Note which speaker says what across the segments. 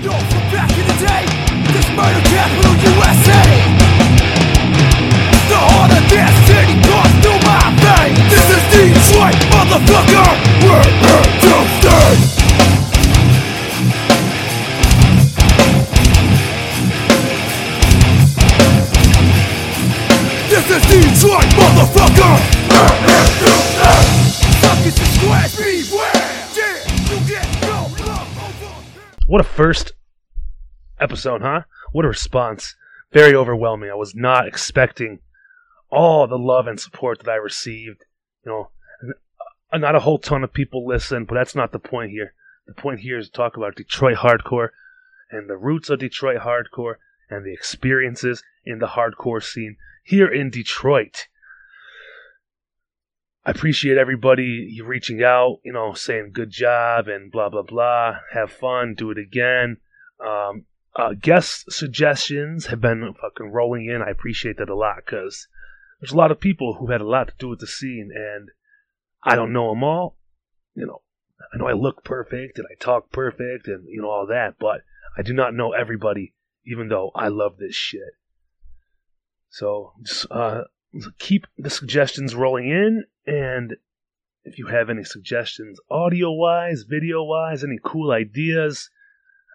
Speaker 1: You're from back in the day, this murder capital USA. The heart of destiny goes through my veins. This is Detroit, motherfucker. We're here to stay. This is Detroit, motherfucker. We're here to stay. Suckers and squares, beware. Yeah, you get no love over here.
Speaker 2: What a first episode, huh? What a response. Very overwhelming. I was not expecting all the love and support that I received. You know, n- uh, not a whole ton of people listen, but that's not the point here. The point here is to talk about Detroit hardcore and the roots of Detroit hardcore and the experiences in the hardcore scene here in Detroit. I appreciate everybody you reaching out, you know, saying good job and blah blah blah. Have fun, do it again. Um, uh, guest suggestions have been fucking rolling in. I appreciate that a lot because there's a lot of people who had a lot to do with the scene, and I don't know them all. You know, I know I look perfect and I talk perfect and you know all that, but I do not know everybody, even though I love this shit. So just, uh, keep the suggestions rolling in and if you have any suggestions audio wise video wise any cool ideas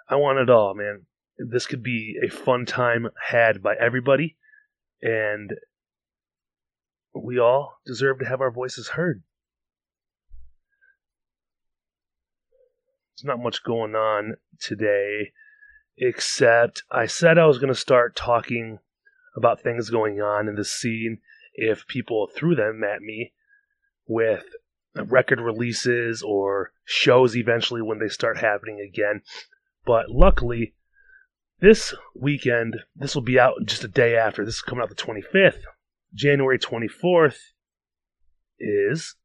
Speaker 2: i want it all man this could be a fun time had by everybody and we all deserve to have our voices heard there's not much going on today except i said i was going to start talking about things going on in the scene if people threw them at me with record releases or shows eventually when they start happening again. But luckily, this weekend, this will be out just a day after. This is coming out the 25th. January 24th is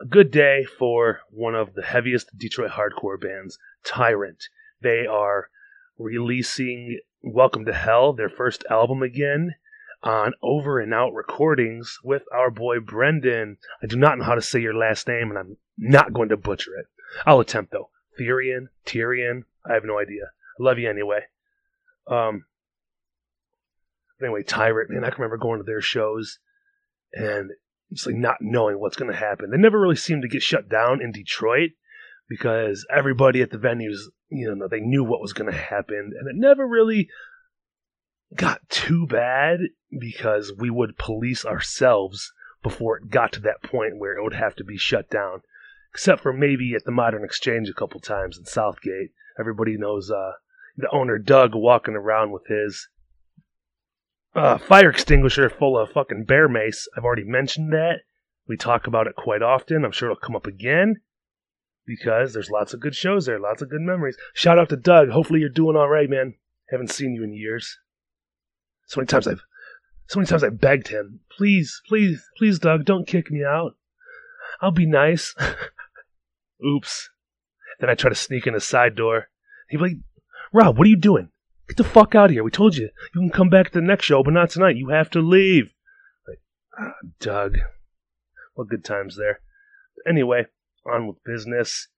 Speaker 2: a good day for one of the heaviest Detroit hardcore bands, Tyrant. They are releasing Welcome to Hell, their first album again, on Over and Out Recordings with our boy Brendan. I do not know how to say your last name, and I'm not going to butcher it. I'll attempt though. Therian, Tyrion, I have no idea. I love you anyway. Um. but Anyway, Tyrant, man, I can remember going to their shows and just like not knowing what's going to happen. They never really seemed to get shut down in Detroit because everybody at the venues, you know, they knew what was going to happen, and it never really got too bad because we would police ourselves before it got to that point where it would have to be shut down. Except for maybe at the Modern Exchange a couple times in Southgate. Everybody knows uh, the owner Doug walking around with his uh, fire extinguisher full of fucking bear mace. I've already mentioned that. We talk about it quite often. I'm sure it'll come up again because there's lots of good shows there, lots of good memories. Shout out to Doug. Hopefully you're doing all right, man. Haven't seen you in years. So many times I've so many times I begged him, please, please, please, Doug, don't kick me out. I'll be nice. Oops. Then I try to sneak in a side door. He'd be like, Rob, what are you doing? Get the fuck out of here. We told you. You can come back at the next show, but not tonight. You have to leave. Like, ah, Doug. What good times there. Anyway, on with business.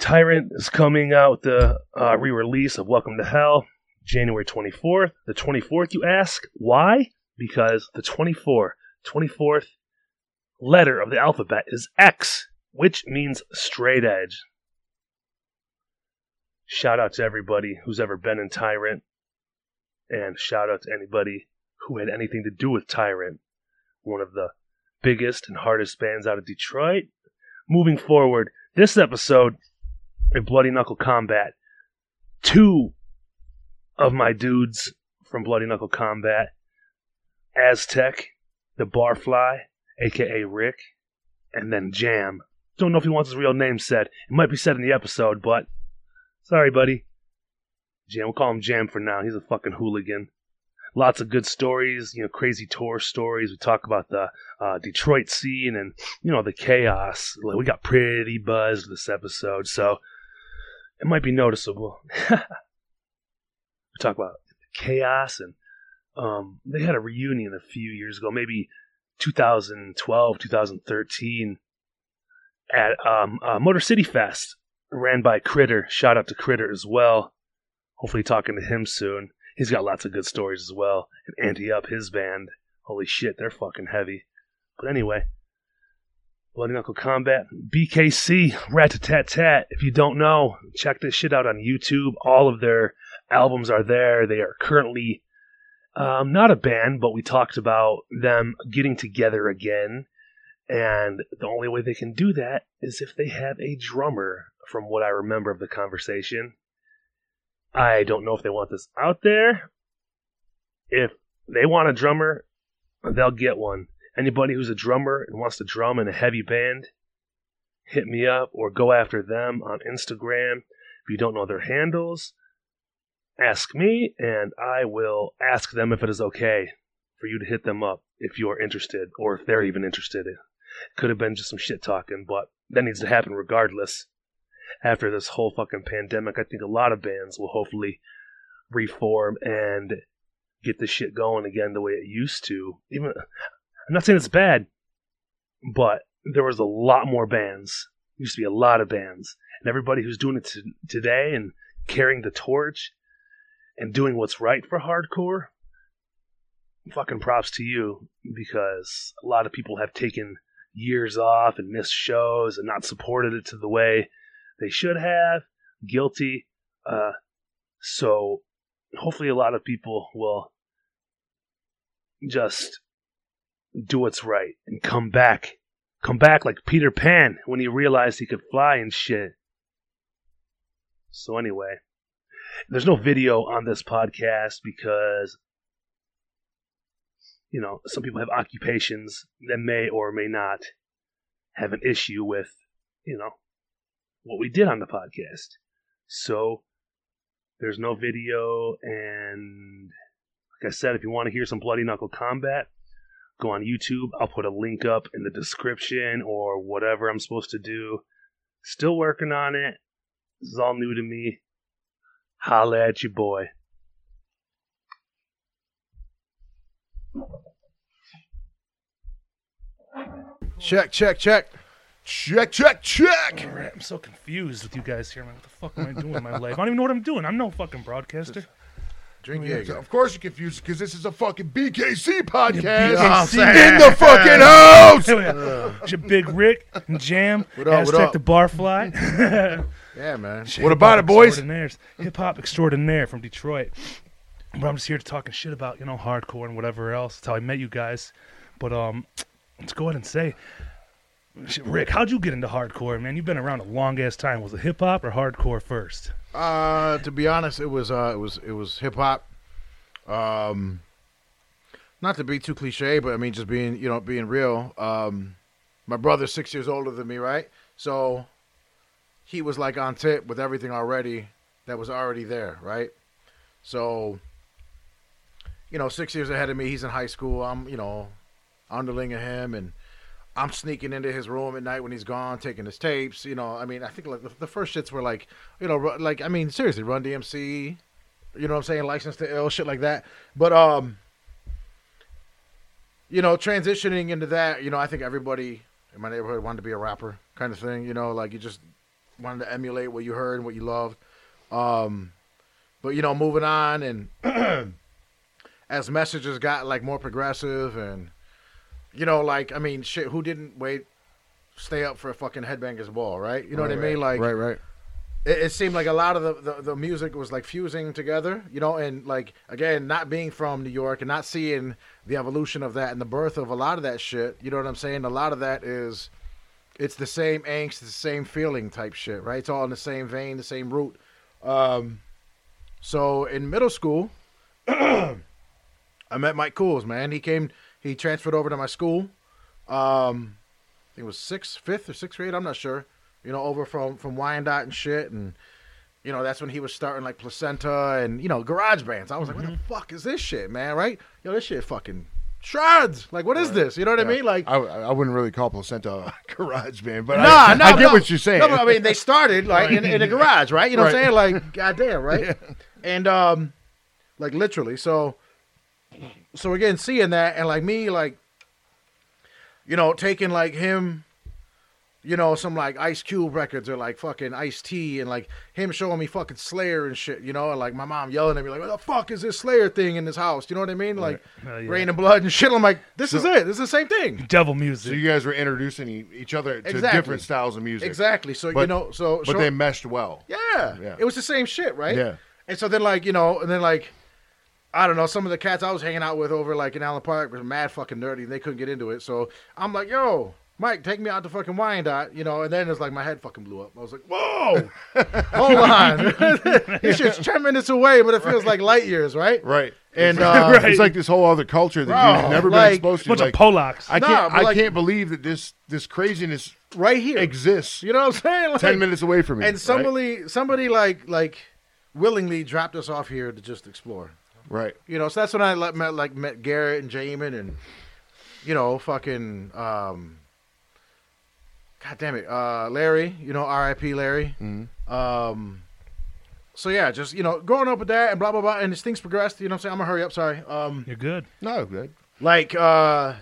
Speaker 2: Tyrant is coming out with the uh, re release of Welcome to Hell, January 24th. The 24th, you ask? Why? Because the 24, 24th letter of the alphabet is X, which means straight edge. Shout out to everybody who's ever been in Tyrant, and shout out to anybody who had anything to do with Tyrant, one of the biggest and hardest bands out of Detroit moving forward, this episode in Bloody Knuckle Combat, two of my dudes from Bloody Knuckle Combat, Aztec, the Barfly, aka Rick, and then Jam. Don't know if he wants his real name said. It might be said in the episode, but sorry, buddy. Jam, we'll call him Jam for now. He's a fucking hooligan. Lots of good stories, you know, crazy tour stories. We talk about the uh, Detroit scene and you know, the chaos. Like we got pretty buzzed this episode, so it might be noticeable. we talk about chaos and um, they had a reunion a few years ago, maybe 2012, 2013, at um, uh, Motor City Fest, ran by Critter. Shout out to Critter as well. Hopefully, talking to him soon. He's got lots of good stories as well. And Andy Up, his band. Holy shit, they're fucking heavy. But anyway, Bloody Knuckle Combat, BKC, Rat a Tat Tat. If you don't know, check this shit out on YouTube. All of their albums are there. They are currently um, not a band, but we talked about them getting together again. And the only way they can do that is if they have a drummer, from what I remember of the conversation. I don't know if they want this out there. If they want a drummer, they'll get one. Anybody who's a drummer and wants to drum in a heavy band, hit me up or go after them on Instagram. If you don't know their handles, ask me and I will ask them if it is okay for you to hit them up if you're interested or if they're even interested. It could have been just some shit talking, but that needs to happen regardless. After this whole fucking pandemic, I think a lot of bands will hopefully reform and get this shit going again the way it used to. Even I'm not saying it's bad, but there was a lot more bands. Used to be a lot of bands, and everybody who's doing it to, today and carrying the torch and doing what's right for hardcore, fucking props to you because a lot of people have taken years off and missed shows and not supported it to the way they should have. Guilty. Uh, so hopefully a lot of people will just do what's right and come back. Come back like Peter Pan when he realized he could fly and shit. So anyway, there's no video on this podcast because you know some people have occupations that may or may not have an issue with you know what we did on the podcast so there's no video and like i said if you want to hear some bloody knuckle combat go on youtube i'll put a link up in the description or whatever i'm supposed to do still working on it this is all new to me Holla at your boy.
Speaker 3: Check, check, check. Check, check, check.
Speaker 2: Alright, I'm so confused with you guys here. man. what the fuck am I doing in my life? I don't even know what I'm doing. I'm no fucking broadcaster.
Speaker 3: Drink Jaeger. Of course you're confused because this is a fucking BKC podcast.
Speaker 2: BKC.
Speaker 3: In the fucking house.
Speaker 2: Here we are. It's your big Rick and Jam.
Speaker 3: What up, what
Speaker 2: Aztec
Speaker 3: up?
Speaker 2: the Barfly.
Speaker 3: Yeah, man. What about it, boys?
Speaker 2: Hip hop extraordinaire from Detroit. But I'm just here to talking shit about, you know, hardcore and whatever else. That's how I met you guys. But um let's go ahead and say shit, Rick, how'd you get into hardcore, man? You've been around a long ass time. Was it hip hop or hardcore first?
Speaker 3: Uh, to be honest, it was uh, it was it was hip hop. Um, not to be too cliche, but I mean just being you know being real. Um, my brother's six years older than me, right? So he was like on tip with everything already that was already there, right? So you know, six years ahead of me, he's in high school. I'm you know underling of him and. I'm sneaking into his room at night when he's gone, taking his tapes. You know, I mean, I think like the, the first shits were like, you know, Ru- like I mean, seriously, Run DMC. You know what I'm saying? License to Ill, shit like that. But um, you know, transitioning into that, you know, I think everybody in my neighborhood wanted to be a rapper, kind of thing. You know, like you just wanted to emulate what you heard and what you loved. Um, but you know, moving on and as messages got like more progressive and you know, like I mean, shit, who didn't wait, stay up for a fucking headbangers ball, right? You know what I mean? Like,
Speaker 4: right, right.
Speaker 3: It, it seemed like a lot of the, the the music was like fusing together, you know, and like again, not being from New York and not seeing the evolution of that and the birth of a lot of that shit. You know what I'm saying? A lot of that is, it's the same angst, the same feeling type shit, right? It's all in the same vein, the same root. Um, so in middle school, I met Mike Cools, man. He came, he transferred over to my school. Um, I think it was sixth, fifth, or sixth grade. I'm not sure. You know, over from from Wyandotte and shit, and you know that's when he was starting like Placenta and you know garage bands. I was like, what the fuck is this shit, man? Right? Yo, this shit fucking shreds. Like, what is this? You know what I mean? Like,
Speaker 4: I, I wouldn't really call placenta a garage band, but
Speaker 3: Nah,
Speaker 4: I,
Speaker 3: no,
Speaker 4: I get
Speaker 3: no.
Speaker 4: what you're saying.
Speaker 3: No, but I mean they started like in, in a garage, right? You know what I'm
Speaker 4: Right.
Speaker 3: saying? Like, goddamn, right? And um, like literally. So, so again, seeing that and like me, like, you know, taking like him, you know, some like Ice Cube records or like fucking Ice T and like him showing me fucking Slayer and shit, you know, and like my mom yelling at me like, "What the fuck is this Slayer thing in this house?" You know what I mean? Like
Speaker 2: Hell yeah.
Speaker 3: Rain and Blood and shit. I'm like, this is it. This is the same thing.
Speaker 2: Devil
Speaker 4: So
Speaker 2: music.
Speaker 4: you guys were introducing e- each other to
Speaker 3: Exactly.
Speaker 4: different styles of music.
Speaker 3: Exactly. So you
Speaker 4: But-
Speaker 3: know, so
Speaker 4: But
Speaker 3: so-
Speaker 4: they meshed well.
Speaker 3: Yeah.
Speaker 4: Yeah.
Speaker 3: It was the same shit, right?
Speaker 4: Yeah.
Speaker 3: And so then like, you know, and then like I don't know, some of the cats I was hanging out with over like in Allen Park were mad fucking nerdy and they couldn't get into it. So I'm like, yo, Mike, take me out to fucking Wyandotte, you know, and then it's like my head fucking blew up. I was like, Whoa, hold on. this shit's ten minutes away, but it feels like light years, right?
Speaker 4: Right. And uh,
Speaker 2: Right.
Speaker 4: it's like this whole other culture that
Speaker 3: Bro,
Speaker 4: you've never
Speaker 3: like-
Speaker 4: been exposed to.
Speaker 2: bunch
Speaker 4: Like,
Speaker 2: of Polacks.
Speaker 4: I
Speaker 3: Nah,
Speaker 4: can't.
Speaker 3: but
Speaker 4: I
Speaker 3: like-
Speaker 4: can't believe that this this craziness
Speaker 3: Right here.
Speaker 4: exists.
Speaker 3: you know what I'm saying? Like,
Speaker 4: Ten minutes away from me.
Speaker 3: And somebody somebody like like willingly dropped us off here to just explore.
Speaker 4: Right.
Speaker 3: You know, so that's when I let, met like met Garrett and Jamin and you know, fucking um God damn it, uh Larry, you know, R.I.P. Larry. Um so yeah, just you know, growing up with that and blah blah blah and as things progressed, you know what I'm saying? I'm gonna hurry up, sorry. Um
Speaker 2: You're good.
Speaker 4: No. Good.
Speaker 3: like uh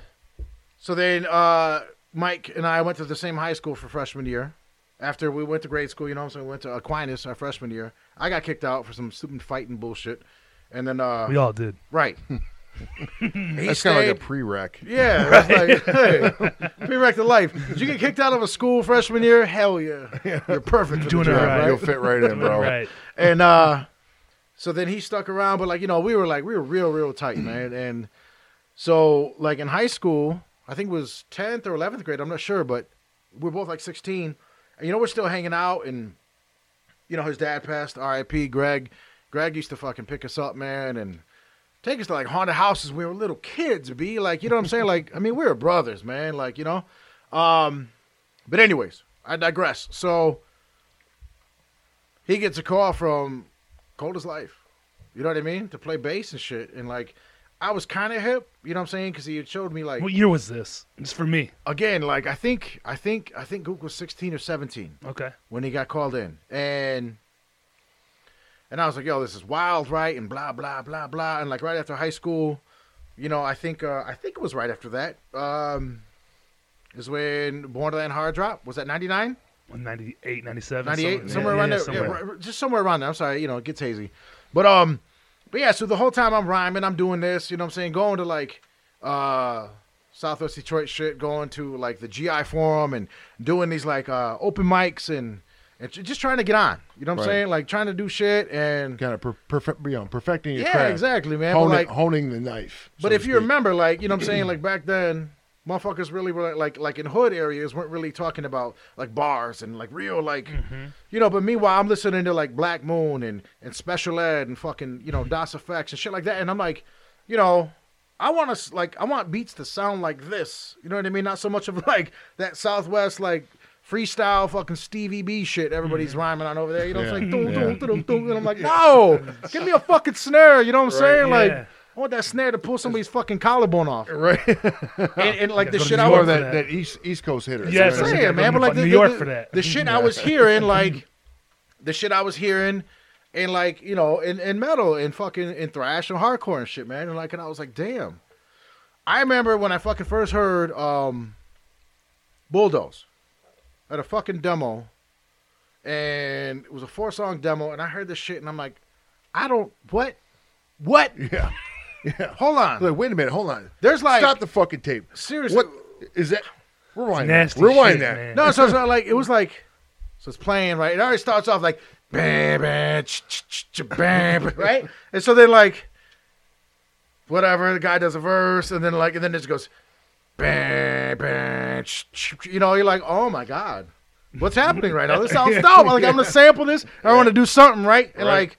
Speaker 3: so then uh Mike and I went to the same high school for freshman year. After we went to grade school, you know what I'm saying? We went to Aquinas our freshman year. I got kicked out for some stupid fighting bullshit. And then uh
Speaker 2: We all did.
Speaker 3: Right. he
Speaker 4: That's kind of
Speaker 3: stayed.
Speaker 4: like a prereq.
Speaker 3: yeah, that's like, hey, prereq to life. Did you get kicked out of a school freshman year? Hell yeah, you're perfect. For
Speaker 2: Doing
Speaker 3: the
Speaker 2: it
Speaker 3: job,
Speaker 2: right.
Speaker 4: You'll fit right in, bro.
Speaker 2: Right.
Speaker 3: And uh, so then he stuck around, but like you know, we were like we were real, real tight, man. And so like in high school, I think it was tenth or eleventh grade. I'm not sure, but we're both like 16, and you know we're still hanging out. And you know his dad passed, R.I.P. Greg. Greg used to fucking pick us up, man, and take us to like haunted houses. when We were little kids, be like, you know what I'm saying? Like, I mean, we were brothers, man. Like, you know. Um, but anyways, I digress. So he gets a call from Cold as Life. You know what I mean? To play bass and shit, and like, I was kind of hip. You know what I'm saying? Because he had showed me like
Speaker 2: What year was this? It's for me.
Speaker 3: again, like I think, I think, I think Gook was 16 or 17
Speaker 2: Okay.
Speaker 3: when he got called in, and and I was like, yo, this is wild, right? And blah blah blah blah, and like right after high school, you know, I think uh, I think it was right after that. Um, is when Borderland Hard Drop was that 99,
Speaker 2: 98, 97.
Speaker 3: 98,
Speaker 2: some-
Speaker 3: somewhere
Speaker 2: yeah,
Speaker 3: around
Speaker 2: yeah,
Speaker 3: there,
Speaker 2: somewhere.
Speaker 3: Yeah, right- just somewhere around there. I'm sorry, you know, it gets hazy, but um, but yeah, so the whole time I'm rhyming, I'm doing this, you know, what I'm saying, going to like uh Southwest Detroit shit, going to like the GI Forum and doing these like uh open mics and and ju- just trying to get on. You know what I'm
Speaker 4: Right.
Speaker 3: saying? Like trying to do shit and
Speaker 4: Kind of per- perfect, you know, perfecting your
Speaker 3: yeah,
Speaker 4: craft.
Speaker 3: exactly, man.
Speaker 4: Honing,
Speaker 3: but like,
Speaker 4: honing the knife. so
Speaker 3: but
Speaker 4: to
Speaker 3: if you
Speaker 4: speak.
Speaker 3: remember, like you know what I'm saying, like back then. Motherfuckers really were like, like, like in hood areas weren't really talking about like bars and like real like,
Speaker 4: Mm-hmm.
Speaker 3: you know. But meanwhile, I'm listening to like Black Moon and and Special Ed and fucking you know Das Effects and shit like that, and I'm like, you know, I want us like I want beats to sound like this. You know what I mean? Not so much of like that Southwest like freestyle fucking Stevie B shit. Everybody's rhyming on over there. You know what I'm saying?
Speaker 4: Mm-hmm. Yeah.
Speaker 3: Dum, dum, dum, dum, and I'm like, no, give me a fucking snare. You know what I'm saying? Like,
Speaker 2: yeah.
Speaker 3: I want that snare to pull somebody's fucking collarbone off.
Speaker 4: right,
Speaker 3: And, and like the
Speaker 2: go to
Speaker 3: shit
Speaker 2: New
Speaker 3: I
Speaker 2: York
Speaker 4: or
Speaker 3: was
Speaker 2: for
Speaker 4: that,
Speaker 2: that.
Speaker 4: that East East Coast hitter.
Speaker 2: Yes,
Speaker 4: You know what I
Speaker 2: sir.
Speaker 4: mean?
Speaker 2: gotta
Speaker 3: saying,
Speaker 2: go
Speaker 3: man.
Speaker 2: to
Speaker 3: But like
Speaker 2: New
Speaker 3: the,
Speaker 2: York
Speaker 3: the,
Speaker 2: for that.
Speaker 3: the shit I was hearing, like the shit I was hearing, and like you know, in, in metal and fucking in thrash and hardcore and shit, man. And like, and I was like, damn. I remember when I fucking first heard um, Bulldoze at a fucking demo, and it was a four song demo, and I heard this shit, and I'm like, I don't what, what?
Speaker 4: Yeah.
Speaker 3: Hold on.
Speaker 4: Like, wait a minute, hold on.
Speaker 3: There's like
Speaker 4: Stop the fucking tape.
Speaker 3: seriously.
Speaker 4: What is that? Rewind. that.
Speaker 2: Nasty
Speaker 4: Rewind
Speaker 2: shit,
Speaker 4: that.
Speaker 2: man.
Speaker 3: No, so, so like it was like so it's playing right. It already starts off like bam bam ch- ch- ch- ch- bam right, and so then like whatever the guy does a verse, and then like and then it just goes bam bam. ch- ch- ch- You know, you're like, oh my god, what's happening right now? This sounds dope. Like I'm gonna sample this. I want to do something right, and
Speaker 4: Right.
Speaker 3: like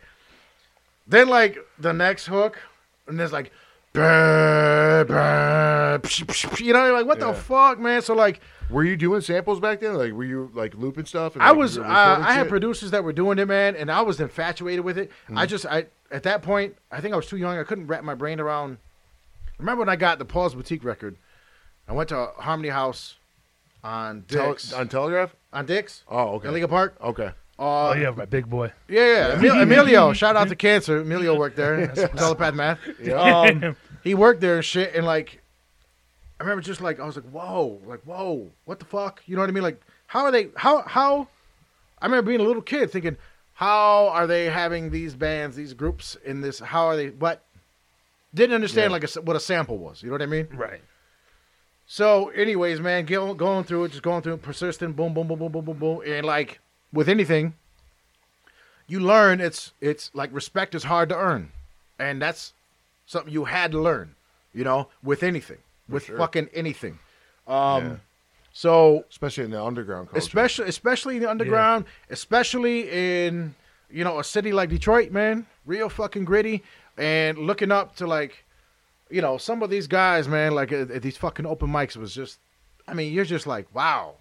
Speaker 3: then like the next hook, and there's like. bam, bam, psh, psh, psh, You know, you're like, what
Speaker 4: Yeah.
Speaker 3: the fuck, man? So, like,
Speaker 4: Were you doing samples back then? Like, were you like looping stuff? and,
Speaker 3: I
Speaker 4: like,
Speaker 3: was
Speaker 4: you
Speaker 3: uh,
Speaker 4: were recording
Speaker 3: I had
Speaker 4: shit? Mm-hmm.
Speaker 3: producers that were doing it, man, and I was infatuated with it. I just I at that point I think I was too young. I couldn't wrap my brain around. Remember when I got the Paul's Boutique record? I went to Harmony House on
Speaker 4: Tele-
Speaker 3: Dix
Speaker 4: on Telegraph.
Speaker 3: on Dix.
Speaker 4: Oh, okay.
Speaker 3: In Lincoln Park.
Speaker 4: Okay.
Speaker 3: Uh,
Speaker 2: Oh, yeah, my big boy.
Speaker 3: yeah, yeah. Emil- Emilio, shout out to Cancer. Emilio worked there. That's telepath math. Um, he worked there and shit. And like, I remember just like, I was like, whoa, like, whoa, what the fuck? You know what I mean? Like, how are they? How how? I remember being a little kid thinking, how are they having these bands, these groups in this? How are they? What? Didn't understand like a s what a sample was. You know what I mean?
Speaker 2: Right.
Speaker 3: So, anyways, man, go, going through it, just going through it, persistent, boom, boom, boom, boom, boom, boom, boom, and like with anything, you learn it's it's like respect is hard to earn, and that's something you had to learn, you know, with anything, with fucking anything. Um,
Speaker 4: Yeah.
Speaker 3: so
Speaker 4: especially in the underground culture.
Speaker 3: especially especially in the underground, especially in you know a city like Detroit, man, real fucking gritty, and looking up to like, you know, some of these guys, man, like at, at these fucking open mics was just, I mean, you're just like, wow,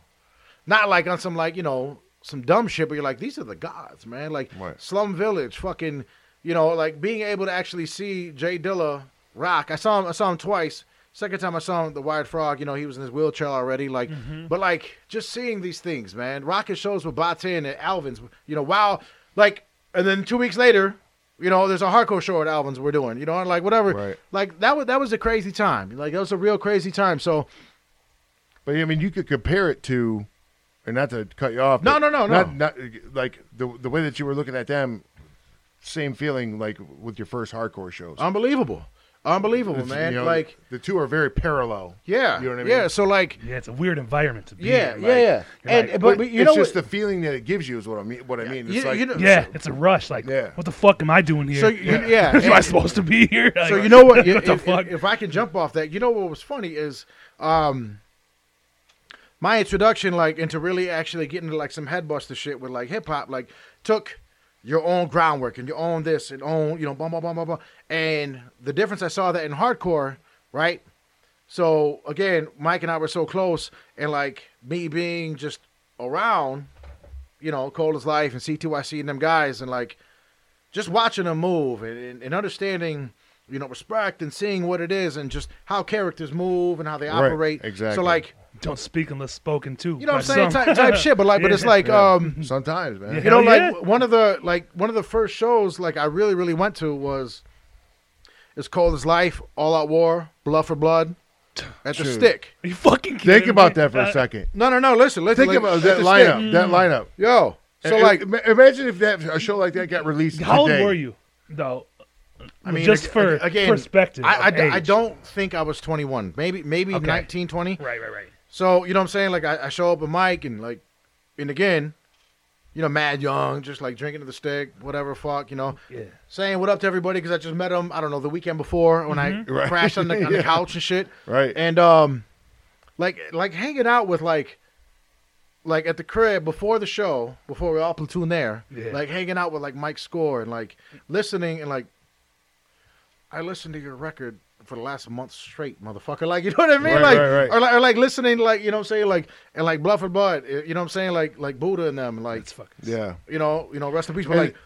Speaker 3: not like on some like you know some dumb shit, but you're like these are the gods, man, like
Speaker 4: Right.
Speaker 3: Slum Village, fucking, you know, like being able to actually see Jay Dilla rock. I saw him, I saw him twice. Second time I saw him, at the Wired Frog, you know, he was in his wheelchair already. Like, but like just seeing these things, man. Rocket shows with Batin and Alvin's, you know, wow. Like, and then two weeks later, you know, there's a hardcore show at Alvin's we're doing, you know, and like whatever.
Speaker 4: Right.
Speaker 3: Like that was that was a crazy time. Like that was a real crazy time. So
Speaker 4: But I mean, you could compare it to, and not to cut you off.
Speaker 3: No,
Speaker 4: but
Speaker 3: no, no, no.
Speaker 4: not, Not, like the the way that you were looking at them, same feeling like with your first hardcore shows.
Speaker 3: unbelievable, unbelievable,
Speaker 4: It's,
Speaker 3: Oh, man.
Speaker 4: you know,
Speaker 3: like,
Speaker 4: the two are very parallel.
Speaker 3: yeah,
Speaker 4: you know what I mean.
Speaker 3: yeah. So like,
Speaker 2: Yeah, it's a weird environment to be
Speaker 3: yeah,
Speaker 2: in.
Speaker 3: yeah, yeah.
Speaker 2: you're
Speaker 3: And
Speaker 2: like,
Speaker 3: but, but you
Speaker 4: it's
Speaker 3: know,
Speaker 4: just
Speaker 3: what-
Speaker 4: the feeling that it gives you is what I mean. What I mean, it's
Speaker 3: you-
Speaker 4: like
Speaker 3: you know-
Speaker 2: Yeah, it's a rush. Like,
Speaker 4: Yeah.
Speaker 2: what the fuck am I doing here?
Speaker 3: So you, yeah,
Speaker 2: am I
Speaker 3: and-
Speaker 2: supposed to be here?
Speaker 3: so
Speaker 2: Like,
Speaker 3: you know what?
Speaker 2: what
Speaker 3: if,
Speaker 2: the
Speaker 3: if-
Speaker 2: fuck?
Speaker 3: if I can jump off that, you know what was funny is, um, my introduction like into really actually getting into like some headbuster shit with like hip hop like took your own groundwork and your own this and own you know blah blah blah blah blah and the difference I saw that in hardcore right. So again, Mike and I were so close, and like me being just around, you know, Cold as Life and C2YC and them guys, and like just watching them move and, and, and understanding, you know, respect and seeing what it is and just how characters move and how they
Speaker 4: Right,
Speaker 3: operate. So
Speaker 4: exactly.
Speaker 3: like,
Speaker 2: Don't speak unless spoken to.
Speaker 3: you
Speaker 2: by
Speaker 3: know what I'm saying?
Speaker 2: some.
Speaker 3: Type, type shit, but like, but it's like, um,
Speaker 4: sometimes, man.
Speaker 3: you know,
Speaker 2: Hell
Speaker 3: like
Speaker 2: yeah.
Speaker 3: one of the like one of the first shows like I really really went to was it's Cold as Life, All Out War, Blood for Blood, at the
Speaker 4: Dude.
Speaker 3: Stick.
Speaker 2: Are you fucking kidding
Speaker 4: Think about
Speaker 2: me?
Speaker 4: that for
Speaker 2: Uh,
Speaker 4: a second.
Speaker 3: No, no, no. Listen, listen.
Speaker 4: Think
Speaker 3: like,
Speaker 4: about
Speaker 3: at
Speaker 4: that
Speaker 3: the
Speaker 4: lineup.
Speaker 3: stick.
Speaker 4: that lineup.
Speaker 3: Yo. mm. So
Speaker 4: And-
Speaker 3: like,
Speaker 4: and imagine if that a show like that got released.
Speaker 2: How old
Speaker 4: today.
Speaker 2: were you, though? I
Speaker 3: mean,
Speaker 2: just
Speaker 3: ag-
Speaker 2: for
Speaker 3: ag- again,
Speaker 2: perspective.
Speaker 3: I, I,
Speaker 2: of
Speaker 3: d- I
Speaker 2: age.
Speaker 3: don't think I was 21. Maybe maybe
Speaker 2: Okay.
Speaker 3: nineteen, twenty.
Speaker 2: Right, right, right.
Speaker 3: So you know what I'm saying? Like I, I show up at Mike and like, and again, you know, mad young, just like drinking to the stick, whatever, fuck, you know.
Speaker 2: Yeah.
Speaker 3: Saying what up to everybody because I just met him. I don't know the weekend before when I
Speaker 4: Right.
Speaker 3: crashed on the, on the
Speaker 4: Mm-hmm. Yeah.
Speaker 3: couch and shit.
Speaker 4: Right.
Speaker 3: And um, like like hanging out with like, like at the crib before the show, before we all platoon there.
Speaker 2: Yeah.
Speaker 3: Like hanging out with like Mike Score and like listening and like, I listened to your record for the last month straight, motherfucker. Like you know what I mean?
Speaker 4: Right,
Speaker 3: like
Speaker 4: right, right.
Speaker 3: or like or like listening like you know what I'm saying like and like Bluff and Bud, you know what I'm saying like like Buddha and them like
Speaker 2: It's fucking.
Speaker 4: Yeah.
Speaker 3: you know, you know, rest in peace. But
Speaker 4: And-
Speaker 3: like,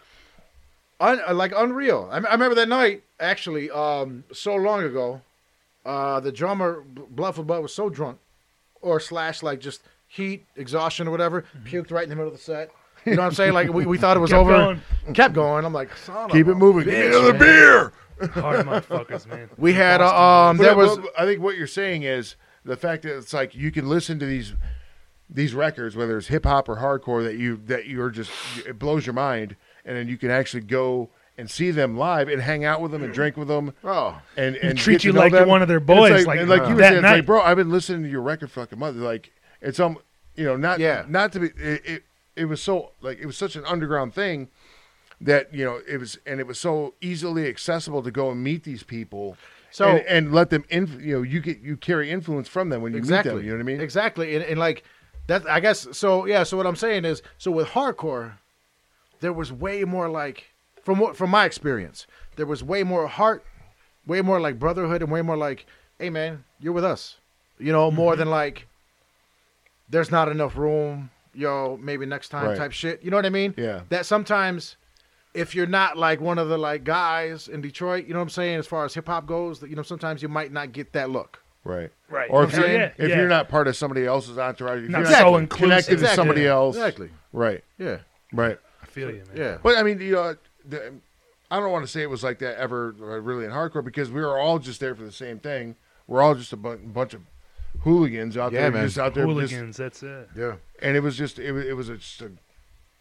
Speaker 3: un, uh, like unreal. I, m- I remember that night actually, um, so long ago. Uh, the drummer B- Bluff Above was so drunk, or slash like just heat exhaustion or whatever, puked right in the middle of the set. You know what I'm saying? Like we, we thought it was
Speaker 2: Kept
Speaker 3: over,
Speaker 2: going.
Speaker 3: kept going. I'm like, son of
Speaker 4: Keep
Speaker 3: a-
Speaker 4: it moving. Give me another beer.
Speaker 2: Hard motherfuckers, man.
Speaker 3: We had uh,
Speaker 2: Boston.
Speaker 3: um,
Speaker 4: But
Speaker 3: there
Speaker 4: I-
Speaker 3: was
Speaker 4: but I think what you're saying is the fact that it's like you can listen to these these records, whether it's hip hop or hardcore, that you that you're just it blows your mind, and then you can actually go and see them live and hang out with them and drink with them.
Speaker 3: oh
Speaker 4: And, and
Speaker 2: treat
Speaker 4: get to
Speaker 2: you
Speaker 4: know
Speaker 2: like you're
Speaker 4: them.
Speaker 2: one of their
Speaker 4: And it's
Speaker 2: boys,
Speaker 4: like,
Speaker 2: like,
Speaker 4: and like
Speaker 2: uh,
Speaker 4: you were
Speaker 2: that
Speaker 4: saying, it's
Speaker 2: night.
Speaker 4: like, bro, I've been listening to your record for like a month. Like it's um, you know, not
Speaker 3: Yeah.
Speaker 4: not to be it, it. It was so like it was such an underground thing that you know it was, and it was so easily accessible to go and meet these people.
Speaker 3: So-
Speaker 4: and, and let them in. You know, you get you carry influence from them when you
Speaker 3: exactly.
Speaker 4: meet them. You know what I mean?
Speaker 3: Exactly, and, and like that. I guess so. Yeah. So what I'm saying is, so with hardcore, there was way more like from what from my experience, there was way more heart, way more like brotherhood, and way more like, hey man, you're with us. You know, more
Speaker 4: Mm-hmm.
Speaker 3: than like, there's not enough room. Yo, maybe next time
Speaker 4: Right.
Speaker 3: type shit. You know what I mean?
Speaker 4: Yeah.
Speaker 3: That sometimes. If you're not like one of the like guys in Detroit, you know what I'm saying, as far as hip hop goes, that you know sometimes you might not get that look.
Speaker 4: Right.
Speaker 2: Right.
Speaker 4: Or if,
Speaker 2: Hell
Speaker 4: you're,
Speaker 2: yeah,
Speaker 4: if
Speaker 2: yeah.
Speaker 4: you're not part of somebody else's entourage, if
Speaker 2: Not
Speaker 4: you're
Speaker 2: so
Speaker 4: not connected
Speaker 2: inclusive.
Speaker 4: to somebody
Speaker 2: Yeah.
Speaker 4: else.
Speaker 3: Exactly.
Speaker 4: Right.
Speaker 3: Yeah.
Speaker 4: Right.
Speaker 2: I feel you, man.
Speaker 3: Yeah.
Speaker 4: But I mean, you know, the, I don't want to say it was like that ever uh, really in hardcore because we were all just there for the same thing. We're all just a bu- bunch of hooligans out
Speaker 3: Yeah,
Speaker 4: there,
Speaker 3: man.
Speaker 4: just out there, just-
Speaker 5: Hooligans, that's it.
Speaker 3: Yeah.
Speaker 4: and it was just it was it was a, just a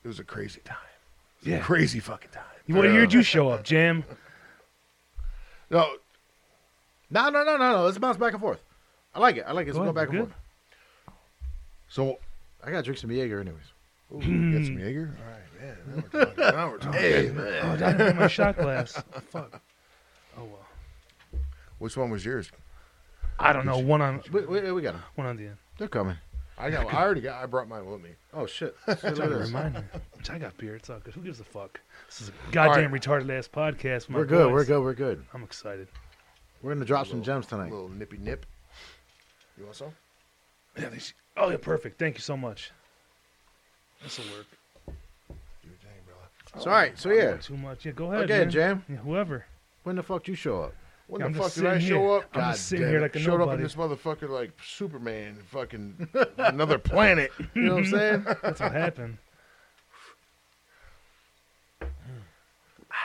Speaker 4: it was a crazy time. It was a
Speaker 5: Yeah.
Speaker 4: crazy fucking time.
Speaker 5: What year'd you show up, Jam?
Speaker 4: No,
Speaker 3: No, no, no, no, no. Let's bounce back and forth. I like it. I like it. Let's
Speaker 5: Go
Speaker 3: go,
Speaker 5: ahead,
Speaker 3: back
Speaker 5: we're
Speaker 3: and
Speaker 5: good.
Speaker 3: forth.
Speaker 4: so
Speaker 3: I gotta drink some Jaeger, anyways.
Speaker 4: ooh, get some Jaeger. All right, man. Now we're talking. Now we're talking.
Speaker 5: Oh, I didn't bring my shot glass. Fuck. Oh well.
Speaker 4: Which one was yours?
Speaker 5: I don't know. One on
Speaker 3: We, we, we got them.
Speaker 5: one on the end.
Speaker 3: They're coming.
Speaker 4: I got. I already got. I brought mine with me.
Speaker 3: Oh shit! Let's see what
Speaker 5: Trying
Speaker 3: it
Speaker 5: to
Speaker 3: is.
Speaker 5: remind me. Which I got beer. It's all good. Who gives a fuck? This is a goddamn retarded ass podcast. my
Speaker 3: We're good.
Speaker 5: boys.
Speaker 3: We're good. We're good.
Speaker 5: I'm excited.
Speaker 3: We're gonna drop some gems
Speaker 4: A
Speaker 3: tonight.
Speaker 4: little nippy nip. You want some?
Speaker 5: Yeah, they- oh yeah, perfect. Thank you so much. This will work.
Speaker 4: Do your thing, brother.
Speaker 3: So all right. So yeah.
Speaker 5: Too much. Yeah, go ahead.
Speaker 3: Again,
Speaker 5: man.
Speaker 3: Jam.
Speaker 5: Yeah, whoever.
Speaker 3: When the fuck you show up?
Speaker 4: When
Speaker 5: I'm
Speaker 4: the
Speaker 5: just
Speaker 4: fuck did I
Speaker 5: sitting
Speaker 4: show
Speaker 5: here.
Speaker 4: up?
Speaker 5: I'm
Speaker 4: God
Speaker 5: just sitting
Speaker 4: damn
Speaker 5: here
Speaker 4: it.
Speaker 5: like a
Speaker 4: Showed up in
Speaker 5: nobody.
Speaker 4: this motherfucker like Superman, fucking another planet.
Speaker 3: You know what I'm saying?
Speaker 5: That's what happened.
Speaker 4: All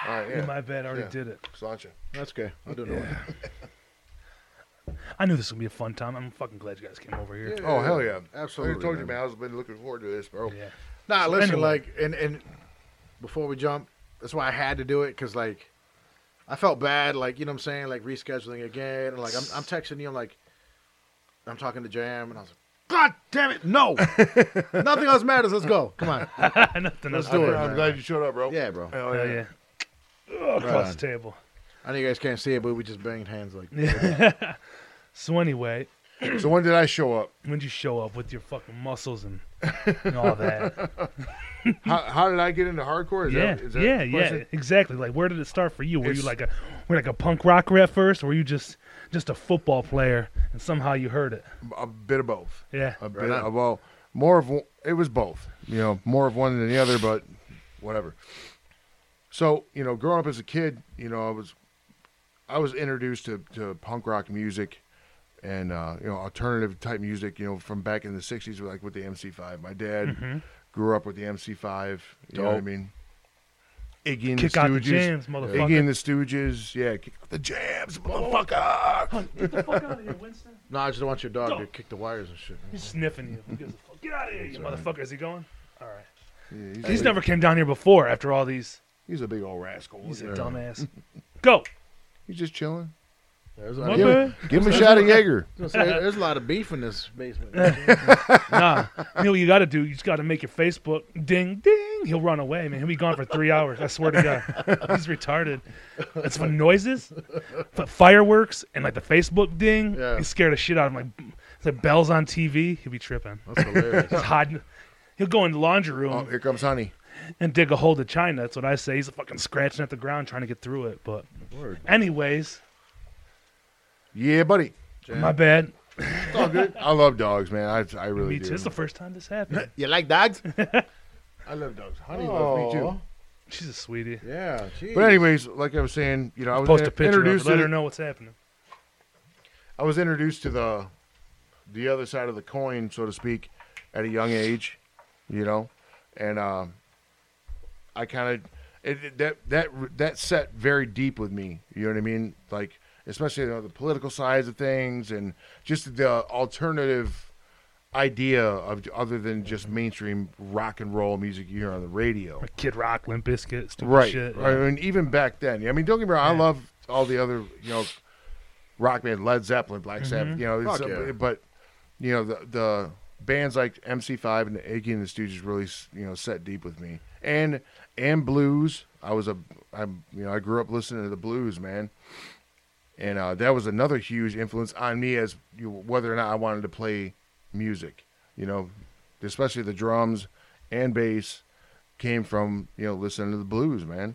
Speaker 4: right,
Speaker 5: Yeah,
Speaker 4: yeah.
Speaker 5: my bad. I already
Speaker 4: Yeah.
Speaker 5: did it.
Speaker 4: Sláinte.
Speaker 3: That's okay. I'll do it. Yeah.
Speaker 5: I knew this would be a fun time. I'm fucking glad you guys came over here.
Speaker 4: Oh hell yeah!
Speaker 3: Absolutely,
Speaker 4: I told you,
Speaker 3: man.
Speaker 4: man. I was been looking forward to this, bro.
Speaker 5: Yeah.
Speaker 3: Nah, listen,
Speaker 5: anyway.
Speaker 3: like, and and before we jump, that's why I had to do it because like, I felt bad, like you know what I'm saying, like rescheduling again, and like I'm I'm texting you, I'm like, I'm talking to Jam, and I was like, God damn it, no, nothing else matters. Let's go, come on,
Speaker 5: Nothing
Speaker 3: Let's
Speaker 5: else.
Speaker 3: do
Speaker 4: I'm,
Speaker 3: it, man.
Speaker 4: glad you showed up, bro.
Speaker 3: yeah, bro.
Speaker 4: Hell
Speaker 5: Hell
Speaker 4: yeah.
Speaker 5: yeah. Oh, across
Speaker 3: on.
Speaker 5: the table.
Speaker 3: I know you guys can't see it, but we just banged hands like.
Speaker 5: So anyway,
Speaker 4: So when did I show up?
Speaker 5: when'd you show up with your fucking muscles and, and all that?
Speaker 4: How, how did I get into hardcore? Is
Speaker 5: yeah,
Speaker 4: that, is that
Speaker 5: yeah,
Speaker 4: the
Speaker 5: yeah,
Speaker 4: question?
Speaker 5: exactly. Like, where did it start for you? Were you
Speaker 4: It's-
Speaker 5: like a, were you like a punk rocker at first, or were you just just a football player and somehow you heard it?
Speaker 4: A bit of both.
Speaker 5: Yeah,
Speaker 4: A bit of well, more of one- it was both. You know, more of one than the other, but whatever. So you know, growing up as a kid, you know, I was I was introduced to, to punk rock music and uh, you know alternative type music. You know, from back in the '60s, like with the MC5. My dad
Speaker 5: Mm-hmm.
Speaker 4: grew up with the MC5. You know what I
Speaker 3: Dope.
Speaker 4: mean? Iggy and
Speaker 5: Kick
Speaker 4: the Stooges.
Speaker 5: out the jams,
Speaker 4: Iggy
Speaker 5: motherfucker.
Speaker 4: and the Stooges. Yeah, kick out the jams, motherfucker.
Speaker 5: Get the fuck out of here, Winston.
Speaker 3: No, I just want your dog
Speaker 5: Go.
Speaker 3: to kick the wires and shit.
Speaker 5: He's sniffing you. Who gives a fuck? Get out of here, you motherfucker. Is he going? All right.
Speaker 4: Yeah,
Speaker 5: He's
Speaker 4: a-
Speaker 5: never came down here before after all these.
Speaker 4: He's a big old rascal.
Speaker 5: He's a
Speaker 4: Yeah.
Speaker 5: dumbass. Go.
Speaker 4: He's just chilling.
Speaker 3: There's,
Speaker 5: My
Speaker 3: I
Speaker 4: Give,
Speaker 5: bad.
Speaker 4: give him a shot of Jaeger.
Speaker 3: was gonna say, there's a lot of beef in this basement.
Speaker 5: Nah. You know what you got to do? You just got to make your Facebook ding, ding. He'll run away, man. He'll be gone for three hours. I swear to God. He's retarded. It's for noises, but fireworks, and like the Facebook ding.
Speaker 3: Yeah.
Speaker 5: He's scared the shit out of him. Like, it's like bells on TV. He'll be tripping.
Speaker 3: That's hilarious.
Speaker 5: He's hiding. He'll go in the laundry room
Speaker 4: Oh, here comes Honey.
Speaker 5: and dig a hole to China. That's what I say. He's fucking scratching at the ground trying to get through it. But,
Speaker 3: Word.
Speaker 5: anyways,
Speaker 4: Yeah, buddy.
Speaker 5: my bad.
Speaker 4: It's all good. I love dogs, man. I, I really
Speaker 5: Me
Speaker 4: do.
Speaker 5: too. It's the first time this happened.
Speaker 3: You like dogs?
Speaker 4: I love dogs. Honey
Speaker 3: loves me too.
Speaker 5: She's a sweetie.
Speaker 3: Yeah. Geez.
Speaker 4: But anyways, like I was saying, you know, I was
Speaker 5: Post a picture. Of it.
Speaker 4: introduced
Speaker 5: Let her
Speaker 4: to,
Speaker 5: know what's happening.
Speaker 4: I was introduced to the the other side of the coin, so to speak, at a young age, you know, and um, I kind of it, it- that that that set very deep with me. You know what I mean? Like especially you know, the political sides of things and just the alternative idea of other than just mainstream rock and roll music you hear on the radio.
Speaker 5: Kid Rock, Limp Bizkit, stupid
Speaker 4: Right.
Speaker 5: shit.
Speaker 4: right. I mean, even back then. I mean, don't get me wrong. I love all the other, you know, rock band, Led Zeppelin, Black Sabbath, you know, it's-
Speaker 3: Mm-hmm. Fuck yeah.
Speaker 4: but you know the the bands like MC5 and the Iggy and the Stooges really, you know, set deep with me. And and blues. I was a I'm you know, I grew up listening to the blues, man. And uh, that was another huge influence on me as you, whether or not I wanted to play music, you know, especially the drums and bass came from, you know, listening to the blues, man.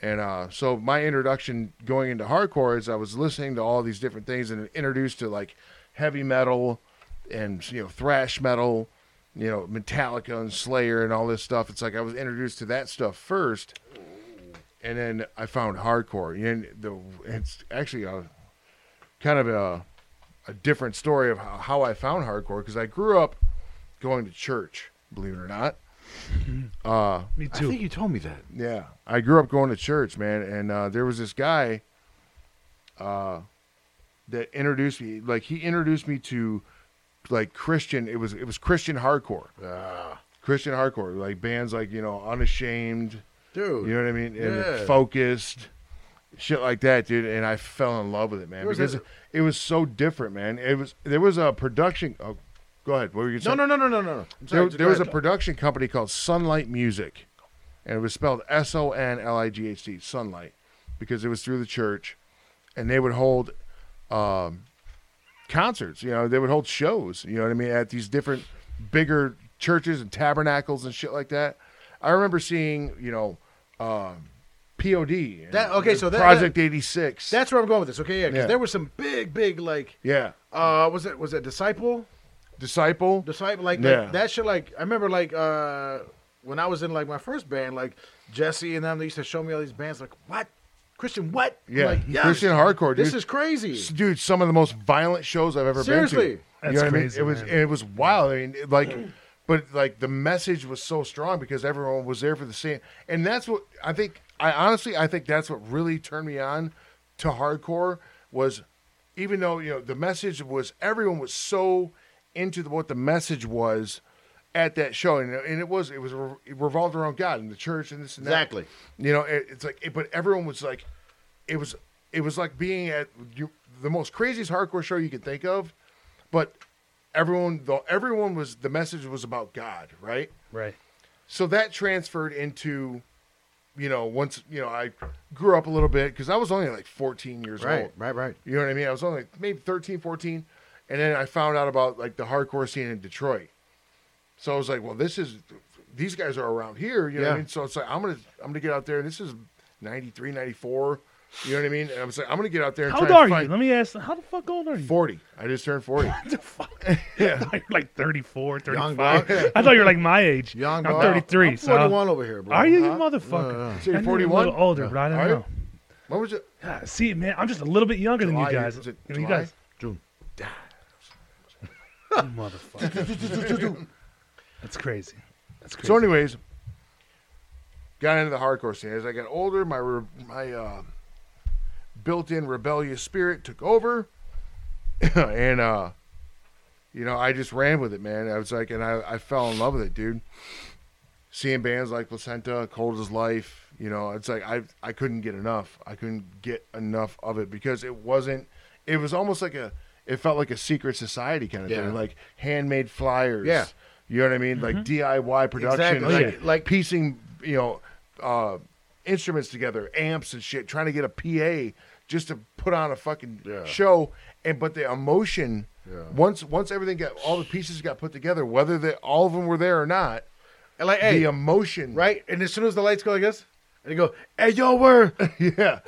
Speaker 4: And uh, so my introduction going into hardcore is I was listening to all these different things and introduced to like heavy metal and you know thrash metal, you know Metallica and Slayer and all this stuff. It's like I was introduced to that stuff first, and then I found hardcore. And the it's actually a kind of a a different story of how, how I found hardcore because I grew up going to church, believe it or not.
Speaker 5: Me
Speaker 3: I
Speaker 5: too.
Speaker 3: think you told me that.
Speaker 4: Yeah, I grew up going to church, man, and uh, there was this guy. Uh, that introduced me. Like he introduced me to like Christian. It was it was Christian hardcore.
Speaker 3: Ah,
Speaker 4: Christian hardcore, like bands like you know Unashamed.
Speaker 3: dude.
Speaker 4: You know what I mean? And
Speaker 3: Oh, Yeah.
Speaker 4: focused, shit like that, dude. And I fell in love with it, man,
Speaker 3: There was
Speaker 4: because
Speaker 3: a-
Speaker 4: it, was so different, man. It was there was a production. Oh, go ahead. What were you
Speaker 3: no,
Speaker 4: saying?
Speaker 3: no, no, no, no, no, no. I'm
Speaker 4: There,
Speaker 3: sorry,
Speaker 4: there
Speaker 3: go
Speaker 4: was a
Speaker 3: ahead.
Speaker 4: production company called Sunlight Music, and it was spelled S O N L I G H T, Sunlight, because it was through the church, and they would hold um, concerts. You know, they would hold shows. You know what I mean at these different bigger churches and tabernacles and shit like that. I remember seeing, you know, um, POD. and
Speaker 3: That- okay, so that-
Speaker 4: Project eighty six.
Speaker 3: That's where I'm going with this. Okay, yeah, because
Speaker 4: Yeah.
Speaker 3: there were some big, big like.
Speaker 4: yeah,
Speaker 3: Uh, was it was it disciple
Speaker 4: Disciple.
Speaker 3: disciple like, like,
Speaker 4: Yeah.
Speaker 3: that shit like I remember like uh when I was in like my first band like Jesse and them they used to show me all these bands like what Christian what I'm
Speaker 4: Yeah,
Speaker 3: like, yes,
Speaker 4: Christian hardcore.
Speaker 3: this
Speaker 4: dude.
Speaker 3: is crazy
Speaker 4: S- dude, some of the most violent shows I've ever
Speaker 3: Seriously.
Speaker 4: been to.
Speaker 2: That's
Speaker 4: you know what
Speaker 2: crazy,
Speaker 4: I mean? It was
Speaker 2: man.
Speaker 4: it was wild. I mean, it, like, but like the message was so strong because everyone was there for the same. And that's what I think. I honestly, I think that's what really turned me on to hardcore was, even though you know the message was everyone was so into the, what the message was at that show, and, and it was it was re- it revolved around God and the church and this and that.
Speaker 3: Exactly.
Speaker 4: You know, it, it's like, it, but everyone was like, it was it was like being at you, the most craziest hardcore show you could think of, but everyone though everyone was the message was about God, right?
Speaker 2: Right.
Speaker 4: So that transferred into, you know, once you know I grew up a little bit because I was only like 14 years
Speaker 3: right
Speaker 4: old.
Speaker 3: right right
Speaker 4: You know what I mean? I was only like maybe 13, 14. And then I found out about like the hardcore scene in Detroit. So I was like, well, this is, these guys are around here. You know what
Speaker 3: Yeah.
Speaker 4: I mean? So it's like, I'm going to, I'm going to get out there. This is 93, 94. You know what I mean? And I was like, I'm going to get out there. And
Speaker 2: How
Speaker 4: try
Speaker 2: old are
Speaker 4: and
Speaker 2: you?
Speaker 4: find
Speaker 2: Let me ask. How the fuck old are you?
Speaker 4: 40. I just turned 40.
Speaker 2: What the fuck?
Speaker 4: Yeah.
Speaker 2: I thought you were like 34,
Speaker 3: Young
Speaker 2: 35. I thought you were like my age.
Speaker 3: Young
Speaker 2: I'm
Speaker 3: buck.
Speaker 2: 33.
Speaker 3: I'm
Speaker 2: so
Speaker 3: 41 over here bro Uh-huh.
Speaker 2: are you, you
Speaker 4: Huh?
Speaker 2: motherfucker?
Speaker 4: So you're
Speaker 2: I knew you were a
Speaker 4: 41?
Speaker 2: little older, but I don't
Speaker 4: Are you?
Speaker 2: know.
Speaker 4: What was it?
Speaker 2: God, see, man, I'm just a little bit younger
Speaker 4: July,
Speaker 2: than you guys.
Speaker 4: is it
Speaker 2: You know, you
Speaker 4: July?
Speaker 2: guys,
Speaker 3: June.
Speaker 2: You motherfucker. That's crazy. That's crazy.
Speaker 4: So, anyways, got into the hardcore scene. As I got older, my re- my uh, built-in rebellious spirit took over, and uh, you know I just ran with it, man. I was like, and I, I fell in love with it, dude. Seeing bands like Placenta, Cold as Life, you know, it's like I I couldn't get enough. I couldn't get enough of it because it wasn't. It was almost like a. It felt like a secret society kind of
Speaker 3: Yeah.
Speaker 4: thing, like handmade flyers.
Speaker 3: Yeah.
Speaker 4: You know what I mean? Like DIY production,
Speaker 3: Exactly. Oh,
Speaker 4: like,
Speaker 3: Yeah. Like-
Speaker 4: piecing, you know, uh, instruments together, amps and shit, trying to get a PA just to put on a fucking
Speaker 3: Yeah.
Speaker 4: show. And but the emotion,
Speaker 3: Yeah.
Speaker 4: once once everything got all the pieces got put together, whether they, all of them were there or not,
Speaker 3: and like hey
Speaker 4: the emotion,
Speaker 3: right and as soon as the lights go like this and they go hey yo where
Speaker 4: Yeah,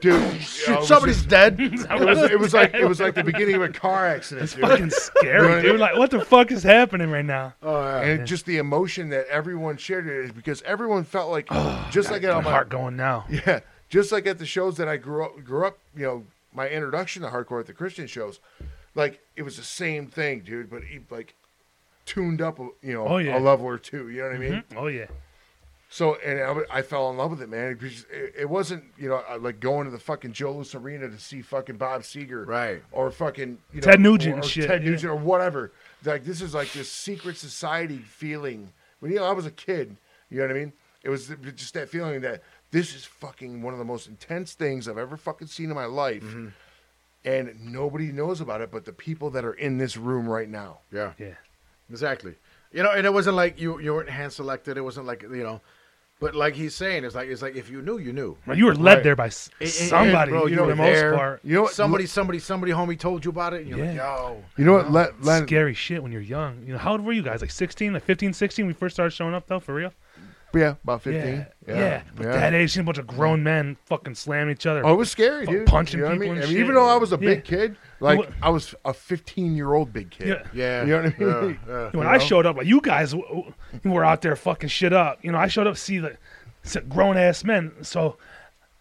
Speaker 4: dude, yeah, it was
Speaker 3: somebody's
Speaker 4: just-
Speaker 3: dead
Speaker 4: It was, it was like it was like the beginning of a car accident. dude.
Speaker 2: fucking
Speaker 4: You know what I
Speaker 2: scary, dude.
Speaker 4: mean?
Speaker 2: Like, what the fuck is happening right now?
Speaker 3: oh yeah.
Speaker 4: and just the emotion that everyone shared it is because everyone felt like
Speaker 3: Oh,
Speaker 4: just like at
Speaker 2: My
Speaker 4: all my
Speaker 2: heart going now.
Speaker 4: Yeah, just like at the shows that I grew up, grew up, you know, my introduction to hardcore at the Christian shows, like it was the same thing, dude. But he, like tuned up, you know,
Speaker 2: Oh, yeah.
Speaker 4: a level or two. You know what I mean?
Speaker 2: Oh yeah.
Speaker 4: So and I, w- I fell in love with it, man. It, was- it- it wasn't, you know, I- like going to the fucking Joe Louis Arena to see fucking Bob Seger,
Speaker 3: Right.
Speaker 4: Or fucking you know,
Speaker 2: Ted Nugent
Speaker 4: or,
Speaker 2: and shit,
Speaker 4: Ted
Speaker 2: yeah.
Speaker 4: Nugent or whatever. Like this is like this secret society feeling. When you know, I was a kid, you know what I mean? It was th- just that feeling that this is fucking one of the most intense things I've ever fucking seen in my life,
Speaker 3: Mm-hmm.
Speaker 4: and nobody knows about it but the people that are in this room right now.
Speaker 3: yeah
Speaker 2: Yeah.
Speaker 3: Exactly. You know, and it wasn't like you you weren't hand selected. It wasn't like you know, but like he's saying, it's like it's like if you knew, you knew.
Speaker 2: Well, you were led
Speaker 4: Right.
Speaker 2: there by s-
Speaker 3: And- and- and,
Speaker 2: somebody.
Speaker 3: bro,
Speaker 2: for
Speaker 3: you
Speaker 2: the
Speaker 3: were
Speaker 2: most
Speaker 3: there.
Speaker 2: part.
Speaker 4: You know what?
Speaker 3: Somebody, somebody, somebody, homie, told you about it. And you're like,
Speaker 2: Yeah.
Speaker 3: yo,
Speaker 4: You know what? Let, let,
Speaker 2: Scary shit when you're young. You know, how old were you guys? Like 16, like 15, 16 when we first started showing up though, for real?
Speaker 4: yeah, about
Speaker 2: Yeah.
Speaker 4: fifteen.
Speaker 2: Yeah. But that age, seeing a bunch of grown men fucking slamming each other.
Speaker 4: Oh, it was scary,
Speaker 2: Fuck
Speaker 4: dude.
Speaker 2: punching
Speaker 4: You know what
Speaker 2: people
Speaker 4: I mean?
Speaker 2: and
Speaker 4: I mean,
Speaker 2: shit.
Speaker 4: Even though I was a big
Speaker 2: Yeah.
Speaker 4: kid, like
Speaker 2: Well,
Speaker 4: I was a 15 year old big kid.
Speaker 2: Yeah.
Speaker 3: yeah,
Speaker 4: You know what I mean?
Speaker 3: yeah, yeah.
Speaker 2: when I showed up, like you guys w- w- you were out there fucking shit up. You know, I showed up to see the grown ass men. So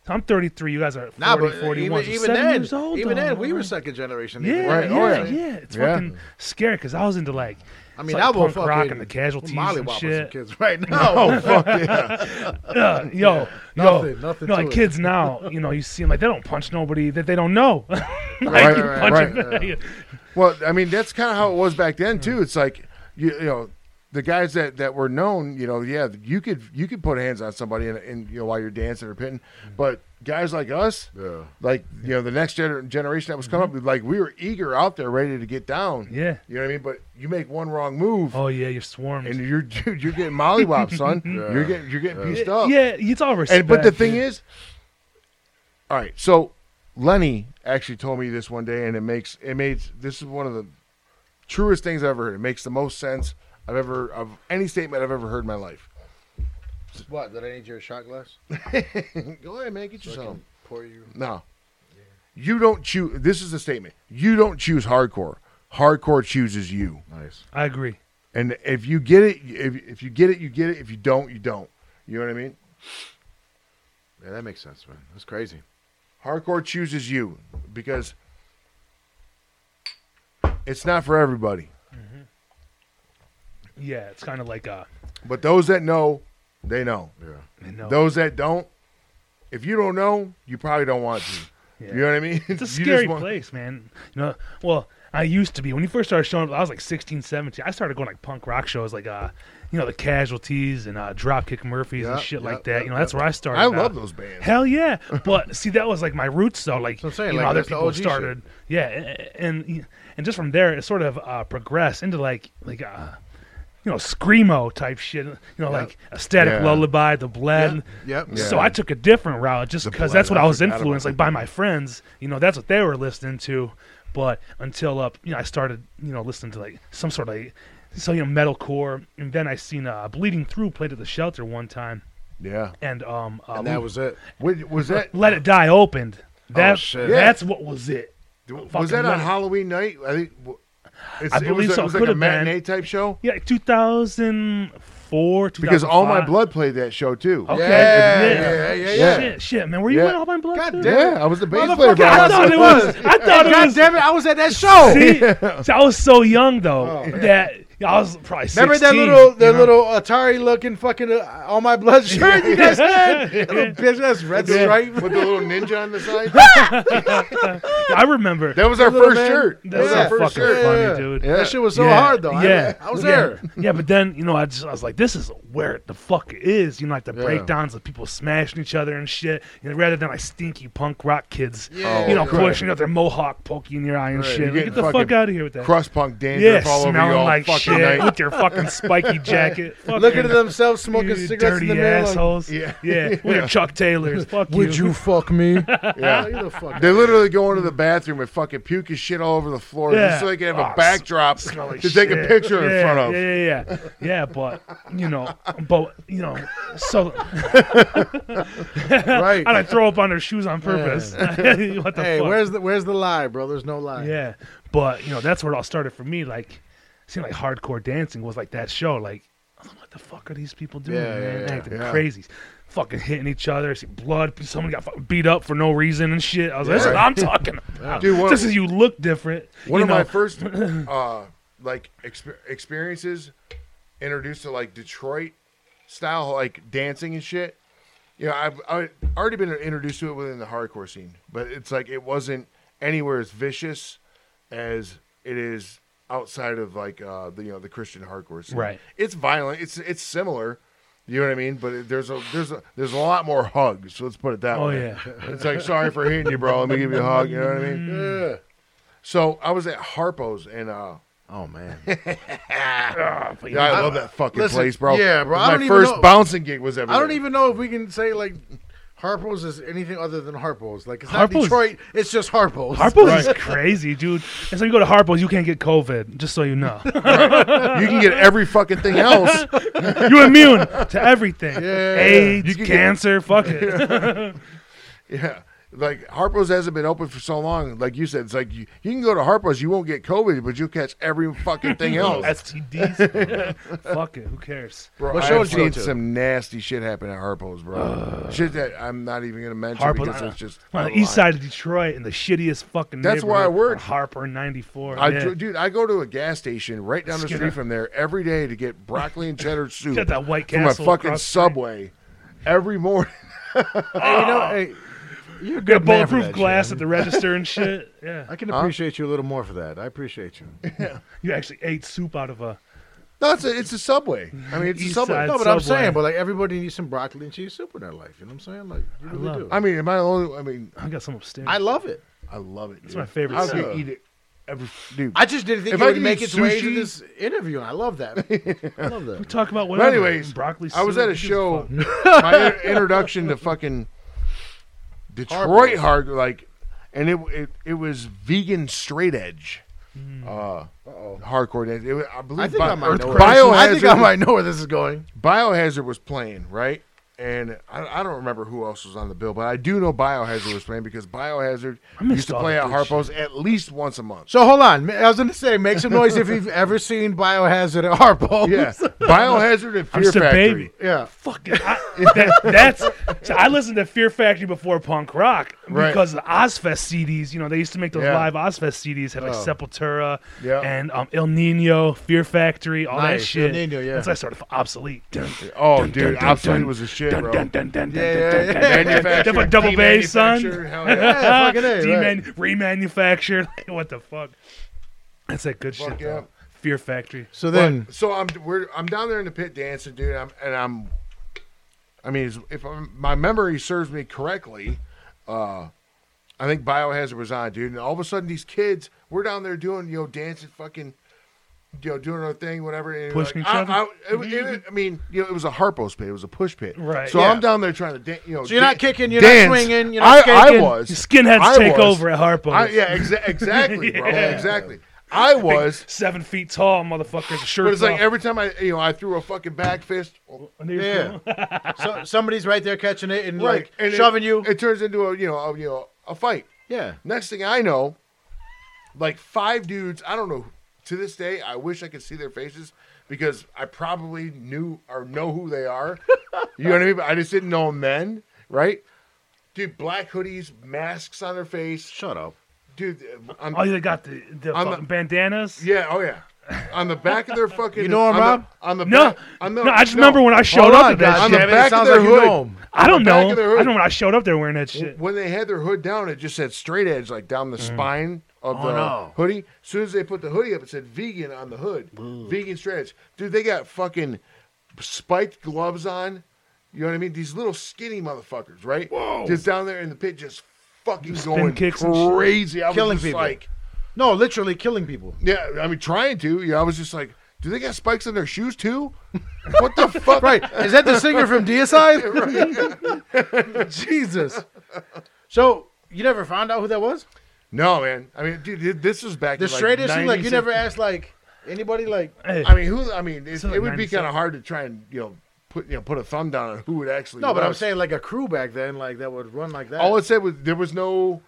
Speaker 2: I'm 33. You guys are 40,
Speaker 3: Nah, but
Speaker 2: 41.
Speaker 3: even,
Speaker 2: So
Speaker 3: even
Speaker 2: seven
Speaker 3: then,
Speaker 2: years old,
Speaker 3: even
Speaker 2: though.
Speaker 3: then, we were second generation.
Speaker 2: Yeah,
Speaker 3: even
Speaker 4: Right,
Speaker 2: yeah,
Speaker 3: then.
Speaker 4: oh, yeah.
Speaker 2: yeah. It's
Speaker 4: Yeah.
Speaker 2: fucking scary because I was into like
Speaker 3: I mean,
Speaker 5: like
Speaker 3: I will
Speaker 5: punk rock
Speaker 3: fucking
Speaker 5: and the Casualties
Speaker 3: mollywop
Speaker 5: and
Speaker 3: with some
Speaker 5: shit.
Speaker 3: kids right now.
Speaker 4: Oh fuck yeah!
Speaker 5: Uh, yo, yo,
Speaker 3: Nothing, nothing
Speaker 5: no,
Speaker 3: to
Speaker 5: like
Speaker 3: it.
Speaker 5: kids now, you know, you see them like they don't punch nobody that they don't know. Like, you
Speaker 4: Right,
Speaker 5: punch
Speaker 4: right,
Speaker 5: them-
Speaker 4: Well, I mean, that's kind of how it was back then too. It's like you, you know, the guys that, that were known, you know, yeah, you could you could put hands on somebody and, and you know while you're dancing or pitting, but guys like us,
Speaker 3: Yeah.
Speaker 4: like you know, the next gener- generation that was coming up, like we were eager out there, ready to get down.
Speaker 5: Yeah.
Speaker 4: you know what I mean. But you make one wrong move.
Speaker 5: Oh yeah, you're swarmed.
Speaker 4: And you're dude, you're getting mollywopped, son. You're getting you're getting pieced up.
Speaker 5: Yeah, it's all respect.
Speaker 4: And but the thing is, all right. So Lenny actually told me this one day, and it makes it made this is one of the truest things I've ever heard. It makes the most sense I've ever of any statement I've ever heard in my life.
Speaker 3: What? Did I need your shot glass?
Speaker 4: Go ahead, man. Get yourself.
Speaker 3: Pour you.
Speaker 4: No, you don't choose. This is the statement. You don't choose hardcore. Hardcore chooses you.
Speaker 3: Nice.
Speaker 5: I agree.
Speaker 4: And if you get it, if, if you get it, you get it. If you don't, you don't. You know what I mean?
Speaker 3: Yeah, that makes sense, man. That's crazy.
Speaker 4: Hardcore chooses you because it's not for everybody.
Speaker 5: Yeah, it's kind of like uh,
Speaker 4: But those that know, they know.
Speaker 3: Yeah.
Speaker 5: you know,
Speaker 4: Those that don't, if you don't know, you probably don't want to.
Speaker 5: Yeah.
Speaker 4: You know what I mean?
Speaker 5: it's a scary place, man. You know, well, I used to be when you first started showing up. I was like 16, 17. I started going like punk rock shows, like uh, you know, the Casualties and uh, Dropkick Murphys and
Speaker 3: Yep,
Speaker 5: shit
Speaker 3: yep,
Speaker 5: like that.
Speaker 3: yep,
Speaker 5: you know, that's where I started.
Speaker 4: I
Speaker 5: out.
Speaker 4: love those bands.
Speaker 5: Hell yeah! But see, that was like my roots, though. Like,
Speaker 3: So I'm saying,
Speaker 5: you know,
Speaker 3: like,
Speaker 5: other
Speaker 3: that's the
Speaker 5: people
Speaker 3: OG shit.
Speaker 5: started, yeah, a- a- and and just from there, it sort of uh, progressed into like like uh, you know, screamo type shit. You know, like a static
Speaker 4: Yeah.
Speaker 5: lullaby, the bled.
Speaker 3: Yep.
Speaker 5: So
Speaker 4: Yeah.
Speaker 5: I took a different route just because that's
Speaker 4: Bled,
Speaker 5: what
Speaker 4: I
Speaker 5: I was
Speaker 4: forgot about
Speaker 5: influenced like by my friends. You know, that's what they were listening to. But until up, you know, I started you know listening to like some sort of like, so you know metalcore, and then I seen uh, Bleeding Through played at the Shelter one time,
Speaker 4: Yeah.
Speaker 5: and um, uh,
Speaker 3: And that was it.
Speaker 4: Wait, was that
Speaker 5: Let It Die opened. That,
Speaker 3: shit.
Speaker 5: That's what was it.
Speaker 4: was that on
Speaker 5: Lenny.
Speaker 4: Halloween night? I think. w- It's,
Speaker 5: I
Speaker 4: it was,
Speaker 5: believe
Speaker 4: a-
Speaker 5: so.
Speaker 4: It
Speaker 5: It
Speaker 4: was like a
Speaker 5: could've been.
Speaker 4: matinee type show.
Speaker 5: Yeah, like 2004, 2005.
Speaker 4: Because All My Blood played that show too.
Speaker 5: Okay.
Speaker 3: Yeah, yeah, yeah, yeah.
Speaker 5: Shit, shit, man. Were you
Speaker 4: Yeah.
Speaker 5: in All My Blood?
Speaker 3: God
Speaker 5: too?
Speaker 3: damn.
Speaker 4: Yeah, I was the bass player.
Speaker 5: Motherfucker, I
Speaker 4: for
Speaker 5: thought it was. I thought it was.
Speaker 3: it, I was at that show.
Speaker 5: See, See, I was so young though that I was probably. 16,
Speaker 3: Oh, Remember that little that
Speaker 5: you know?
Speaker 3: little Atari looking fucking uh, all my blood shirt you guys had? That little bitch that's red stripe.
Speaker 4: With the little ninja on the side.
Speaker 5: I remember.
Speaker 4: That was our
Speaker 3: Little
Speaker 4: first
Speaker 3: man.
Speaker 4: shirt.
Speaker 3: That
Speaker 4: That
Speaker 5: That's
Speaker 4: was
Speaker 3: Yeah.
Speaker 4: our
Speaker 5: so
Speaker 4: first
Speaker 5: fucking
Speaker 4: shirt.
Speaker 5: funny,
Speaker 3: yeah.
Speaker 5: dude.
Speaker 3: That shit was so hard though. I-
Speaker 5: Yeah,
Speaker 3: I, was
Speaker 5: yeah.
Speaker 3: there.
Speaker 5: Yeah, but then you know, I just I was like, this is where the fuck it is. You know, like the
Speaker 4: Yeah.
Speaker 5: breakdowns of people smashing each other and shit. You know, rather than like stinky punk rock kids,
Speaker 3: Yeah.
Speaker 5: you know,
Speaker 4: Oh, correct.
Speaker 5: pushing out their mohawk, poking in your eye and
Speaker 4: You're
Speaker 5: shit. Like,
Speaker 4: getting
Speaker 5: get the fuck
Speaker 4: fucking
Speaker 5: out of here with that.
Speaker 4: Crust punk
Speaker 5: yeah,
Speaker 4: dandruff all over you
Speaker 5: smelling
Speaker 4: all
Speaker 5: like
Speaker 4: fucking
Speaker 5: shit
Speaker 4: night.
Speaker 5: with your fucking spiky jacket.
Speaker 3: Looking
Speaker 5: Fucking-
Speaker 3: at themselves smoking
Speaker 5: you
Speaker 3: cigarettes in
Speaker 5: dirty
Speaker 3: the mirror. like,
Speaker 5: assholes.
Speaker 4: Yeah.
Speaker 5: yeah. We're Chuck Taylors. Fuck
Speaker 3: Would you fuck me?
Speaker 4: Yeah.
Speaker 3: You the fuck.
Speaker 4: They literally go into the bathroom and fucking puke his shit all over the floor
Speaker 5: Yeah.
Speaker 4: just so they can have a
Speaker 5: Oh,
Speaker 4: backdrop
Speaker 5: smell like
Speaker 4: to take a
Speaker 5: shit.
Speaker 4: picture
Speaker 5: yeah,
Speaker 4: in front of.
Speaker 5: Yeah, yeah, yeah, yeah. But you know, but you know, so
Speaker 3: Right.
Speaker 5: I don't throw up on their shoes on purpose. what the
Speaker 3: Hey,
Speaker 5: fuck?
Speaker 3: where's the where's the lie, bro? There's no lie.
Speaker 5: yeah, but you know, that's where it all started for me. Like, it seemed like hardcore dancing was like that show. Like, I was like, what the fuck are these people doing?
Speaker 3: Yeah, yeah,
Speaker 5: man?
Speaker 3: yeah,
Speaker 5: Acting
Speaker 4: yeah.
Speaker 5: crazy. Fucking hitting each other, see blood. Someone got fucking beat up for no reason and shit. I was like, "That's what I'm talking about."
Speaker 4: Dude, one-
Speaker 5: Just as you look different.
Speaker 4: One
Speaker 5: you
Speaker 4: of
Speaker 5: know,
Speaker 4: my first uh, like exper- experiences introduced to like Detroit style like dancing and shit. You know, I've, i already been introduced to it within the hardcore scene, but it's like it wasn't anywhere as vicious as it is outside of like uh, the you know the Christian hardcore scene.
Speaker 5: Right.
Speaker 4: It's violent. It's it's similar. You know what I mean? But it- there's a there's a there's a lot more hugs. Let's put it that
Speaker 5: Oh,
Speaker 4: way.
Speaker 5: yeah.
Speaker 4: It's like sorry for hitting you, bro. Let me give you a hug. You know what I mean?
Speaker 5: Mm.
Speaker 3: Yeah.
Speaker 4: So I was at Harpo's and uh,
Speaker 3: Oh man.
Speaker 5: Ah, but you
Speaker 4: yeah, I,
Speaker 5: know,
Speaker 4: love that fucking
Speaker 3: listen,
Speaker 4: place, bro.
Speaker 3: yeah, bro,
Speaker 4: It was
Speaker 3: I
Speaker 4: my
Speaker 3: don't even
Speaker 4: first
Speaker 3: know-
Speaker 4: bouncing gig was ever.
Speaker 3: I don't
Speaker 4: there.
Speaker 3: even know if we can say like Harpo's is anything other than Harpo's. Like it's not
Speaker 5: Harpo's-
Speaker 3: Detroit. It's just Harpo's.
Speaker 5: Harpo's is crazy, dude. And so you go to Harpo's, you can't get COVID, just so you know.
Speaker 4: You can get every fucking thing else.
Speaker 5: You're immune to everything.
Speaker 3: Yeah.
Speaker 5: AIDS,
Speaker 4: You can get-
Speaker 5: cancer, fuck it.
Speaker 4: yeah, like Harpo's hasn't been open for so long. Like you said, it's like you, you can go to Harpo's, you won't get COVID, but you'll catch every fucking thing else.
Speaker 5: STDs. Fuck it. Who cares?
Speaker 4: Bro,
Speaker 3: What
Speaker 4: I've
Speaker 3: show did you go
Speaker 4: seen
Speaker 3: to? Uh,
Speaker 4: some nasty shit happen at Harpo's, bro. shit that I'm not even gonna mention
Speaker 5: Harpo
Speaker 4: because
Speaker 5: uh,
Speaker 4: it's just
Speaker 5: on the
Speaker 4: a
Speaker 5: east
Speaker 4: lie.
Speaker 5: side of Detroit in the shittiest fucking.
Speaker 4: That's where I
Speaker 5: neighborhood,
Speaker 4: work.
Speaker 5: Harper ninety four.
Speaker 4: I, dude, I go to a gas station right down the
Speaker 5: Skinner.
Speaker 4: street from there every day to get broccoli and cheddar soup
Speaker 5: Got that White
Speaker 4: from a
Speaker 5: Castle
Speaker 4: fucking
Speaker 5: across the street.
Speaker 4: Subway every morning.
Speaker 3: Hey, you know, hey, you're a
Speaker 5: Got
Speaker 3: good man for
Speaker 5: bulletproof
Speaker 3: that
Speaker 5: glass
Speaker 3: shit.
Speaker 5: at the register and shit. Yeah,
Speaker 3: I can appreciate you a little more for that. I appreciate you.
Speaker 5: you actually ate soup out of a.
Speaker 4: No, it's a, it's a Subway. I mean, it's a
Speaker 5: East
Speaker 4: Subway.
Speaker 5: side.
Speaker 4: No,
Speaker 3: No,
Speaker 4: but
Speaker 3: but I'm
Speaker 5: Subway.
Speaker 3: saying, but like everybody needs some broccoli and cheese soup in their life. You know what I'm saying? Like, you really
Speaker 5: love
Speaker 3: do.
Speaker 4: I mean, am I the only? I mean,
Speaker 5: I got some upstairs.
Speaker 3: I love it.
Speaker 4: I love it. It's
Speaker 5: my favorite
Speaker 4: I was gonna
Speaker 5: soup.
Speaker 4: eat it every dude.
Speaker 3: I just didn't think
Speaker 4: If
Speaker 3: it
Speaker 4: I
Speaker 3: would
Speaker 4: could
Speaker 3: make
Speaker 4: eat
Speaker 3: its way
Speaker 4: sushi-
Speaker 3: to this interview. I love that. I love that.
Speaker 5: talk about
Speaker 4: but
Speaker 5: whatever.
Speaker 4: anyways,
Speaker 5: broccoli. Soup,
Speaker 4: I was at
Speaker 5: who
Speaker 4: a
Speaker 5: gives
Speaker 4: show.
Speaker 5: fuck?
Speaker 4: my in- introduction to fucking Detroit hard like, and it it, it was vegan straight edge.
Speaker 3: Hmm.
Speaker 4: Uh, hardcore. dance. It, was- I believe
Speaker 3: I think
Speaker 4: Bi-
Speaker 3: I might know. Where,
Speaker 4: Biohazard.
Speaker 3: I think I might know where this is going.
Speaker 4: Biohazard was playing, right? And I, I don't remember who else was on the bill, but I do know Biohazard was playing because Biohazard
Speaker 5: I missed
Speaker 4: used to
Speaker 5: all
Speaker 4: play
Speaker 5: the
Speaker 4: at
Speaker 5: good
Speaker 4: Harpo's at least once a month.
Speaker 3: So hold on. I was going to say, make some noise if you've ever seen Biohazard at Harpo.
Speaker 4: Yeah, Biohazard and
Speaker 5: I'm
Speaker 4: Fear
Speaker 5: just a
Speaker 4: Factory.
Speaker 5: baby.
Speaker 3: yeah.
Speaker 5: Fucking, I, that, that's. so I listened to Fear Factory before punk rock
Speaker 4: Right.
Speaker 5: because the Ozfest CDs. You know, they used to make those
Speaker 4: Yeah. Oh.
Speaker 5: live Ozfest CDs. Had like Sepultura
Speaker 4: Yeah.
Speaker 5: and um, El Nino, Fear Factory, all that
Speaker 3: Nice,
Speaker 5: shit.
Speaker 3: El Nino, yeah.
Speaker 5: That's I started obsolete. Dun,
Speaker 4: Oh, dude,
Speaker 5: dun,
Speaker 4: absolutely
Speaker 5: dun,
Speaker 4: was a shit, bro.
Speaker 5: dun, dun, dun, dun,
Speaker 3: Yeah,
Speaker 5: dun, dun,
Speaker 3: yeah, yeah.
Speaker 5: dun, dun, dun.
Speaker 4: Manufactured,
Speaker 5: Different double bass, son.
Speaker 4: demanufactured, hell yeah.
Speaker 3: Yeah, fucking A, right.
Speaker 5: Deman- remanufactured. Like, what the fuck? That's that good
Speaker 4: Fuck
Speaker 5: shit.
Speaker 4: yeah.
Speaker 5: though. Fear Factory.
Speaker 3: So then,
Speaker 4: So I'm we're I'm down there in the pit dancing, dude. I'm, and I'm, I mean, it's- if I'm, my memory serves me correctly, uh, I think Biohazard was on, dude. And all of a sudden, these kids we're down there doing, you know, dancing, fucking, you know, doing our thing, whatever. And you're
Speaker 5: Pushing
Speaker 4: like,
Speaker 5: each
Speaker 4: I,
Speaker 5: other?
Speaker 4: I, it- it- I mean, you know, it was a Harpo's pit. It was a push pit.
Speaker 5: Right.
Speaker 4: So
Speaker 3: Yeah.
Speaker 4: I'm down there trying to, dan- you know,
Speaker 3: So you're not kicking, you're not swinging, you're
Speaker 4: I,
Speaker 3: not
Speaker 4: I
Speaker 3: skanking.
Speaker 4: was.
Speaker 5: Skinheads
Speaker 4: I
Speaker 5: take
Speaker 4: was.
Speaker 5: over at Harpo's.
Speaker 4: I, yeah, exa- exactly, bro.
Speaker 5: Yeah.
Speaker 4: Exactly. I was.
Speaker 5: Seven feet tall, motherfuckers. Shirt
Speaker 4: But it's like every time I, you know, I threw a fucking back fist,
Speaker 3: yeah. so somebody's right there catching it and
Speaker 4: right,
Speaker 3: like
Speaker 4: and it-
Speaker 3: shoving you.
Speaker 4: It turns into a, you know, a, you know, a fight.
Speaker 3: yeah.
Speaker 4: Next thing I know, like five dudes. I don't know. To this day, I wish I could see their faces because I probably knew or know who they are. you know what I mean? But I just didn't know them then, right? Dude, black hoodies, masks on their face.
Speaker 3: Shut up.
Speaker 4: Dude, I'm,
Speaker 5: Oh, they got the, the
Speaker 4: I'm
Speaker 5: fucking
Speaker 4: a-
Speaker 5: bandanas.
Speaker 4: yeah, oh yeah. On the back of their fucking.
Speaker 3: You know 'em,
Speaker 4: on the-
Speaker 3: Rob?
Speaker 4: On the
Speaker 5: No,
Speaker 4: back, on the,
Speaker 5: no, I just remember when I showed
Speaker 3: Hold
Speaker 5: up
Speaker 3: on,
Speaker 5: to that
Speaker 3: God
Speaker 4: on
Speaker 5: shit.
Speaker 4: the
Speaker 3: damn it.
Speaker 4: back
Speaker 3: it
Speaker 4: of
Speaker 3: sounds
Speaker 4: their
Speaker 3: like you
Speaker 4: hood.
Speaker 3: know 'em.
Speaker 5: I don't
Speaker 4: back
Speaker 5: know.
Speaker 4: of their hood.
Speaker 5: I don't know when I showed up there wearing that shit.
Speaker 4: when they had their hood down, it just said straight edge, like down the spine of the
Speaker 3: Mm. Oh, no.
Speaker 4: hoodie. As soon as they put the hoodie up, it said vegan on the hood. Vegan straight edge. Dude, they got fucking spiked gloves on. You know what I mean? These little skinny motherfuckers, right? Whoa. Just down there in the pit, just fucking going
Speaker 5: kicks and shit.
Speaker 4: crazy. I was
Speaker 3: Killing
Speaker 4: just
Speaker 3: people.
Speaker 4: like,
Speaker 3: No, literally killing people.
Speaker 4: yeah, I mean, trying to. Yeah, I was just like, do they got spikes in their shoes too? what the fuck?
Speaker 3: Right. Is that the singer from DSI? Jesus. So you never found out who that was?
Speaker 4: No, man. I mean, dude, this was back
Speaker 3: The
Speaker 4: in like
Speaker 3: straight issue? Like
Speaker 4: 90s
Speaker 3: you
Speaker 4: and-
Speaker 3: never asked like anybody like
Speaker 5: Hey,
Speaker 4: I mean, who? I mean, it,
Speaker 5: So, like,
Speaker 4: it would be
Speaker 5: 97.
Speaker 4: kind of hard to try and you know put you know put a thumb down on who would actually.
Speaker 3: No, but I'm
Speaker 4: was.
Speaker 3: saying like a crew back then, like that would run like that.
Speaker 4: all it said was there was no,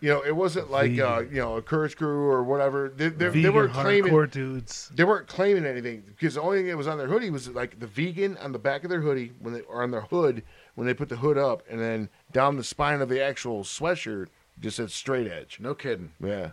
Speaker 4: you know, it wasn't like uh, you know a courage crew or whatever. They, they, they
Speaker 5: vegan
Speaker 4: weren't claiming
Speaker 5: hardcore dudes.
Speaker 4: they weren't claiming anything because the only thing that was on their hoodie was like the vegan on the back of their hoodie when they or on their hood when they put the hood up and then down the spine of the actual sweatshirt just said straight edge.
Speaker 3: no kidding.
Speaker 4: Yeah,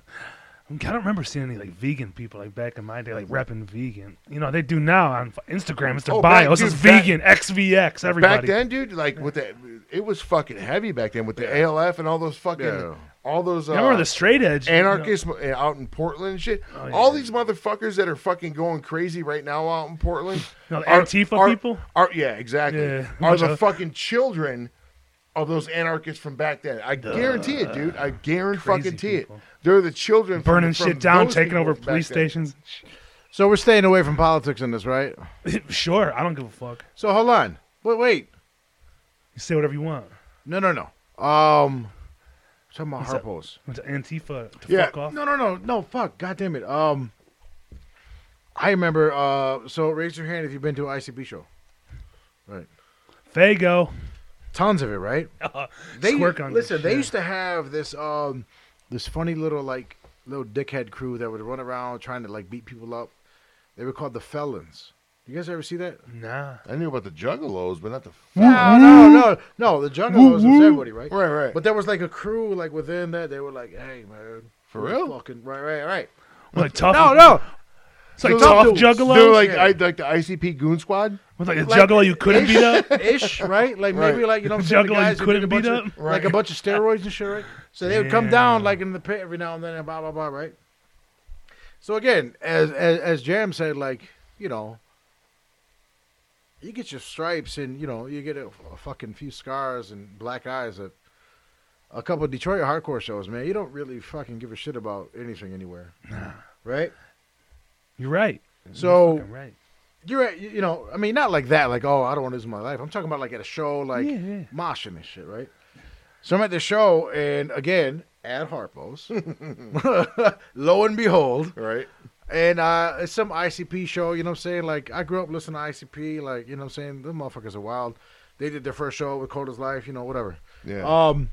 Speaker 5: I don't remember seeing any like vegan people like back in my day, like repping vegan. You know, they do now on f- Instagram. It's their
Speaker 4: Oh, back-
Speaker 5: bio. It's
Speaker 4: dude,
Speaker 5: just
Speaker 4: back-
Speaker 5: vegan, XVX, everybody.
Speaker 4: Back then, dude, like with that, it was fucking heavy back then with the ALF and all those fucking,
Speaker 3: Yeah.
Speaker 4: all those. Uh,
Speaker 5: I remember the straight edge. you know.
Speaker 4: anarchists mo- eh, out in Portland and shit.
Speaker 5: Oh, yeah.
Speaker 4: All these motherfuckers that are fucking going crazy right now out in Portland.
Speaker 5: No, the
Speaker 4: are-
Speaker 5: Antifa
Speaker 4: are-
Speaker 5: people?
Speaker 4: Are, yeah, exactly.
Speaker 5: Yeah.
Speaker 4: Are the fucking children of those anarchists from back then. I guarantee it, dude. I guarantee fucking
Speaker 5: people.
Speaker 4: it. They're the children from-
Speaker 5: burning
Speaker 4: from
Speaker 5: shit down,
Speaker 4: those
Speaker 5: taking
Speaker 4: people
Speaker 5: over
Speaker 4: back
Speaker 5: police
Speaker 4: then.
Speaker 5: stations.
Speaker 3: So we're staying away from politics in this, right?
Speaker 5: sure, I don't give a fuck.
Speaker 3: So hold on. Wait, wait.
Speaker 5: You say whatever you want.
Speaker 3: No, no, no. Um, talking about
Speaker 5: up?
Speaker 3: Harpo's.
Speaker 5: Went to Antifa to
Speaker 4: Yeah,
Speaker 5: fuck off.
Speaker 3: No, no, no, no. Fuck. God damn it. Um, I remember. Uh, so raise your hand if you've been to an ICP show. Right.
Speaker 5: Fago.
Speaker 3: tons of it, right?
Speaker 2: they,
Speaker 3: They
Speaker 2: Squirt Gun.
Speaker 3: listen. They
Speaker 2: yeah.
Speaker 3: used to have this um, this funny little like little dickhead crew that would run around trying to like beat people up. They were called the Felons. You guys ever see that?
Speaker 2: Nah.
Speaker 4: I knew about the Juggalos, but not the. F-
Speaker 3: No, no, no, no. The Juggalos was everybody, right?
Speaker 4: right, right.
Speaker 3: But there was like a crew like within that. They were like, "Hey, man,
Speaker 4: For
Speaker 3: we're
Speaker 4: real?
Speaker 3: Fucking, right, right, right."
Speaker 2: Like tough.
Speaker 3: No, no.
Speaker 2: It's like
Speaker 3: Those
Speaker 2: tough
Speaker 3: dudes.
Speaker 2: juggalos.
Speaker 4: they're like
Speaker 3: yeah.
Speaker 4: I like the ICP Goon Squad.
Speaker 2: with like a
Speaker 3: like-
Speaker 2: juggalo you couldn't beat up.
Speaker 3: ish, right? Like
Speaker 4: Right.
Speaker 3: maybe like you know, what I'm saying, the
Speaker 2: Juggalo you
Speaker 3: guys who did a
Speaker 2: couldn't beat
Speaker 3: bunch of-
Speaker 2: up?
Speaker 3: like a bunch of steroids and shit, right? So they would come down like in the pit every now and then, and blah blah blah, right? So again, as as, as Jam said, like you know, you get your stripes and you know you get a, a fucking few scars and black eyes at a couple of Detroit hardcore shows, man. You don't really fucking give a shit about anything anywhere, right?
Speaker 2: You're right.
Speaker 3: So
Speaker 2: You're right.
Speaker 3: you're at, you know, I mean, not like that, like, oh, I don't want to lose my life. I'm talking about like at a show, like
Speaker 2: Yeah, yeah.
Speaker 3: moshing and shit, right? So I'm at the show, and again, at Harpo's, lo and behold,
Speaker 4: Right.
Speaker 3: and uh, it's some ICP show, you know what I'm saying? Like, I grew up listening to ICP, like, you know what I'm saying? Those motherfuckers are wild. They did their first show with Cold as Life, you know, whatever.
Speaker 4: Yeah.
Speaker 3: Um,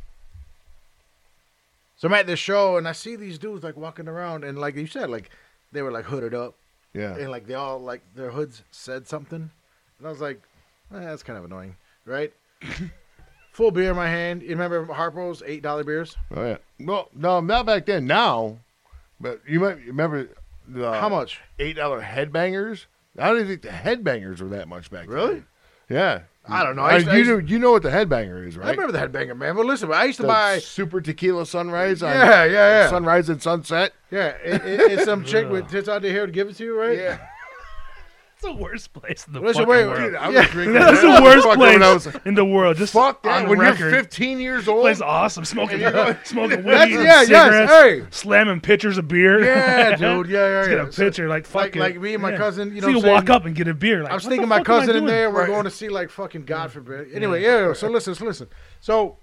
Speaker 3: so I'm at this show, and I see these dudes, like, walking around, and like you said, like, they were like hooded up
Speaker 4: yeah.
Speaker 3: and like they all like their hoods said something, and I was like, eh, that's kind of annoying, right? Full beer in my hand. You remember Harpo's eight dollar beers?
Speaker 4: Oh yeah. Well, no, not back then. Now, but you might remember the
Speaker 3: How much?
Speaker 4: eight dollar headbangers. I don't even think the headbangers were that much back
Speaker 3: Really?
Speaker 4: then. Yeah.
Speaker 3: I don't know. I
Speaker 4: I
Speaker 3: used to- I
Speaker 4: you,
Speaker 3: used
Speaker 4: know you know what the headbanger is, right?
Speaker 3: I remember the headbanger man. But listen, I used to
Speaker 4: the
Speaker 3: buy.
Speaker 4: super tequila sunrise on
Speaker 3: Yeah, yeah, yeah,
Speaker 4: sunrise and sunset.
Speaker 3: yeah. It, it, it's some chick with tits out the hair to give it to you, right?
Speaker 2: It's the worst place in the
Speaker 3: Listen,
Speaker 2: fucking
Speaker 3: wait,
Speaker 2: world.
Speaker 3: dude, I-
Speaker 4: was
Speaker 3: Yeah.
Speaker 4: drinking
Speaker 2: That's
Speaker 4: that
Speaker 2: the worst
Speaker 4: motherfucker
Speaker 2: place
Speaker 4: When I was
Speaker 2: in the world. Just
Speaker 4: fuck that.
Speaker 2: on
Speaker 4: When
Speaker 2: record.
Speaker 4: you're 15 years old,
Speaker 2: Place awesome. Smoking,
Speaker 4: Yeah.
Speaker 2: smoking
Speaker 3: That's-
Speaker 2: weed,
Speaker 3: yeah, yes,
Speaker 2: cigarettes,
Speaker 3: hey.
Speaker 2: slamming pitchers of beer.
Speaker 3: Yeah, dude. Yeah, yeah,
Speaker 2: Let's get
Speaker 3: yeah.
Speaker 2: a
Speaker 3: So,
Speaker 2: pitcher, like fuck
Speaker 3: like-
Speaker 2: it.
Speaker 3: like me and my
Speaker 2: Yeah.
Speaker 3: cousin, you
Speaker 2: so
Speaker 3: know
Speaker 2: you
Speaker 3: what I'm
Speaker 2: walk
Speaker 3: saying?
Speaker 2: up and get a beer. Like,
Speaker 3: I
Speaker 2: what
Speaker 3: was
Speaker 2: the
Speaker 3: thinking my
Speaker 2: fuck am I
Speaker 3: cousin in
Speaker 2: doing?
Speaker 3: there. We're going to see like fucking God forbid. Anyway, yeah. So listen, so listen. So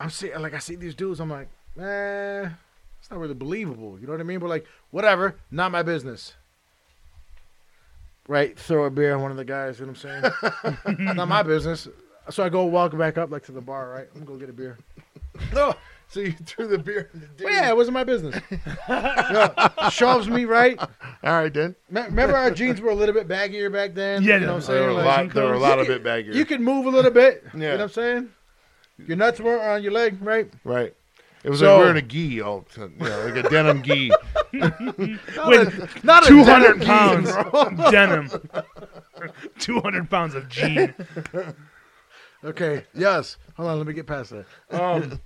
Speaker 3: I'm seeing like I see these dudes. I'm like, eh, it's not really believable. You know what I mean? But like, whatever. Not my business. Right? Throw a beer on one of the guys. You know what I'm saying? not my business. So I go walk back up like to the bar. Right? I'm gonna go get a beer. No.
Speaker 4: so you threw the beer. in the dude.
Speaker 3: Well, yeah, it wasn't my business. yeah, shoves me right.
Speaker 4: All right, then.
Speaker 3: Me- Remember, our jeans were a little bit baggier back then.
Speaker 2: Yeah, Oh,
Speaker 3: you know what I'm
Speaker 2: they
Speaker 3: saying?
Speaker 4: There were a
Speaker 3: Like-
Speaker 4: lot. There were a lot of
Speaker 3: You
Speaker 4: it back here.
Speaker 3: you can move a little bit. You
Speaker 4: Yeah.
Speaker 3: know what I'm saying? Your nuts weren't on your leg, right?
Speaker 4: right. It was
Speaker 3: So-
Speaker 4: like wearing a gi all the time, you know, like a denim gi.
Speaker 2: With
Speaker 3: Not
Speaker 2: two hundred pounds of denim, two hundred pounds of jean.
Speaker 3: Okay. Yes. Hold on. Let me get past that. Um,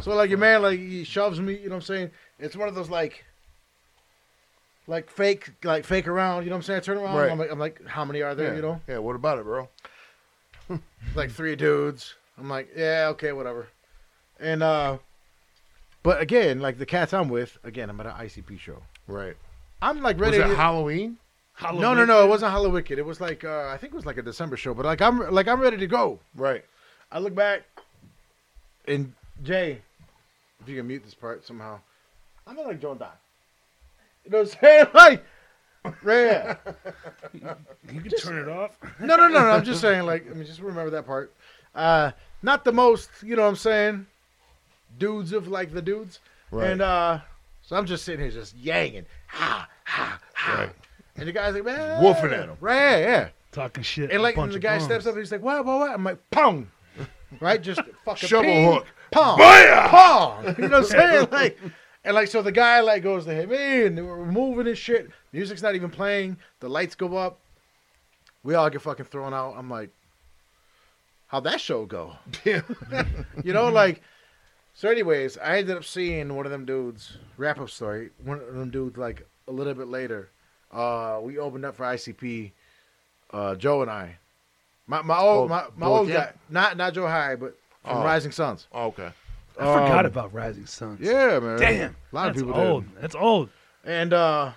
Speaker 3: so like your man, like he shoves me. You know what I'm saying? It's one of those like, like fake, like fake around. You know what I'm saying? I turn around.
Speaker 4: Right.
Speaker 3: I'm like, I'm like, how many are there?
Speaker 4: Yeah.
Speaker 3: You know,
Speaker 4: Yeah. What about it, bro?
Speaker 3: like three dudes. I'm like, yeah, okay, whatever. And uh, but again, like the cats I'm with, again, I'm at an ICP show.
Speaker 4: Right.
Speaker 3: I'm like
Speaker 4: Was
Speaker 3: ready.
Speaker 4: it
Speaker 3: to-
Speaker 4: Halloween?
Speaker 3: No, no, no. It wasn't Hollow Wicked. It was like uh, I think it was like a December show. But like I'm like I'm ready to go.
Speaker 4: Right.
Speaker 3: I look back, and Jay, if you can mute this part somehow, I'm not like Joan Don. You know what I'm saying? Like, right? yeah.
Speaker 2: You can turn it off.
Speaker 3: No, no, no, no. I'm just saying. Like, I mean, just remember that part. Uh, not the most. You know what I'm saying? Dudes of like the dudes.
Speaker 4: Right.
Speaker 3: And uh, so I'm just sitting here just yanging, ha ha ha,
Speaker 4: Right.
Speaker 3: and the guy's like, man,
Speaker 4: Wolfing at 'em.
Speaker 3: Right? Yeah.
Speaker 2: Talking shit.
Speaker 3: And like, and the guy steps up and he's like, "What? What? What?" I'm like, "Pong," right? Just fucking
Speaker 4: Shovel
Speaker 3: ping,
Speaker 4: hook.
Speaker 3: pong,
Speaker 4: Bam!
Speaker 3: pong. You know what I'm saying? Like, and like, so the guy like goes to him, "Hey," and we're moving and shit. Music's not even playing. The lights go up. We all get fucking thrown out. I'm like, "How'd that show go?"
Speaker 4: Yeah.
Speaker 3: You know, like. So, anyways, I ended up seeing one of them dudes. Wrap up story. One of them dudes, like a little bit later. Uh, we opened up for ICP. Uh, Joe and I, my my old
Speaker 4: Oh,
Speaker 3: my, my
Speaker 4: both,
Speaker 3: old
Speaker 4: yeah?
Speaker 3: guy, not not Joe High, but from
Speaker 4: Oh.
Speaker 3: Rising Suns.
Speaker 4: Okay.
Speaker 2: I forgot
Speaker 3: Um,
Speaker 2: about Rising Suns.
Speaker 3: Yeah, man.
Speaker 2: Damn.
Speaker 3: a lot of
Speaker 2: That's
Speaker 3: people
Speaker 2: old.
Speaker 3: did.
Speaker 2: That's old.
Speaker 3: And uh,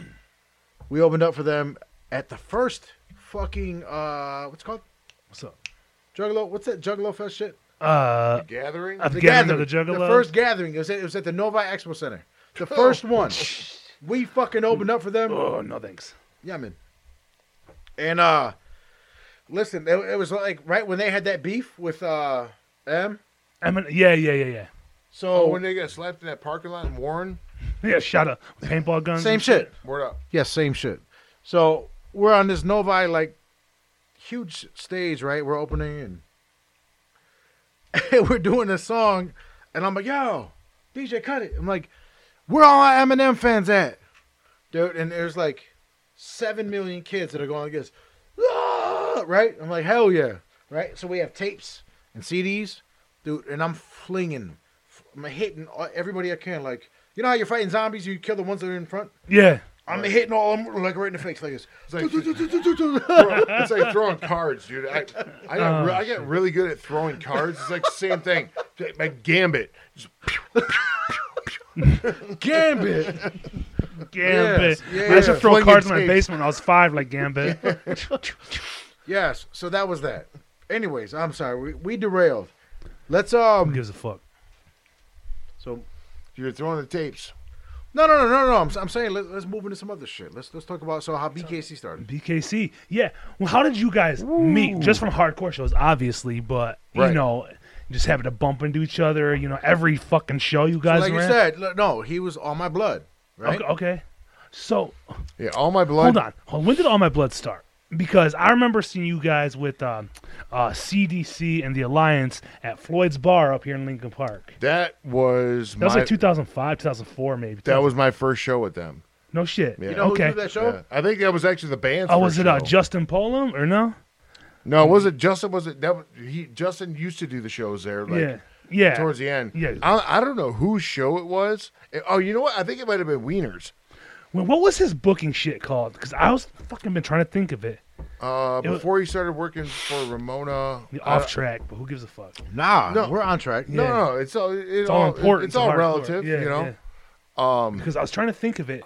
Speaker 3: we opened up for them at the first fucking uh, what's it called
Speaker 2: What's up?
Speaker 3: Juggalo. What's that Juggalo Fest shit?
Speaker 2: Uh,
Speaker 4: Gathering.
Speaker 2: I've gathered the
Speaker 3: The
Speaker 2: Juggalo.
Speaker 3: first gathering. It was, at, it was at the Novi Expo Center. The first one. We Oh, fucking opened up for them.
Speaker 2: Oh no, thanks.
Speaker 3: Yeah, man. And uh Listen, it, it was like right when they had that beef with uh M.
Speaker 5: Emin- yeah, yeah, yeah, yeah.
Speaker 3: So
Speaker 4: Oh, when they got slapped in that parking lot in Warren,
Speaker 5: Yeah, shot up with paintball guns.
Speaker 3: same shit.
Speaker 4: word up.
Speaker 3: Yes, same shit. So we're on this Novi like huge stage, right? We're opening and we're doing a song, and I'm like, yo, DJ, cut it. I'm like, where all our Eminem fans at, dude? And there's like seven million kids that are going like this, "Ah!" right? I'm like, hell yeah, right? So we have tapes and CDs, dude, and I'm flinging, I'm hitting everybody I can. Like, you know how you're fighting zombies, you kill the ones that are in front.
Speaker 5: Yeah.
Speaker 3: I'm hitting all of them like right in the face, like this.
Speaker 4: like-
Speaker 3: Dude,
Speaker 4: Bro, it's like throwing cards, dude. I, I, got, re- I got really good at throwing cards. It's like the same thing. My gambit. Just
Speaker 3: Gambit. Yes,
Speaker 5: Gambit. I used to
Speaker 3: yeah.
Speaker 5: throw
Speaker 4: Flinging
Speaker 5: cards in my
Speaker 4: tapes.
Speaker 5: basement when I was five, like Gambit.
Speaker 3: Yes. So that was that. Anyways, I'm sorry. We, we derailed. Let's um.
Speaker 5: Who gives a fuck?
Speaker 3: So
Speaker 4: You're throwing the tapes.
Speaker 3: no, no, no, no, no. I'm, s- I'm saying let, let's move into some other shit. Let's let's talk about so how BKC started.
Speaker 5: BKC. Yeah. Well, how did you guys meet? Just from hardcore shows, obviously, but you
Speaker 4: Right.
Speaker 5: know, just having to bump into each other. You know, every fucking show you guys
Speaker 3: Like
Speaker 5: were
Speaker 3: you
Speaker 5: in.
Speaker 3: said, l- no, he was on my blood, right?
Speaker 5: Okay, okay. So
Speaker 4: Yeah, all my blood.
Speaker 5: hold on. Hold- When did all my blood start? Because I remember seeing you guys with um, uh, CDC and the Alliance at Floyd's Bar up here in Lincoln Park.
Speaker 4: That was
Speaker 5: That
Speaker 4: my.
Speaker 5: was like 2005, 2004, maybe.
Speaker 4: that was my first show with them.
Speaker 5: no shit.
Speaker 4: Yeah.
Speaker 3: You know
Speaker 5: okay.
Speaker 3: who threw that show?
Speaker 4: Yeah. I think that was actually the band.
Speaker 5: Oh, was it uh, Justin Polam or no?
Speaker 4: no, was it Justin? Was it that? was- He Justin used to do the shows there. Like,
Speaker 5: yeah. Yeah.
Speaker 4: Towards the end.
Speaker 5: Yeah.
Speaker 4: I, I don't know whose show it was. Oh, you know what? I think it might have been Wiener's.
Speaker 5: Well, what was his booking shit called? Because I was fucking been trying to think of it.
Speaker 4: Uh,
Speaker 5: was-
Speaker 4: before he started working for Ramona.
Speaker 5: The off track, but who gives a fuck?
Speaker 3: Nah,
Speaker 4: No.
Speaker 3: we're on track.
Speaker 4: Uh, No,
Speaker 5: Yeah.
Speaker 4: no, no, it's all it
Speaker 5: It's all important.
Speaker 4: It's
Speaker 5: to
Speaker 4: all
Speaker 5: hardcore.
Speaker 4: relative,
Speaker 5: Yeah,
Speaker 4: you know. Um, Ah,
Speaker 5: yeah. because I was trying to think of it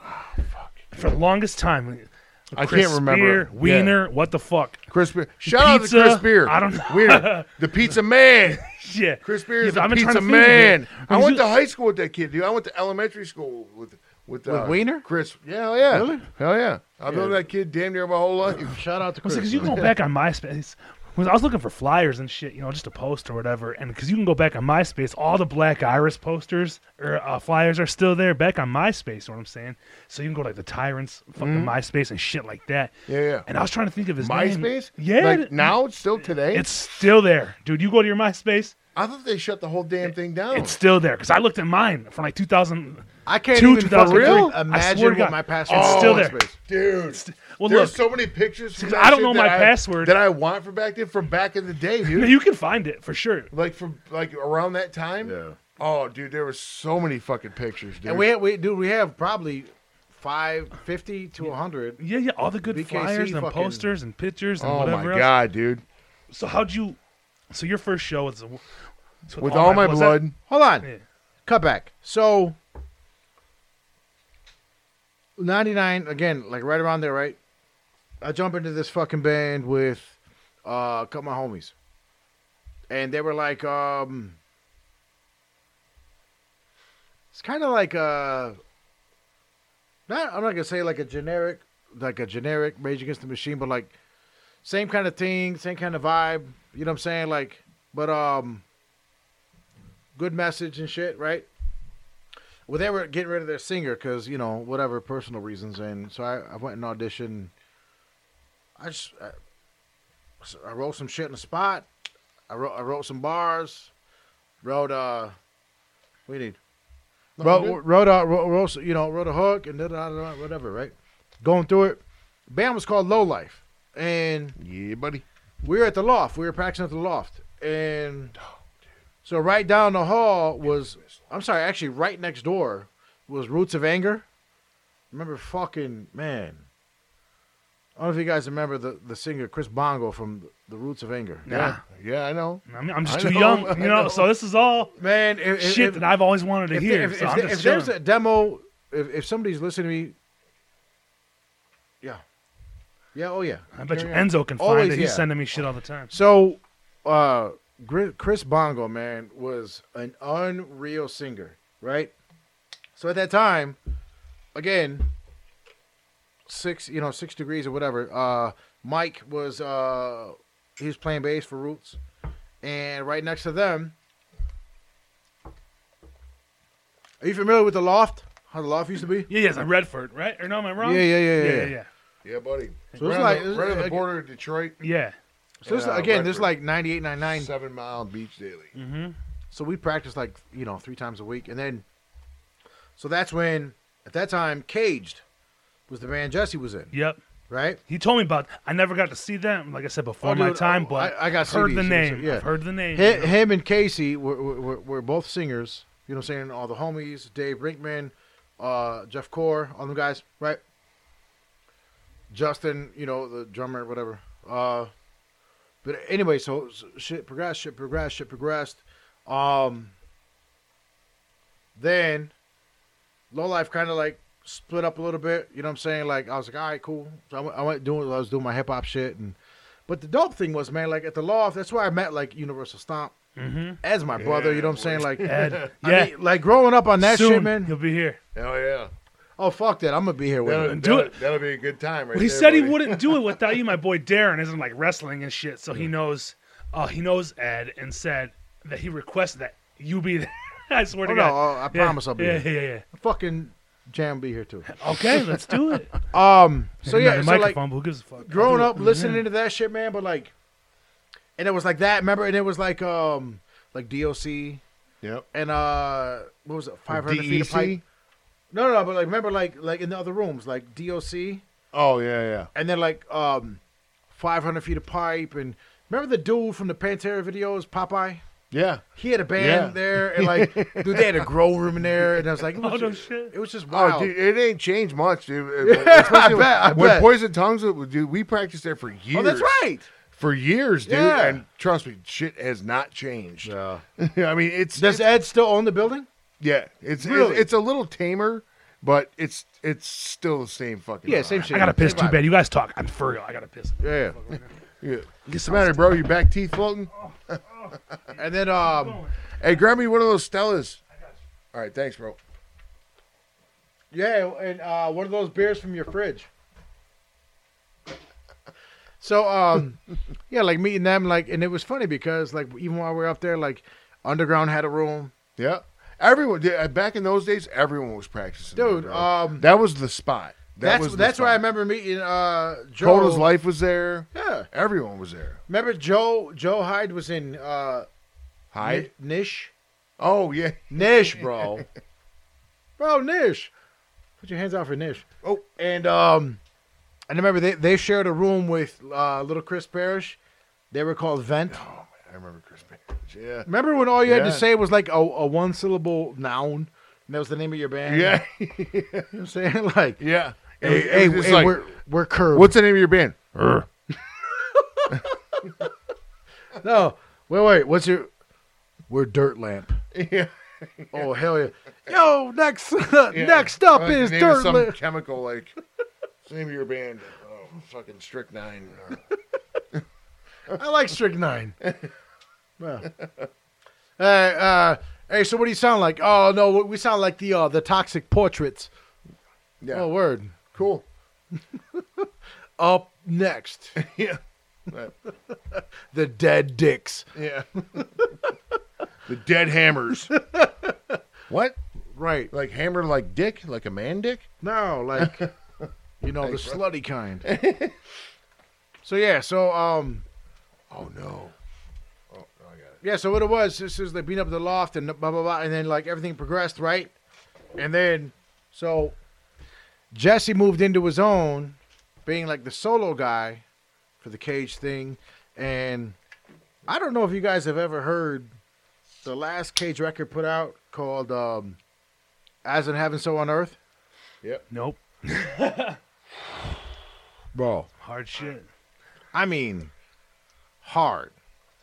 Speaker 5: for the longest time.
Speaker 4: I
Speaker 5: Chris
Speaker 4: can't remember.
Speaker 5: Spear, Wiener, what the fuck?
Speaker 4: Yeah. Chris Beer. Shout out to
Speaker 5: Pizza,
Speaker 4: Chris Beer.
Speaker 5: I don't know.
Speaker 4: Weird. The pizza man.
Speaker 5: Yeah,
Speaker 4: Chris Beer
Speaker 5: Yeah,
Speaker 4: is
Speaker 5: but I've
Speaker 4: the
Speaker 5: been trying
Speaker 4: pizza
Speaker 5: to think of it.
Speaker 4: man. I
Speaker 5: Because
Speaker 4: went
Speaker 5: you-
Speaker 4: to high school with that kid, dude. I went to elementary school with with, uh,
Speaker 3: Wiener?
Speaker 4: Chris. Yeah, hell yeah.
Speaker 3: Really?
Speaker 4: Hell yeah. I've known that kid damn near my whole life.
Speaker 3: Shout out to Chris.
Speaker 5: Because you can go back on MySpace. When I was looking for flyers and shit, you know, just a post or whatever, and because you can go back on MySpace, all the Black Iris posters or uh, flyers are still there back on MySpace. You know what I'm saying? So you can go like the Tyrants, fucking MySpace and shit like that.
Speaker 4: Mm-hmm. Yeah, yeah.
Speaker 5: And I was trying to think of his name.
Speaker 4: MySpace?
Speaker 5: Yeah,
Speaker 4: Like now, still today.
Speaker 5: it's still there, dude. You go to your MySpace,
Speaker 4: I thought they shut the whole damn thing down.
Speaker 5: it's still there. Because I looked at mine from like 2000.
Speaker 3: Oh. I can't
Speaker 5: Two
Speaker 3: even for
Speaker 5: 2003.
Speaker 3: real
Speaker 5: I
Speaker 3: imagine
Speaker 5: swear to
Speaker 3: what
Speaker 5: God.
Speaker 3: my password.
Speaker 5: It's
Speaker 3: was.
Speaker 5: still there.
Speaker 4: Dude,
Speaker 5: Well, look,
Speaker 4: there's so many pictures. from that
Speaker 5: I don't
Speaker 4: shit
Speaker 5: know
Speaker 4: that
Speaker 5: my
Speaker 4: I-
Speaker 5: password.
Speaker 4: that I want for back then from back in the day, dude.
Speaker 5: you can find it for sure.
Speaker 4: like from like around that time.
Speaker 3: Yeah.
Speaker 4: Oh, dude, there were so many fucking pictures, dude.
Speaker 3: And we we dude we have probably five fifty to hundred.
Speaker 5: Yeah, yeah, all the good
Speaker 3: BKC
Speaker 5: flyers and
Speaker 3: fucking-
Speaker 5: posters and pictures and
Speaker 4: oh my
Speaker 5: whatever else.
Speaker 4: god, dude,
Speaker 5: So how'd you? So your first show was so
Speaker 4: with all, my
Speaker 5: was
Speaker 4: blood.
Speaker 3: Hold on.
Speaker 5: Yeah.
Speaker 3: Cut back. So, 99, again, like right around there, right? I jump into this fucking band with uh, a couple of my homies. And they were like, um, it's kind of like a, not, I'm not going to say like a generic, like a generic Rage Against the Machine, but like same kind of thing, same kind of vibe. You know what I'm saying? Like, but, um, good message and shit, right? Well, they were getting rid of their singer because you know whatever personal reasons, and so I, I went and auditioned. I just I, so I wrote some shit in the spot. I wrote I wrote some bars. Wrote uh, what do you need? Wrote wrote, uh, wrote wrote you know wrote a hook and da da da da, whatever, right? Going through it. Band was called Low Life, and
Speaker 4: Yeah, buddy.
Speaker 3: we were at the loft. We were practicing at the loft, and so right down the hall was I'm sorry, actually right next door was Roots of Anger. Remember fucking man. I don't know if you guys remember the, the singer Chris Bongo from the Roots of Anger.
Speaker 5: Nah.
Speaker 4: Yeah, I know.
Speaker 5: I mean, I'm just
Speaker 4: I
Speaker 5: too
Speaker 4: know,
Speaker 5: young,
Speaker 4: I
Speaker 5: you know. So this is all
Speaker 3: Man, if, if-
Speaker 5: shit
Speaker 3: if-
Speaker 5: that I've always wanted to
Speaker 3: if,
Speaker 5: hear.
Speaker 3: if-
Speaker 5: so
Speaker 3: if-
Speaker 5: I'm
Speaker 3: if
Speaker 5: just
Speaker 3: there's a
Speaker 5: chilling.
Speaker 3: demo, if, if somebody's listening to me, yeah, yeah, oh yeah.
Speaker 5: I bet you Enzo can find
Speaker 3: Always,
Speaker 5: it. He's
Speaker 3: yeah.
Speaker 5: sending me shit all the time.
Speaker 3: So, uh, Gri- Chris Bongo, man, was an unreal singer, right? So at that time, again, six, you know, six degrees or whatever. Uh, Mike was uh, He was playing bass for Roots, and right next to them. Are you familiar with the loft? How the loft used to be?
Speaker 5: Yeah, yes, in Redford, right? Or no, am I wrong?
Speaker 3: Yeah, yeah, yeah, yeah,
Speaker 5: yeah,
Speaker 3: yeah.
Speaker 5: yeah.
Speaker 4: Yeah, buddy.
Speaker 3: So
Speaker 4: right
Speaker 3: it's
Speaker 4: on
Speaker 3: like
Speaker 4: the,
Speaker 3: it's
Speaker 4: right on the
Speaker 3: like-
Speaker 4: border of Detroit.
Speaker 5: yeah.
Speaker 3: So this,
Speaker 4: Yeah,
Speaker 3: again, this is like
Speaker 4: Redford.
Speaker 3: 98, 99.
Speaker 4: Seven Mile Beach Daily.
Speaker 5: Mm-hmm.
Speaker 3: So we practiced like you know three times a week, and then so that's when at that time Caged was the band Jesse was in,
Speaker 5: Yep.
Speaker 3: right?
Speaker 5: He told me about. I never got to see them, like I said before
Speaker 3: Oh,
Speaker 5: my
Speaker 3: dude,
Speaker 5: time,
Speaker 3: oh,
Speaker 5: but
Speaker 3: I- I got
Speaker 5: heard
Speaker 3: CDs,
Speaker 5: the
Speaker 3: so-
Speaker 5: name.
Speaker 3: yeah.
Speaker 5: I've heard the name.
Speaker 3: Him, him and Casey were, were, were- were both singers. You know, what I'm saying all the homies, Dave Brinkman, uh, Jeff Core, all them guys, right? Justin, you know the drummer, whatever. Uh, but anyway, so, so shit progressed, shit progressed, shit progressed. Um, then Lowlife kind of like split up a little bit. You know what I'm saying? Like I was like, all right, cool. So I went, I went doing, I was doing my hip hop shit, and but the dope thing was, man, like at the loft, that's where I met like Universal Stomp as my brother. You know what I'm saying? Like,
Speaker 5: Ed.
Speaker 3: I
Speaker 5: yeah.
Speaker 3: mean, like growing up on that
Speaker 5: Soon
Speaker 3: shit, man.
Speaker 5: he'll be here.
Speaker 4: Hell yeah.
Speaker 3: Oh fuck that, I'm gonna be here with
Speaker 4: That'll,
Speaker 3: him.
Speaker 5: Do
Speaker 4: that'll,
Speaker 5: it.
Speaker 4: that'll be a good time right
Speaker 5: Well, he
Speaker 4: there,
Speaker 5: said he
Speaker 4: buddy.
Speaker 5: wouldn't do it without you. My boy Darren isn't like wrestling and shit, so he knows. Uh, he knows Ed and said that he requested that you be there. I swear
Speaker 3: Oh,
Speaker 5: to
Speaker 3: no,
Speaker 5: God.
Speaker 3: I- I promise I'll be
Speaker 5: Yeah,
Speaker 3: there.
Speaker 5: yeah, yeah.
Speaker 3: Fucking Jam be here too.
Speaker 5: yeah. Okay, let's do it.
Speaker 3: Um, so
Speaker 5: Not
Speaker 3: yeah,
Speaker 5: the
Speaker 3: so like
Speaker 5: microphone, Mm-hmm. but who gives a fuck? I'll
Speaker 3: growing
Speaker 5: do it.
Speaker 3: up listening to that shit, man. But like, and it was like that. Remember? And it was like um like DOC
Speaker 4: Yep. E
Speaker 3: and uh what was it? Five hundred feet of
Speaker 4: DEC?
Speaker 3: pipe. No, no, no. But like, remember, like like in the other rooms, like DOC,
Speaker 4: Oh, yeah, yeah.
Speaker 3: and then like um five hundred feet of pipe, and remember the dude from the Pantera videos, Popeye.
Speaker 4: Yeah.
Speaker 3: He had a band
Speaker 4: Yeah.
Speaker 3: there, and like, dude, they had a grow room in there, and I was like, it
Speaker 5: Oh,
Speaker 3: was
Speaker 5: no
Speaker 3: just,
Speaker 5: shit.
Speaker 3: it was just
Speaker 4: Oh,
Speaker 3: wild.
Speaker 4: dude, it ain't changed much, dude.
Speaker 3: I
Speaker 4: Especially
Speaker 3: bet, I
Speaker 4: when
Speaker 3: bet.
Speaker 4: Poison Tongues, would- dude, we practiced there for years.
Speaker 3: oh, that's right.
Speaker 4: For years, dude.
Speaker 3: Yeah.
Speaker 4: And trust me, shit has not changed.
Speaker 3: Yeah.
Speaker 4: I mean, it's,
Speaker 3: Does
Speaker 4: it's-
Speaker 3: Ed still own the building?
Speaker 4: yeah, it's,
Speaker 3: Really?
Speaker 4: it's it's a little tamer, but it's it's still the same fucking.
Speaker 3: Yeah,
Speaker 4: vibe.
Speaker 3: same shit.
Speaker 5: I gotta piss
Speaker 3: Same
Speaker 5: too
Speaker 3: vibe.
Speaker 5: bad. You guys talk. I'm for real. I gotta piss.
Speaker 3: Yeah.
Speaker 4: Yeah.
Speaker 5: Get
Speaker 4: What's the matter, bro? Your back teeth floating?
Speaker 3: And then um,
Speaker 4: Hey, grab me one of those Stellas. All right, thanks, bro.
Speaker 3: yeah, and uh, one of those beers from your fridge. So um, yeah, like meeting them, like, and it was funny because like even while we were up there, like, Underground had a room,
Speaker 4: Yeah. Everyone dude, uh, back in those days, everyone was practicing. there,
Speaker 3: dude.
Speaker 4: bro.
Speaker 3: Um,
Speaker 4: that was the spot. That
Speaker 3: that's
Speaker 4: was the
Speaker 3: that's where I
Speaker 4: spot.
Speaker 3: remember meeting uh Joe.
Speaker 4: Coda's life was there.
Speaker 3: Yeah,
Speaker 4: Everyone was there.
Speaker 3: remember Joe? Joe Hyde was in uh
Speaker 4: Hyde.
Speaker 3: Ni- Nish.
Speaker 4: Oh yeah.
Speaker 3: Nish, bro. bro, Nish. Put your hands out for Nish.
Speaker 4: Oh.
Speaker 3: and um, and remember they they shared a room with uh, little Chris Parrish. They were called Vent.
Speaker 4: Oh man, I remember Chris Parrish. Yeah.
Speaker 3: Remember when all you had to
Speaker 4: Yeah.
Speaker 3: say was like a, a one syllable noun, and that was the name of your band.
Speaker 4: Yeah.
Speaker 3: you know what I'm saying like,
Speaker 4: yeah. It
Speaker 3: hey,
Speaker 4: was- it
Speaker 3: hey,
Speaker 4: was just
Speaker 3: hey,
Speaker 4: like,
Speaker 3: we're we're curved.
Speaker 4: what's the name of your band?
Speaker 3: no? Wait, wait, what's your? We're Dirt Lamp.
Speaker 4: Yeah.
Speaker 3: Oh hell yeah! Yo, next next up
Speaker 4: Uh,
Speaker 3: is
Speaker 4: name of
Speaker 3: Dirt
Speaker 4: some
Speaker 3: Lamp.
Speaker 4: chemical like what's the name of your band? Oh, fucking strychnine.
Speaker 3: I like strychnine. well, uh, uh, hey, so what do you sound like? Oh no, we- we sound like the uh, the toxic portraits.
Speaker 4: Yeah.
Speaker 3: Oh word.
Speaker 4: cool.
Speaker 3: Up next,
Speaker 4: Yeah.
Speaker 3: the dead dicks.
Speaker 4: Yeah. the dead hammers. what?
Speaker 3: Right.
Speaker 4: Like hammer like dick? Like a man dick?
Speaker 3: No, like you know the slutty kind. so yeah, so um,
Speaker 4: Oh no. Oh, no, I got it.
Speaker 3: yeah, so what it was, this is like beating up the loft and blah blah blah, and then like everything progressed, right? And then so Jesse moved into his own, being like the solo guy for the cage thing, and I don't know if you guys have ever heard the last cage record put out called um, "As in Heaven, So on Earth."
Speaker 5: Nope.
Speaker 3: Bro,
Speaker 5: Hard shit.
Speaker 3: I mean, hard.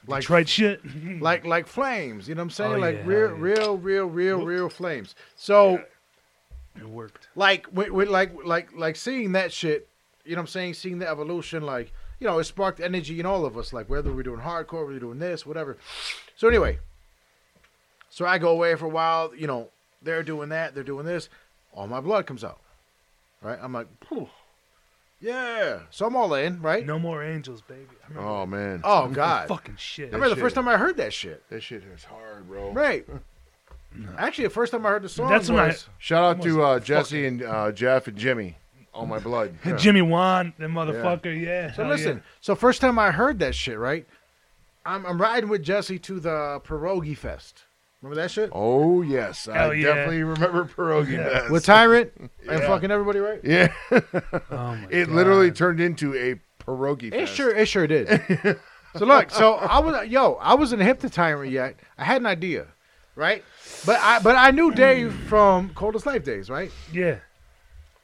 Speaker 3: Like
Speaker 5: Tried shit.
Speaker 3: like like flames. You know what I'm saying?
Speaker 5: Oh,
Speaker 3: like
Speaker 5: yeah,
Speaker 3: real,
Speaker 5: oh, yeah.
Speaker 3: real, real, real, real flames. So
Speaker 5: It worked.
Speaker 3: like with, with like like like seeing that shit. You know what I'm saying? Seeing the evolution, like you know, it sparked energy in all of us. Like whether we're doing hardcore, we're doing this, whatever. So anyway, so I go away for a while. You know, they're doing that, they're doing this. All my blood comes out. Right? I'm like, "Phew." Yeah. So I'm all in, right?
Speaker 5: No more angels, baby. I remember
Speaker 4: Oh man,
Speaker 3: Oh
Speaker 5: that
Speaker 3: God.
Speaker 5: fucking shit.
Speaker 3: I remember the
Speaker 4: shit.
Speaker 3: first time I heard that shit.
Speaker 4: that shit is hard, bro.
Speaker 3: Right. Actually, the first time I heard the song
Speaker 5: That's when I-
Speaker 3: was
Speaker 4: Shout out to uh, Jesse and uh, Jeff and Jimmy. All my blood. Yeah.
Speaker 5: Jimmy Wan, that motherfucker. Oh, Yeah.
Speaker 3: So
Speaker 5: hell
Speaker 3: listen, so first time I heard that shit, right? I'm, I'm riding with Jesse to the pierogi fest. Remember that shit?
Speaker 4: Oh yes, I
Speaker 5: Hell yeah.
Speaker 4: definitely remember pierogi. Fest.
Speaker 3: With Tyrant and fucking everybody, right?
Speaker 4: Yeah,
Speaker 5: yeah. Oh my
Speaker 4: it
Speaker 5: God.
Speaker 4: literally turned into a pierogi.
Speaker 3: It
Speaker 4: Fest.
Speaker 3: sure, it sure did. so look, so I was, yo, I wasn't hip to Tyrant yet. I had an idea, right? But I, but I knew Dave from Coldest Life days, right?
Speaker 5: Yeah.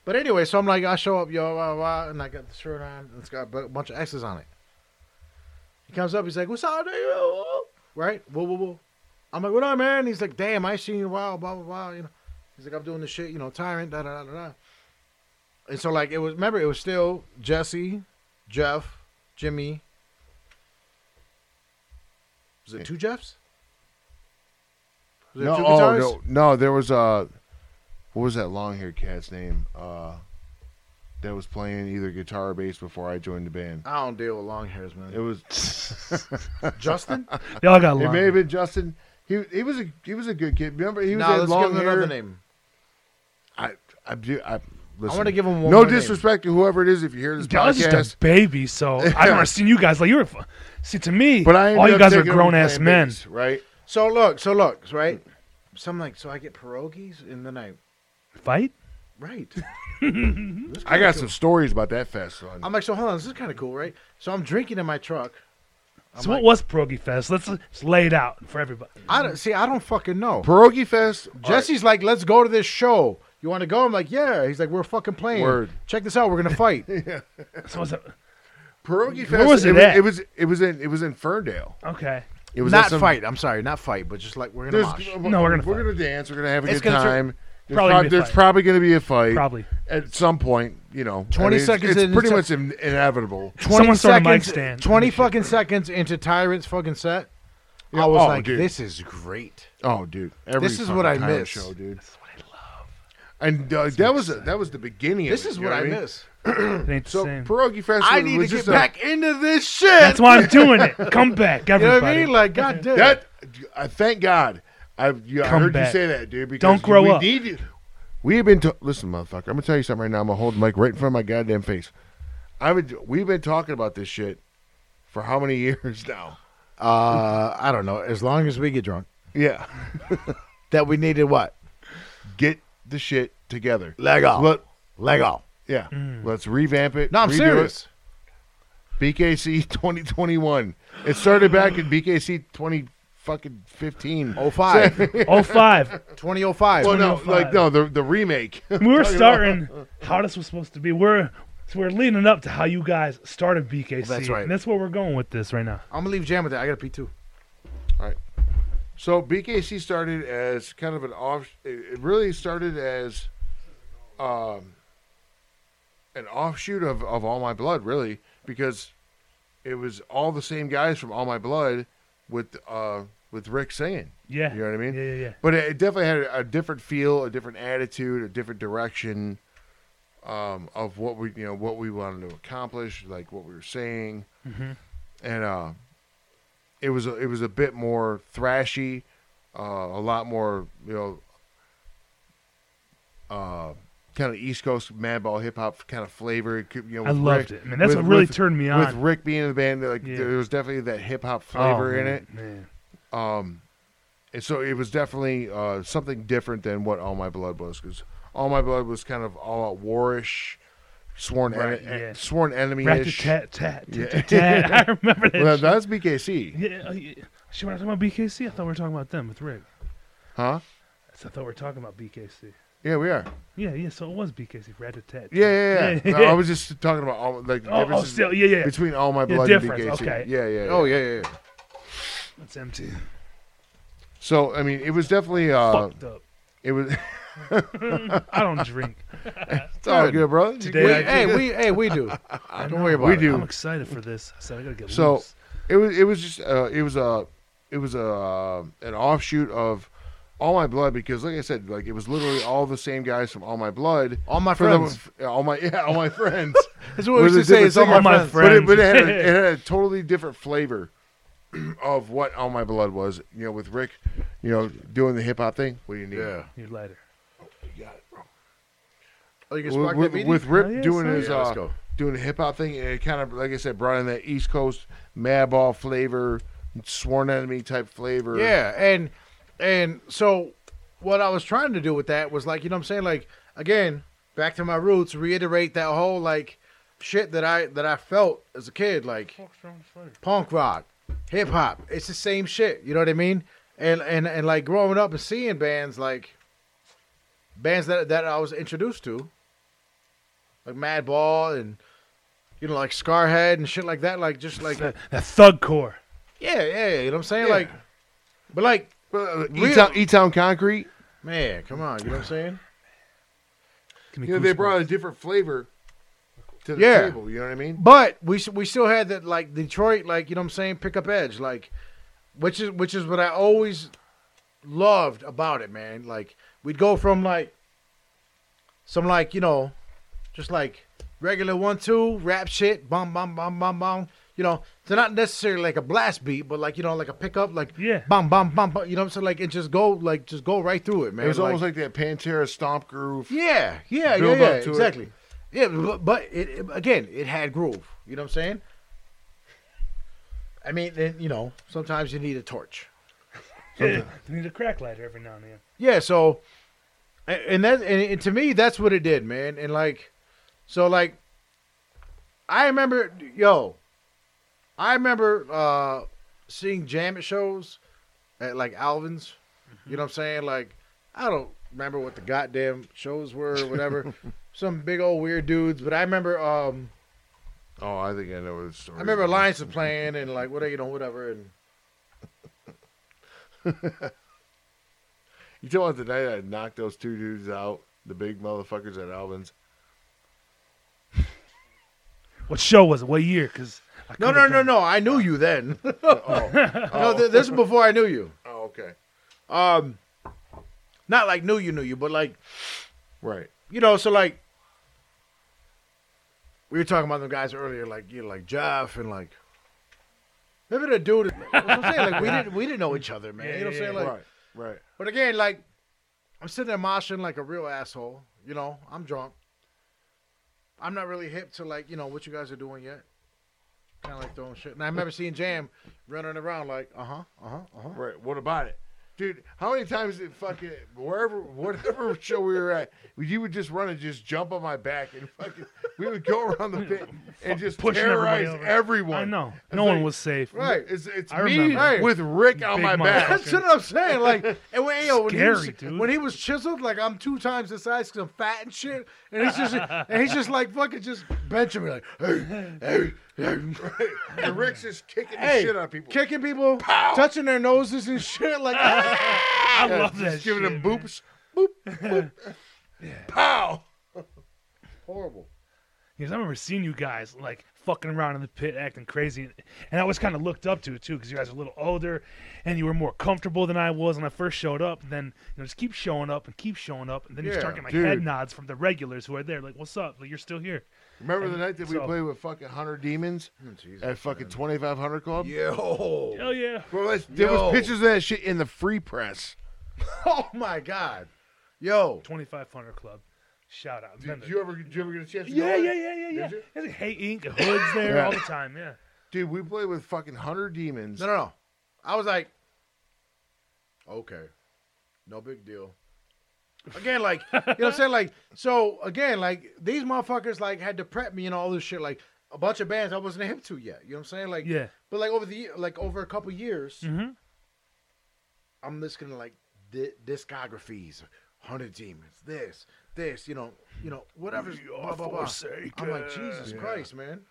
Speaker 3: But anyway, so I'm like, I show up, yo, blah, blah, and I got the shirt on, and it's got a bu- bunch of X's on it. He comes up, he's like, what's up, dude? Right? Whoa, whoa, whoa. I'm like, what up, man? He's like, damn, I ain't seen you in a while, blah, blah, blah. You know, he's like, I'm doing this shit, you know, tyrant, da, da, da, da, da. And so, like, it was, remember, it was still Jesse, Jeff, Jimmy. Was it two Jeffs? Was it
Speaker 4: No,
Speaker 3: two
Speaker 4: oh,
Speaker 3: guitarists?
Speaker 4: no, no, there was uh, what was that long haired cat's name? Uh, that was playing either guitar or bass before I joined the band.
Speaker 3: I don't deal with long hairs,
Speaker 4: It
Speaker 3: man.
Speaker 4: was
Speaker 3: Justin?
Speaker 5: They all got
Speaker 4: it may have
Speaker 5: long.
Speaker 4: been Justin. He he was a he was a good kid. Remember he was
Speaker 3: no,
Speaker 4: that
Speaker 3: let's
Speaker 4: long
Speaker 3: give him
Speaker 4: hair.
Speaker 3: another name.
Speaker 4: I I do I. Listen,
Speaker 3: wanna give him one
Speaker 4: No
Speaker 3: more name.
Speaker 4: disrespect to whoever it is if you hear this
Speaker 5: I was just
Speaker 4: podcast,
Speaker 5: a baby, so I remember seeing you guys like you were. fu- See, to me,
Speaker 4: but I
Speaker 5: all
Speaker 4: ended
Speaker 5: you
Speaker 4: up
Speaker 5: guys are
Speaker 4: taking over
Speaker 5: grown ass
Speaker 4: playing
Speaker 5: men.
Speaker 4: bass, right?
Speaker 3: So look, so look, right? So I'm like, so I get pierogies, and then I,
Speaker 5: Fight?
Speaker 3: right?
Speaker 4: I got some stories about that fest, son.
Speaker 3: I'm like, so hold on, this is kind of cool, right? So I'm drinking in my truck.
Speaker 5: so what was Pierogi Fest? Let's, let's lay it out for everybody.
Speaker 3: I don't see, I don't fucking know.
Speaker 4: Pierogi Fest,
Speaker 3: Jesse's like, let's go to this show. You want to go? I'm like, yeah. He's like, we're fucking playing.
Speaker 4: Word.
Speaker 3: Check this out, we're gonna fight.
Speaker 5: So was it,
Speaker 4: Pierogi Fest.
Speaker 5: Where was it at?
Speaker 4: It was it was in it was in Ferndale.
Speaker 5: okay.
Speaker 4: It was at
Speaker 3: not
Speaker 4: some-
Speaker 3: fight. I'm sorry, not fight, but just like we're gonna
Speaker 4: There's,
Speaker 3: mosh.
Speaker 5: No, we're gonna
Speaker 4: we're
Speaker 5: fight.
Speaker 4: gonna dance. We're gonna have a
Speaker 3: It's
Speaker 4: good
Speaker 3: gonna turn-
Speaker 4: time. There's,
Speaker 5: Probably
Speaker 4: prob-
Speaker 5: gonna be a
Speaker 4: there's
Speaker 5: fight.
Speaker 4: probably going to be a fight.
Speaker 5: Probably.
Speaker 4: at some point, you know.
Speaker 3: 20
Speaker 4: it's-
Speaker 3: seconds
Speaker 4: It's
Speaker 3: in,
Speaker 4: pretty
Speaker 3: it's a-
Speaker 4: much in- inevitable.
Speaker 3: 20
Speaker 5: Someone start a mic
Speaker 3: seconds-
Speaker 5: stand.
Speaker 3: Twenty fucking seconds into Tyrant's fucking set, I was
Speaker 4: oh,
Speaker 3: like,
Speaker 4: dude.
Speaker 3: this is great.
Speaker 4: Oh, dude, every
Speaker 3: This is
Speaker 4: fucking
Speaker 3: what I
Speaker 4: time
Speaker 3: miss.
Speaker 4: Show, dude. That's what I love. And uh, that was that was the beginning.
Speaker 3: This
Speaker 4: of it,
Speaker 3: is
Speaker 4: you
Speaker 3: what
Speaker 4: know
Speaker 3: I
Speaker 4: mean?
Speaker 3: miss.
Speaker 5: It ain't the
Speaker 4: So
Speaker 5: same.
Speaker 4: pierogi fest.
Speaker 3: I
Speaker 4: was-
Speaker 3: need to
Speaker 4: was
Speaker 3: get
Speaker 4: just a-
Speaker 3: back into this shit.
Speaker 5: That's why I'm doing it. Come back,
Speaker 3: you know
Speaker 5: everybody.
Speaker 3: what I mean? Like, goddamn.
Speaker 4: That I thank God. I've you, I
Speaker 5: Come
Speaker 4: heard
Speaker 5: back.
Speaker 4: you say that, dude. Because
Speaker 5: Don't grow
Speaker 4: we
Speaker 5: up.
Speaker 4: Need you. We have been to listen, motherfucker. I'm gonna tell you something right now. I'm gonna hold the mic right in front of my goddamn face. I've been, we've been talking about this shit for how many years now?
Speaker 3: Uh, I don't know. As long as we get drunk,
Speaker 4: Yeah,
Speaker 3: that we needed what?
Speaker 4: get the shit together.
Speaker 3: Lego.
Speaker 4: Let,
Speaker 3: Lego.
Speaker 4: yeah,
Speaker 5: Mm.
Speaker 4: let's revamp it.
Speaker 3: No, I'm
Speaker 4: redo it.
Speaker 3: serious.
Speaker 4: BKC 2021. It started back in BKC 20 fucking 15.
Speaker 3: Oh, 05.
Speaker 5: Oh five.
Speaker 3: 2005.
Speaker 4: well, no,
Speaker 5: 2005.
Speaker 4: like no, the the remake.
Speaker 5: We were starting how this was supposed to be. We're so we're leading up to how you guys started BKC.
Speaker 3: That's right.
Speaker 5: And that's where we're going with this right now.
Speaker 3: I'm going to leave Jam with that. I got to pee too.
Speaker 4: So BKC started as kind of an off. It it really started as, um, an offshoot of of All My Blood, really, because it was all the same guys from All My Blood with uh with Rick singing.
Speaker 5: Yeah.
Speaker 4: You know what I mean?
Speaker 5: Yeah, yeah, yeah.
Speaker 4: But it it definitely had a, a different feel, a different attitude, a different direction um, of what we you know what we wanted to accomplish, like what we were saying,
Speaker 5: Mm-hmm.
Speaker 4: and uh, it was a, it was a bit more thrashy, uh, a lot more you know. Uh, kind of East Coast madball hip hop kind of flavor. It could- You know,
Speaker 5: I
Speaker 4: with
Speaker 5: loved
Speaker 4: Rick-
Speaker 5: it. Man, that's what really turned me
Speaker 4: With
Speaker 5: on.
Speaker 4: Rick being in the band, like
Speaker 5: Yeah.
Speaker 4: there was definitely that hip hop
Speaker 5: Oh,
Speaker 4: flavor in
Speaker 5: man,
Speaker 4: it.
Speaker 5: Man.
Speaker 4: Um, and so it was definitely uh, something different than what All My Blood was, because All My Blood was kind of all out warish, sworn
Speaker 5: Right,
Speaker 4: en- en-
Speaker 5: yeah.
Speaker 4: sworn enemy
Speaker 5: Rat
Speaker 4: ish.
Speaker 5: tat tat tat tat. I remember that.
Speaker 4: Well,
Speaker 5: shit.
Speaker 4: that's BKC,
Speaker 5: yeah, oh, yeah. Shit, we're not talking about BKC. I thought we were talking about them with Rick.
Speaker 4: huh?
Speaker 5: I thought we were talking about BKC.
Speaker 4: Yeah, we are.
Speaker 5: Yeah, yeah. So it was BKC. Rat tat tat.
Speaker 4: Yeah, yeah, yeah.
Speaker 5: Yeah.
Speaker 4: No, I was just talking about all like
Speaker 5: Oh, oh,
Speaker 4: differences
Speaker 5: still, yeah, yeah.
Speaker 4: between All My
Speaker 5: Yeah,
Speaker 4: Blood and
Speaker 5: difference,
Speaker 4: BKC.
Speaker 5: okay.
Speaker 4: Yeah, yeah, yeah.
Speaker 3: Oh, yeah, yeah, yeah.
Speaker 5: It's empty.
Speaker 4: So I mean, it was definitely uh,
Speaker 5: Fucked up.
Speaker 4: it was.
Speaker 5: I don't drink.
Speaker 4: it's all good, brother.
Speaker 5: Today
Speaker 3: We-
Speaker 5: I
Speaker 3: hey, we, hey, we do. Don't worry about
Speaker 4: We
Speaker 3: it.
Speaker 4: do.
Speaker 5: I'm excited for this. I said I gotta get
Speaker 4: So
Speaker 5: loose.
Speaker 4: it was it was just uh, it was a it was a uh, an offshoot of All My Blood because, like I said, like it was literally all the same guys from All My Blood.
Speaker 3: All My
Speaker 4: for the-
Speaker 3: Friends.
Speaker 4: f- all my yeah, all my friends.
Speaker 3: That's what we
Speaker 4: With
Speaker 3: used
Speaker 4: a
Speaker 3: to say.
Speaker 4: different
Speaker 3: It's all my
Speaker 4: singer.
Speaker 2: My
Speaker 3: friends.
Speaker 2: friend.
Speaker 4: But it, but it had, a, it had a totally different flavor of what All My Blood was. You know, with Rick, you know, doing the hip hop thing. What do you need?
Speaker 3: Yeah.
Speaker 5: You lighter.
Speaker 3: Oh, you can
Speaker 4: With,
Speaker 3: spark
Speaker 4: with,
Speaker 3: that meaty?
Speaker 4: with Rip
Speaker 5: Oh, yes,
Speaker 4: doing
Speaker 5: oh,
Speaker 4: his
Speaker 3: yeah. Let's
Speaker 4: uh,
Speaker 3: go.
Speaker 4: doing the hip hop thing, it kind of like I said brought in that East Coast madball flavor, sworn enemy type flavor.
Speaker 3: Yeah, and and so what I was trying to do with that was like, you know what I'm saying? Like again, back to my roots, reiterate that whole like shit that I that I felt as a kid, like punk rock, hip hop. It's the same shit. You know what I mean? And and and like growing up and seeing bands like bands that that I was introduced to, like Madball and you know like Scarhead and shit like that. Like just like yeah,
Speaker 5: That, that thug core.
Speaker 3: yeah, yeah. You know what I'm saying?
Speaker 4: Yeah.
Speaker 3: Like, but like
Speaker 4: Uh,
Speaker 3: Real-
Speaker 4: E Town E Town Concrete.
Speaker 3: Man, come on, you know what I'm saying?
Speaker 5: Give me
Speaker 4: You know, they
Speaker 5: goosebumps.
Speaker 4: brought a different flavor to the
Speaker 3: Yeah.
Speaker 4: table. You know what I mean?
Speaker 3: But we s- we still had that like Detroit, like you know what I'm saying, pick up edge, like which is which is what I always loved about it, man. Like we'd go from like some like you know, just like regular one two rap shit, bum bum bum bum bum. You know, to not necessarily like a blast beat, but like you know, like a pickup, like
Speaker 5: Yeah.
Speaker 3: bum bum bum. bum you know what I'm saying? Like it just go, like just go right through it, man.
Speaker 4: It was almost like that Pantera stomp groove.
Speaker 3: Yeah, yeah, yeah,
Speaker 4: build
Speaker 3: yeah,
Speaker 4: up to it.
Speaker 3: exactly. Yeah, but, but it, it- again, it had groove. You know what I'm saying? I mean, then you know, sometimes you need a torch.
Speaker 5: Yeah. You need a crack lighter every now and then.
Speaker 3: Yeah, so a- and that and, and to me, that's what it did, man. And like, so like, I remember, yo, I remember uh seeing jam at shows at like Alvin's. You know what I'm saying? Like, I don't remember what the goddamn shows were or whatever. Some big old weird dudes, but I remember um
Speaker 4: Oh, I think I know where the story.
Speaker 3: I remember
Speaker 4: is.
Speaker 3: Alliance was playing and like whatever you know whatever and
Speaker 4: You tell about the night I knocked those two dudes out, the big motherfuckers at Alvin's.
Speaker 5: What show was it? What year? Because
Speaker 3: no no no no I knew you then no th- this is before I knew you
Speaker 4: Oh, okay.
Speaker 3: um not like knew you knew you but like
Speaker 4: Right.
Speaker 3: you know so like we were talking about them guys earlier like you know, like Jeff and like maybe the dude that's what I'm saying like we didn't we didn't know each other man
Speaker 5: Yeah,
Speaker 3: you know what I'm
Speaker 5: yeah,
Speaker 3: saying
Speaker 5: yeah.
Speaker 3: like
Speaker 4: right. Right.
Speaker 3: But again, like I'm sitting there moshing like a real asshole. You know, I'm drunk. I'm not really hip to like you know what you guys are doing yet. Kind of like throwing shit. And I remember seeing Jam running around like, uh huh, uh
Speaker 4: Uh-huh,
Speaker 3: huh, uh huh.
Speaker 4: Right. What about it? Dude, how many times did fucking wherever whatever show we were at, you would just run and just jump on my back and fucking we would go around the pit and just
Speaker 5: pushing everybody
Speaker 4: terrorize
Speaker 5: over.
Speaker 4: everyone.
Speaker 5: I know.
Speaker 4: It's
Speaker 5: No
Speaker 4: like-
Speaker 5: one was safe.
Speaker 4: Right. It's it's
Speaker 5: I
Speaker 4: me
Speaker 5: remember.
Speaker 3: Right.
Speaker 4: with Rick on
Speaker 5: Big
Speaker 4: my
Speaker 5: motherfucker.
Speaker 4: back.
Speaker 3: That's what I'm saying. Like, and when, yo, when, he
Speaker 5: Scary,
Speaker 3: was,
Speaker 5: dude.
Speaker 3: when he was chiseled, like I'm two times the size because I'm fat and shit, and he's just and he's just like fucking just benching me like, hey, hey, hey.
Speaker 4: And Rick's just kicking the
Speaker 3: Hey,
Speaker 4: shit out of people.
Speaker 3: kicking people, touching their noses and shit like.
Speaker 5: I love that.
Speaker 4: just giving
Speaker 5: shit,
Speaker 4: them
Speaker 5: man.
Speaker 4: boops. Boop. boop. Pow.
Speaker 3: Horrible.
Speaker 5: Because I remember seeing you guys like fucking around in the pit, acting crazy, and I was kind of looked up to too, because you guys were a little older, and you were more comfortable than I was when I first showed up. And then you know, just keep showing up and keep showing up, and then you start
Speaker 4: Yeah,
Speaker 5: getting like
Speaker 4: dude.
Speaker 5: head nods from the regulars who are there, like, "What's up? Like, you're still here."
Speaker 4: Remember the night that we
Speaker 5: so-
Speaker 4: played with fucking Hunter Demons
Speaker 3: Oh,
Speaker 4: at fucking 2500 Club? Oh.
Speaker 3: Yo.
Speaker 5: Hell yeah!
Speaker 4: Bro, that's, there
Speaker 3: Yo.
Speaker 4: was pictures of that shit in the free press.
Speaker 3: Oh my god. Yo.
Speaker 5: Twenty five hundred club. Shout out.
Speaker 4: Did
Speaker 5: Remember-
Speaker 4: you ever, did you ever get a chance to go
Speaker 5: yeah,
Speaker 4: there?
Speaker 5: yeah, yeah, yeah, yeah.
Speaker 4: Did you?
Speaker 5: There's like Hey Ink hoods there
Speaker 4: Yeah.
Speaker 5: all the time. Yeah.
Speaker 4: Dude, we played with fucking Hunter Demons.
Speaker 3: No, no, no. I was like, okay, no big deal. Again, like, you know what I'm saying? Like, so again, like, these motherfuckers, like, had to prep me and all this shit. Like, a bunch of bands I wasn't hip to yet. You know what I'm saying? Like,
Speaker 5: Yeah.
Speaker 3: But, like, over the, year- like, over a couple years,
Speaker 5: Mhm.
Speaker 3: I'm listening to, like, di- discographies, Hunter Demons, this, this, you know, you know, whatever. Blah, blah, blah. I'm like, Jesus Christ, man.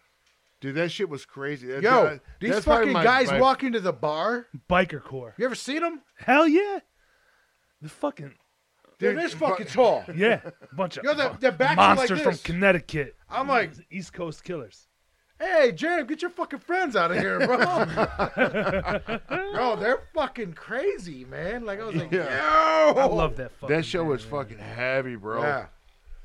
Speaker 4: Dude, that shit was crazy. That-
Speaker 3: Yo,
Speaker 4: that-
Speaker 3: these
Speaker 4: that's probably
Speaker 3: fucking
Speaker 4: my-
Speaker 3: guys
Speaker 4: my-
Speaker 3: walk into the bar.
Speaker 5: Biker Corps.
Speaker 3: You ever seen them?
Speaker 5: Hell yeah. The fucking
Speaker 3: They're
Speaker 4: Dude,
Speaker 3: this
Speaker 4: you
Speaker 3: fucking
Speaker 4: fuck-
Speaker 3: tall.
Speaker 5: yeah, bunch of
Speaker 3: Yo, their-
Speaker 5: mon-
Speaker 3: their backs are like
Speaker 5: monsters from
Speaker 3: this.
Speaker 5: Connecticut.
Speaker 3: I'm like,
Speaker 5: East Coast killers.
Speaker 3: Hey, Jared, get your fucking friends out of here, bro. bro, they're fucking crazy, man. Like I was like,
Speaker 4: Yeah.
Speaker 5: I love that fucking
Speaker 4: That show
Speaker 5: band,
Speaker 4: was
Speaker 5: man.
Speaker 4: fucking heavy, bro.
Speaker 3: Yeah. Mm-hmm.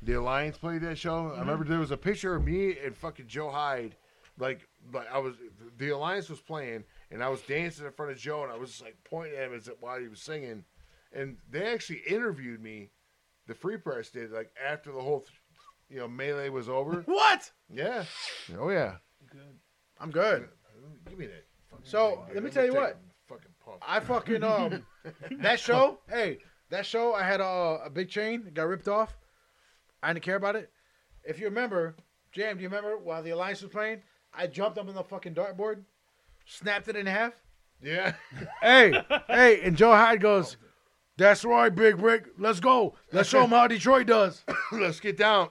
Speaker 4: The Alliance played that show. I remember there was a picture of me and fucking Joe Hyde. Like, like I was, the Alliance was playing, and I was dancing in front of Joe, and I was just like pointing at him as while he was singing. And they actually interviewed me. The Free Press did like after the whole, you know, melee was over.
Speaker 3: what?
Speaker 4: yeah. Oh yeah.
Speaker 3: I'm good.
Speaker 4: Give me that. fucking
Speaker 3: So,
Speaker 4: thing,
Speaker 3: let
Speaker 4: dude.
Speaker 3: me tell you
Speaker 4: take
Speaker 3: what.
Speaker 4: a Fucking puff.
Speaker 3: I fucking um that show. Hey, that show. I had a, a big chain. It got ripped off. I didn't care about it. If you remember, Jam, do you remember while the Alliance was playing? I jumped up on the fucking dartboard, snapped it in half.
Speaker 4: Yeah.
Speaker 3: Hey, hey, and Joe Hyde goes, "That's right, Big Rick. Let's go. Let's show him how Detroit does."
Speaker 4: Let's get down.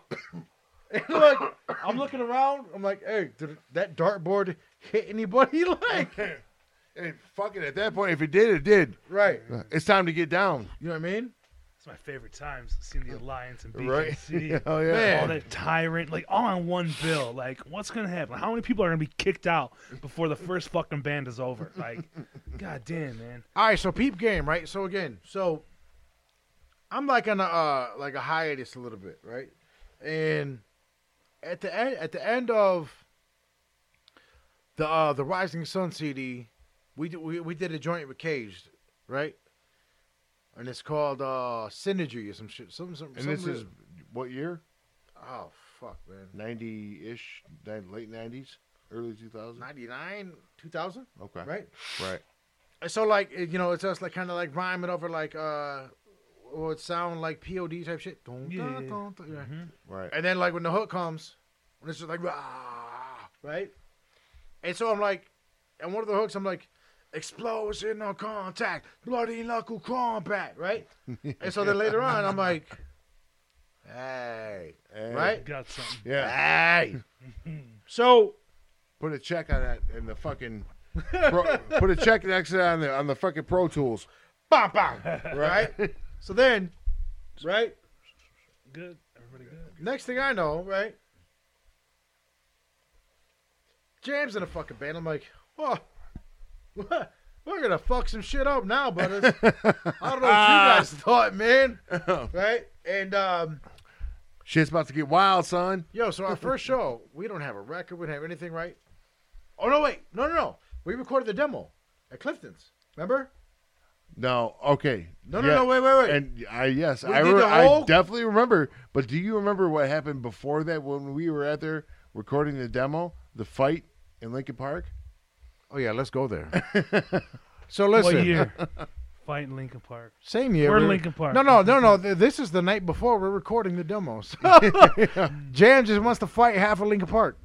Speaker 3: And, like I'm looking around. I'm like, "Hey, did that dartboard hit anybody?" Like,
Speaker 4: Hey, fucking at that point, if it did, it did.
Speaker 3: right?
Speaker 4: It's time to get down.
Speaker 3: You know what I mean?
Speaker 5: It's my favorite times seeing the Alliance and
Speaker 4: Right.
Speaker 5: BKC.
Speaker 4: Oh yeah.
Speaker 5: All that tyrant, like all on one bill. Like, what's gonna happen? How many people are gonna be kicked out before the first fucking band is over? Like, goddamn, man.
Speaker 3: All right, so peep game, right? So again, so I'm like on a uh, like a hiatus a little bit, right? And at the end, at the end of the uh, the Rising Sun CD, we, d- we we did a joint with Caged, right? And it's called uh, Synergy or some shit. Some some.
Speaker 4: And
Speaker 3: some
Speaker 4: this
Speaker 3: real-
Speaker 4: is what year?
Speaker 3: oh fuck, man.
Speaker 4: Ninety ish, late nineties, early two thousand.
Speaker 3: Ninety nine, two thousand,
Speaker 4: Okay,
Speaker 3: right?
Speaker 4: right.
Speaker 3: And So like it- you know, it's us like kind of like rhyming over like uh, what would sound like POD type shit. Dun,
Speaker 5: Yeah,
Speaker 3: dun,
Speaker 5: yeah, Mm-hmm. yeah.
Speaker 3: dun, dun, yeah.
Speaker 4: right.
Speaker 3: And then like when the hook comes, when it's just like "Rah," right? And so I'm like, and one of the hooks, I'm like, explosion on contact, bloody knuckle combat, right? and so then later on, I'm like, hey,
Speaker 4: Hey.
Speaker 3: right?
Speaker 5: Got something.
Speaker 4: Yeah.
Speaker 3: Hey. so
Speaker 4: Put a check on that and the fucking. pro, put a check next to that on the on the fucking Pro Tools.
Speaker 3: bam bam, right? so then, right?
Speaker 5: Good. Everybody good.
Speaker 3: Next thing I know, right? Jam's in a fucking band. I'm like, whoa, what? We're gonna fuck some shit up now, brothers. I don't know what you guys thought, man. right? And um,
Speaker 4: Shit's about to get wild, son.
Speaker 3: yo, so our first show, we don't have a record, we don't have anything, right? Oh no, wait, no, no, no. We recorded the demo at Clifton's. Remember?
Speaker 4: No, okay.
Speaker 3: No, no, no, wait, wait, wait.
Speaker 4: And I yes,
Speaker 3: We
Speaker 4: I,
Speaker 3: did
Speaker 4: re-
Speaker 3: the whole-
Speaker 4: I definitely remember. But do you remember what happened before that when we were out there recording the demo, the fight in Lincoln Park?
Speaker 3: oh yeah, let's go there. so
Speaker 5: What
Speaker 3: listen,
Speaker 5: year? Fighting Lincoln Park.
Speaker 3: Same year.
Speaker 5: We're
Speaker 3: we-
Speaker 5: Linkin Park.
Speaker 3: No, no, no, no. th- This is the night before we're recording the demo. So Jam just wants to fight half of Linkin Park.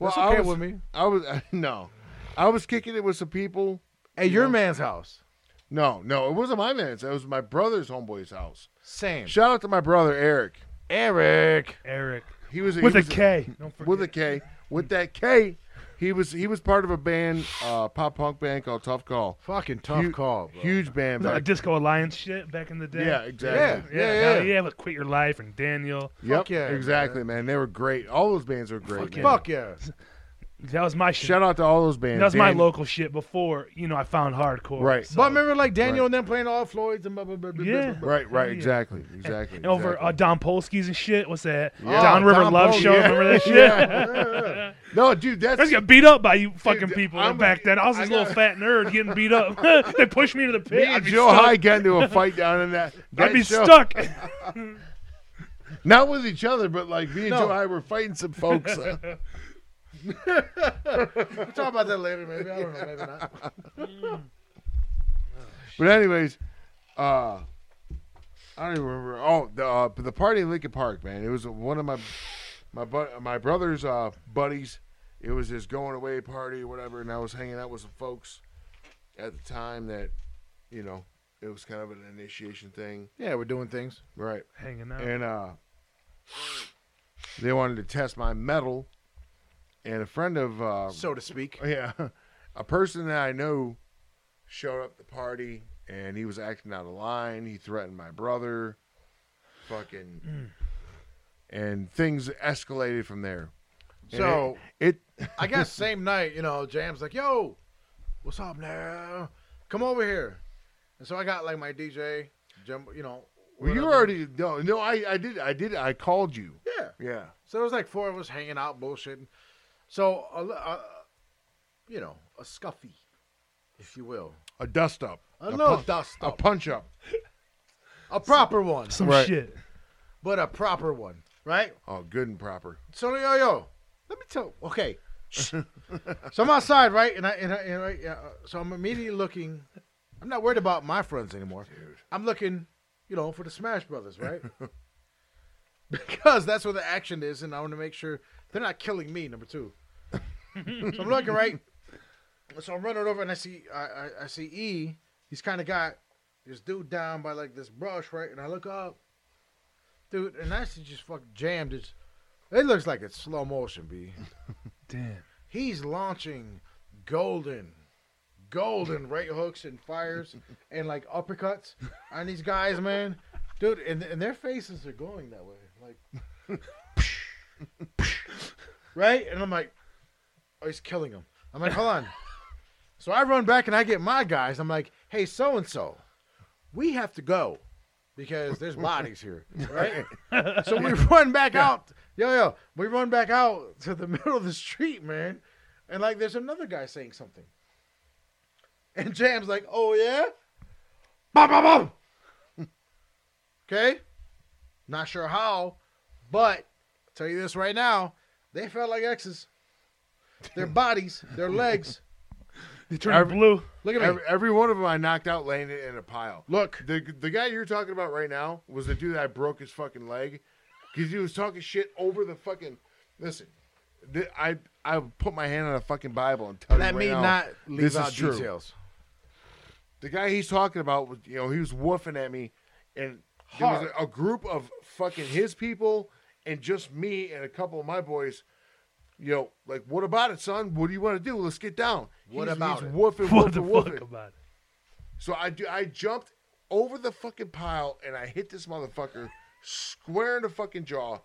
Speaker 3: That's
Speaker 4: I
Speaker 3: okay with
Speaker 4: was-
Speaker 3: me.
Speaker 4: I was no, I was kicking it with some people.
Speaker 3: At your man's house.
Speaker 4: No, no, it wasn't my man's. It was my brother's homeboy's house.
Speaker 3: Same.
Speaker 4: Shout out to my brother Eric.
Speaker 3: Eric.
Speaker 5: Eric
Speaker 4: He was
Speaker 5: with
Speaker 4: he
Speaker 5: a
Speaker 4: was
Speaker 5: K. Don't forget.
Speaker 4: with a K. With that K, he was he was part of a band, uh, pop punk band called Tough Call.
Speaker 3: Fucking tough
Speaker 4: Hu-
Speaker 3: call, bro.
Speaker 4: Huge band.
Speaker 5: No,
Speaker 4: Back.
Speaker 5: Disco Alliance shit back in the day.
Speaker 4: Yeah, exactly.
Speaker 5: Yeah,
Speaker 3: Yeah,
Speaker 5: yeah,
Speaker 3: yeah.
Speaker 5: yeah. with Quit Your Life and Daniel.
Speaker 4: Yep.
Speaker 3: Fuck yeah,
Speaker 4: exactly, man. They were great. All those bands were great. man.
Speaker 3: Fuck yeah.
Speaker 5: That was my shit.
Speaker 4: Shout out to all those bands.
Speaker 5: That was my
Speaker 4: Dan-
Speaker 5: local shit before, you know, I found hardcore.
Speaker 4: Right.
Speaker 5: so-
Speaker 3: But remember, like Daniel and them playing all Floyd's and blah blah blah. blah, blah,
Speaker 5: Yeah.
Speaker 3: blah, blah.
Speaker 4: Right, right,
Speaker 5: Yeah.
Speaker 4: exactly, exactly.
Speaker 5: And over
Speaker 4: exactly.
Speaker 5: uh, Don Polsky's and shit. What's that?
Speaker 3: Yeah.
Speaker 5: Down
Speaker 3: Oh,
Speaker 5: River
Speaker 3: Don
Speaker 5: Love
Speaker 3: Polsky,
Speaker 5: Show.
Speaker 3: yeah.
Speaker 5: Remember that shit?
Speaker 4: Yeah. no, dude,
Speaker 5: I was
Speaker 4: that's
Speaker 5: getting beat up by you fucking
Speaker 4: Dude,
Speaker 5: people
Speaker 4: I'm-
Speaker 5: back then. I was
Speaker 4: I
Speaker 5: this
Speaker 4: got-
Speaker 5: little fat nerd getting beat up. they pushed me into the pit.
Speaker 4: me
Speaker 5: I'd
Speaker 4: and
Speaker 5: be
Speaker 4: Joe
Speaker 5: stuck.
Speaker 4: High got into a fight down in that. that
Speaker 5: I'd be
Speaker 4: show.
Speaker 5: stuck.
Speaker 4: Not with each other, but like me and
Speaker 3: No.
Speaker 4: Joe High were fighting some folks. uh,
Speaker 3: We'll talk about that later, maybe. I don't know, maybe not.
Speaker 4: But anyways, uh, I don't even remember. Oh, the uh, the party in Lincoln Park, man. It was one of my my bu- my brother's uh, buddies. It was his going away party or whatever, and I was hanging out with some folks at the time that, you know, it was kind of an initiation thing,
Speaker 3: Yeah, we're doing things.
Speaker 4: right?
Speaker 5: Hanging out.
Speaker 4: And uh, they wanted to test my metal, and a friend of uh,
Speaker 3: So to speak.
Speaker 4: yeah, a person that I know showed up at the party and he was acting out of line. He threatened my brother, fucking, and things escalated from there.
Speaker 3: So
Speaker 4: It
Speaker 3: I guess same night, you know, Jam's like, "Yo, what's up now? Come over here." And so I got like my DJ, Jim, you know.
Speaker 4: well, you
Speaker 3: whatever.
Speaker 4: were already no no I I did I did I called you.
Speaker 3: yeah.
Speaker 4: Yeah.
Speaker 3: So there was like four of us hanging out, bullshitting. So, a, li- uh, you know, a scuffy, if you will,
Speaker 4: A dust up.
Speaker 3: a, little
Speaker 4: punch,
Speaker 3: dust
Speaker 4: a
Speaker 3: up,
Speaker 4: punch up.
Speaker 3: a proper one,
Speaker 5: Some
Speaker 4: Right.
Speaker 5: shit.
Speaker 3: but a proper one, right?
Speaker 4: Oh, good and proper.
Speaker 3: So yo yo, let me tell. Okay, so I'm outside, right? And I and I, and I yeah, uh, so I'm immediately looking. I'm not worried about my friends anymore. I'm looking, you know, for the Smash Brothers, right? because that's where the action is, and I want to make sure they're not killing me. Number two, so I'm looking right. So I'm running over, and I see I I, I see E. He's kind of got this dude down by like this brush, right? And I look up, dude, and I see just fuck jammed. It's, it looks like it's slow motion, B.
Speaker 5: Damn.
Speaker 3: He's launching golden, golden right hooks and fires and like uppercuts on these guys, man. Dude, and, and their faces are going that way. Like, right? And I'm like, oh, he's killing him. I'm like, hold on. So I run back and I get my guys. I'm like, hey, so and so, we have to go because there's bodies here, right? so we run back out. Yo, yo, we run back out to the middle of the street, man. And like, there's another guy saying something. And Jam's like, oh, yeah? Bum, bum, bum. okay? Not sure how, but I'll tell you this right now they felt like X's. Their bodies, their legs.
Speaker 5: They turned blue.
Speaker 3: Look at me.
Speaker 4: Every, every one of them I knocked out, laying it in a pile.
Speaker 3: Look.
Speaker 4: The the guy you're talking about right now was the dude that I broke his fucking leg because he was talking shit over the fucking. Listen, th- I I put my hand on a fucking Bible and tell
Speaker 3: Let
Speaker 4: you
Speaker 3: me
Speaker 4: right now,
Speaker 3: not leave
Speaker 4: this
Speaker 3: out
Speaker 4: is true.
Speaker 3: details.
Speaker 4: The guy he's talking about was you know he was woofing at me, and there was
Speaker 3: Hard.
Speaker 4: a, a group of fucking his people and just me and a couple of my boys. You know, like what about it, son? What do you want to do? Let's get down.
Speaker 3: What
Speaker 4: he's,
Speaker 3: about
Speaker 4: he's
Speaker 3: it?
Speaker 4: Woofing,
Speaker 5: What
Speaker 4: woofing,
Speaker 5: the
Speaker 4: woofing.
Speaker 5: fuck about it?
Speaker 4: So I do, I jumped over the fucking pile and I hit this motherfucker square in the fucking jaw.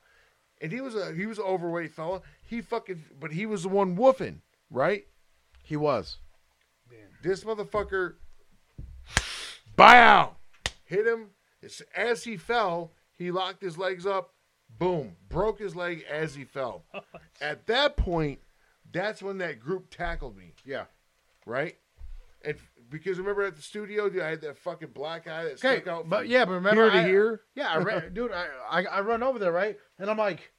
Speaker 4: And he was a he was an overweight fella. He fucking but he was the one woofing, right?
Speaker 3: He was.
Speaker 4: This motherfucker buy out. Hit him As- as he fell, he locked his legs up. Boom, broke his leg as he fell. At that point, that's when that group tackled me
Speaker 3: Yeah.
Speaker 4: right? And f- because remember at the studio, dude, I had that fucking black eye that
Speaker 3: Okay,
Speaker 4: stuck out.
Speaker 3: but
Speaker 4: from
Speaker 3: yeah, but remember
Speaker 4: here to
Speaker 3: I-
Speaker 4: here.
Speaker 3: Yeah, I ran, dude, I, I I run over there, right? And I'm like,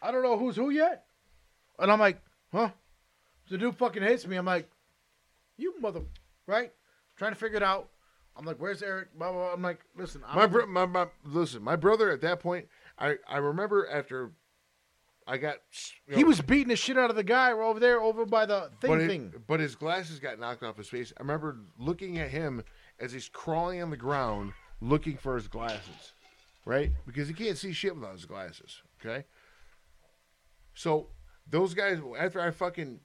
Speaker 3: I don't know who's who yet. And I'm like, huh? The dude fucking hits me. I'm like, you mother, right? Trying to figure it out. I'm like, where's Eric? Blah, blah, blah. I'm like, listen, I'm
Speaker 4: My, bro- my my listen, my brother at that point, I I remember after I got you know,
Speaker 3: he was beating the shit out of the guy over there, over by the thing
Speaker 4: but, it-
Speaker 3: thing.
Speaker 4: but his glasses got knocked off his face. I remember looking at him as he's crawling on the ground looking for his glasses, right? Because he can't see shit without his glasses. Okay. So those guys, after I fucking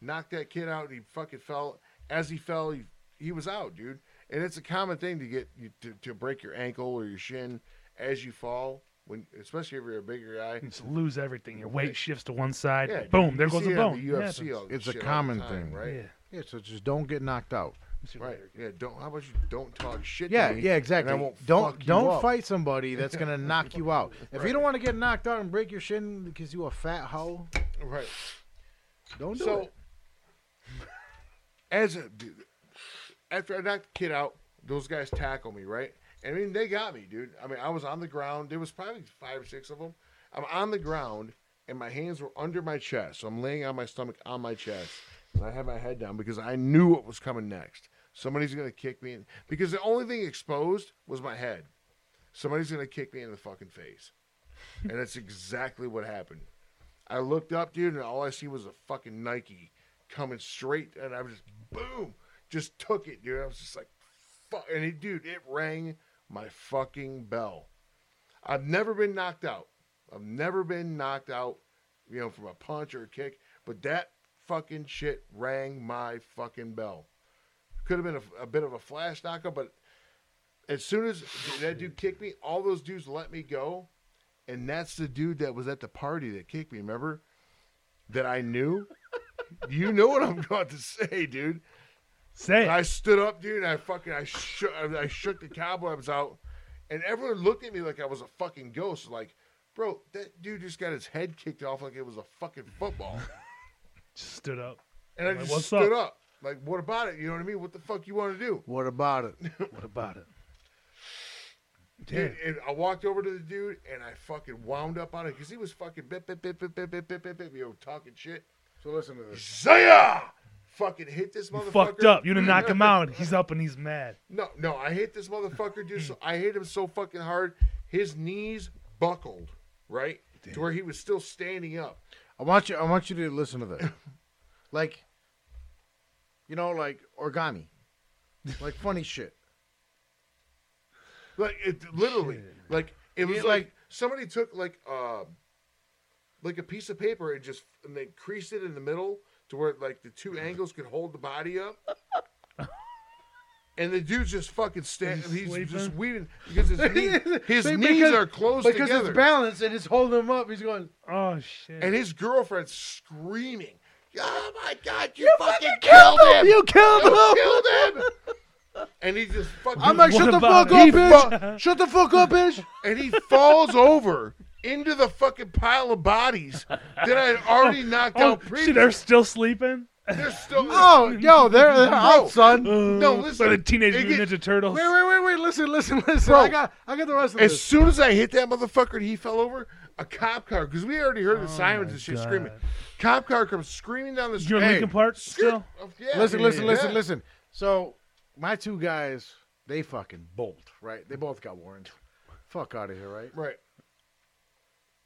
Speaker 4: knocked that kid out, he fucking fell. As he fell, he, he was out, dude. And it's a common thing to get you to, to break your ankle or your shin as you fall, when especially if you're a bigger guy.
Speaker 5: You just lose everything. Your weight shifts to one side.
Speaker 4: Yeah,
Speaker 5: Boom.
Speaker 4: you
Speaker 5: There
Speaker 4: see
Speaker 5: goes
Speaker 4: it
Speaker 5: the
Speaker 4: in
Speaker 5: bone.
Speaker 4: The
Speaker 5: It happens.
Speaker 4: UFC all
Speaker 3: It's
Speaker 4: shit
Speaker 3: a
Speaker 4: all the
Speaker 3: common
Speaker 4: time,
Speaker 3: thing.
Speaker 4: right?
Speaker 5: Yeah.
Speaker 3: Yeah, so just don't get knocked out.
Speaker 4: Right. Yeah. Don't. How about you don't talk shit?
Speaker 3: Yeah,
Speaker 4: to me,
Speaker 3: yeah,
Speaker 4: and
Speaker 3: exactly.
Speaker 4: I won't
Speaker 3: Don't
Speaker 4: fuck you
Speaker 3: don't
Speaker 4: up.
Speaker 3: fight somebody that's gonna knock you out. If you don't want to get knocked out and break your shin because you a fat hoe,
Speaker 4: Right.
Speaker 3: don't do
Speaker 4: So
Speaker 3: it.
Speaker 4: as a, after I knocked the kid out, those guys tackle me. Right. And I mean, they got me, dude. I mean, I was on the ground. There was probably five or six of them. I'm on the ground, and my hands were under my chest. So I'm laying on my stomach on my chest, and I had my head down because I knew what was coming next. Somebody's gonna kick me, in, because the only thing exposed was my head. Somebody's gonna kick me in the fucking face. and that's exactly what happened. I looked up, dude, and all I see was a fucking Nike coming straight, and I was just boom, just took it, dude. I was just like, fuck, and it, dude, it rang my fucking bell. I've never been knocked out. I've never been knocked out, you know, from a punch or a kick, but that fucking shit rang my fucking bell. Could have been a, a bit of a flash knockout, but as soon as that dude kicked me, all those dudes let me go, and that's the dude that was at the party that kicked me. Remember? that I knew. you know what I'm about to say, dude.
Speaker 5: Say
Speaker 4: And
Speaker 5: it.
Speaker 4: I stood up, dude. And I fucking I shook I shook the cobwebs out, and everyone looked at me like I was a fucking ghost. Like, bro, that dude just got his head kicked off like it was a fucking football.
Speaker 5: Just stood up.
Speaker 4: And I
Speaker 5: Like,
Speaker 4: just
Speaker 5: "What's
Speaker 4: stood up? Like, what about it? You know what I mean? What the fuck you want to do?
Speaker 3: What about it?
Speaker 5: What about it?
Speaker 4: Dude, and I walked over to the dude and I fucking wound up on it because he was fucking bip bip bip bip bip bip bip bip bip, you know, talking shit.
Speaker 3: So listen to this.
Speaker 4: Zaya! Fucking hit this
Speaker 5: You
Speaker 4: motherfucker.
Speaker 5: fucked up. You done knock him out. He's up and he's mad.
Speaker 4: No, no, I hit this motherfucker, dude. So I hit him so fucking hard, his knees buckled, right? To where he was still standing up.
Speaker 3: I want you. I want you to listen to this. Like, you know, like origami, like funny shit.
Speaker 4: Like it literally, like it was
Speaker 3: Yeah,
Speaker 4: like,
Speaker 3: like-
Speaker 4: somebody took like uh, like a piece of paper and just and they creased it in the middle to where like the two angles could hold the body up. And the dude's just fucking standing.
Speaker 5: He's
Speaker 4: He's just
Speaker 5: sleeping?
Speaker 4: weeding because his, knee, his
Speaker 3: Be-
Speaker 4: knees
Speaker 3: because-
Speaker 4: are closed
Speaker 3: because
Speaker 4: together.
Speaker 3: it's balanced and it's holding him up. He's going.
Speaker 5: Oh shit.
Speaker 4: and his girlfriend's screaming, "Oh my god, you, fucking, killed him!
Speaker 3: You killed
Speaker 4: You
Speaker 3: him.
Speaker 4: killed him!" and he just fucking
Speaker 3: I'm like,
Speaker 5: What
Speaker 3: shut the
Speaker 5: about
Speaker 3: fuck
Speaker 5: it?
Speaker 3: up,
Speaker 5: He
Speaker 3: bitch. Shut the fuck up, bitch.
Speaker 4: and he falls over into the fucking pile of bodies that I had already knocked
Speaker 5: oh
Speaker 4: out
Speaker 5: shit,
Speaker 4: previously.
Speaker 5: they're still sleeping.
Speaker 4: They're still
Speaker 3: Oh, yo, they're, they're out, son.
Speaker 4: no,
Speaker 5: Like
Speaker 4: listen.
Speaker 5: the Teenage
Speaker 4: It
Speaker 5: Mutant
Speaker 4: get-
Speaker 5: Ninja Turtles.
Speaker 3: Wait, wait, wait, wait. Listen, listen, listen.
Speaker 4: Bro.
Speaker 3: I got, I got the rest of
Speaker 4: as
Speaker 3: this.
Speaker 4: soon as I hit that motherfucker and he fell over, a cop car because we already heard the
Speaker 3: Oh
Speaker 4: sirens and shit
Speaker 5: God.
Speaker 4: screaming. Cop car comes screaming down the
Speaker 5: You're
Speaker 4: street.
Speaker 5: in
Speaker 4: Hey,
Speaker 5: Lincoln Park still.
Speaker 4: yeah,
Speaker 3: Listen,
Speaker 4: yeah,
Speaker 3: listen,
Speaker 4: yeah.
Speaker 3: listen, listen. So, my two guys, they fucking bolt, right? They both got warrants. Fuck out of here, right?
Speaker 4: Right.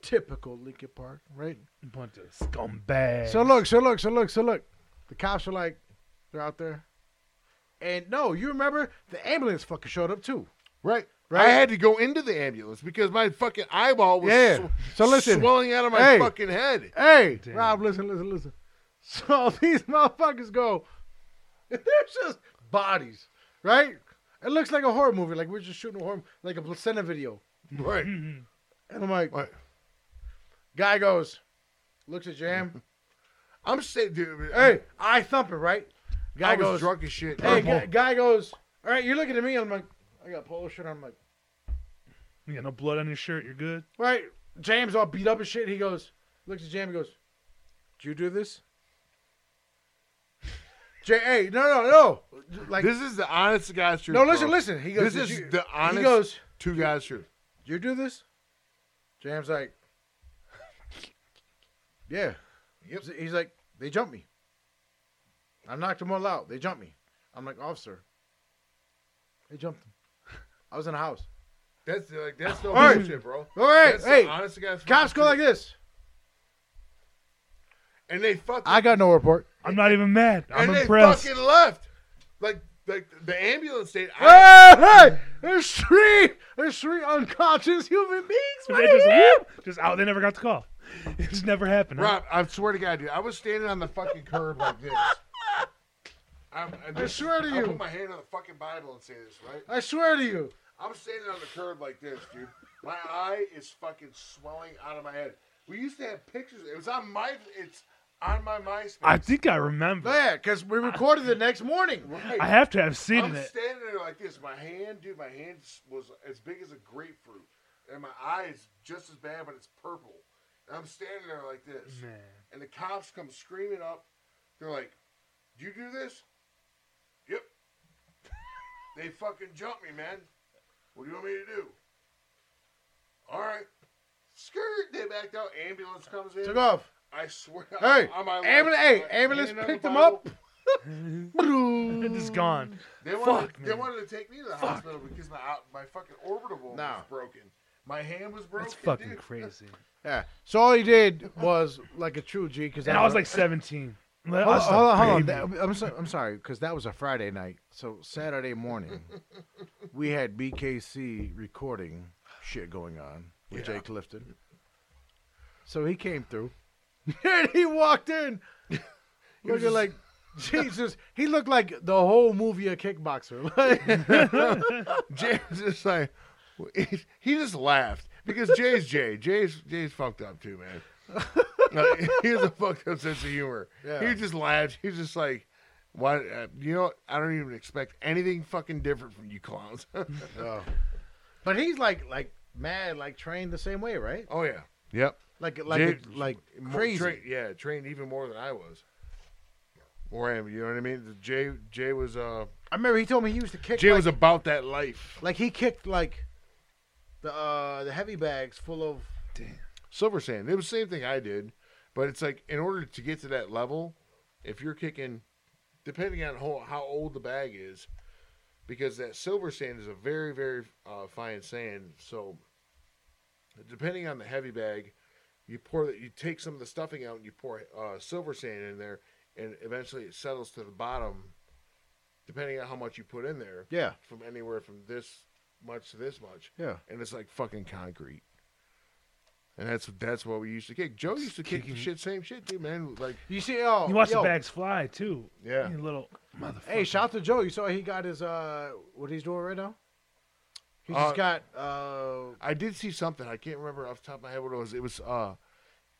Speaker 3: Typical Lincoln Park, right?
Speaker 5: Bunch of scumbags.
Speaker 3: So look, so look, so look, so look. The cops are like, they're out there. And no, you remember the ambulance fucking showed up too.
Speaker 4: Right.
Speaker 3: Right.
Speaker 4: I had to go into the ambulance because my fucking eyeball was
Speaker 3: Yeah.
Speaker 4: sw-
Speaker 3: So listen.
Speaker 4: swelling out of my
Speaker 3: Hey.
Speaker 4: fucking head.
Speaker 3: Hey,
Speaker 5: Damn.
Speaker 3: Rob, listen, listen, listen. So these motherfuckers go, there's just bodies, right? It looks like a horror movie, like we're just shooting a horror, like a placenta video.
Speaker 4: Right.
Speaker 3: And I'm like,
Speaker 4: What?
Speaker 3: guy goes, looks at Jam.
Speaker 4: I'm saying, dude.
Speaker 3: hey, I thump it, right? Guy
Speaker 4: I was
Speaker 3: goes,
Speaker 4: drunk as shit.
Speaker 3: hey,
Speaker 4: Purple.
Speaker 3: guy, guy goes, all right, you're looking at me. I'm like, I got polo shirt. on. I'm like,
Speaker 5: You got no blood on your shirt. You're good.
Speaker 3: all right, Jam's all beat up and shit. He goes, looks at Jam. He goes, did you do this? J, hey, no, no, no. Like,
Speaker 4: This is the honest to God's truth.
Speaker 3: No, listen,
Speaker 4: bro.
Speaker 3: listen. He goes.
Speaker 4: This
Speaker 3: "Did
Speaker 4: is
Speaker 3: you-"
Speaker 4: the honest
Speaker 3: He goes.
Speaker 4: to God's truth.
Speaker 3: You do this? Jam's like. Yeah.
Speaker 4: Yep.
Speaker 3: He's- He's like, they jumped me. I knocked them all out. They jumped me. I'm like, officer. They jumped. Him. I was in a house.
Speaker 4: That's like that's no
Speaker 3: All right.
Speaker 4: bullshit, bro.
Speaker 3: All right,
Speaker 4: That's the
Speaker 3: hey,
Speaker 4: honest to God's
Speaker 3: Cops
Speaker 4: fucking
Speaker 3: go like
Speaker 4: truth.
Speaker 3: this.
Speaker 4: and they fucking
Speaker 3: I got no report.
Speaker 5: I'm not even mad. I'm
Speaker 4: and
Speaker 5: impressed.
Speaker 4: they fucking left. Like like the ambulance stayed. I,
Speaker 3: Hey, hey, there's three, there's three unconscious human beings.
Speaker 5: So
Speaker 3: right
Speaker 5: they just,
Speaker 3: here.
Speaker 5: whoop, just out. They never got the call. It just never happened. huh?
Speaker 4: Rob, I swear to God, dude, I was standing on the fucking curb like this. I, I,
Speaker 3: I swear to
Speaker 4: I
Speaker 3: you.
Speaker 4: put my hand on the fucking Bible and say this, right?
Speaker 3: I swear to you.
Speaker 4: I'm standing on the curb like this, dude. My eye is fucking swelling out of my head. We used to have pictures. It was on my. It's on my MySpace.
Speaker 5: I think I remember.
Speaker 3: Yeah, because we recorded the next morning.
Speaker 4: Right.
Speaker 5: I have to have seen
Speaker 4: I'm
Speaker 5: it.
Speaker 4: standing there like this. My hand, dude, my hand was as big as a grapefruit, and my eye is just as bad, but it's purple. And I'm standing there like this,
Speaker 5: Man.
Speaker 4: and the cops come screaming up. They're like, "Do you do this?" Yep. they fucking jumped me, man. What do you want me to do? All right. Skirt. They backed out. Ambulance comes in.
Speaker 3: Took off.
Speaker 4: I swear.
Speaker 3: Hey,
Speaker 4: on my left,
Speaker 3: ambulance, hey,
Speaker 4: my
Speaker 3: ambulance
Speaker 4: hand on the
Speaker 3: picked him
Speaker 4: Bible.
Speaker 3: up.
Speaker 5: It is gone.
Speaker 4: They wanted,
Speaker 5: Fuck,
Speaker 4: they
Speaker 5: man.
Speaker 4: wanted to take me to the hospital because my out- my fucking orbital bone was
Speaker 3: Nah.
Speaker 4: broken. My hand was broken.
Speaker 5: That's fucking
Speaker 4: dude.
Speaker 5: crazy.
Speaker 3: Yeah. So all he did was like a true G because
Speaker 5: And I was like 17. Hold
Speaker 3: hold, hold on, hold on. That- I'm, so, I'm sorry because that was a Friday night. So Saturday morning, we had BKC recording shit going on with Jay Clifton. So he came through, and he walked in, looking like Jesus. He looked like the whole movie a kickboxer.
Speaker 4: James is like, he just laughed because Jay's Jay. Jay's Jay's fucked up too, man. Like, he has a fucked up sense of humor.
Speaker 3: Yeah.
Speaker 4: He just laughs. He's just like, why? Uh, you know, what? I don't even expect anything fucking different from you clowns.
Speaker 3: Oh. But he's like like mad, like trained the same way, right?
Speaker 4: oh yeah, yep,
Speaker 3: Like like
Speaker 4: Dude,
Speaker 3: like
Speaker 4: More
Speaker 3: crazy.
Speaker 4: trained- yeah, trained even more than I was. Or am you know what I mean? The Jay Jay was uh
Speaker 3: I remember he told me he used to kick.
Speaker 4: Jay
Speaker 3: like,
Speaker 4: was about that life.
Speaker 3: like he kicked like the uh the heavy bags full of
Speaker 4: Silver Sand. It was the same thing I did, but it's like in order to get to that level, if you're kicking, depending on how, how old the bag is, because that silver sand is a very very uh, fine sand. So depending on the heavy bag, you pour that you take some of the stuffing out and you pour uh, silver sand in there, and eventually it settles to the bottom. Depending on how much you put in there,
Speaker 3: yeah
Speaker 4: from anywhere from this much to this much
Speaker 3: yeah.
Speaker 4: and it's like fucking concrete. And that's that's what we used to kick. Joe used to kick the shit, same shit, dude, man. Like,
Speaker 3: You see, oh,
Speaker 5: You watch
Speaker 3: yo,
Speaker 5: the bags fly too.
Speaker 4: Yeah.
Speaker 5: You little
Speaker 3: Hey, shout out to Joe. You saw he got his uh what he's doing right now. He
Speaker 4: Uh,
Speaker 3: just got uh
Speaker 4: I did see something. I can't remember off the top of my head what it was. It was, uh,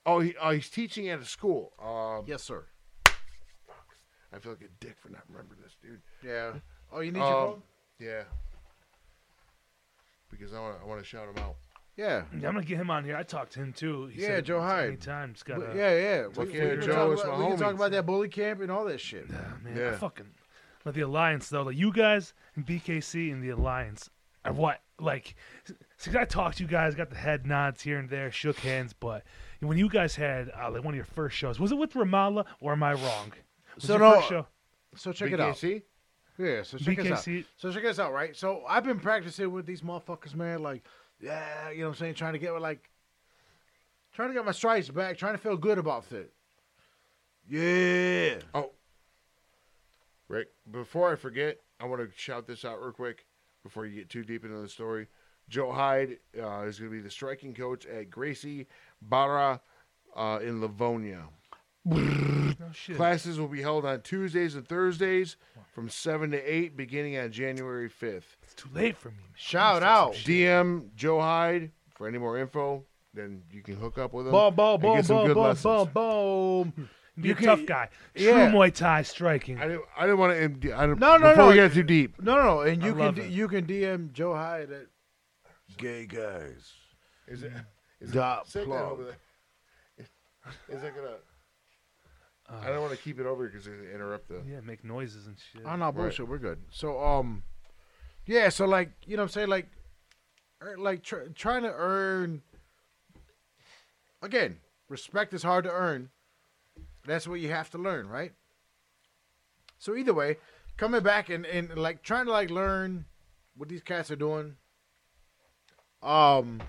Speaker 4: oh, he, oh he's teaching at a school. Um,
Speaker 3: yes sir.
Speaker 4: I feel like a dick for not remembering this, dude.
Speaker 3: Yeah. Oh, you need your
Speaker 4: Um,
Speaker 3: phone?
Speaker 4: Yeah. Because I want to I want to shout him out.
Speaker 3: Yeah.
Speaker 5: Yeah, I'm gonna get him on here. I talked to him too. He
Speaker 3: Yeah,
Speaker 5: said,
Speaker 3: Joe Hyde.
Speaker 5: Anytime, just gotta.
Speaker 3: We- yeah, yeah. We,
Speaker 4: Fuck
Speaker 3: we,
Speaker 4: yeah,
Speaker 3: can
Speaker 4: Joe,
Speaker 3: talk
Speaker 4: it's
Speaker 3: about,
Speaker 4: my
Speaker 3: we can talk
Speaker 4: homies.
Speaker 3: about that bully camp and all that shit.
Speaker 5: Ah, man, I
Speaker 4: Yeah.
Speaker 5: fucking. But the alliance though, like you guys and BKC and the alliance are what like. Since I talked to you guys, got the head nods here and there, shook hands, but when you guys had uh, like one of your first shows, was it with Ramallah or am I wrong? Was
Speaker 3: So
Speaker 5: your
Speaker 3: no,
Speaker 5: first show?
Speaker 3: So check it out.
Speaker 4: BKC?
Speaker 3: Yeah, so check this out.
Speaker 5: BKC.
Speaker 3: So check this out, right? So I've been practicing with these motherfuckers, man. Like, yeah, you know what I'm saying? Trying to get like, trying to get my stripes back. Trying to feel good about it. Yeah.
Speaker 4: Oh, Rick, before I forget, I want to shout this out real quick before you get too deep into the story. Joe Hyde uh, is going to be the striking coach at Gracie Barra uh, in Livonia.
Speaker 5: No shit.
Speaker 4: Classes will be held on Tuesdays and Thursdays from 7 to 8, beginning on January 5th.
Speaker 5: It's too late for me. Man.
Speaker 3: Shout out.
Speaker 4: DM Joe Hyde for any more info, then you can hook up with him.
Speaker 3: Boom, boom,
Speaker 4: and
Speaker 3: boom,
Speaker 4: get some
Speaker 3: boom,
Speaker 4: good
Speaker 3: boom,
Speaker 4: lessons.
Speaker 3: boom, boom.
Speaker 5: Be
Speaker 3: You
Speaker 5: a
Speaker 3: can-
Speaker 5: tough guy.
Speaker 3: yeah.
Speaker 5: True Muay Thai striking.
Speaker 4: I didn't, I didn't want to. I didn't,
Speaker 3: No, no,
Speaker 4: before
Speaker 3: no.
Speaker 4: we got too deep.
Speaker 3: No, no, no. And you can
Speaker 5: love
Speaker 3: d-
Speaker 5: it.
Speaker 3: you can DM Joe Hyde at Gay Guys.
Speaker 4: Is it,
Speaker 3: Dot
Speaker 4: Set that
Speaker 3: plug.
Speaker 4: over there. Is that gonna? I don't want to keep it over because it interrupt the.
Speaker 5: yeah, make noises and shit.
Speaker 3: Oh no, bullshit. We're good. So um, yeah. So like, you know, what I'm saying like, er, like tr- trying to earn. Again, respect is hard to earn. That's what you have to learn, right? So either way, coming back and, and like trying to like learn what these cats are doing. Um,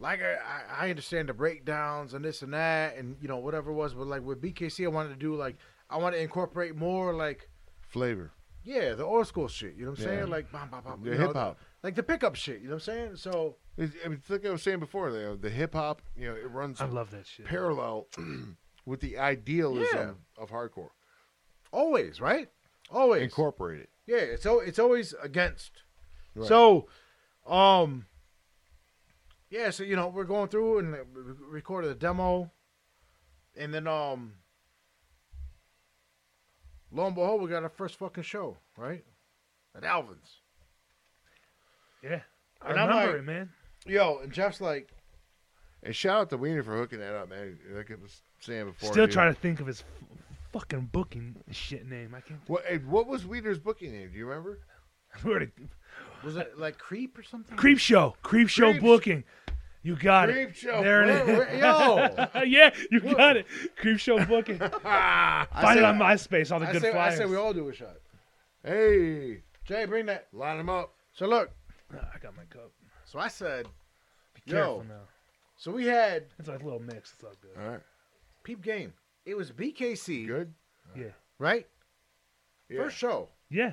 Speaker 3: like I, I- I understand the breakdowns and this and that and you know whatever it was, but like with BKC, I wanted to do like I want to incorporate more like
Speaker 4: Flavor.
Speaker 3: yeah, the old school shit. You know what I'm
Speaker 4: Yeah.
Speaker 3: saying? Like bam, bam, bam,
Speaker 4: The
Speaker 3: you know,
Speaker 4: hip-hop.
Speaker 3: like the pickup shit. You know what I'm saying? So
Speaker 4: It's, I mean, it's like I was saying before, though, the hip hop, you know, it runs
Speaker 5: I love that shit.
Speaker 4: parallel with the idealism of hardcore.
Speaker 3: always, right? Always.
Speaker 4: Incorporate it.
Speaker 3: yeah, it's al- it's always against.
Speaker 4: Right.
Speaker 3: So, um, yeah. So you know we're going through and uh, re- recorded a demo, and then um, lo and behold, we got our first fucking show, right? At Alvin's.
Speaker 5: Yeah. I
Speaker 3: And I'm
Speaker 5: remember
Speaker 3: like-
Speaker 5: it, man.
Speaker 3: Yo, and Jeff's like,
Speaker 4: And shout out to Wiener for hooking that up, man. Like I was saying before.
Speaker 5: Still
Speaker 4: dude.
Speaker 5: trying to think of his f- fucking booking shit name. I can't.
Speaker 4: What, eh, what was Wiener's booking name? Do you remember?
Speaker 5: Think. We're at a-
Speaker 3: was it like creep or something?
Speaker 5: Creep show. Creep show
Speaker 4: Creeps.
Speaker 5: booking. You got
Speaker 4: Creep
Speaker 5: it.
Speaker 4: Show.
Speaker 5: There it
Speaker 4: Where-
Speaker 5: is.
Speaker 4: where-
Speaker 3: Yo,
Speaker 5: yeah, you got it. Creep show booking. Find
Speaker 3: say-
Speaker 5: it on MySpace. All the
Speaker 3: I
Speaker 5: good
Speaker 3: say, I
Speaker 5: flyers.
Speaker 3: say we all do a shot.
Speaker 4: Hey,
Speaker 3: Jay, bring that.
Speaker 4: line them up.
Speaker 3: So look,
Speaker 5: Ah, I got my cup.
Speaker 3: so I said,
Speaker 5: Be careful
Speaker 3: Yo.
Speaker 5: now.
Speaker 3: so we had
Speaker 5: It's like a little mix. It's all good.
Speaker 4: All right,
Speaker 3: peep game. It was BKC,
Speaker 4: good.
Speaker 5: Yeah.
Speaker 3: right?
Speaker 4: Yeah.
Speaker 3: First show,
Speaker 5: Yeah.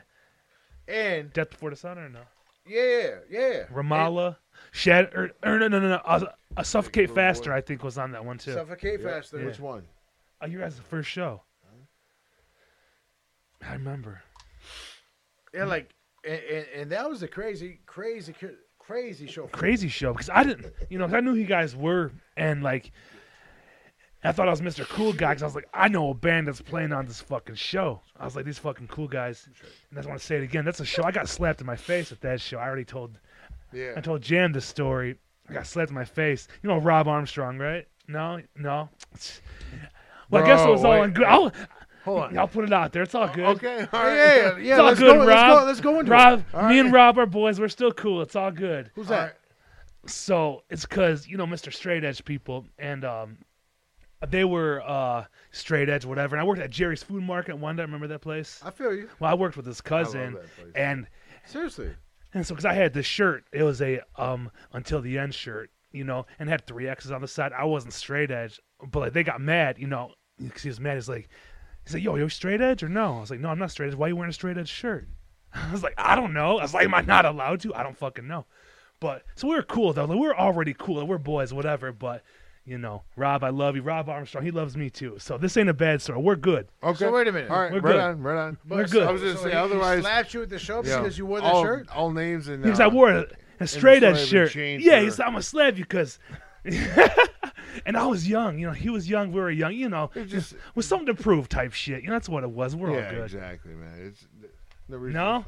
Speaker 3: and
Speaker 5: Death Before the Sun or no?
Speaker 3: yeah, yeah,
Speaker 5: Ramallah. Shed. Or, or no, no, no, no. A, a Suffocate
Speaker 4: Big Blue
Speaker 5: Faster,
Speaker 4: Boy.
Speaker 5: I think, was on that one too.
Speaker 3: suffocate faster.
Speaker 4: Which one?
Speaker 5: oh, you guys, the first show. I remember.
Speaker 3: And like, and, and, and that was a crazy, crazy, cra- crazy show.
Speaker 5: crazy show because I didn't, you know, 'cause I knew you guys were, and like, And I thought I was Mr. Cool Guy because I was like, I know a band that's playing on this fucking show. I was like, these fucking cool guys. And I just want to say it again. That's a show. I got slapped in my face at that show. I already told I
Speaker 4: Yeah.
Speaker 5: told Jam this story. I got slapped in my face. You know Rob Armstrong, right? No, no. Well, I guess it
Speaker 4: Bro,
Speaker 5: was all
Speaker 4: wait,
Speaker 5: in good. I'll,
Speaker 3: Hold on.
Speaker 5: I'll put it out there. It's all good.
Speaker 4: Okay. All right.
Speaker 3: Yeah, yeah, yeah.
Speaker 5: It's all
Speaker 3: let's, go,
Speaker 5: good, Rob.
Speaker 3: let's go. Let's go into
Speaker 5: Rob,
Speaker 3: it. All
Speaker 5: me
Speaker 3: right.
Speaker 5: and Rob are boys. We're still cool. It's all good.
Speaker 3: Who's
Speaker 4: All
Speaker 3: that?
Speaker 4: right.
Speaker 5: So it's because you know Mr. Straight Edge people, and um, they were uh straight edge, whatever. And I worked at Jerry's Food Market one day. Remember that place?
Speaker 3: I feel you.
Speaker 5: Well, I worked with his cousin,
Speaker 4: that place.
Speaker 5: and
Speaker 3: Seriously.
Speaker 5: and so, because I had this shirt, it was a um until the end shirt, you know, and had three X's on the side. I wasn't straight edge, but like they got mad, you know, because he was mad. He's like, he's like, yo, you're straight edge or no? I was like, no, I'm not straight edge. Why you wearing a straight edge shirt? I was like, I don't know. I was like, am I not allowed to? I don't fucking know. But so we were cool though. Like, we were already cool. Like, we're boys, whatever. But you know, Rob, I love you. Rob Armstrong, he loves me too. So this ain't a bad story. We're good.
Speaker 4: Okay.
Speaker 3: So wait a minute.
Speaker 4: All right.
Speaker 5: We're
Speaker 4: right
Speaker 5: good.
Speaker 4: on. Right on.
Speaker 5: We're good.
Speaker 4: I was going to
Speaker 3: So
Speaker 4: say,
Speaker 3: he- he
Speaker 4: otherwise.
Speaker 3: slapped you at the show
Speaker 4: yeah,
Speaker 3: because you wore that
Speaker 4: all,
Speaker 3: shirt.
Speaker 4: All names and.
Speaker 5: Because
Speaker 4: uh,
Speaker 5: I wore a, a straight edge
Speaker 4: slave
Speaker 5: shirt.
Speaker 4: and chain
Speaker 5: Yeah,
Speaker 4: for-
Speaker 5: he's I'm a slave because. and I was young, you know. He was young, we were young, you know.
Speaker 4: It's just.
Speaker 5: With something to prove, type shit. You know, that's what it was. We're
Speaker 4: Yeah,
Speaker 5: all good.
Speaker 4: exactly, man. It's. No? reason
Speaker 5: No,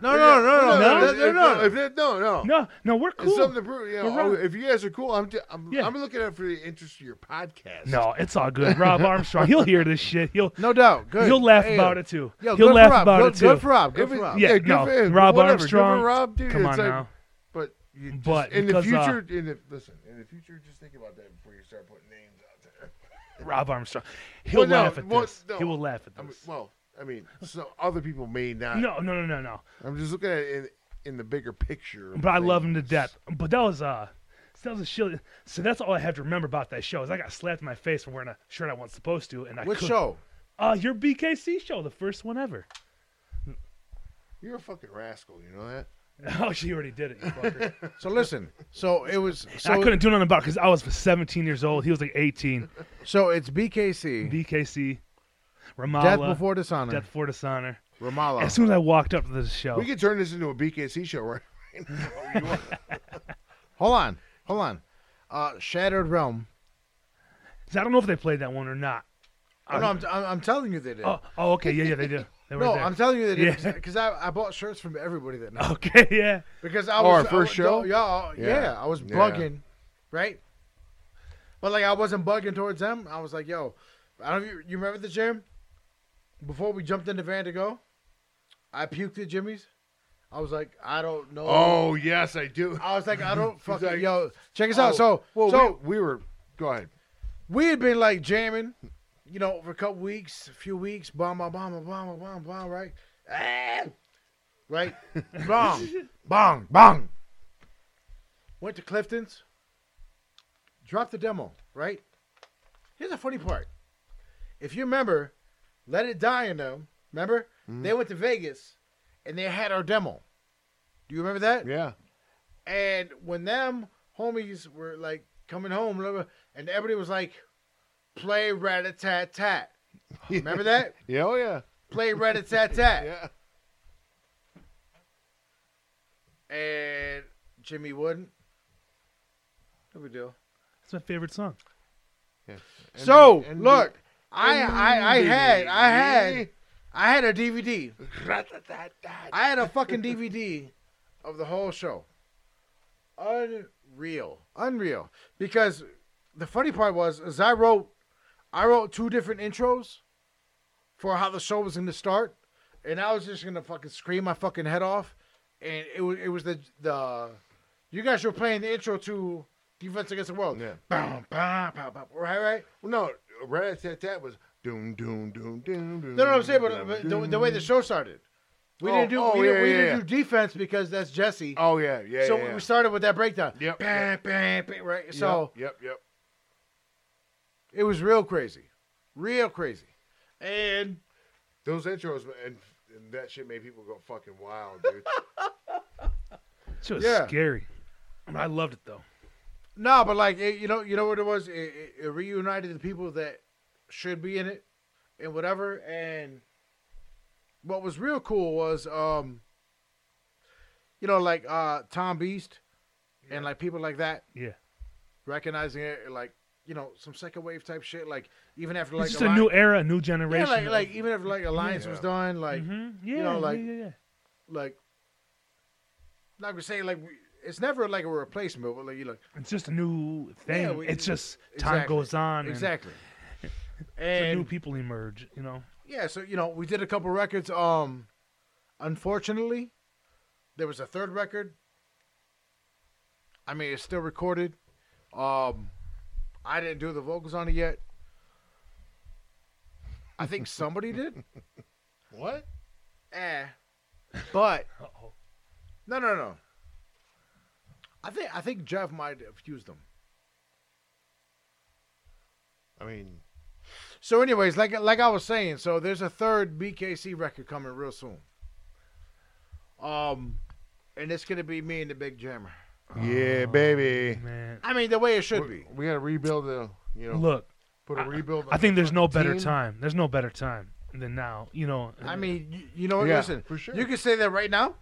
Speaker 3: No, no, no, no, no,
Speaker 5: No,
Speaker 3: no, no.
Speaker 4: If it- No, no.
Speaker 5: no, no, we're
Speaker 4: It's
Speaker 5: cool.
Speaker 4: something to prove. You
Speaker 5: We're
Speaker 4: know,
Speaker 5: wrong.
Speaker 4: if you guys are cool, I'm, ju- I'm,
Speaker 5: Yeah.
Speaker 4: I'm looking out for the interest of your podcast.
Speaker 5: No, it's all good. Rob Armstrong, he'll hear this shit. He'll
Speaker 3: No doubt. Good.
Speaker 5: he'll laugh
Speaker 3: Hey,
Speaker 5: about it too.
Speaker 3: Yo,
Speaker 5: he'll
Speaker 3: good
Speaker 5: laugh
Speaker 3: for Rob.
Speaker 5: about
Speaker 3: good,
Speaker 5: it too.
Speaker 3: Good for Rob. Good
Speaker 4: If
Speaker 3: for
Speaker 4: it-
Speaker 3: Rob.
Speaker 5: Yeah,
Speaker 4: good
Speaker 5: no,
Speaker 4: for him.
Speaker 5: Rob
Speaker 4: Whatever, good for
Speaker 5: Armstrong.
Speaker 4: Rob, dude.
Speaker 5: Come
Speaker 4: It's
Speaker 5: on
Speaker 4: like-
Speaker 5: now.
Speaker 4: But, you just-
Speaker 5: But
Speaker 4: in the
Speaker 5: because, uh,
Speaker 4: future, in the, listen, in the future, just think about that before you start putting names out there.
Speaker 5: Rob Armstrong, he'll
Speaker 4: Well, no,
Speaker 5: laugh at
Speaker 4: well,
Speaker 5: this.
Speaker 4: no.
Speaker 5: He will laugh at
Speaker 4: I mean,
Speaker 5: this.
Speaker 4: well, I mean, so other people may not.
Speaker 5: No, no, no, no, no.
Speaker 4: I'm just looking at it in, in the bigger picture. of
Speaker 5: But I love him to
Speaker 4: things.
Speaker 5: death. But that was uh, so that was a shit. So that's all I have to remember about that show is I got slapped in my face for wearing a shirt I wasn't supposed to, and I
Speaker 3: What
Speaker 5: could
Speaker 3: show?
Speaker 5: Uh, your BKC show, the first one ever.
Speaker 4: You're a fucking rascal. You know that.
Speaker 5: Oh, she already did it. You fucker.
Speaker 3: So listen. So it was. So,
Speaker 5: I couldn't do nothing about because I was 17 years old. He was like 18.
Speaker 3: So it's BKC.
Speaker 5: BKC, Ramallah,
Speaker 3: Death before dishonor.
Speaker 5: Death Before Dishonor.
Speaker 3: Ramallah.
Speaker 5: As soon as I walked up to the show,
Speaker 4: We could turn this into a BKC show, right?
Speaker 3: Hold on. Hold on. Uh, Shattered Realm.
Speaker 5: 'cause I don't know if they played that one or not.
Speaker 3: Oh, no, I'm, I'm, I'm telling you they did.
Speaker 5: Oh, oh, okay, yeah, yeah, they did. They were
Speaker 3: no,
Speaker 5: there.
Speaker 3: I'm telling you they did
Speaker 5: Yeah.
Speaker 3: because I, I bought shirts from everybody that night.
Speaker 5: okay, yeah.
Speaker 3: Because I
Speaker 4: Oh, our
Speaker 3: was
Speaker 4: first
Speaker 3: I,
Speaker 4: show?
Speaker 3: yeah, I- yeah,
Speaker 4: Yeah.
Speaker 3: I was
Speaker 4: Yeah.
Speaker 3: bugging, right? But like I wasn't bugging towards them. I was like, yo, I don't. You, you remember the gym? Before we jumped in the van to go, I puked at Jimmy's. I was like, I don't know.
Speaker 4: Oh yes, I do.
Speaker 3: I was like, I don't fucking
Speaker 4: like, oh.
Speaker 3: yo. Check us out. So,
Speaker 4: well,
Speaker 3: so
Speaker 4: we, we were. Go ahead.
Speaker 3: we had been like jamming, you know, for a couple weeks, a few weeks, bomb, bomb, bomb, bomb, bomb, bomb, right? Ah! Right? bong, bong, bong. Went to Clifton's, dropped the demo, right? Here's the funny part. If you remember, Let It Die in them, remember? They went to Vegas and they had our demo. Do you remember that?
Speaker 4: Yeah.
Speaker 3: And when them homies were like coming home, blah, blah, and everybody was like, play rat a tat tat. Remember that?
Speaker 4: Yeah. Oh yeah.
Speaker 3: Play rat a tat tat.
Speaker 4: Yeah.
Speaker 3: And Jimmy wouldn't. No big deal.
Speaker 5: That's my favorite song.
Speaker 3: So
Speaker 4: And- and-
Speaker 3: look, I, I I had I had I had a DVD. I had a fucking DVD of the whole show. Unreal, unreal. Because the funny part was, is I wrote, I wrote two different intros for how the show was going to start, and I was just going to fucking scream my fucking head off, and it was it was the the you guys were playing the intro to Defense Against the World.
Speaker 4: Yeah.
Speaker 3: Bam, bam, bam, bam. Right, right.
Speaker 4: No, rat tat tat was doom doom doom doom doom.
Speaker 3: No, no, I'm saying, but, but the, the way the show started, we
Speaker 4: Oh,
Speaker 3: didn't do
Speaker 4: oh,
Speaker 3: we, didn't,
Speaker 4: yeah,
Speaker 3: we
Speaker 4: yeah,
Speaker 3: didn't
Speaker 4: yeah.
Speaker 3: do defense because that's Jesse.
Speaker 4: Oh yeah, yeah.
Speaker 3: so
Speaker 4: yeah, yeah.
Speaker 3: we started with that breakdown.
Speaker 4: Yep.
Speaker 3: Bam, bam, bam, right. So
Speaker 4: Yep. Yep.
Speaker 3: it was real crazy, real crazy, and
Speaker 4: Those intros and, and that shit made people go fucking wild, dude.
Speaker 5: She was
Speaker 3: Yeah.
Speaker 5: scary. I loved it though.
Speaker 3: no, but like it, you know, you know what it was. It, it, it reunited the people that should be in it, and whatever. And what was real cool was, um, you know, like uh, Tom Beast, and like people like that.
Speaker 5: Yeah.
Speaker 3: recognizing it, like you know some second wave type shit. Like even after like
Speaker 5: it's just
Speaker 3: Alli-
Speaker 5: a new era, a new
Speaker 3: yeah,
Speaker 5: generation.
Speaker 3: like, like even after like Alliance
Speaker 4: Yeah. Mm-hmm.
Speaker 3: was done, like
Speaker 5: Mhm, yeah,
Speaker 3: you know, like-
Speaker 5: yeah, yeah, yeah.
Speaker 3: like like we're saying, like we, it's never like a replacement, but like you like
Speaker 5: It's just a new thing.
Speaker 3: Yeah, we-
Speaker 5: it's just time
Speaker 3: exactly.
Speaker 5: goes on. and
Speaker 3: exactly.
Speaker 5: so
Speaker 3: And
Speaker 5: new people emerge. You know.
Speaker 3: yeah, so you know we did a couple records. Um, unfortunately, there was a third record. I mean, it's still recorded. Um, I didn't do the vocals on it yet. I think somebody did.
Speaker 4: What?
Speaker 3: Eh, but
Speaker 5: Uh-oh.
Speaker 3: no, no, no. I think I think Jeff might have used them.
Speaker 4: I mean,
Speaker 3: So, anyways, like like I was saying, so there's a third BKC record coming real soon. Um, and it's gonna be me and the Big Jammer.
Speaker 4: yeah, baby.
Speaker 5: Man,
Speaker 3: I mean, the way it should
Speaker 4: We,
Speaker 3: be.
Speaker 4: got to rebuild the, you know,
Speaker 5: look,
Speaker 4: put a rebuild.
Speaker 5: I
Speaker 4: on
Speaker 5: think
Speaker 4: the
Speaker 5: there's no better
Speaker 4: team.
Speaker 5: time. There's no better time than now. You know.
Speaker 3: I mean, you, you know what?
Speaker 4: Yeah,
Speaker 3: listen,
Speaker 4: for sure.
Speaker 3: you can say that right now.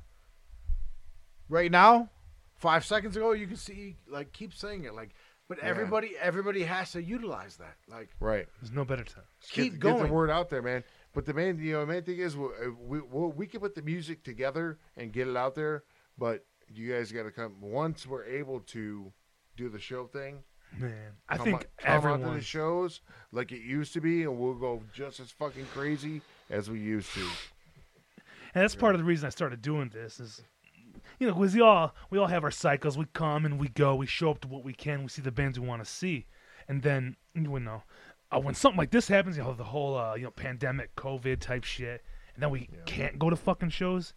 Speaker 3: Right now, five seconds ago, you can see like keep saying it like, but everybody everybody has to utilize that like
Speaker 4: Right.
Speaker 5: there's no better time.
Speaker 3: keep
Speaker 4: get,
Speaker 3: going.
Speaker 4: Get the word out there, man. But the main, you know, the main thing is we, we, we we can put the music together and get it out there, but you guys got to come once we're able to do the show thing.
Speaker 5: Man, I
Speaker 4: come
Speaker 5: think
Speaker 4: out- come out to
Speaker 5: everyone.
Speaker 4: the shows like it used to be, and we'll go just as fucking crazy as we used to.
Speaker 5: And that's part of the reason I started doing this is, you know, because we all we all have our cycles. We come and we go. We show up to what we can. We see the bands we want to see, and then you know, uh, when something like this happens, you know, the whole uh, you know pandemic, COVID type shit, and then we can't go to fucking shows.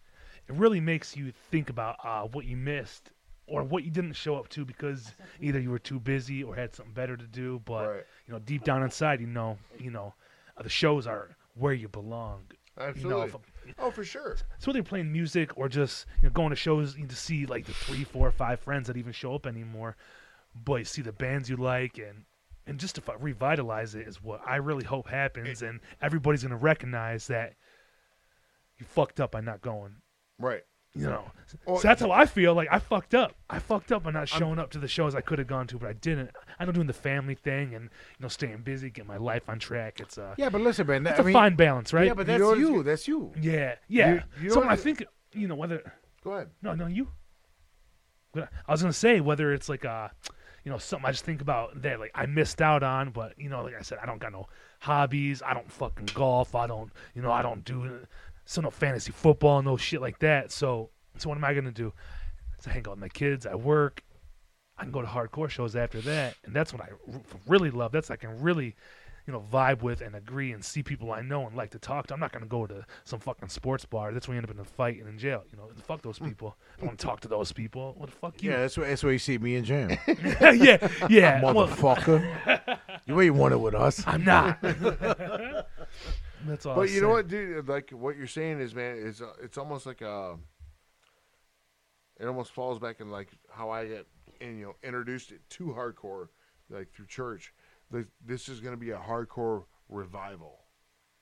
Speaker 5: It really makes you think about uh, what you missed or what you didn't show up to because either you were too busy or had something better to do. But
Speaker 4: Right.
Speaker 5: you know, deep down inside, you know, you know, uh, the shows are where you belong. You know,
Speaker 4: Absolutely.
Speaker 5: if
Speaker 4: oh, for sure.
Speaker 5: so whether you're playing music or just you know, going to shows to see like the three, four, five friends that even show up anymore, but you see the bands you like and and just to fi- revitalize it is what I really hope happens, and everybody's gonna recognize that you fucked up by not going.
Speaker 4: Right.
Speaker 5: You know,
Speaker 4: Or-
Speaker 5: so that's how I feel. Like I fucked up. I fucked up by not showing up to the shows I could have gone to, but I didn't. I know doing the family thing and you know staying busy, getting my life on track. It's a
Speaker 3: Yeah, but listen, man.
Speaker 5: it's
Speaker 3: I
Speaker 5: a
Speaker 3: mean,
Speaker 5: fine balance, right?
Speaker 3: Yeah, but that's
Speaker 4: know what it's
Speaker 3: you.
Speaker 4: good-
Speaker 3: That's you.
Speaker 5: yeah, yeah.
Speaker 4: You- you know
Speaker 5: so
Speaker 4: what
Speaker 5: I
Speaker 4: it-
Speaker 5: think you know whether
Speaker 4: Go ahead.
Speaker 5: no, no, you. But I was gonna say whether it's like uh you know, something I just think about that like I missed out on, but you know, like I said, I don't got no hobbies. I don't fucking golf. I don't, you know, I don't do so no fantasy football, no shit like that. So, so what am I gonna do? So I hang out with my kids. I work. I can go to hardcore shows after that, and that's what I r- really love. That's I can really, you know, vibe with and agree and see people I know and like to talk to. I'm not gonna go to some fucking sports bar. That's when you end up in a fight and in jail. You know, fuck those
Speaker 4: Hmm.
Speaker 5: people. I don't want to talk to those people. What the fuck you?
Speaker 3: Yeah, that's where that's where you see me and Jam,
Speaker 5: Yeah, yeah, yeah. Well,
Speaker 3: motherfucker. you ain't want it with us.
Speaker 5: I'm not. that's all. I
Speaker 4: But you know
Speaker 5: said.
Speaker 4: what, dude? Like what you're saying is, man, is uh, it's almost like a. It almost falls back in like how I get, and you know, introduced it to hardcore, like through church. Like, this is going to be a hardcore revival.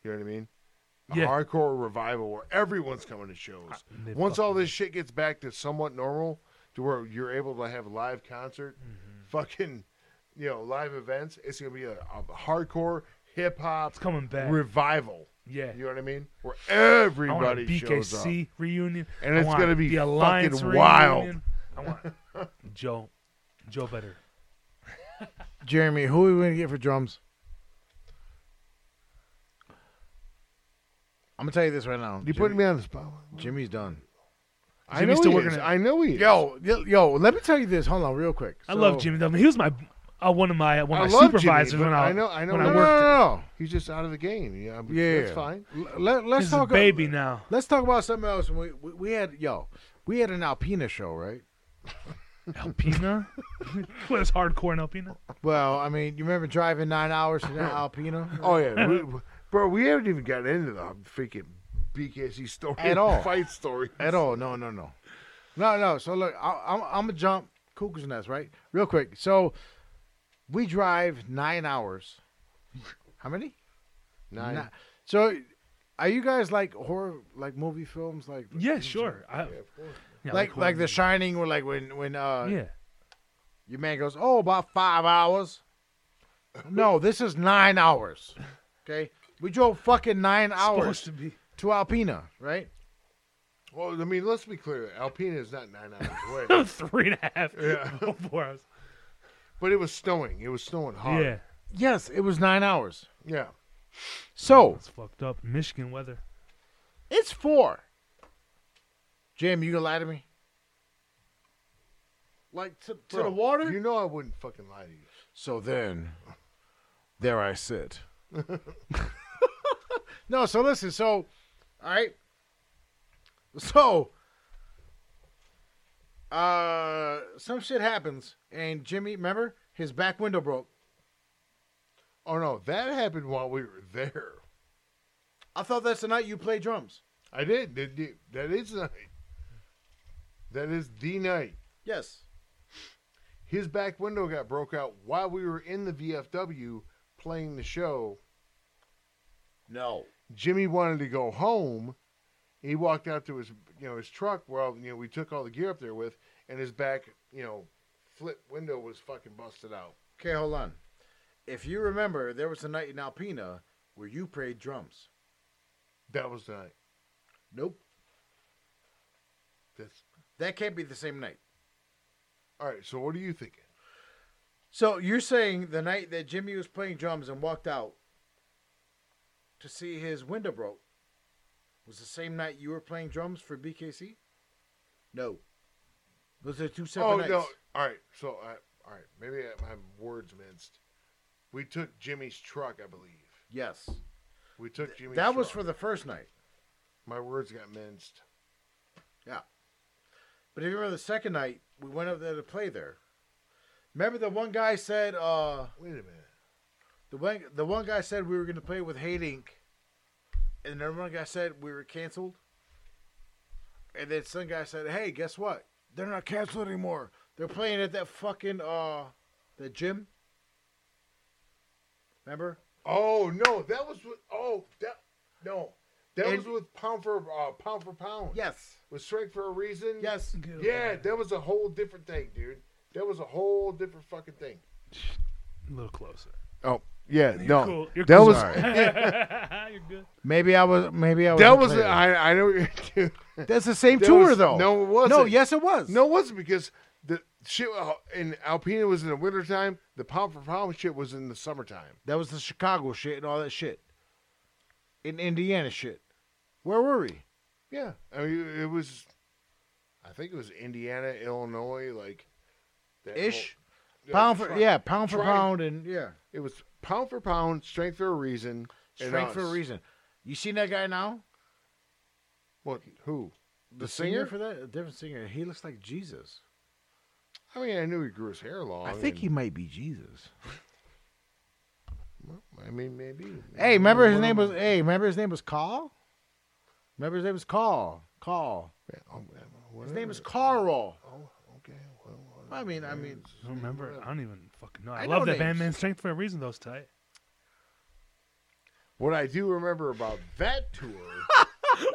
Speaker 4: You know what I mean? A
Speaker 5: Yeah.
Speaker 4: hardcore revival where everyone's coming to shows.
Speaker 5: they
Speaker 4: Once all this shit gets back to somewhat normal, to where you're able to have a live concert,
Speaker 5: Mm-hmm.
Speaker 4: fucking, you know, live events. It's going to be a, a hardcore hip hop
Speaker 5: It's coming back.
Speaker 4: revival.
Speaker 5: Yeah.
Speaker 4: You know what I mean? Where
Speaker 5: I want a
Speaker 4: everybody shows up.
Speaker 5: BKC reunion,
Speaker 4: And
Speaker 5: I
Speaker 4: it's
Speaker 5: want
Speaker 4: gonna be
Speaker 5: the Alliance
Speaker 4: fucking wild.
Speaker 5: reunion. I want Joe, Joe better.
Speaker 3: Jeremy, who are we gonna get for drums? I'm gonna tell you this right now.
Speaker 4: You putting me on the spot?
Speaker 3: Jimmy's done.
Speaker 4: I know
Speaker 5: Jimmy's
Speaker 4: he
Speaker 5: still working
Speaker 4: is.
Speaker 5: it.
Speaker 4: I know he is.
Speaker 3: Yo, yo, yo, let me tell you this. Hold on, real quick.
Speaker 5: I love
Speaker 3: So-
Speaker 5: Jimmy. Though. I mean, he was my uh, one of my one
Speaker 4: I
Speaker 5: of my
Speaker 4: love Jimmy,
Speaker 5: supervisors
Speaker 4: but
Speaker 5: when I,
Speaker 4: I know- I know-
Speaker 5: when
Speaker 3: No,
Speaker 5: I
Speaker 3: no,
Speaker 5: worked.
Speaker 3: no,
Speaker 4: He's just out of the game. Yeah,
Speaker 3: no. Yeah,
Speaker 4: that's fine.
Speaker 3: L- let, let's
Speaker 5: He's a
Speaker 3: talk.
Speaker 5: baby now.
Speaker 3: Let's talk about something else. We, we we had yo, we had an Alpina show, right?
Speaker 5: Alpina, what is hardcore in Alpina?
Speaker 3: Oh, Well, I mean, you remember driving nine hours to Alpina?
Speaker 4: Oh yeah, we, bro. We haven't even gotten into the freaking BKC story
Speaker 3: At all.
Speaker 4: fight story.
Speaker 3: At all? No, no, no, no, no. So look, I, I'm I'm gonna jump Cuckoo's Nest right real quick. So we drive nine hours. How many?
Speaker 4: Nine.
Speaker 3: Ni- So are you guys like horror like movie films like
Speaker 5: Yeah, sure. I, yeah, I
Speaker 3: like
Speaker 5: horror
Speaker 3: like The
Speaker 5: movies.
Speaker 3: Shining or like when when uh
Speaker 5: yeah.
Speaker 3: your man goes oh about five hours. No, this is nine hours. Okay, we drove fucking nine
Speaker 5: Supposed
Speaker 3: hours
Speaker 5: to be.
Speaker 3: to Alpena, right?
Speaker 4: Well, I mean, let's be clear. Alpena is not nine hours away,
Speaker 5: Three and a half. Yeah. Four hours.
Speaker 4: but it was snowing. It was snowing hard.
Speaker 5: Yeah.
Speaker 3: Yes, it was nine hours.
Speaker 4: Yeah.
Speaker 3: So
Speaker 5: It's fucked up. Michigan weather.
Speaker 3: it's four. Jim, you gonna lie to me? Like to, to the
Speaker 4: Bro,
Speaker 3: water?
Speaker 4: You know I wouldn't fucking lie to you.
Speaker 3: So then, there I sit. no, so listen, so, all right. So, uh, some shit happens, and Jimmy, remember, his back window broke.
Speaker 4: Oh no, that happened while we were there.
Speaker 3: I thought that's the night you play drums.
Speaker 4: I did. Did you- That is night. That is the night.
Speaker 3: Yes.
Speaker 4: His back window got broke out while we were in the VFW playing the show.
Speaker 3: No.
Speaker 4: Jimmy wanted to go home. He walked out to his you know his truck where all, you know we took all the gear up there with, and his back you know flip window was fucking busted out.
Speaker 3: Okay, hold on. If you remember, there was a night in Alpena where you played drums.
Speaker 4: That was the night.
Speaker 3: Nope.
Speaker 4: That's
Speaker 3: That can't be the same night.
Speaker 4: all right. So what are you thinking?
Speaker 3: So you're saying the night that Jimmy was playing drums and walked out to see his window broke was the same night you were playing drums for BKC? No. Those are two separate
Speaker 4: oh
Speaker 3: nights.
Speaker 4: no! All right. So I, all right. Maybe I, my words minced. We took Jimmy's truck, I believe.
Speaker 3: Yes.
Speaker 4: We took Jimmy's.
Speaker 3: that was
Speaker 4: truck.
Speaker 3: for the first night.
Speaker 4: My words got minced.
Speaker 3: But if you remember the second night, we went up there to play there. Remember the one guy said uh
Speaker 4: Wait a minute.
Speaker 3: the one the one guy said we were gonna play with Hate Inc. And then one guy said we were canceled. And then some guy said, Hey, guess what? They're not canceled anymore. They're playing at that fucking uh the gym. Remember?
Speaker 4: Oh no! That was with. Oh that no. That
Speaker 3: And-
Speaker 4: was with pound for uh, pound for pound.
Speaker 3: Yes.
Speaker 4: With strike for a reason.
Speaker 3: Yes.
Speaker 4: Yeah, that was a whole different thing, dude. That was a whole different fucking thing.
Speaker 5: A little closer.
Speaker 4: Oh yeah, no.
Speaker 5: cool. You're
Speaker 4: that
Speaker 5: cool.
Speaker 4: was
Speaker 3: Sorry.
Speaker 5: You're good.
Speaker 3: Maybe I was maybe I was
Speaker 4: that was I I know. what you're-
Speaker 3: That's the same
Speaker 4: That
Speaker 3: tour
Speaker 4: was-
Speaker 3: though.
Speaker 4: no, it wasn't.
Speaker 3: No, yes it was.
Speaker 4: no, it wasn't because the shit uh, in Alpena was in the wintertime. The pound for pound shit was in the summertime.
Speaker 3: That was the Chicago shit and all that shit. In Indiana shit. Where were we?
Speaker 4: Yeah, I mean it was. I think it was Indiana, Illinois, like that
Speaker 3: Ish?
Speaker 4: whole-
Speaker 3: Pound for
Speaker 4: try-
Speaker 3: yeah, pound for
Speaker 4: try-
Speaker 3: pound and yeah.
Speaker 4: It was pound for pound, strength for a reason. and
Speaker 3: Strength for a
Speaker 4: us.
Speaker 3: reason. You seen that guy now?
Speaker 4: What? Who?
Speaker 3: The,
Speaker 4: singer?
Speaker 3: for that? A different singer. He looks like Jesus.
Speaker 4: I mean, I knew he grew his hair long.
Speaker 3: I think
Speaker 4: and-
Speaker 3: he might be Jesus.
Speaker 4: I mean, maybe.
Speaker 3: Hey, remember his name was hey, remember his name was Carl? Remember his name was Carl. Carl. His name is Carl.
Speaker 4: Oh, okay. Well,
Speaker 3: I mean, I mean
Speaker 5: I don't remember. I don't even fucking know. I,
Speaker 3: I
Speaker 5: love
Speaker 3: know
Speaker 5: that band,
Speaker 3: names.
Speaker 5: man. Strength for a reason, though. It's tight.
Speaker 4: what I do remember about that tour,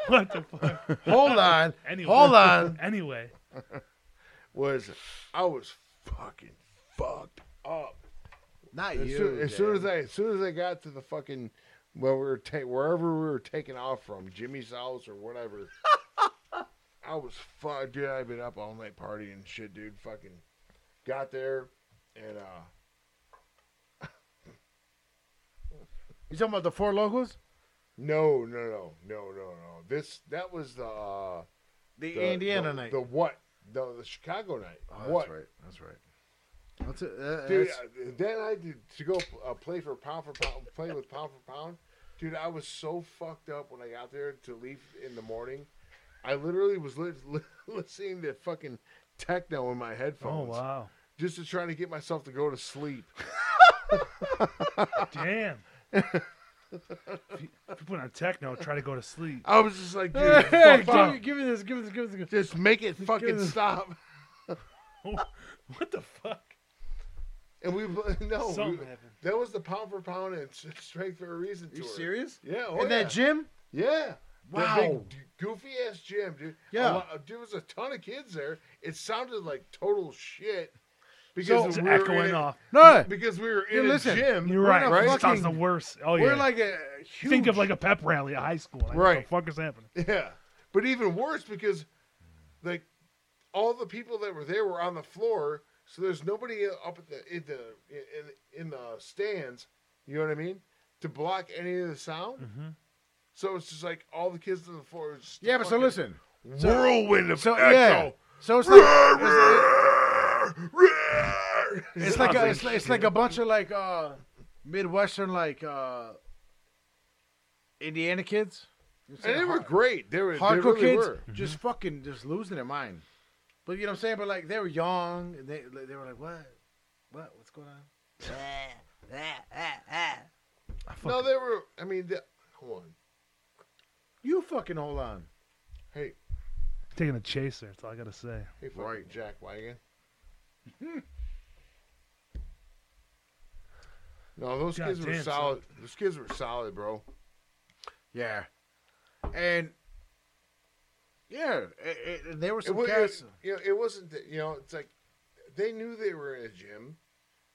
Speaker 5: What the fuck?
Speaker 3: Hold on.
Speaker 5: Anyway.
Speaker 3: Hold on.
Speaker 5: Anyway.
Speaker 4: was I was fucking fucked up.
Speaker 3: Not
Speaker 4: As,
Speaker 3: you.
Speaker 4: soon, as soon as
Speaker 3: Dave.
Speaker 4: I, as soon as I got to the fucking, well, we were ta- wherever we were taking off from, Jimmy's house or whatever. I was fucked, dude. I've been up all night partying, shit, dude. Fucking got there, and uh,
Speaker 3: You talking about the four locals?
Speaker 4: no, no, no, no, no, no. This that was the. Uh,
Speaker 3: The,
Speaker 4: the-
Speaker 3: Indiana
Speaker 4: the, Oh,
Speaker 3: night.
Speaker 4: The what? No, the Chicago night.
Speaker 3: Oh, that's
Speaker 4: what?
Speaker 3: right. That's right. That's it. Uh,
Speaker 4: Dude,
Speaker 3: that's-
Speaker 4: uh, that I did to go uh, play for pound for pound, play with pound for pound. Dude, I was so fucked up when I got there to leave in the morning. I literally was li- li- listening to fucking techno in my
Speaker 5: Oh
Speaker 4: headphones
Speaker 5: wow.
Speaker 4: just to try to get myself to go to sleep.
Speaker 5: Damn. if you put on techno, try to go to sleep.
Speaker 4: I was just like, dude,
Speaker 3: Hey,
Speaker 4: fuck
Speaker 3: give, me- give
Speaker 4: off.
Speaker 3: me this. Give me this. Give me this.
Speaker 4: just make it fucking
Speaker 3: me-
Speaker 4: stop.
Speaker 5: what the fuck?
Speaker 4: And we no,
Speaker 5: Something
Speaker 4: we-
Speaker 5: happened.
Speaker 4: that was the pound for pound and s- strength for a reason.
Speaker 3: You
Speaker 4: tour.
Speaker 3: serious?
Speaker 4: Yeah. Oh,
Speaker 3: In
Speaker 4: yeah.
Speaker 3: that gym?
Speaker 4: Yeah. That
Speaker 3: Wow.
Speaker 4: big, d- goofy ass gym, dude.
Speaker 3: Yeah.
Speaker 4: A lo- There was a ton of kids there. It sounded like total shit. because
Speaker 5: It's
Speaker 4: we were
Speaker 5: echoing
Speaker 4: in a-
Speaker 5: off.
Speaker 3: No,
Speaker 4: Because we were
Speaker 3: Dude,
Speaker 4: in
Speaker 3: listen,
Speaker 4: a gym.
Speaker 5: You're
Speaker 4: We're
Speaker 5: right.
Speaker 4: not
Speaker 5: Right? It sounds
Speaker 4: fucking-
Speaker 5: the worst. Oh yeah.
Speaker 4: We're like a huge.
Speaker 5: Think of like a pep rally at high school. Like,
Speaker 4: Right.
Speaker 5: What the fuck is happening?
Speaker 4: Yeah, but even worse because, like, all the people that were there were on the floor, so there's nobody up at the in the in, in the stands. You know what I mean? To block any of the sound. So it's just like all the kids on the floor. Just
Speaker 3: Mm-hmm. yeah, but so
Speaker 4: fucking
Speaker 3: listen.
Speaker 4: whirlwind of
Speaker 3: So
Speaker 4: echo.
Speaker 3: yeah, so it's like it's like a,
Speaker 2: Sounds
Speaker 3: it's, like, it's like a bunch of like uh midwestern like uh Indiana kids.
Speaker 4: and they were great. They were they
Speaker 3: hardcore
Speaker 4: really
Speaker 3: kids
Speaker 4: were.
Speaker 3: just
Speaker 5: Mm-hmm.
Speaker 3: fucking just losing their mind. But you know what I'm saying? But like they were young and they they were like, What? What? What's going on?
Speaker 4: No, they were. I mean, the, hold on.
Speaker 3: You fucking hold on.
Speaker 4: Hey,
Speaker 5: Taking a chaser. That's all I gotta say.
Speaker 4: hey, fucking
Speaker 3: Right.
Speaker 4: Jack Wagon. no, those kids were
Speaker 5: Goddamn, son.
Speaker 4: solid. Those kids were solid, bro.
Speaker 3: Yeah. And yeah, it, it, they were
Speaker 4: It,
Speaker 3: some
Speaker 4: wa-
Speaker 3: cats.
Speaker 4: it, you know, it wasn't. That, you know, it's like they knew they were in a gym,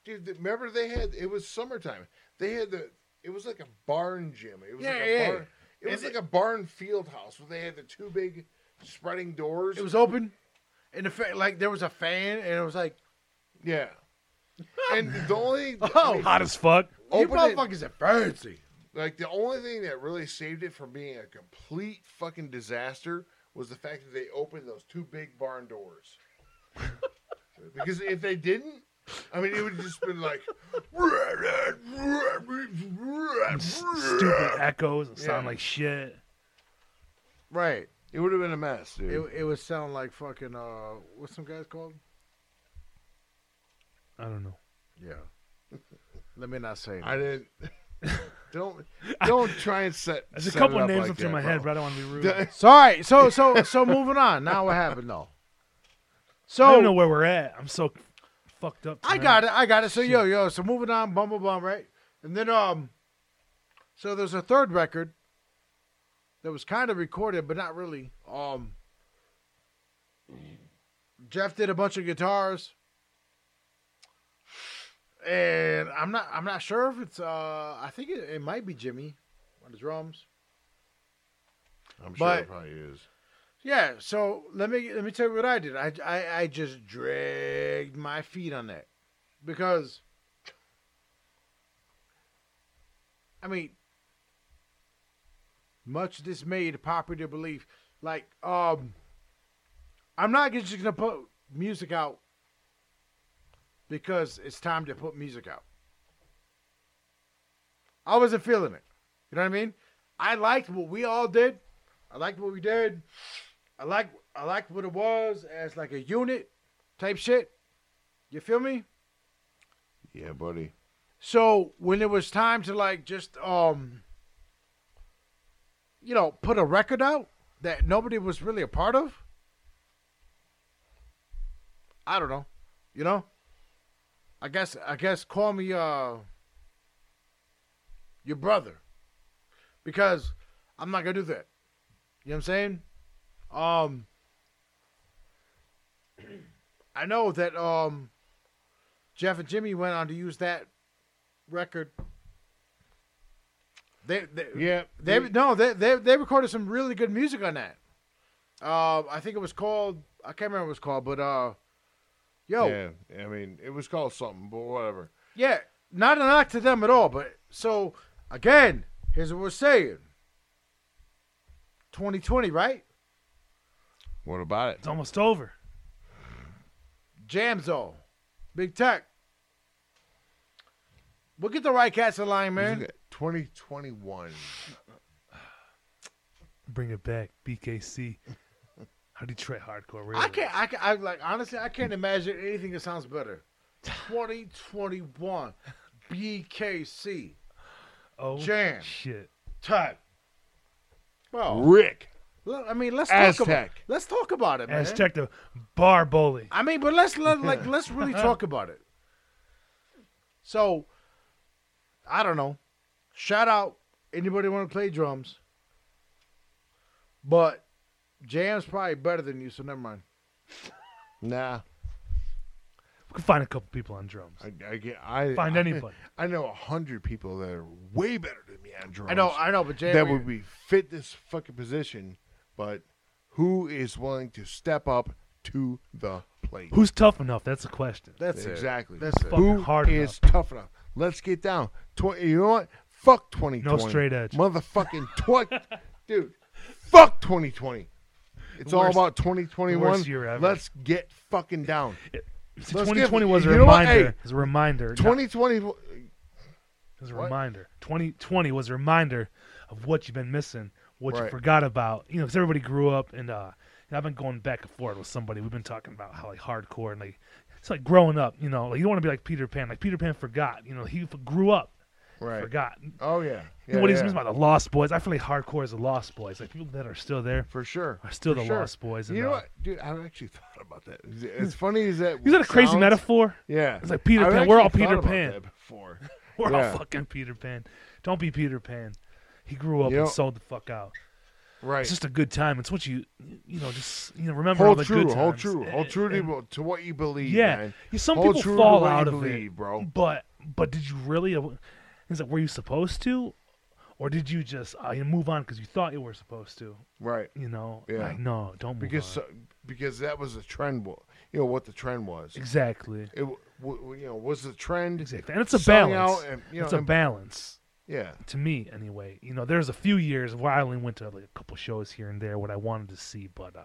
Speaker 4: dude. th- Remember they had. It was summertime. They had the. It was like a barn gym. It was
Speaker 3: Yeah,
Speaker 4: like a
Speaker 3: yeah.
Speaker 4: barn. It was
Speaker 3: And
Speaker 4: like a barn field house where they had the two big spreading doors.
Speaker 3: It was open, and the fa- like there was a fan, and it was like,
Speaker 4: yeah. And the only
Speaker 3: Oh,
Speaker 5: Hot as fuck.
Speaker 3: "You
Speaker 4: Open it-
Speaker 3: motherfuckers are fancy."
Speaker 4: Like the only thing that really saved it from being a complete fucking disaster was the fact that they opened those two big barn doors. because if they didn't, I mean, it would have just been like
Speaker 5: Stupid echoes and sound
Speaker 4: Yeah.
Speaker 5: like shit.
Speaker 3: Right.
Speaker 4: It would have been a mess, dude.
Speaker 3: It it would sound like fucking uh, what's some guys called?
Speaker 5: I don't know.
Speaker 3: Yeah. Let me not say. it.
Speaker 4: I didn't. Don't don't try and set.
Speaker 5: There's a
Speaker 4: set
Speaker 5: couple
Speaker 4: it up
Speaker 5: names
Speaker 4: like
Speaker 5: up through
Speaker 4: that,
Speaker 5: my head, but
Speaker 4: bro.
Speaker 5: I don't want to be rude. I
Speaker 3: So all right, so so so moving on. Now what happened though? So
Speaker 5: don't know where we're at. I'm so fucked up.
Speaker 3: I
Speaker 5: tonight.
Speaker 3: got it. I got it. So yo, yo. So moving on, Bumble Bum, right? And then um, so there's a third record that was kind of recorded, but not really. Um, Jeff did a bunch of guitars, and I'm not. I'm not sure if it's. Uh, I think it, it might be Jimmy on the drums.
Speaker 4: I'm sure
Speaker 3: but-
Speaker 4: it probably is.
Speaker 3: Yeah, so let me let me tell you what I did. I, I, I just dragged my feet on that because I mean, much dismay to popular belief. Like, um, I'm not just gonna put music out because it's time to put music out. I wasn't feeling it. You know what I mean? I liked what we all did. I liked what we did. I like I liked what it was as like a unit type shit. You feel me?
Speaker 4: Yeah, buddy.
Speaker 3: So when it was time to like just um you know, put a record out that nobody was really a part of. I don't know. You know? I guess I guess call me uh your brother. Because I'm not gonna do that. You know what I'm saying? Um I know that um Jeff and Jimmy went on to use that record. They, they
Speaker 4: Yeah,
Speaker 3: they
Speaker 4: we-
Speaker 3: no they, they they recorded some really good music on that. Uh, I think it was called I can't remember what it was called, but uh, yo, yeah,
Speaker 4: Yeah, I mean, it was called something, but whatever.
Speaker 3: not a knock to them at all. But so again, here's what we're saying: 2020, right?
Speaker 4: What about it?
Speaker 5: It's almost over.
Speaker 3: Jamzo, Big Tech. We'll get the right cats in line, man.
Speaker 4: 2021.
Speaker 5: Bring it back, BKC. How Detroit hardcore. Radio.
Speaker 3: I can't. I, can, I like honestly. I can't imagine anything that sounds better. 2021 BKC
Speaker 5: Oh
Speaker 3: Jam.
Speaker 5: shit.
Speaker 3: type. Well,
Speaker 4: Rick.
Speaker 3: look, I mean, let's talk about.
Speaker 4: Aztec.
Speaker 3: Let's talk about it, man.
Speaker 5: Aztec the bar bully.
Speaker 3: I mean, but let's let, like let's really talk about it. So, I don't know. Shout out anybody want to play drums, but Jam's probably better than you. So never mind.
Speaker 4: Nah.
Speaker 5: could find a couple people on drums.
Speaker 4: I, I get. I
Speaker 5: Find
Speaker 4: I-
Speaker 5: anybody.
Speaker 4: I know a hundred people that are way better than me on drums.
Speaker 3: I know, I know, but Jay,
Speaker 4: Oh, that
Speaker 3: we-
Speaker 4: would be fit this fucking position, but who is willing to step up to the plate?
Speaker 5: Who's tough enough? That's the question.
Speaker 3: that's it.
Speaker 4: exactly
Speaker 3: That's it.
Speaker 5: Fucking
Speaker 4: who
Speaker 5: hard
Speaker 4: is tough enough? Let's get down. Tw- you know what? Fuck twenty twenty.
Speaker 5: straight edge.
Speaker 4: Motherfucking twenty, dude. Fuck twenty twenty. It's all
Speaker 5: Worst-
Speaker 4: about twenty twenty one.
Speaker 5: worst year ever.
Speaker 4: Let's get fucking down.
Speaker 5: See,
Speaker 4: Let's
Speaker 5: 2020
Speaker 4: give-
Speaker 5: was a
Speaker 4: you know what?
Speaker 5: reminder.
Speaker 4: Hey,
Speaker 5: was a reminder. not-
Speaker 4: Twenty twenty.
Speaker 5: it was a
Speaker 4: what?
Speaker 5: reminder. 2020 was a reminder of what you've been missing, what you
Speaker 4: Right.
Speaker 5: forgot about. You know, because everybody grew up, and uh, you know, I've been going back and forth with somebody. We've been talking about how like hardcore and like it's like growing up. You know, like you don't want to be like Peter Pan. Like Peter Pan forgot. You know, he f- grew up,
Speaker 4: Right.
Speaker 5: forgot.
Speaker 4: Oh yeah.
Speaker 5: You
Speaker 4: yeah
Speaker 5: know what he's
Speaker 4: yeah.
Speaker 5: missing about the Lost Boys? I feel like hardcore is the Lost Boys. Like people that are still there.
Speaker 4: For sure.
Speaker 5: Are still
Speaker 4: For
Speaker 5: the
Speaker 4: sure.
Speaker 5: Lost Boys and,
Speaker 4: You know
Speaker 5: uh,
Speaker 4: what, dude? I've actually thought about that. As funny as that,
Speaker 5: Is that a crazy
Speaker 4: sounds-
Speaker 5: metaphor?
Speaker 4: Yeah,
Speaker 5: It's like Peter
Speaker 4: I've
Speaker 5: Pan. We're all
Speaker 4: actually
Speaker 5: Peter
Speaker 4: thought about
Speaker 5: Pan.
Speaker 4: that before.
Speaker 5: We're
Speaker 4: Yeah.
Speaker 5: all fucking Peter Pan. Don't be Peter Pan. He grew up
Speaker 4: You know-
Speaker 5: and sold the fuck out.
Speaker 4: Right.
Speaker 5: It's just a good time. It's what you, you know, just you know, remember all
Speaker 4: hold
Speaker 5: the
Speaker 4: true.
Speaker 5: good times.
Speaker 4: Hold true. Hold
Speaker 5: Eh,
Speaker 4: true
Speaker 5: eh,
Speaker 4: to, to what you believe.
Speaker 5: Yeah,
Speaker 4: Man.
Speaker 5: You- some
Speaker 4: Hold
Speaker 5: people
Speaker 4: true to
Speaker 5: fall
Speaker 4: what you
Speaker 5: out of
Speaker 4: believe,
Speaker 5: it,
Speaker 4: bro.
Speaker 5: But but did you really? uh, Is like were you supposed to, or did you just uh, you know, move on because you thought you were supposed to?
Speaker 4: Right.
Speaker 5: You know,
Speaker 4: Yeah.
Speaker 5: like no, don't move
Speaker 4: Because
Speaker 5: on.
Speaker 4: so, because that was the trend. wa- You know what the trend was.
Speaker 5: exactly,
Speaker 4: It w- w- you know was the trend.
Speaker 5: exactly, and it's a
Speaker 4: sung
Speaker 5: balance.
Speaker 4: out and, you know,
Speaker 5: it's a
Speaker 4: and-
Speaker 5: balance.
Speaker 4: Yeah.
Speaker 5: to me anyway. You know, there's a few years where I only went to like a couple shows here and there what I wanted to see, but uh,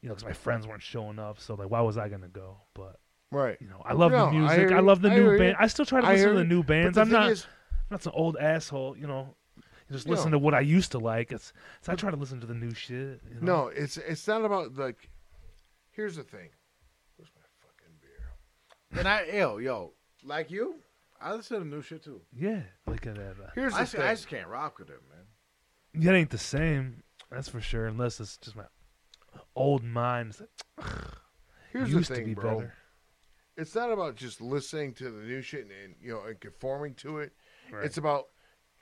Speaker 5: you know, because my friends weren't showing up, so like, why was I gonna go? But
Speaker 4: Right.
Speaker 5: you know, I love the
Speaker 4: No, I
Speaker 5: music.
Speaker 4: hear
Speaker 5: I, love
Speaker 4: you.
Speaker 5: the
Speaker 4: I
Speaker 5: new
Speaker 4: hear
Speaker 5: band.
Speaker 4: you.
Speaker 5: I still try to
Speaker 4: I
Speaker 5: listen
Speaker 4: hear
Speaker 5: to the
Speaker 4: you.
Speaker 5: new
Speaker 4: But
Speaker 5: bands.
Speaker 4: the
Speaker 5: I'm
Speaker 4: thing
Speaker 5: not.
Speaker 4: is-
Speaker 5: I'm not an old asshole. You know, just
Speaker 4: No.
Speaker 5: listen to what I used to like. It's, it's I try to listen to the new shit. You know?
Speaker 4: No, it's it's not about like. Here's the thing. Where's my fucking beer?
Speaker 3: And I, yo, yo, like you, I listen to new shit too.
Speaker 5: Yeah, look at that. uh,
Speaker 4: Here's the
Speaker 3: I,
Speaker 4: thing.
Speaker 3: I just can't rock with it, man.
Speaker 5: That ain't the same. That's for sure. Unless it's just my old mind. It's like,
Speaker 4: Here's
Speaker 5: used
Speaker 4: the thing,
Speaker 5: to be
Speaker 4: bro.
Speaker 5: better.
Speaker 4: It's not about just listening to the new shit and, and you know and conforming to it.
Speaker 5: Right.
Speaker 4: It's about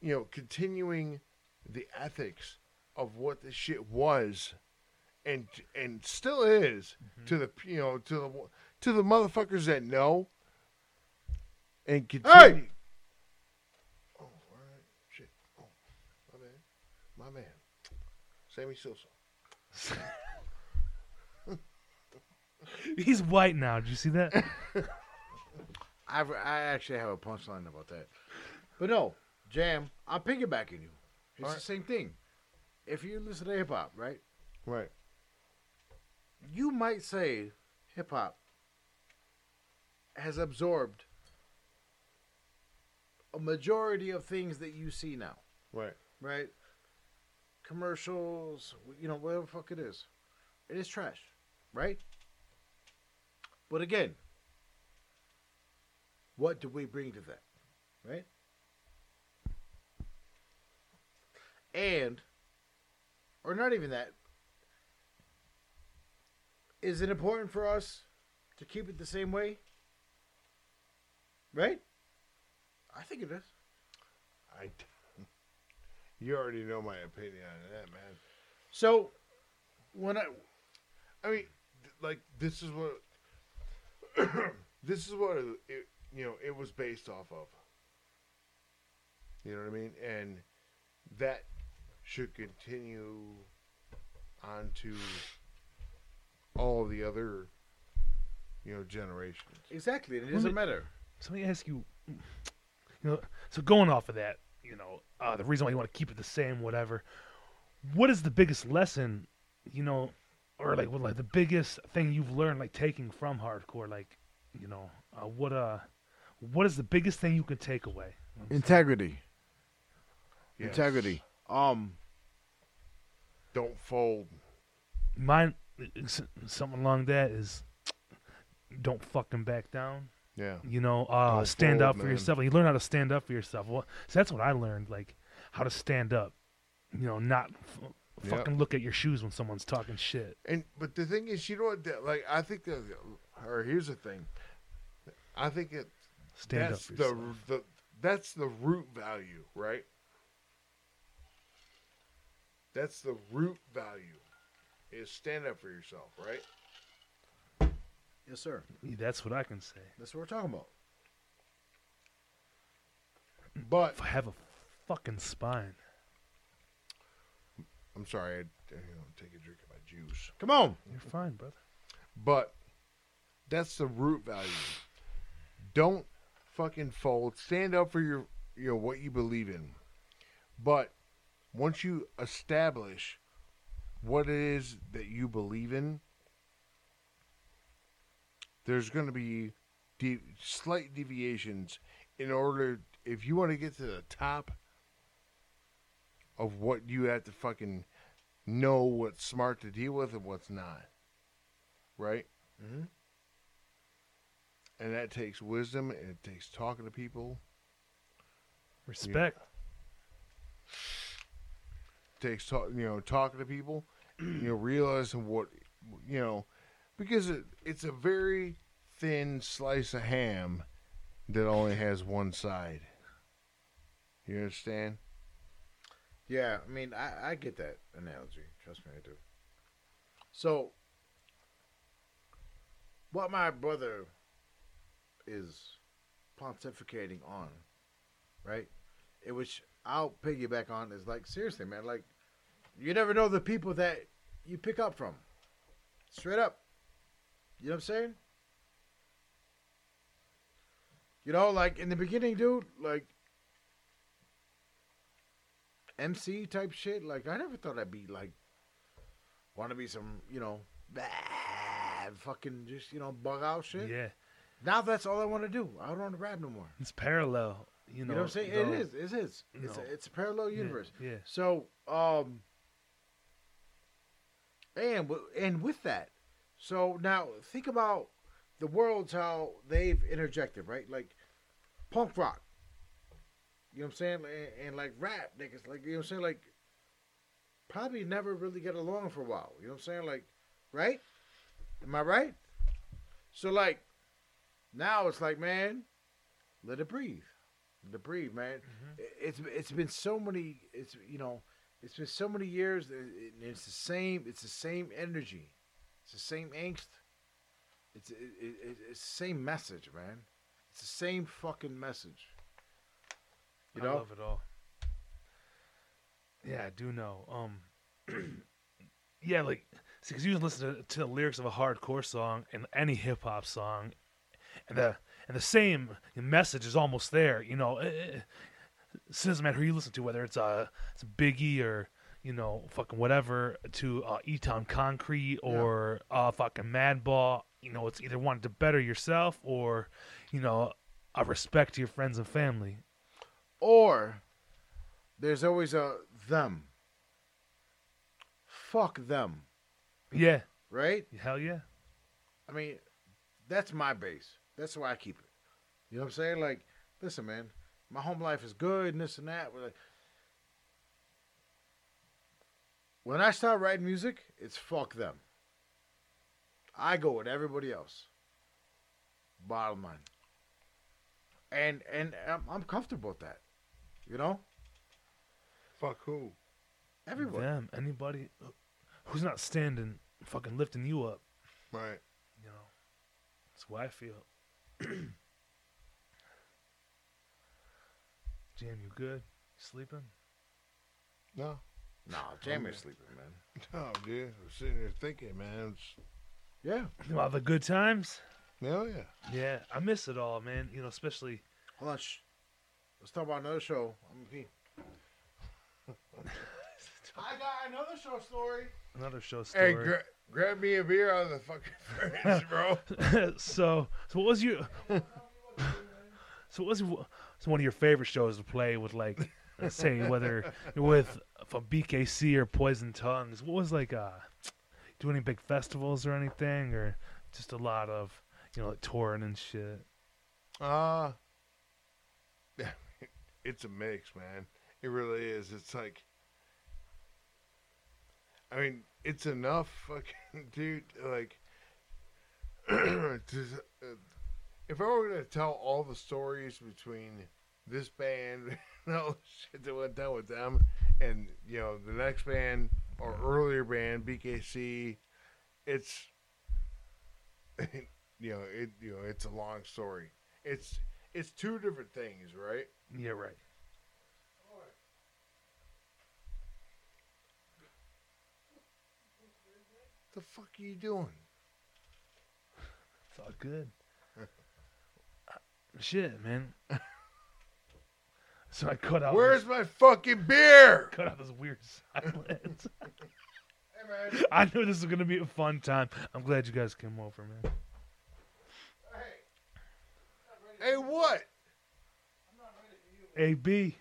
Speaker 4: you know continuing the ethics of what the shit was, and and still is to the you know to the to the motherfuckers that know. And continue. Oh, all right. Shit. Oh, my man. My man. Sammy Sosa.
Speaker 5: He's white now. Did you see that?
Speaker 3: I, I actually have a punchline about that. But no, Jam, I'm piggybacking you. It's the
Speaker 4: Alright.
Speaker 3: same thing. If you listen to hip hop, right?
Speaker 4: Right.
Speaker 3: You might say hip hop has absorbed a majority of things that you see now,
Speaker 4: Right.
Speaker 3: right? Commercials, you know, whatever the fuck it is. It is trash, right? But again, what do we bring to that, right? And, or not even that, is it important for us to keep it the same way? Right? I think it is.
Speaker 4: I. You already know my opinion on that, man.
Speaker 3: So, when I,
Speaker 4: I mean, th- like this is what this is what it, you know it was based off of. You know what I mean, and that should continue on to all the other you know generations.
Speaker 3: exactly, and it
Speaker 5: Let
Speaker 3: doesn't
Speaker 5: me-
Speaker 3: matter.
Speaker 5: So let me ask you, you know, so going off of that, you know, uh, the reason why you want to keep it the same, whatever. What is the biggest lesson, you know, or like what, like the biggest thing you've learned, like taking from hardcore, like, you know, uh, what uh, what is the biggest thing you can take away?
Speaker 3: Integrity.
Speaker 4: Yes.
Speaker 3: Integrity. Um,
Speaker 4: Don't fold.
Speaker 5: Mine, uh, s- something along that is, don't fucking back down.
Speaker 4: Yeah.
Speaker 5: you know uh
Speaker 4: Go
Speaker 5: stand
Speaker 4: forward,
Speaker 5: up for
Speaker 4: man.
Speaker 5: yourself you learn how to stand up for yourself well so that's what i learned like how to stand up you know not f-
Speaker 4: Yeah.
Speaker 5: fucking look at your shoes when someone's talking shit
Speaker 4: And but the thing is, you know what? That, like I think that, or here's the thing. I think it
Speaker 5: stand
Speaker 4: that's
Speaker 5: up for yourself.
Speaker 4: the, the that's the root value, right? That's the root value is stand up for yourself, right?
Speaker 3: Yes, Yes, sir.
Speaker 5: That's what I can say.
Speaker 3: That's what we're talking about.
Speaker 4: But
Speaker 5: If I have a fucking spine.
Speaker 4: I'm sorry, I, I don't take a drink of my juice.
Speaker 3: Come on.
Speaker 5: You're fine, brother.
Speaker 4: But that's the root value. Don't fucking fold. Stand up for your you know what you believe in. But once you establish what it is that you believe in, there's going to be de- slight deviations in order if you want to get to the top of what you have to fucking know what's smart to deal with and what's not right?
Speaker 3: Mhm.
Speaker 4: And that takes wisdom and it takes talking to people.
Speaker 5: Respect.
Speaker 4: It takes talk, you know, talking to people. you know, realizing what you know, because it, it's a very thin slice of ham that only has one side. You understand?
Speaker 3: Yeah, I mean, I, I get that analogy. Trust me, I do. So, what my brother is pontificating on, right? It which I'll piggyback on is like seriously, man. Like, you never know the people that you pick up from. Straight up, you know what I'm saying? You know, like in the beginning, dude. Like, MC type shit. Like I never thought I'd be like want to be some, you know, fucking just you know bug out shit.
Speaker 5: yeah.
Speaker 3: Now that's all I want to do. I don't want to rap no more.
Speaker 5: It's parallel. You
Speaker 3: You
Speaker 5: know,
Speaker 3: know what I'm saying?
Speaker 5: though.
Speaker 3: It is. It is. It's
Speaker 5: No.
Speaker 3: a, it's a parallel universe.
Speaker 5: Yeah. yeah.
Speaker 3: So, um, and w- and with that, so now think about the worlds how they've interjected, right? Like punk rock, you know what I'm saying, and, and like rap niggas, like you know what I'm saying, like probably never really get along for a while. You know what I'm saying, like right? Am I right? So like now it's like man, let it breathe, let it breathe, man it- it's it's been so many it's you know it's been so many years and it- it's the same it's the same energy it's the same angst it's it, it, it- it's the same message man it's the same fucking message you
Speaker 5: I
Speaker 3: know
Speaker 5: love it all. Yeah, I do know. Um, yeah, like, see, because you can listen to, to the lyrics of a hardcore song and any hip hop song, and the and the same message is almost there. You know, eh, it, it, it doesn't matter who you listen to, whether it's uh it's Biggie or you know fucking whatever to uh, E Town Concrete or uh fucking Madball. You know, it's either wanting to better yourself or you know a respect to your friends and family.
Speaker 3: or there's always a them fuck them
Speaker 5: Yeah,
Speaker 3: right
Speaker 5: hell yeah.
Speaker 3: I mean, that's my base. That's why I keep it. You know what I'm saying? Like, listen, man, my home life is good and this and that. We're like, when I start writing music, it's fuck them. I go with everybody else. Bottom line. And and I'm, I'm comfortable with that. You know,
Speaker 4: Fuck who?
Speaker 3: everyone.
Speaker 5: Damn, anybody who's not standing, fucking lifting you up,
Speaker 4: Right.
Speaker 5: you know. That's why I feel. Jam, you good? You sleeping?
Speaker 4: No.
Speaker 3: Nah, Jamie's sleeping, man.
Speaker 4: No, dude. I'm sitting here thinking, man. It's,
Speaker 3: Yeah.
Speaker 5: You all the good times?
Speaker 4: hell yeah.
Speaker 5: Yeah, I miss it all, man. You know, especially
Speaker 3: Hold on. Shh. Let's talk about another show. I'm gonna pee. I got another show story.
Speaker 5: another show story.
Speaker 4: Hey, gra- grab me a beer out of the fucking fridge, bro.
Speaker 5: so, so what was your? so what was so one of your favorite shows to play with, like, let's say whether with from BKC or Poison Tongues? What was like, uh, do any big festivals or anything, or just a lot of you know like touring and shit?
Speaker 4: Uh it's a mix, man. It really is. It's like I mean, it's enough fucking dude like to, s- uh, if I were going to tell all the stories between this band and all the shit that went down with them and you know, the next band or earlier band BKC, it's you know, it you know, it's a long story. It's it's two different things, right?
Speaker 5: Yeah, right.
Speaker 4: The fuck are you doing?
Speaker 5: It's all good. Shit, man. so I cut out.
Speaker 4: Where's
Speaker 5: this,
Speaker 4: my fucking beer?
Speaker 5: cut out this weird silence?
Speaker 4: Hey man,
Speaker 5: I knew this was gonna be a fun time. I'm glad you guys came over, man.
Speaker 4: hey what?
Speaker 5: A B,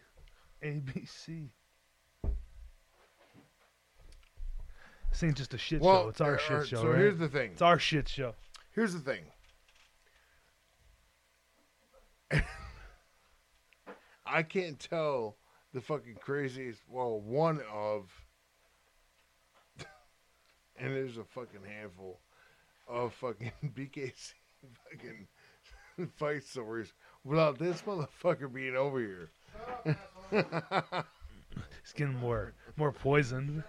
Speaker 5: A B C. This ain't just a shit show. It's our
Speaker 4: uh,
Speaker 5: shit show,
Speaker 4: So
Speaker 5: right?
Speaker 4: here's the thing.
Speaker 5: It's our shit show.
Speaker 4: Here's the thing. I can't tell the fucking craziest. Well, one of, and there's a fucking handful of fucking BKC fucking fight stories without this motherfucker being over here.
Speaker 5: It's getting more more poisoned.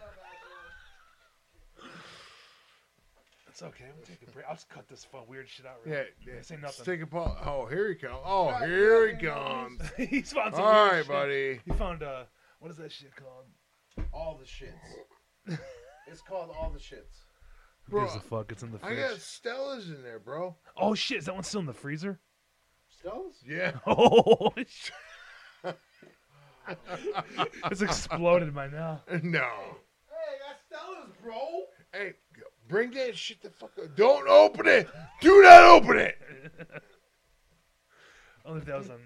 Speaker 5: It's okay. I'm gonna take a break. I'll just cut this fun weird shit out.
Speaker 4: Yeah,
Speaker 5: Right
Speaker 4: yeah.
Speaker 5: Say nothing.
Speaker 4: Stick a paw. Oh, here he comes. Oh, here he comes.
Speaker 5: yeah. He's found some
Speaker 4: All
Speaker 5: weird
Speaker 4: right,
Speaker 5: shit.
Speaker 4: buddy.
Speaker 5: He found uh, what is that shit called?
Speaker 6: All the shits. it's called all the shits.
Speaker 5: Who
Speaker 4: Bro,
Speaker 5: gives a fuck? It's in the
Speaker 4: I
Speaker 5: fridge.
Speaker 4: got Stella's in there, bro.
Speaker 5: Oh shit! Is that one still in the freezer?
Speaker 6: Stones?
Speaker 4: Yeah.
Speaker 5: Oh shit! it's exploded by now.
Speaker 4: No.
Speaker 6: Hey, that's Stella's, bro.
Speaker 4: Hey, bring that shit the fuck up. Don't open it. Do not open it.
Speaker 5: Only if that was on.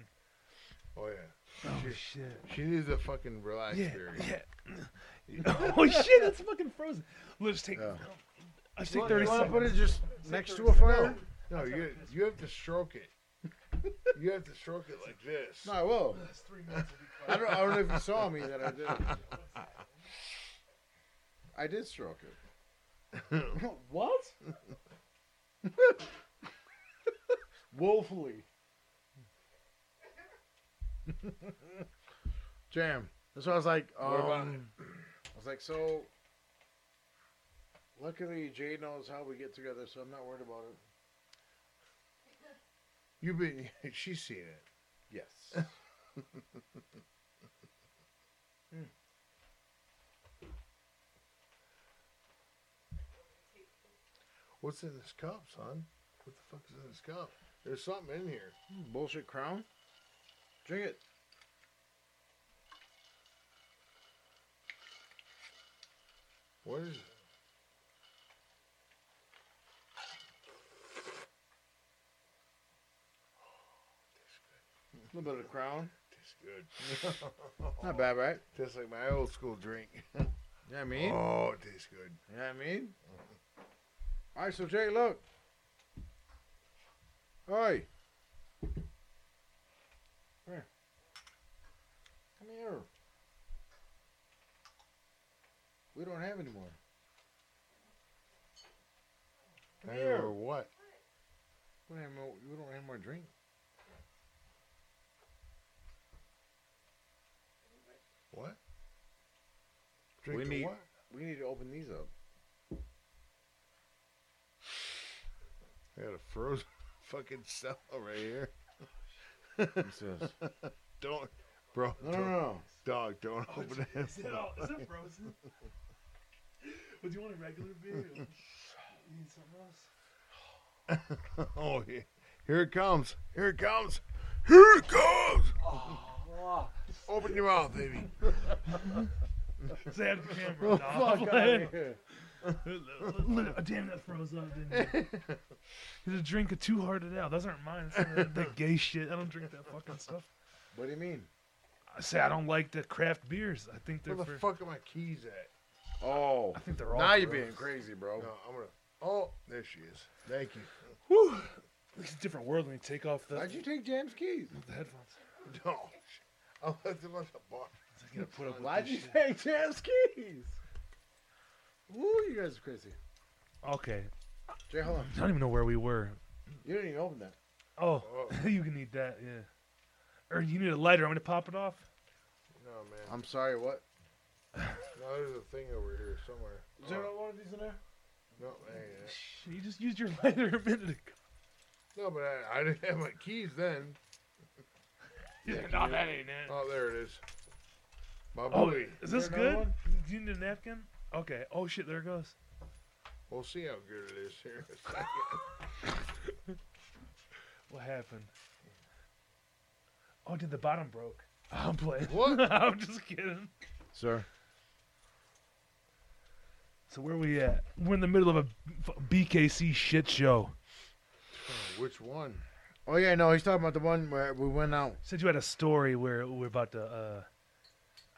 Speaker 4: Oh yeah.
Speaker 5: Oh shit!
Speaker 4: She needs a fucking relaxed
Speaker 5: Yeah,
Speaker 4: period.
Speaker 5: yeah. oh shit! That's fucking frozen. Let's take.
Speaker 4: Yeah.
Speaker 5: I just take thirty
Speaker 3: you want to
Speaker 5: seconds.
Speaker 3: put it just next to a fire?
Speaker 4: No, you you have to stroke it. You have to stroke it like this.
Speaker 3: No, I will. I don't, I don't know if you saw me that I did. it. I did stroke it.
Speaker 6: What?
Speaker 3: Woefully. Jam. That's why I was like, um,
Speaker 4: What about it?
Speaker 3: I was like, so. Luckily, Jay knows how we get together, so I'm not worried about it.
Speaker 4: You've been. She's seen it.
Speaker 3: Yes.
Speaker 4: Hmm. What's in this cup, son? What the fuck is in this cup? There's something in here.
Speaker 3: Hmm, Bullshit crown. Drink it.
Speaker 4: What is it?
Speaker 3: A little bit of crown.
Speaker 4: Tastes good.
Speaker 3: Not bad, right?
Speaker 4: Tastes like my old school drink.
Speaker 3: Yeah, I mean.
Speaker 4: Oh, it tastes good.
Speaker 3: Yeah, I mean. All right, so Jay, look. Hey. Here. Come here. We don't have any more. Come
Speaker 4: Hey,
Speaker 3: here.
Speaker 4: Or what?
Speaker 3: We don't have more, we don't have more drink.
Speaker 4: What? Drink the
Speaker 3: need-
Speaker 4: what?
Speaker 3: We need to open these up.
Speaker 4: I got a frozen fucking cell right here.
Speaker 3: What's this?
Speaker 4: Don't, bro.
Speaker 3: No, Oh, no,
Speaker 4: don't-
Speaker 3: no.
Speaker 4: Dog, don't open it.
Speaker 5: Is it, all, is it frozen? Would you want a regular beer? Or you need something else?
Speaker 4: Oh, yeah. here it comes. Here it comes. Here it comes.
Speaker 3: Oh.
Speaker 4: Open your mouth, baby.
Speaker 5: Say out of the camera. dog. Look, Oh, Damn, that froze up, didn't it? He's a drink of too hard to out. Those aren't mine. It's that, that gay shit. I don't drink that fucking stuff.
Speaker 3: What do you mean?
Speaker 5: I say I don't like the craft beers. I think they're
Speaker 4: Where the
Speaker 5: for,
Speaker 4: fuck are my keys at?
Speaker 3: Oh.
Speaker 5: I think they're all
Speaker 3: Now you're
Speaker 5: gross.
Speaker 3: being crazy, bro.
Speaker 4: No, I'm gonna. Oh, there she is. Thank you.
Speaker 5: Whew. It's a different world when you take off the,
Speaker 3: Why'd you take Jam's keys?
Speaker 5: the headphones.
Speaker 4: No, Oh, I left them on the bar.
Speaker 5: It's gonna put up with
Speaker 3: Why'd
Speaker 5: this
Speaker 3: you
Speaker 5: shit.
Speaker 3: take Jam's keys? Ooh, you guys are crazy.
Speaker 5: Okay,
Speaker 3: Jay, hold on.
Speaker 5: I don't even know where we were.
Speaker 3: You didn't even open that.
Speaker 5: Oh,
Speaker 4: Oh.
Speaker 5: you can need that, yeah. Or you need a lighter. I'm gonna pop it off.
Speaker 4: No, man.
Speaker 3: I'm sorry, what?
Speaker 4: No, there's a thing over here somewhere.
Speaker 3: Is there another one of these in there?
Speaker 4: No, hang on.
Speaker 5: Shit, You just used your lighter a minute ago.
Speaker 4: No, but I, I didn't have my keys then.
Speaker 5: Not that ain't it.
Speaker 3: Uh,
Speaker 4: Oh, there it is. My
Speaker 5: Oh,
Speaker 4: boy.
Speaker 5: is this
Speaker 4: There another
Speaker 5: good?
Speaker 4: one?
Speaker 5: Do you need a napkin? Okay. Oh shit, there it goes.
Speaker 4: We'll see how good it is here. in a second.
Speaker 5: What happened? Oh, dude, the bottom broke. I'm playing.
Speaker 4: what?
Speaker 5: I'm just kidding.
Speaker 3: sir.
Speaker 5: So where we at? We're in the middle of a f- BKC shit show.
Speaker 4: Which one?
Speaker 3: Oh yeah, no, he's talking about the one where we went out.
Speaker 5: Said you had a story where we're about to. uh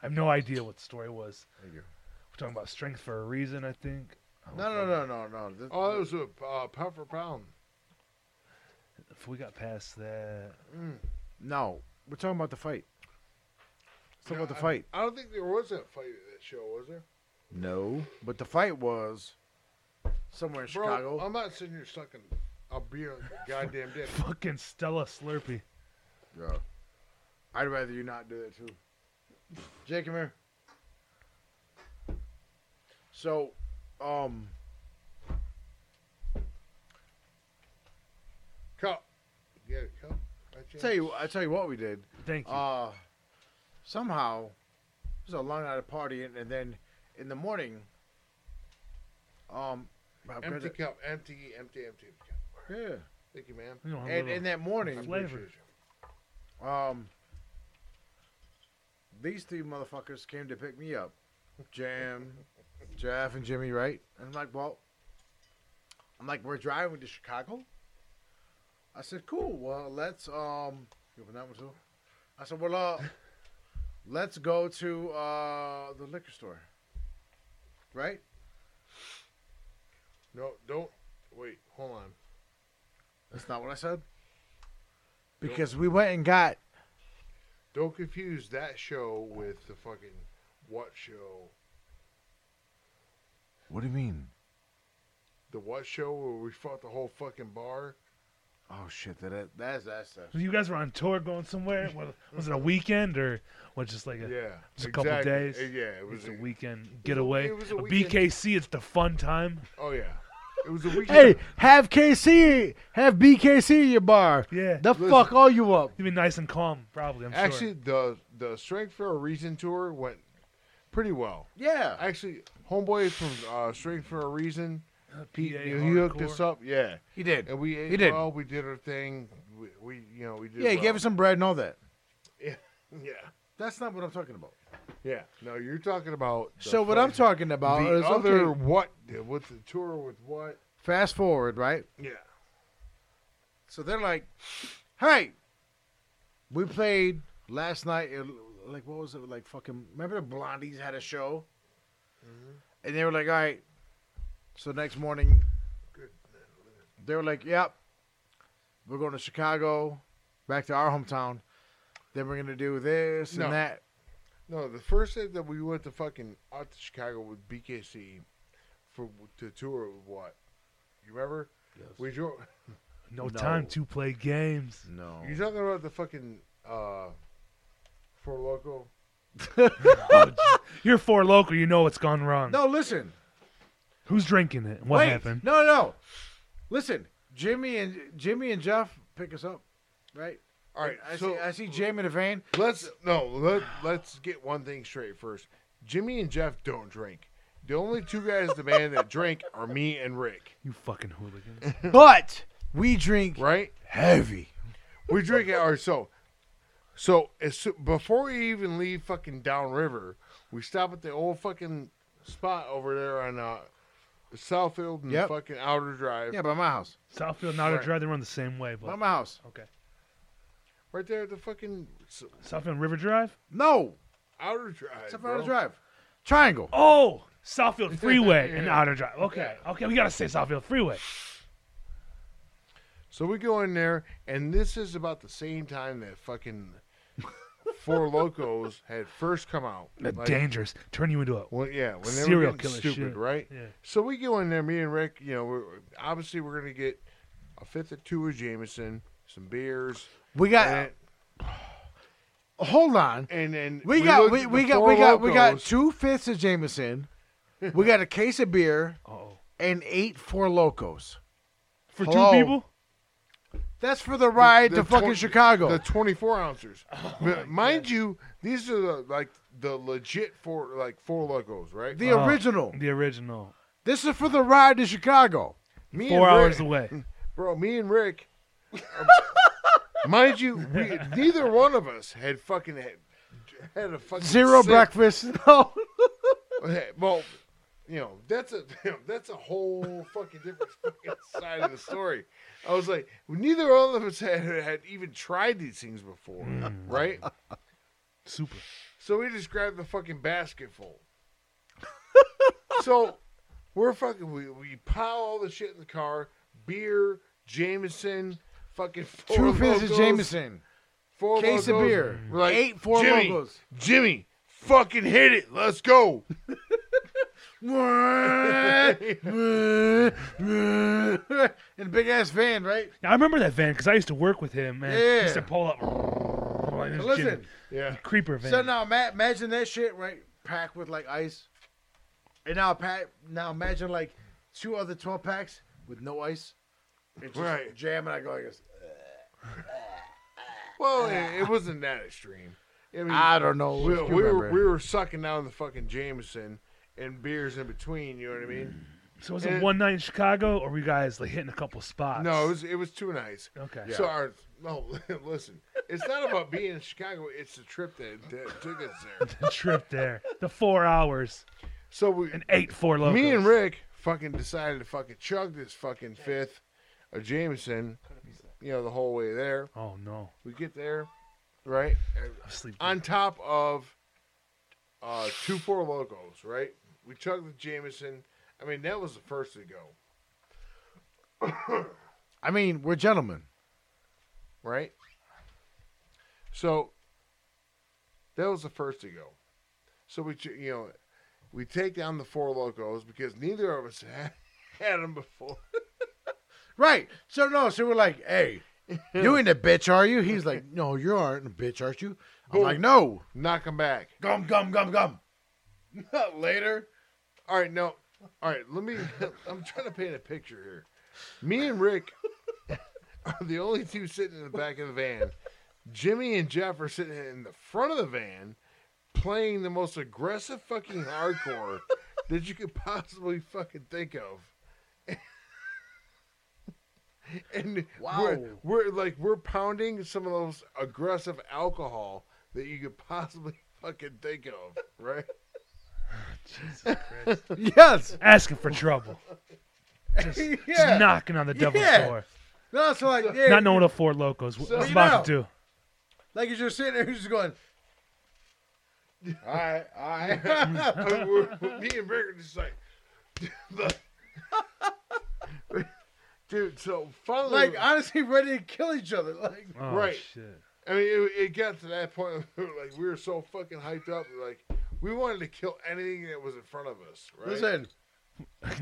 Speaker 5: I have no idea what the story was.
Speaker 4: Thank you.
Speaker 5: We're talking about strength for a reason, I think.
Speaker 3: No, no, no, no, no. This-
Speaker 4: Oh, that was a uh, pound for pound.
Speaker 5: If we got past that,
Speaker 3: no, we're talking about the fight. Let's talk about the
Speaker 4: I-
Speaker 3: fight.
Speaker 4: I, don't think there was that fight at that show, was there?
Speaker 3: No, but the fight was somewhere in
Speaker 4: Bro,
Speaker 3: Chicago.
Speaker 4: I'm not sitting here sucking a beer like a goddamn dick.
Speaker 5: fucking Stella Slurpee.
Speaker 3: Yeah. I'd rather you not do that too. Jake, come here. So, um,
Speaker 4: cup. You got a cup? by
Speaker 3: I
Speaker 4: chance?
Speaker 3: tell you, I tell you what we did.
Speaker 5: Thank you.
Speaker 3: Uh, somehow, it was a long night of partying, and then in the morning, um, my
Speaker 4: empty
Speaker 3: brother-
Speaker 4: cup, empty, empty, empty cup.
Speaker 3: yeah,
Speaker 4: Thank you, man.
Speaker 5: you know, I'm a
Speaker 3: and
Speaker 5: little-
Speaker 3: in that morning,
Speaker 5: Flavor.
Speaker 4: Appreciate you.
Speaker 3: Um, these three motherfuckers came to pick me up, Jam, Jeff, and Jimmy, right? And I'm like, well, I'm like, we're driving to Chicago. I said, cool. Well, let's um, you open that one too. I said, well, uh, let's go to uh the liquor store, right?
Speaker 4: No, don't. Wait, hold on.
Speaker 3: That's not what I said. Because we went and got
Speaker 4: Don't confuse that show with the fucking what show.
Speaker 3: what do you mean?
Speaker 4: The what show where we fought the whole fucking bar?
Speaker 3: Oh shit! That that's that's that.
Speaker 5: you guys were on tour going somewhere. Was, was it a weekend or what? Just like a
Speaker 4: Yeah.
Speaker 5: Just a couple days.
Speaker 4: Uh, Yeah, it was.
Speaker 5: It's a
Speaker 4: A,
Speaker 5: weekend getaway.
Speaker 4: it was a
Speaker 5: a
Speaker 4: weekend-
Speaker 5: BKC, it's the fun time.
Speaker 4: oh, yeah. It was a weekend.
Speaker 3: Hey, have KC, have BKC in your bar.
Speaker 5: Yeah.
Speaker 3: The fuck all you up.
Speaker 5: It'd be nice and calm, probably. I'm
Speaker 4: Actually,
Speaker 5: sure.
Speaker 4: the the Strength for a Reason tour went pretty well.
Speaker 3: Yeah.
Speaker 4: Actually, homeboy from uh, Strength for a Reason, Pete,
Speaker 5: PA
Speaker 4: he hooked
Speaker 5: Hardcore.
Speaker 4: us up. Yeah,
Speaker 3: He did.
Speaker 4: and we ate
Speaker 3: He did.
Speaker 4: well. We did our thing. We, we you know, we did.
Speaker 3: Yeah, he
Speaker 4: well.
Speaker 3: gave us some bread and all that.
Speaker 4: Yeah,
Speaker 3: That's not what I'm talking about.
Speaker 4: yeah. No, you're talking about. the
Speaker 3: so what I'm
Speaker 4: fucking-
Speaker 3: talking about
Speaker 4: the
Speaker 3: is
Speaker 4: other
Speaker 3: okay,
Speaker 4: what with the tour with what?
Speaker 3: fast forward, right?
Speaker 4: Yeah,
Speaker 3: So they're like, hey, we played last night. it- like, what was it? Like, fucking, remember the Blondies had a show?
Speaker 4: Mm-hmm.
Speaker 3: And they were like, all right. So next morning, they were like, yep, we're going to Chicago, back to our hometown. Then we're going to do this
Speaker 4: No.
Speaker 3: and that.
Speaker 4: no. The first day that we went to fucking out to Chicago with BKC for to tour with what? You remember? We drove.
Speaker 5: no, time to play games.
Speaker 3: No.
Speaker 4: You talking about the fucking uh, for local?
Speaker 5: You're for local, you know what's gone wrong.
Speaker 3: No, listen.
Speaker 5: Who's drinking it? What
Speaker 3: Wait.
Speaker 5: happened?
Speaker 3: No, no. Listen, Jimmy and Jimmy and Jeff pick us up, right?
Speaker 4: All right,
Speaker 3: I,
Speaker 4: so
Speaker 3: see, I see Jim in a van.
Speaker 4: let's no let let's get one thing straight first. Jimmy and Jeff don't drink. The only two guys in the band that drink are me and Rick.
Speaker 5: You fucking hooligans.
Speaker 3: But we drink
Speaker 4: Right?
Speaker 3: heavy.
Speaker 4: We drink it. All right, so so as soo- before we even leave fucking downriver, we stop at the old fucking spot over there on uh, Southfield and
Speaker 3: Yep.
Speaker 4: fucking Outer Drive.
Speaker 3: Yeah, by my house.
Speaker 5: Southfield, not
Speaker 4: Right.
Speaker 5: a drive, they run the same way.
Speaker 3: By
Speaker 5: But
Speaker 3: my house.
Speaker 5: okay.
Speaker 4: Right there at the fucking s-
Speaker 5: Southfield River Drive?
Speaker 3: No,
Speaker 4: Outer Drive.
Speaker 3: it's up
Speaker 4: bro.
Speaker 3: Outer Drive. Triangle.
Speaker 5: Oh, Southfield Freeway and
Speaker 4: Yeah.
Speaker 5: Outer Drive. Okay, okay, we gotta say Southfield Freeway.
Speaker 4: So we go in there, and this is about the same time that fucking Four Locos had first come out. Like,
Speaker 5: dangerous. Turn you into a.
Speaker 4: Well, yeah, when they were
Speaker 5: Serial
Speaker 4: getting
Speaker 5: killer
Speaker 4: stupid,
Speaker 5: shit.
Speaker 4: right?
Speaker 5: Yeah.
Speaker 4: So we go in there, me and Rick. You know, we're, obviously we're gonna get a fifth or two of Jameson, some beers,
Speaker 3: We got.
Speaker 4: and
Speaker 3: hold on.
Speaker 4: and, and
Speaker 3: We, got.
Speaker 4: looked
Speaker 3: We,
Speaker 4: at
Speaker 3: we
Speaker 4: the
Speaker 3: got.
Speaker 4: Four
Speaker 3: We got. We got
Speaker 4: Locos.
Speaker 3: two fifths of Jameson. we got a case of beer
Speaker 5: Oh,
Speaker 3: and eight four locos.
Speaker 5: for
Speaker 3: Hello.
Speaker 5: two people.
Speaker 3: That's for the ride
Speaker 4: the
Speaker 3: to fucking
Speaker 4: twen-
Speaker 3: Chicago. Oh
Speaker 4: The 24 ounces. but mind you, these are the, like the legit four like four locos, right? Uh,
Speaker 3: the
Speaker 5: Oh.
Speaker 3: original.
Speaker 5: The original.
Speaker 3: This is for the ride to Chicago.
Speaker 4: me
Speaker 5: Four
Speaker 4: and
Speaker 5: hours
Speaker 4: Rick,
Speaker 5: away.
Speaker 4: bro. Me and Rick. um, mind you, we, neither one of us had fucking had, had a fucking
Speaker 3: Zero
Speaker 4: sip.
Speaker 3: breakfast. No.
Speaker 4: Okay, Well, you know that's a that's a whole fucking different fucking side of the story. I was like, neither one of us had had even tried these things before, right?
Speaker 5: Super.
Speaker 4: So we just grabbed the fucking basket full. so we're fucking we, we pile all the shit in the car, beer, Jameson, fucking four
Speaker 3: Two fizz
Speaker 4: Locos,
Speaker 3: of Jameson.
Speaker 4: four
Speaker 3: Case of
Speaker 4: Locos.
Speaker 3: beer.
Speaker 4: We're like,
Speaker 3: Eight four
Speaker 4: Jimmy,
Speaker 3: logos.
Speaker 4: Jimmy, fucking hit it. Let's go.
Speaker 3: In a big ass van, right?
Speaker 5: Now, I remember that van because I used to work with him, man. He used
Speaker 3: Yeah.
Speaker 5: to pull up. Like, this
Speaker 3: Listen.
Speaker 5: Jimmy.
Speaker 4: Yeah.
Speaker 5: Creeper van.
Speaker 3: So now ma- imagine that shit, right? Packed with like ice. And now pack now imagine like two other twelve packs with no ice. It's just
Speaker 4: Right.
Speaker 3: jam and I go like this.
Speaker 4: Well, it, it wasn't that extreme. I mean,
Speaker 3: I don't know.
Speaker 4: we,
Speaker 3: You
Speaker 4: we were
Speaker 3: remember.
Speaker 4: we were sucking down the fucking Jameson and beers in between. You know what I mean?
Speaker 5: so was it
Speaker 4: and-
Speaker 5: one night in Chicago, or were you guys like hitting a couple
Speaker 3: Mm.
Speaker 5: spots?
Speaker 4: No, it was it was two nights.
Speaker 5: okay.
Speaker 4: So our no, listen, it's not about being in Chicago. It's the trip that, that took us there.
Speaker 5: The trip there, the four hours,
Speaker 4: So we,
Speaker 5: and eight four locals.
Speaker 4: me and Rick, fucking decided to fucking chug this fucking fifth of Jameson. You know the whole way there.
Speaker 5: Oh no,
Speaker 4: We get there, right?
Speaker 5: I sleep.
Speaker 4: on top of uh, two four locos, right? We chugged the Jameson. I mean, that was the first to go,
Speaker 3: I mean, we're gentlemen.
Speaker 4: right? So that was the first to go. So we, ch- you know, we take down the four locos because neither of us had, had them before.
Speaker 3: Right. So no, so we're like, hey, you ain't a bitch, are you? He's like, No, you aren't a bitch, aren't you? I'm
Speaker 4: Boom.
Speaker 3: like, No.
Speaker 4: Knock them back.
Speaker 3: Gum gum gum gum. Later.
Speaker 4: All right, no. All right, let me. I'm trying to paint a picture here. Me and Rick are the only two sitting in the back of the van. Jimmy and Jeff are sitting in the front of the van playing the most aggressive fucking hardcore that you could possibly fucking think of. and we're,
Speaker 3: Wow.
Speaker 4: we're like we're pounding some of those aggressive alcohol that you could possibly fucking think of, right?
Speaker 3: Yes.
Speaker 5: asking for trouble,
Speaker 3: yeah.
Speaker 5: knocking on the devil's
Speaker 3: Yeah.
Speaker 5: door,
Speaker 3: no, so like yeah,
Speaker 5: not knowing what four locals was
Speaker 3: So-
Speaker 5: about
Speaker 3: You
Speaker 5: to do.
Speaker 3: like you're just sitting there, you're just going,
Speaker 4: All right, all right. We're- we're- me and Rick are just like, look. dude. So finally,
Speaker 3: like honestly ready to kill each other. Like
Speaker 5: Oh,
Speaker 4: Right.
Speaker 5: Shit.
Speaker 4: I mean, it, it got to that point where like we were so fucking hyped up, like we wanted to kill anything that was in front of us. Right?
Speaker 3: listen.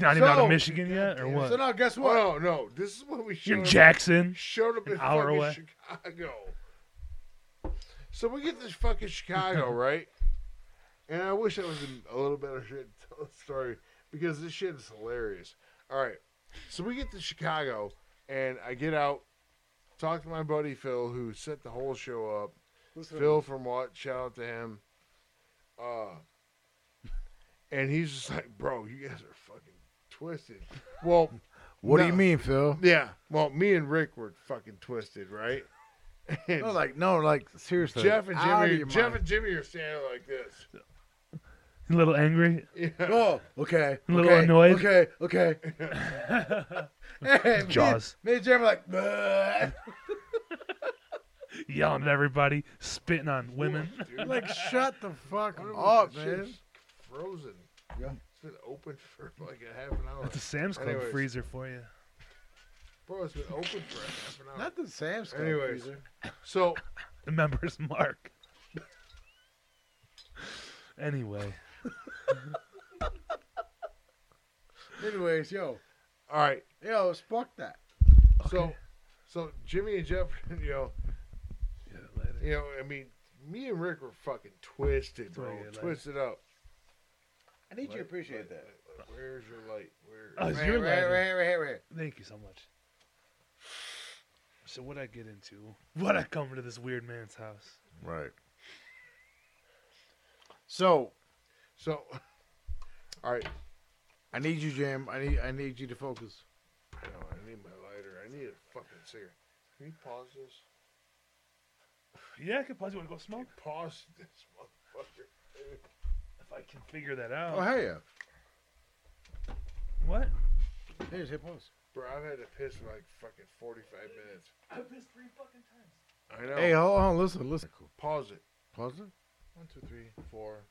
Speaker 5: Not even out
Speaker 3: So-
Speaker 5: of Michigan yet, or
Speaker 3: So
Speaker 5: what?
Speaker 3: now guess what?
Speaker 4: Well, no, Oh, no. This is when we
Speaker 5: You're in
Speaker 4: showed up,
Speaker 5: Jackson.
Speaker 4: showed up in
Speaker 5: hour
Speaker 4: fucking
Speaker 5: away.
Speaker 4: Chicago. So we get this fucking Chicago, right? And I wish I was in a little better shit to tell the story because this shit is hilarious. All right. So we get to Chicago, and I get out, talk to my buddy Phil, who set the whole show up. Phil from What? Shout out to him. Uh, and he's just like, bro, you guys are fucking twisted. Well,
Speaker 3: what do
Speaker 4: no.
Speaker 3: you mean, Phil?
Speaker 4: yeah. Well, me and Rick were fucking twisted, right? And
Speaker 3: No, like no, like seriously.
Speaker 4: Jeff and
Speaker 3: Out of
Speaker 4: Jimmy,
Speaker 3: your
Speaker 4: Jeff
Speaker 3: mind.
Speaker 4: and Jimmy are standing like this.
Speaker 5: A little angry.
Speaker 4: Yeah.
Speaker 3: Oh, okay.
Speaker 5: A little
Speaker 3: okay,
Speaker 5: annoyed.
Speaker 3: Okay, okay. And me-
Speaker 5: Jaws.
Speaker 3: Me, and Jeff are like, "Bleh."
Speaker 5: yelling at everybody, spitting on women.
Speaker 3: like shut the fuck
Speaker 4: Oh,
Speaker 3: up, man.
Speaker 4: man. Frozen.
Speaker 3: Yeah.
Speaker 4: It's been open for like a half an hour.
Speaker 5: That's a Sam's Club
Speaker 4: Anyways.
Speaker 5: freezer for you.
Speaker 4: Bro, it's been open for a half an hour.
Speaker 3: Not the Sam's Club
Speaker 4: Anyways.
Speaker 3: freezer.
Speaker 4: so,
Speaker 5: The members mark. anyway,
Speaker 3: Anyways, yo,
Speaker 4: all right.
Speaker 3: yo, fuck that.
Speaker 4: So, so Jimmy and Jeff, you know, you know, I mean, me and Rick were fucking twisted, bro.
Speaker 5: Twisted, like-
Speaker 4: Twisted up.
Speaker 3: I need you to appreciate that.
Speaker 4: Like, Where's your light? Where?
Speaker 5: Oh, it's
Speaker 3: Right,
Speaker 5: your
Speaker 3: right,
Speaker 5: lighter.
Speaker 3: right, right, right, right.
Speaker 5: Thank you so much. So what I get into? What I come to this weird man's house?
Speaker 3: Right. So
Speaker 4: So, all right.
Speaker 3: I need you, Jam. I need I need you to focus.
Speaker 4: No, I need my lighter. I need a fucking cigarette. Can you pause this?
Speaker 5: Yeah, I could pause. You want to go smoke?
Speaker 4: Pause this motherfucker.
Speaker 5: If I can figure that
Speaker 3: Oh
Speaker 5: out.
Speaker 3: hey yeah.
Speaker 5: What?
Speaker 3: Here's hit pause.
Speaker 4: Bro, I've had to piss for like fucking 45 minutes.
Speaker 5: I pissed three fucking times.
Speaker 4: I know.
Speaker 3: Hey, hold on, listen, listen.
Speaker 4: pause it.
Speaker 3: Pause it.
Speaker 4: One, two, three, four.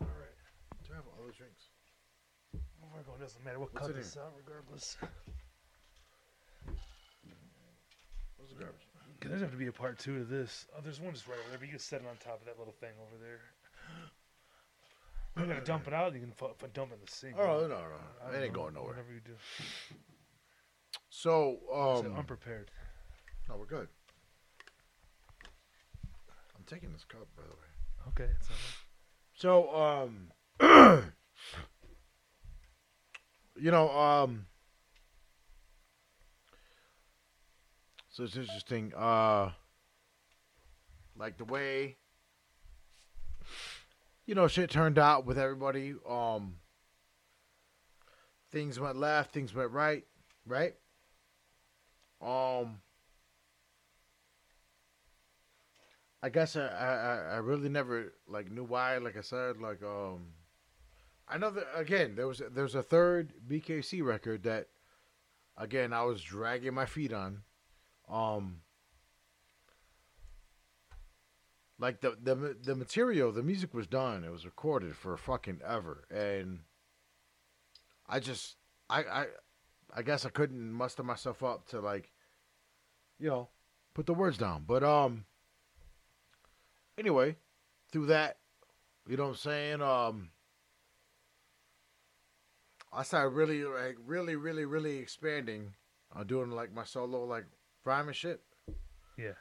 Speaker 3: Do I have other drinks?
Speaker 5: We're going. Doesn't matter. We'll
Speaker 3: What's
Speaker 5: cut
Speaker 3: in
Speaker 5: this out regardless.
Speaker 3: What's the garbage?
Speaker 5: Cause there's have to be a part two to this. Oh, there's one just right over there. But you can set it on top of that little thing over there. You gotta dump it out. You can fu- fu- dump it in the sink.
Speaker 3: Oh no,
Speaker 5: man.
Speaker 3: no,
Speaker 5: I
Speaker 3: no.
Speaker 5: don't
Speaker 3: It ain't
Speaker 5: know,
Speaker 3: going nowhere.
Speaker 5: Whatever you do.
Speaker 3: So
Speaker 5: So
Speaker 3: um
Speaker 5: unprepared.
Speaker 3: No, we're good. I'm taking this cup, by the way.
Speaker 5: Okay. It's all right.
Speaker 3: So, um, you know, um, so it's interesting. Uh, like the way, you know, shit turned out with everybody. Um, things went left, things went right, right? Um, I guess I, I I- I really never like knew why. Like I said, like um, I know that again. There was there's a third BKC record that, again, I was dragging my feet on, um. Like the the ma- the material, the music was done. It was recorded for fucking ever, and I just I I I guess I couldn't muster myself up to like, you know, put the words down. But um anyway, through that, you know what I'm saying? Um, I started really, like, really, really, really expanding on doing like my solo, like rhyming shit.
Speaker 5: Yeah.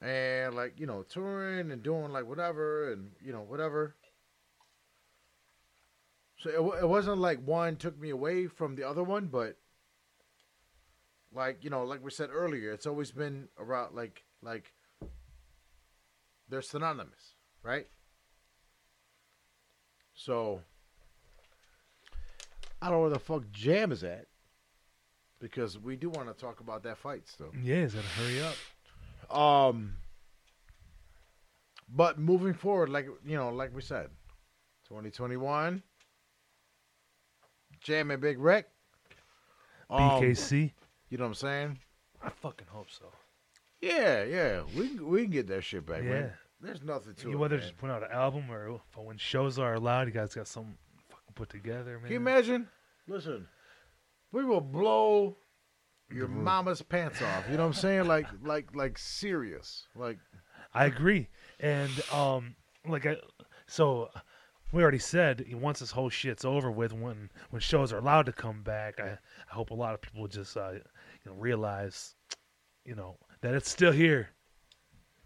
Speaker 3: And like you know, touring and doing like whatever and you know whatever. So it, wa- it wasn't like one took me away from the other one, but like you know, like we said earlier, it's always been around like like they're synonymous, right? So I don't know where the fuck Jam is at because we do want to talk about that fight still.
Speaker 5: Yeah. It's gotta hurry up.
Speaker 3: Um, but moving forward, like you know, like we said, 2021, Jam and Big Wreck. Um,
Speaker 5: BKC.
Speaker 3: you know what I'm saying?
Speaker 5: I fucking hope so.
Speaker 3: Yeah, yeah, we can, we can get that shit back, man.
Speaker 5: Yeah.
Speaker 3: There's nothing to
Speaker 5: You
Speaker 3: it.
Speaker 5: whether
Speaker 3: man.
Speaker 5: just put out an album or but when shows are allowed, you guys got something fucking put together, man.
Speaker 3: Can you imagine? Listen, we will blow your mama's pants off. You know what I'm saying? Like, like, like serious. Like,
Speaker 5: I agree, and um, like I, so we already said once this whole shit's over with, when when shows are allowed to come back, I, I hope a lot of people just uh, you know realize, you know, that it's still here.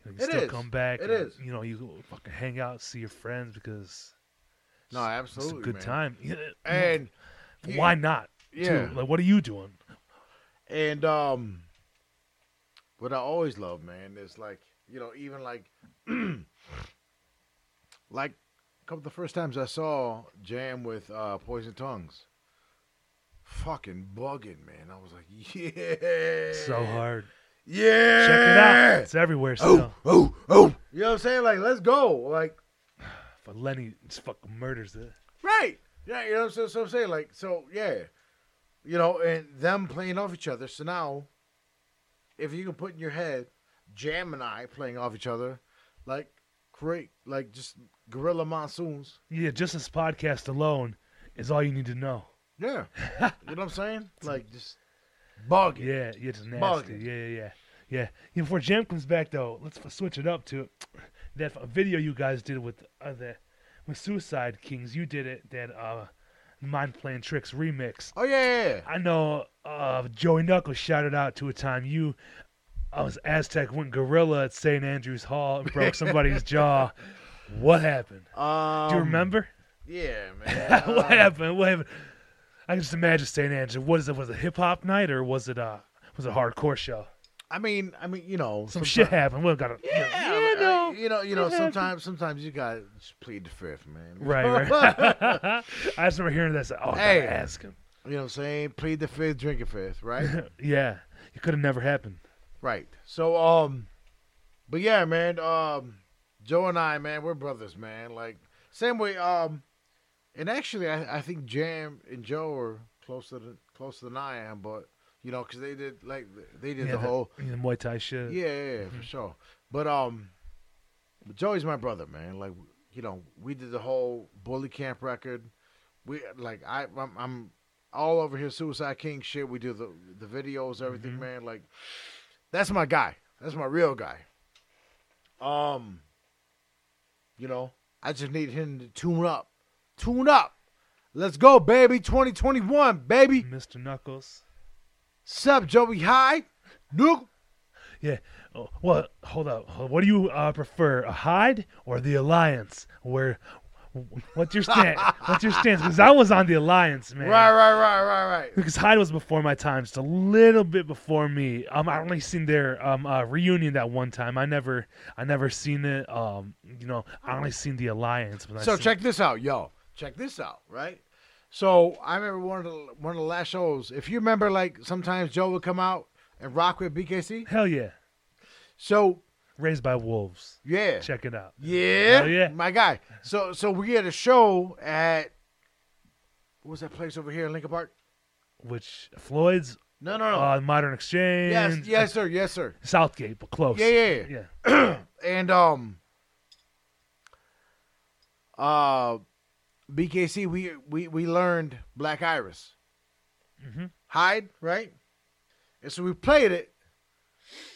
Speaker 5: You, know, you
Speaker 3: It
Speaker 5: still
Speaker 3: is.
Speaker 5: come back.
Speaker 3: It
Speaker 5: and,
Speaker 3: is.
Speaker 5: You know, you can fucking hang out, see your friends because
Speaker 3: no,
Speaker 5: it's a
Speaker 3: absolutely,
Speaker 5: good
Speaker 3: man.
Speaker 5: time. Yeah,
Speaker 3: And you-
Speaker 5: why not? too?
Speaker 3: yeah.
Speaker 5: Like, what are you doing?
Speaker 3: And um, what I always love, man, is like you know, even like, like, a couple of the first times I saw Jam with uh, Poison Tongues, fucking bugging, man. I was like, yeah,
Speaker 5: So hard.
Speaker 3: yeah.
Speaker 5: Check it out. It's everywhere still.
Speaker 3: oh, oh. You know what I'm saying? Like, let's go. Like,
Speaker 5: But Lenny just fucking murders it.
Speaker 3: right. Yeah, you know what I'm, so I'm saying? Like, so, yeah. You know, and them playing off each other. So now, if you can put in your head Jam and I playing off each other, like, great. Like, just guerrilla monsoons.
Speaker 5: Yeah, just this podcast alone is all you need to know.
Speaker 3: Yeah. you know what I'm saying? Like, just bug it.
Speaker 5: Yeah, yeah, it's nasty.
Speaker 3: Bargain.
Speaker 5: Yeah, yeah, yeah. Yeah. Yeah, before Jam comes back though, let's f- switch it up to that f- video you guys did with uh, the with Suicide Kings. You did it that uh Mind Playing Tricks remix.
Speaker 3: Oh, yeah, yeah, yeah.
Speaker 5: I know uh Joey Knuckles shouted out to a time you I was Aztec went gorilla at St. Andrew's Hall and broke somebody's jaw. What happened?
Speaker 3: Um, uh,
Speaker 5: Do you remember?
Speaker 3: Yeah, man.
Speaker 5: what happened? What happened? I I can just imagine St. Andrew. What is it? Was it hip hop night or was it uh was it a hardcore show?
Speaker 3: I mean, I mean, you know,
Speaker 5: Some
Speaker 3: someti-
Speaker 5: shit happened. We've got to.
Speaker 3: Yeah,
Speaker 5: you know.
Speaker 3: you know, you know.
Speaker 5: Yeah.
Speaker 3: Sometimes, sometimes you got to plead the fifth, man.
Speaker 5: Right, right. I just remember hearing that. I said, oh, I gotta
Speaker 3: Hey.
Speaker 5: ask him.
Speaker 3: You know what I'm saying? Plead the fifth, drink a fifth, right?
Speaker 5: Yeah, it could have never happened.
Speaker 3: Right. So um but yeah, man, um Joe and I, man, we're brothers, man. Like same way, um and actually I, I think Jam and Joe are closer than closer than I am, but you know, cause they did like they did
Speaker 5: yeah,
Speaker 3: the whole
Speaker 5: the Muay Thai shit.
Speaker 3: yeah, yeah, yeah, for sure. But um, but Joey's my brother, man. Like you know, we did the whole bully camp record. We like I I'm, I'm all over here Suicide King shit. We do the the videos, everything, man. Like that's my guy. That's my real guy. Um, you know, I just need him to tune up, tune up. Let's go, baby. 2021, baby.
Speaker 5: Mr. Knuckles.
Speaker 3: Sup, Joey High. Nuke.
Speaker 5: Yeah. Oh, well, hold up. Hold- What do you uh, prefer, a Hyde or the Alliance? Where? What's your stance? What's your stance? Because I was on the Alliance, man.
Speaker 3: Right, right, right, right, right.
Speaker 5: Because Hyde was before my time, just a little bit before me. Um, I only seen their um uh, reunion that one time. I never, I never seen it. Um, you know, I only seen the Alliance. But I
Speaker 3: So
Speaker 5: seen-
Speaker 3: check this out, yo. Check this out, right? So I remember one of the one of the last shows. If you remember, like sometimes Joe would come out and rock with BKC.
Speaker 5: Hell yeah,
Speaker 3: So
Speaker 5: raised by wolves.
Speaker 3: yeah,
Speaker 5: Check it out.
Speaker 3: yeah,
Speaker 5: Hell yeah.
Speaker 3: my guy. So so we had a show at what was that place over here in Lincoln Park?
Speaker 5: Which Floyd's
Speaker 3: No, no, no.
Speaker 5: uh, Modern Exchange.
Speaker 3: Oh. yes, yes, sir, yes, sir.
Speaker 5: Southgate, but close.
Speaker 3: Yeah, yeah, yeah.
Speaker 5: yeah.
Speaker 3: and um uh BKC we we we learned Black Iris. Hyde, right? And so we played it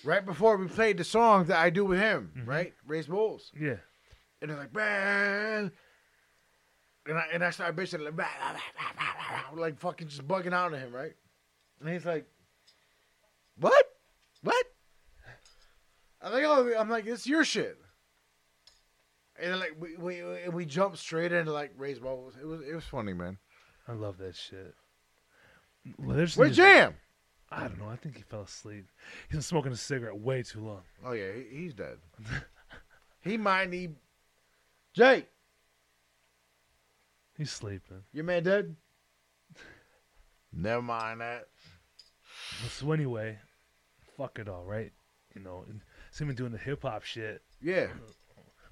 Speaker 3: right before we played the song that I do with him, right? Race Bulls.
Speaker 5: Yeah.
Speaker 3: And they're like, man. And I and I started bitching like, "Bah, bah, bah, bah, bah, bah," like fucking just bugging out on him, right? And he's like, What? What? I'm like, oh, I'm like, it's your shit. And then, like we we and we jumped straight into like raise balls. It was it was funny, man.
Speaker 5: I love that shit. Well, there's-
Speaker 3: Where Jam?
Speaker 5: I don't know. I think he fell asleep. He's been smoking a cigarette way too long.
Speaker 3: Oh yeah, he, he's dead. he might need Jake.
Speaker 5: He's sleeping.
Speaker 3: Your man dead? Never mind that.
Speaker 5: But so anyway, fuck it all, right? You know, and so I've been doing the hip hop shit
Speaker 3: Yeah.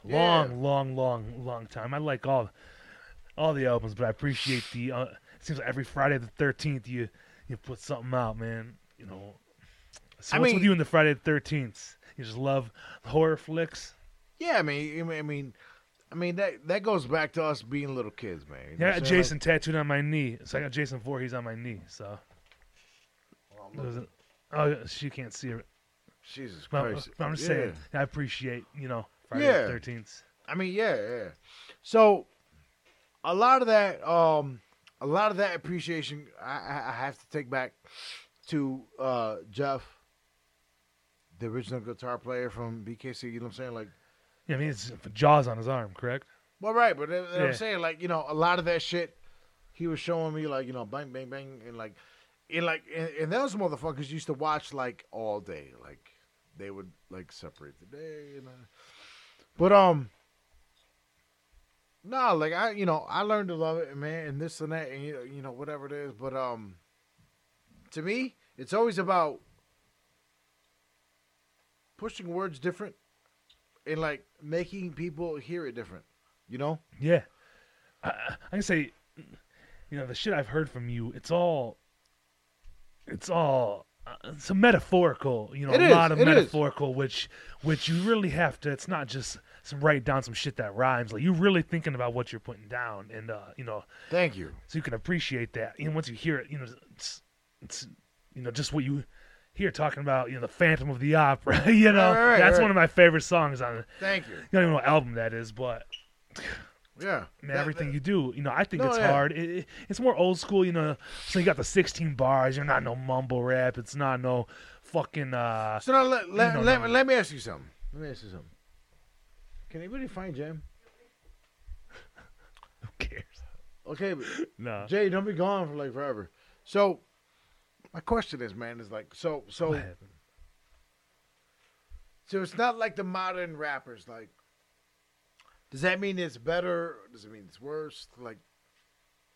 Speaker 5: long, long, long, long time. I like all, all the albums, but I appreciate the. Uh, it seems like every Friday the thirteenth, you you put something out, man. You know, so
Speaker 3: I
Speaker 5: what's
Speaker 3: mean-
Speaker 5: with you in the Friday the thirteenth? You just love horror flicks.
Speaker 3: Yeah, I mean, I mean- I mean, I mean that that goes back to us being little kids, man. You know
Speaker 5: Yeah, I
Speaker 3: what
Speaker 5: got
Speaker 3: I'm saying?
Speaker 5: Jason tattooed on my knee. So I got Jason Voorhees on my knee. So. There's a- oh, she can't see her.
Speaker 3: Like, Jesus
Speaker 5: But
Speaker 3: Christ.
Speaker 5: but I'm just
Speaker 3: yeah.
Speaker 5: saying, I appreciate you know Friday
Speaker 3: Yeah.
Speaker 5: the Thirteenth.
Speaker 3: I mean, yeah, yeah. So a lot of that, um, a lot of that appreciation, I, I, I have to take back to uh, Jeff, the original guitar player from BKC. You know what I'm saying? Like,
Speaker 5: Yeah, I mean, it's Jaws on his arm, correct?
Speaker 3: well, right, but that- that
Speaker 5: Yeah.
Speaker 3: I'm saying, like, you know, a lot of that shit, he was showing me, like, you know, bang, bang, bang, and like, and like, and, and those motherfuckers used to watch like all day, like they would like separate the day, and uh, but um, no, like I, you know, I learned to love it, man, and this and that, and you you know, whatever it is, but um, to me, it's always about pushing words different and like making people hear it different, you know.
Speaker 5: Yeah, I, I can say, you know, the shit I've heard from you, it's all, it's all, uh, it's a metaphorical, you know,
Speaker 3: It
Speaker 5: a
Speaker 3: is,
Speaker 5: lot of
Speaker 3: it is.
Speaker 5: metaphorical, which, which you really have to. It's not just some write down some shit that rhymes. Like you're really thinking about what you're putting down, and uh, you know,
Speaker 3: Thank you.
Speaker 5: so you can appreciate that. And once you hear it, you know, it's, it's you know just what you hear talking about. You know, the Phantom of the Opera. You know,
Speaker 3: Right, right,
Speaker 5: that's
Speaker 3: right.
Speaker 5: one of my favorite songs on. You
Speaker 3: Thank you.
Speaker 5: don't even know what album that is, but
Speaker 3: Yeah.
Speaker 5: man, everything you do, you know, I think
Speaker 3: No,
Speaker 5: it's
Speaker 3: yeah.
Speaker 5: hard. It, it- it's more old school, you know. So you got the 16 bars. You're not no mumble rap. It's not no fucking. uh
Speaker 3: So now let, let,
Speaker 5: No,
Speaker 3: let,
Speaker 5: no.
Speaker 3: let me ask you something. Let me ask you something. Can anybody find Jam?
Speaker 5: Who cares?
Speaker 3: Okay, but
Speaker 5: No.
Speaker 3: Jay, don't be gone for like forever. So, my question is, man, is like, so, so, so it's not like the modern rappers. Like, does that mean it's better? Does it mean it's worse? Like,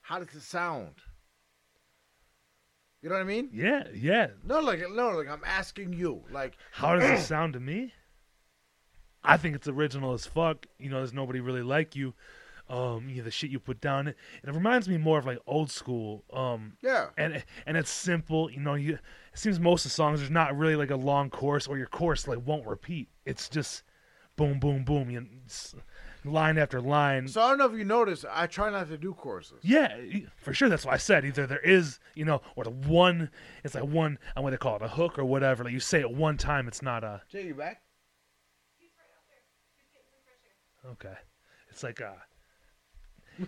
Speaker 3: how does it sound? You know what I mean?
Speaker 5: Yeah, yeah.
Speaker 3: No, like, no, like, I'm asking you. Like,
Speaker 5: How does it sound to me? I think it's original as fuck. You know, there's nobody really like you. Um, you know, the shit you put down, and it reminds me more of like old school. Um,
Speaker 3: yeah,
Speaker 5: and and it's simple. You know, you it seems most of the songs there's not really like a long chorus or your chorus like won't repeat. It's just boom, boom, boom, you it's line after line.
Speaker 3: So I don't know if you noticed, I try not to do courses.
Speaker 5: Yeah, e- for sure. That's why I said either there is, you know, or the one. It's like one. I want to call it a hook or whatever. Like you say it one time, it's not a
Speaker 3: Jay, you back?
Speaker 5: okay. It's like uh,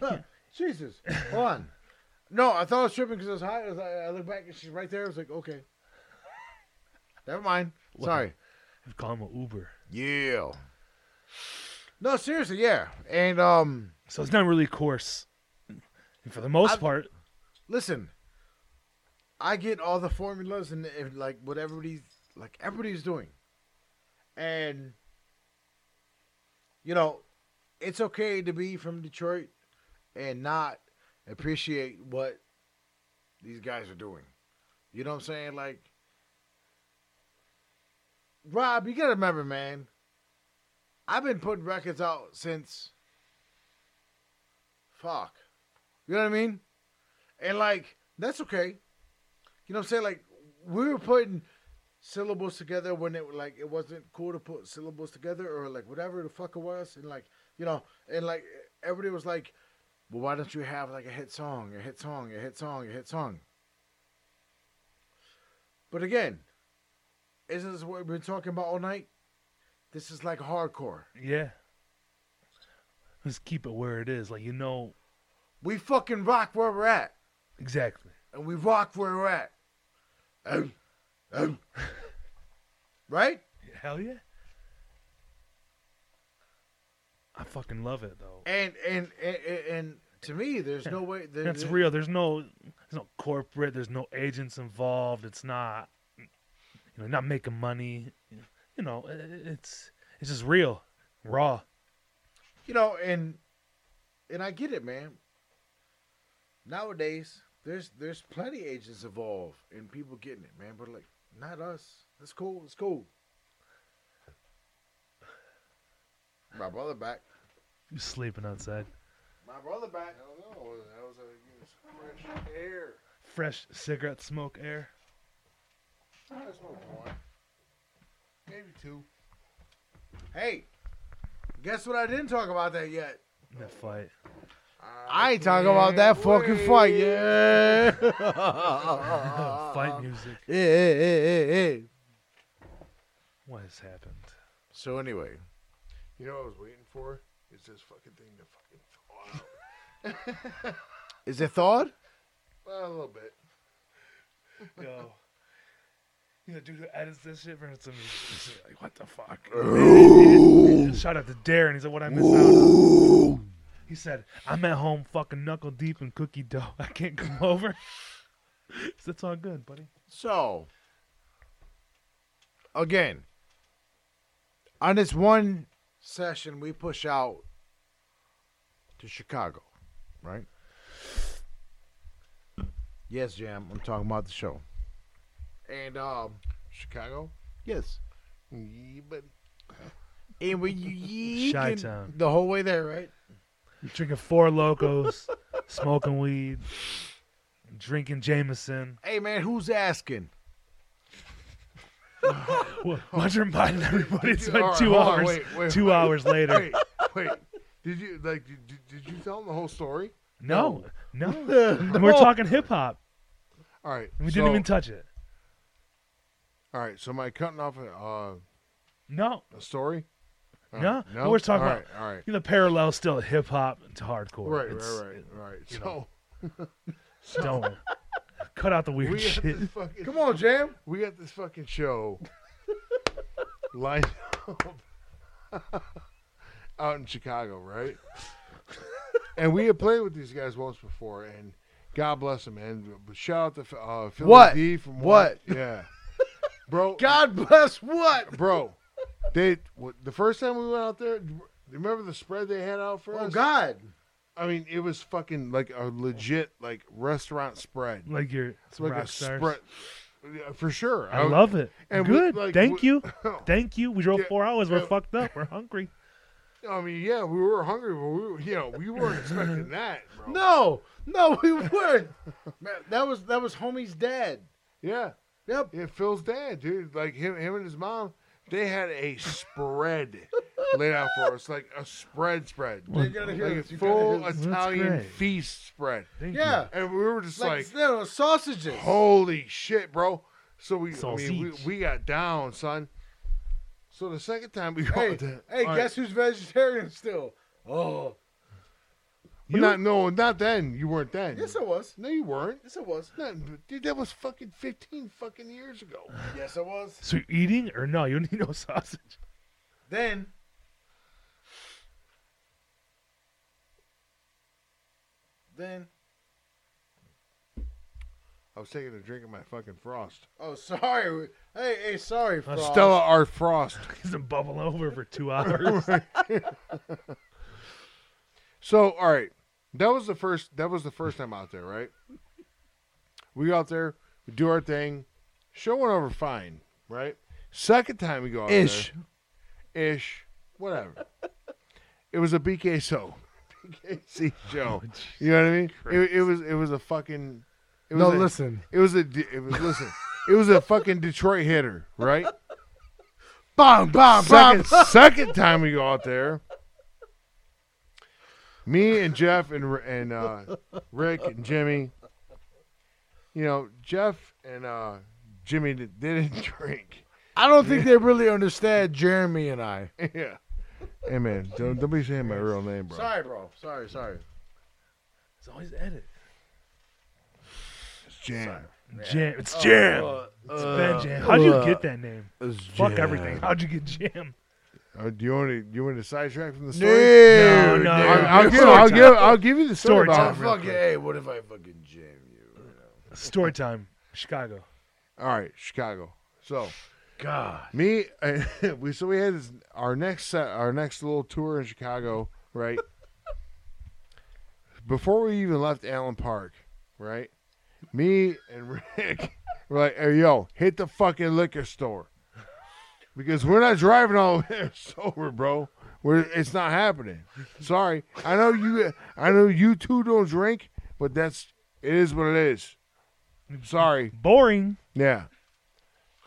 Speaker 5: a
Speaker 3: Jesus, hold on. No, I thought I was tripping because I was high. I, was, I I looked back and she's right there. I was like, okay, never mind. Sorry.
Speaker 5: I've called him an Uber.
Speaker 3: Yeah. No, seriously, yeah. And um,
Speaker 5: So it's not really coarse. And for the most
Speaker 3: I've-
Speaker 5: part,
Speaker 3: listen, I get all the formulas and and, like what everybody's like everybody's doing, and you know, it's okay to be from Detroit and not appreciate what these guys are doing. You know what I'm saying? Like, Rob, you gotta remember, man. I've been putting records out since. Fuck. You know what I mean? And like, that's okay. You know what I'm saying? Like, we were putting syllables together when it like it wasn't cool to put syllables together or like whatever the fuck it was. And like, you know, and like everybody was like, Well, why don't you have like a hit song, a hit song, a hit song, a hit song? But again, isn't this what we've been talking about all night? This is like hardcore.
Speaker 5: yeah. Just keep it where it is. Like you know
Speaker 3: We fucking rock where we're at.
Speaker 5: exactly.
Speaker 3: and we rock where we're at. Um, um. right?
Speaker 5: Hell yeah. I fucking love it though.
Speaker 3: And and and, and to me, there's no way. There,
Speaker 5: That's
Speaker 3: there-
Speaker 5: real. There's no there's no corporate, there's no agents involved. It's not you know, not making money. You know, i- i- it's it's just real, raw.
Speaker 3: You know, and and I get it, man. Nowadays, there's there's plenty agents involved and people getting it, man. But like, not us. It's cool. It's cool. My brother back.
Speaker 5: You sleeping outside.
Speaker 3: My brother back. I don't know. That was a fresh air.
Speaker 5: Fresh cigarette smoke air.
Speaker 3: That's no point. Maybe two. Hey, guess what? I didn't talk about that yet.
Speaker 5: That fight.
Speaker 3: I ain't talking about that fucking fight. Yeah.
Speaker 5: fight music.
Speaker 3: Eh, eh, eh, eh, eh.
Speaker 5: What has happened?
Speaker 3: So anyway,
Speaker 4: You know what I was waiting for? Is this fucking thing to fucking thaw out.
Speaker 3: is it thawed?
Speaker 4: Well, a little bit.
Speaker 5: Yo. You know, dude who edits this shit brings some music. Like, what the fuck? Shout out to Darren. He's like, what I miss out on. He said, I'm at home fucking knuckle deep in cookie dough. I can't come over. so that's all good, buddy.
Speaker 3: So, again, on this one session, we push out to Chicago, right? Yes, Jam. I'm talking about the show. And um,
Speaker 4: Chicago?
Speaker 3: yes,
Speaker 4: Yeah, buddy.
Speaker 3: and we you
Speaker 5: Chi-town.
Speaker 3: the whole way there, right?
Speaker 5: You're drinking four locos, smoking weed, drinking Jameson.
Speaker 3: Hey, man, who's asking?
Speaker 5: Well, What's reminding everybody? It's
Speaker 4: All
Speaker 5: like
Speaker 4: right,
Speaker 5: two
Speaker 4: hold on,
Speaker 5: hours.
Speaker 4: wait, wait,
Speaker 5: two
Speaker 4: wait.
Speaker 5: hours later.
Speaker 4: Wait, wait. Did you like? Did, did, did you tell him the whole story?
Speaker 5: No, no. And We're talking hip hop.
Speaker 4: All right.
Speaker 5: We
Speaker 4: so-
Speaker 5: didn't even touch it.
Speaker 4: all right. So am I cutting off a,
Speaker 5: No,
Speaker 4: uh, a story? All
Speaker 5: No,
Speaker 4: right,
Speaker 5: we're talking
Speaker 4: Uh-huh. All
Speaker 5: about-
Speaker 4: right, All right.
Speaker 5: you know, parallel still hip hop to hardcore.
Speaker 4: Right, right,
Speaker 5: It's-
Speaker 4: right, right. So
Speaker 5: know, it's- Don't cut out the weird
Speaker 4: we got
Speaker 5: shit.
Speaker 4: this fucking
Speaker 3: Come on, Jam.
Speaker 4: we got this fucking show lined up out in Chicago, right? and we had played with these guys once before, and God bless them, man. Shout out to uh, Philly
Speaker 3: What?
Speaker 4: D from
Speaker 3: What?
Speaker 4: Yeah, bro,
Speaker 3: God bless what?
Speaker 4: bro. They what, the first time we went out there. Remember the spread they had out for
Speaker 3: Oh
Speaker 4: us?
Speaker 3: God!
Speaker 4: I mean, it was fucking like a legit like restaurant spread.
Speaker 5: Like you're
Speaker 4: It's like
Speaker 5: rock
Speaker 4: a
Speaker 5: stars.
Speaker 4: spread. Yeah, for sure.
Speaker 5: I love it.
Speaker 4: and we-
Speaker 5: Good.
Speaker 4: like,
Speaker 5: Thank
Speaker 4: we-
Speaker 5: you. Thank you. We drove
Speaker 4: Yeah,
Speaker 5: four hours. We're
Speaker 4: yeah.
Speaker 5: fucked up. We're hungry.
Speaker 4: I mean, yeah, we were hungry, but we, were- you know, we weren't expecting that, bro.
Speaker 3: No, no, we weren't. Man, that was that was homie's dad.
Speaker 4: Yeah,
Speaker 3: Yep.
Speaker 4: yeah, Phil's dad, dude. Like him, him and his mom, they had a spread laid out for us, like a spread spread,
Speaker 3: You gotta hear
Speaker 4: like a
Speaker 3: this. You gotta
Speaker 4: full
Speaker 3: hear this.
Speaker 4: Italian
Speaker 5: great.
Speaker 4: feast spread.
Speaker 5: Thank you.
Speaker 3: Yeah,
Speaker 4: And we were just
Speaker 3: like,
Speaker 4: like,
Speaker 3: you know, sausages.
Speaker 4: holy shit, bro. So we, I mean, we,
Speaker 5: Sausage.
Speaker 4: we got down, son. So the second time we
Speaker 3: hey,
Speaker 4: got down-
Speaker 3: hey,
Speaker 4: all right.
Speaker 3: guess who's vegetarian still? Oh,
Speaker 4: But not no, not then. You weren't then.
Speaker 6: Yes, it was.
Speaker 4: no, you weren't.
Speaker 6: Yes, it was.
Speaker 4: Not- dude, that was fucking fifteen fucking years ago.
Speaker 6: Yes, it was.
Speaker 5: So you're eating or no? You don't need no sausage.
Speaker 6: Then then
Speaker 4: I was taking a drink of my fucking frost.
Speaker 6: oh sorry. Hey, hey, sorry, Frost.
Speaker 4: Stella R. Frost.
Speaker 5: He's been bubble over for two hours.
Speaker 4: So, all right, that was the first. That was the first time out there, right? We go out there, we do our thing. Show went over fine, right? Second time we go out
Speaker 3: Ish.
Speaker 4: there, ish, whatever. it was a BK so, BKC E show.
Speaker 3: Oh,
Speaker 4: you know what I mean? It, it was it was a fucking. It was
Speaker 3: no,
Speaker 4: a-
Speaker 3: listen.
Speaker 4: It was a. d- It was listen. It was a fucking Detroit hitter, right?
Speaker 3: Bomb, bomb, bomb.
Speaker 4: second, second time we go out there, me and Jeff and and uh, Rick and Jimmy, you know, Jeff and uh, Jimmy di- didn't drink.
Speaker 3: I don't think they really understand Jeremy and I.
Speaker 4: yeah. Hey man, don't, don't be saying my real name, bro.
Speaker 3: Sorry, bro. Sorry, sorry.
Speaker 5: it's always edit.
Speaker 4: It's Jan.
Speaker 5: Jam. It's Jam. it's Ben Jam. How'd you
Speaker 3: uh,
Speaker 5: get that name? Fuck everything. How'd you get Jam?
Speaker 4: Uh, do you want to? You want to sidetrack from
Speaker 3: No,
Speaker 4: the story?
Speaker 5: No, no,
Speaker 4: I'll,
Speaker 5: no.
Speaker 4: I'll give,
Speaker 5: Story
Speaker 4: I'll
Speaker 5: time.
Speaker 4: give. I'll give you the story.
Speaker 5: Story
Speaker 4: about-
Speaker 5: time.
Speaker 3: Oh, fucking, hey, what if I fucking jam you?
Speaker 5: Story time. Chicago.
Speaker 4: All right, Chicago. So
Speaker 3: God.
Speaker 4: Me, I, we so we had this, our next set, our next little tour in Chicago, right? Before we even left Allen Park, right? Me and Rick were like, "Hey, yo, hit the fucking liquor store because we're not driving all there sober, bro. We're, it's not happening. Sorry, I know you. I know you two don't drink, but that's it is what it is. Sorry,
Speaker 5: Boring.
Speaker 4: yeah.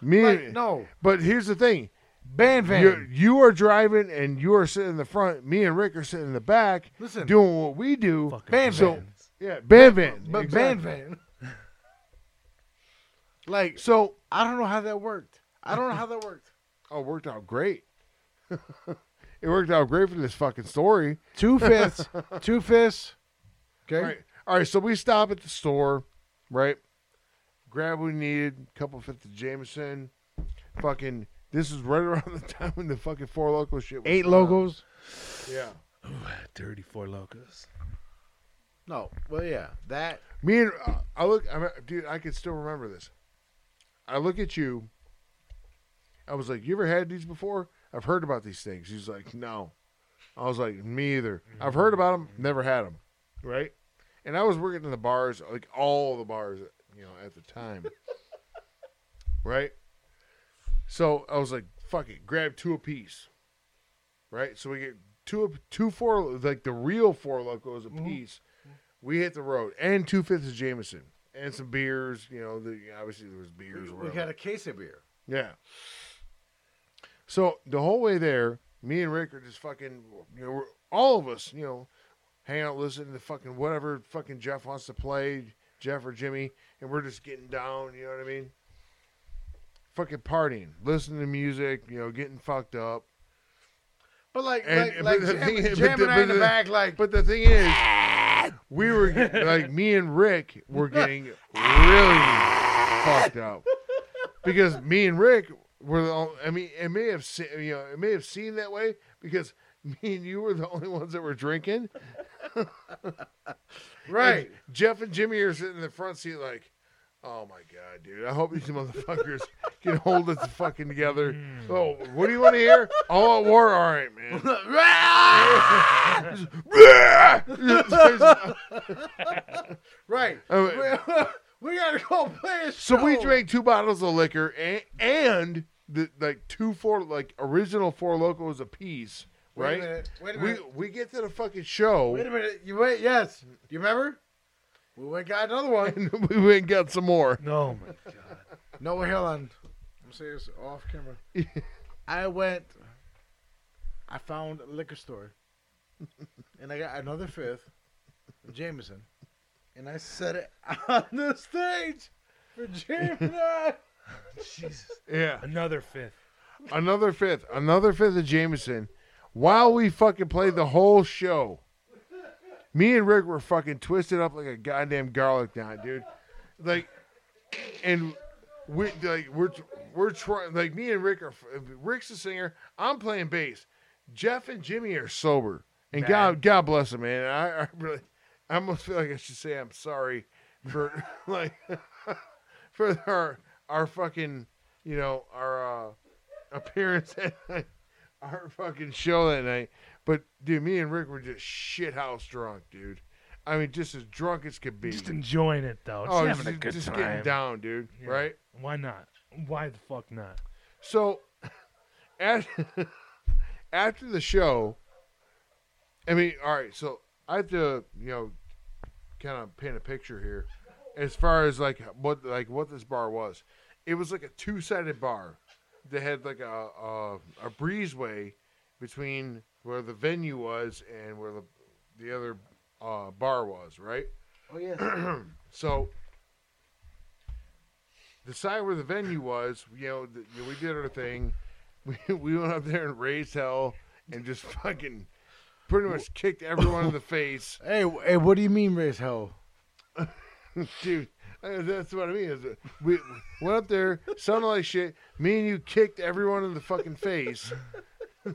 Speaker 4: Me,
Speaker 3: Like, no.
Speaker 4: but here's the thing:
Speaker 3: Band van.
Speaker 4: you you are driving and you are sitting in the front. Me and Rick are sitting in the back,
Speaker 3: Listen.
Speaker 4: doing what we do.
Speaker 5: Fucking
Speaker 3: Band
Speaker 4: so
Speaker 3: van.
Speaker 4: yeah, band van,
Speaker 3: But
Speaker 4: exactly.
Speaker 3: band van. like,
Speaker 4: So
Speaker 3: I don't know how that worked. I don't know how that worked.
Speaker 4: oh, it worked out great. it worked out great for this fucking story.
Speaker 3: Two fifths. two fifths. Okay.
Speaker 4: All right, all right. So we stop at the store, right? Grab what we needed, couple fifth of Jameson. Fucking, this is right around the time when the fucking four local shit. Was
Speaker 3: Eight
Speaker 4: going on.
Speaker 3: logos.
Speaker 4: Yeah.
Speaker 5: Dirty Four Locos.
Speaker 3: Uh, No. Well, yeah. That.
Speaker 4: Me and uh, I look, I'm, dude. I can still remember this. I look at you. I was like, "You ever had these before? I've heard about these things." He's like, "No." I was like, "Me either. I've heard about them, never had them." Right? And I was working in the bars, like all the bars, you know, at the time. right? So I was like, "Fuck it, grab two apiece." Right? So we get two, of- two four, like the real four locos
Speaker 3: Mm-hmm.
Speaker 4: apiece. We hit the road and two fifths of Jameson and some beers. You know, the, obviously there was beers. or
Speaker 3: We
Speaker 4: whatever.
Speaker 3: got a case of beer.
Speaker 4: Yeah. So the whole way there, me and Rick are just fucking, you know, we're, all of us, you know, hang out, listening to fucking whatever fucking Jeff wants to play, Jeff or Jimmy, and we're just getting down, you know what I mean? Fucking partying, listening to music, you know, getting fucked up.
Speaker 3: But like,
Speaker 4: And-
Speaker 3: like, like
Speaker 4: but the
Speaker 3: Jam,
Speaker 4: thing is- but
Speaker 3: Jam
Speaker 4: the-
Speaker 3: and I
Speaker 4: but
Speaker 3: in the
Speaker 4: the-
Speaker 3: back, like,
Speaker 4: But the thing is, we were like me and Rick were getting really fucked up because me and Rick were the. Only, I mean, it may have se- you know it may have seemed that way because me and you were the only ones that were drinking.
Speaker 3: Right.
Speaker 4: Jeff and Jimmy are sitting in the front seat like, oh my god, dude. I hope these motherfuckers can hold it fucking together. Oh, what do you want to hear? Oh, at war, all right, man.
Speaker 3: right.
Speaker 4: Oh,
Speaker 3: we gotta go play a
Speaker 4: so we
Speaker 3: show.
Speaker 4: drank two bottles of liquor and, and the like two four like original four locos apiece,
Speaker 3: Wait
Speaker 4: right?
Speaker 3: a minute. Wait a
Speaker 4: we
Speaker 3: minute.
Speaker 4: we get to the fucking show.
Speaker 3: Wait a minute. You wait. Yes. Do you remember? We went and got another one.
Speaker 4: and we went and got some more.
Speaker 5: No, my God.
Speaker 3: No, we're on. I'm serious. Off camera. I went. I found a liquor store, and I got another fifth, Jameson, and I set it on the stage for James and I.
Speaker 5: Jesus.
Speaker 4: Yeah.
Speaker 5: Another fifth.
Speaker 4: Another fifth. Another fifth of Jameson. While we fucking played the whole show. Me and Rick were fucking twisted up like a goddamn garlic knot, dude. Like and we like we're we're trying like me and Rick are Rick's the singer. I'm playing bass. Jeff and Jimmy are sober. And
Speaker 5: Man.
Speaker 4: God God bless them, man. I, I really I almost feel like I should say I'm sorry for like for our our fucking you know our uh appearance at like, our fucking show that night. But dude, me and Rick were just shit house drunk, dude. I mean, just as drunk as could be.
Speaker 5: Just enjoying it though. Just
Speaker 4: oh,
Speaker 5: having
Speaker 4: just,
Speaker 5: a good
Speaker 4: just
Speaker 5: time.
Speaker 4: getting down, dude.
Speaker 5: Yeah.
Speaker 4: Right?
Speaker 5: Why not? Why the fuck not?
Speaker 4: So, at, after the show, I mean, all right. So I have to, you know, kind of paint a picture here, as far as like what like what this bar was. It was like a two sided bar. They had like a, a a breezeway between where the venue was and where the the other uh, bar was, right?
Speaker 6: Oh yeah.
Speaker 4: So the side where the venue was, you know, the, you know, we did our thing. We, we went up there and raised hell and just fucking pretty much kicked everyone in the face,
Speaker 3: Hey, w- hey, what do you mean raise hell?
Speaker 4: dude. uh, That's what I mean. Is that we went up there, sounded like shit. Me and you kicked everyone in the fucking face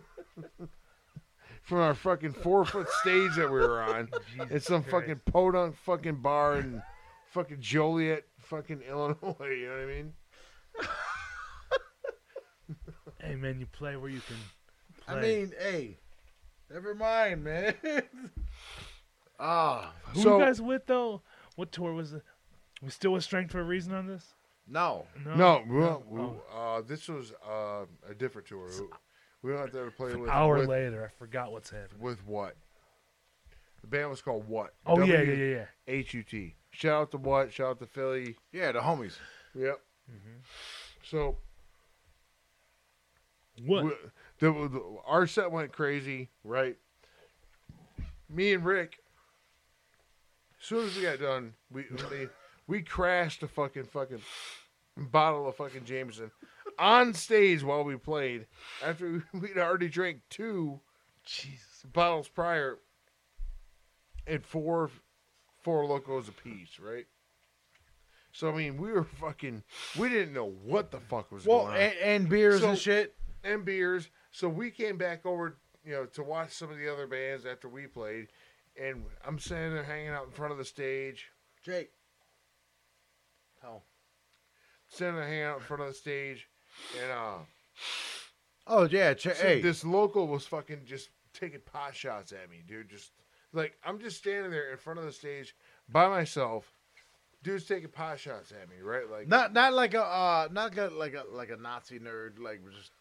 Speaker 4: from our fucking four foot stage that we were on. It's some fucking podunk fucking bar in fucking Joliet, fucking Illinois. You know what I mean?
Speaker 5: Hey man, you play where you can. Play.
Speaker 3: I mean, hey, never mind, man. Ah,
Speaker 5: who
Speaker 4: so-
Speaker 5: you guys with though? What tour was it? We still with Strength for a Reason on this?
Speaker 3: no.
Speaker 4: No, we
Speaker 5: Oh.
Speaker 4: went, we- uh, this was uh, a different tour. We went out there to play
Speaker 5: An
Speaker 4: with
Speaker 5: hour
Speaker 4: with,
Speaker 5: later, I forgot what's happening.
Speaker 4: with what? The band was called What?
Speaker 5: Oh yeah, yeah, yeah, yeah.
Speaker 4: H U T. Shout out to What? Shout out to Philly.
Speaker 3: Yeah, the homies.
Speaker 4: Yep.
Speaker 5: Mm-hmm.
Speaker 4: So
Speaker 5: What?
Speaker 4: we, the, the- our set went crazy, right? Me and Rick, as soon as we got done, we we, we crashed a fucking fucking bottle of fucking Jameson on stage while we played. After we, we'd already drank two
Speaker 5: Jesus.
Speaker 4: bottles prior and four four locos apiece, right? So I mean, we were fucking. We didn't know what the fuck was
Speaker 3: Well,
Speaker 4: going on
Speaker 3: and, and beers
Speaker 4: So-
Speaker 3: and shit.
Speaker 4: and beers. So we came back over, you know, to watch some of the other bands after we played. And I'm standing there hanging out in front of the stage,
Speaker 3: Jake. Oh.
Speaker 4: standing there hanging out in front of the stage, and uh,
Speaker 3: Oh yeah. Ch-
Speaker 4: so
Speaker 3: hey.
Speaker 4: this local was fucking just taking pot shots at me, dude. Just like I'm just standing there in front of the stage by myself, dude's taking pot shots at me, right? Like
Speaker 3: Not not like a uh, not like a, like a like a Nazi nerd like just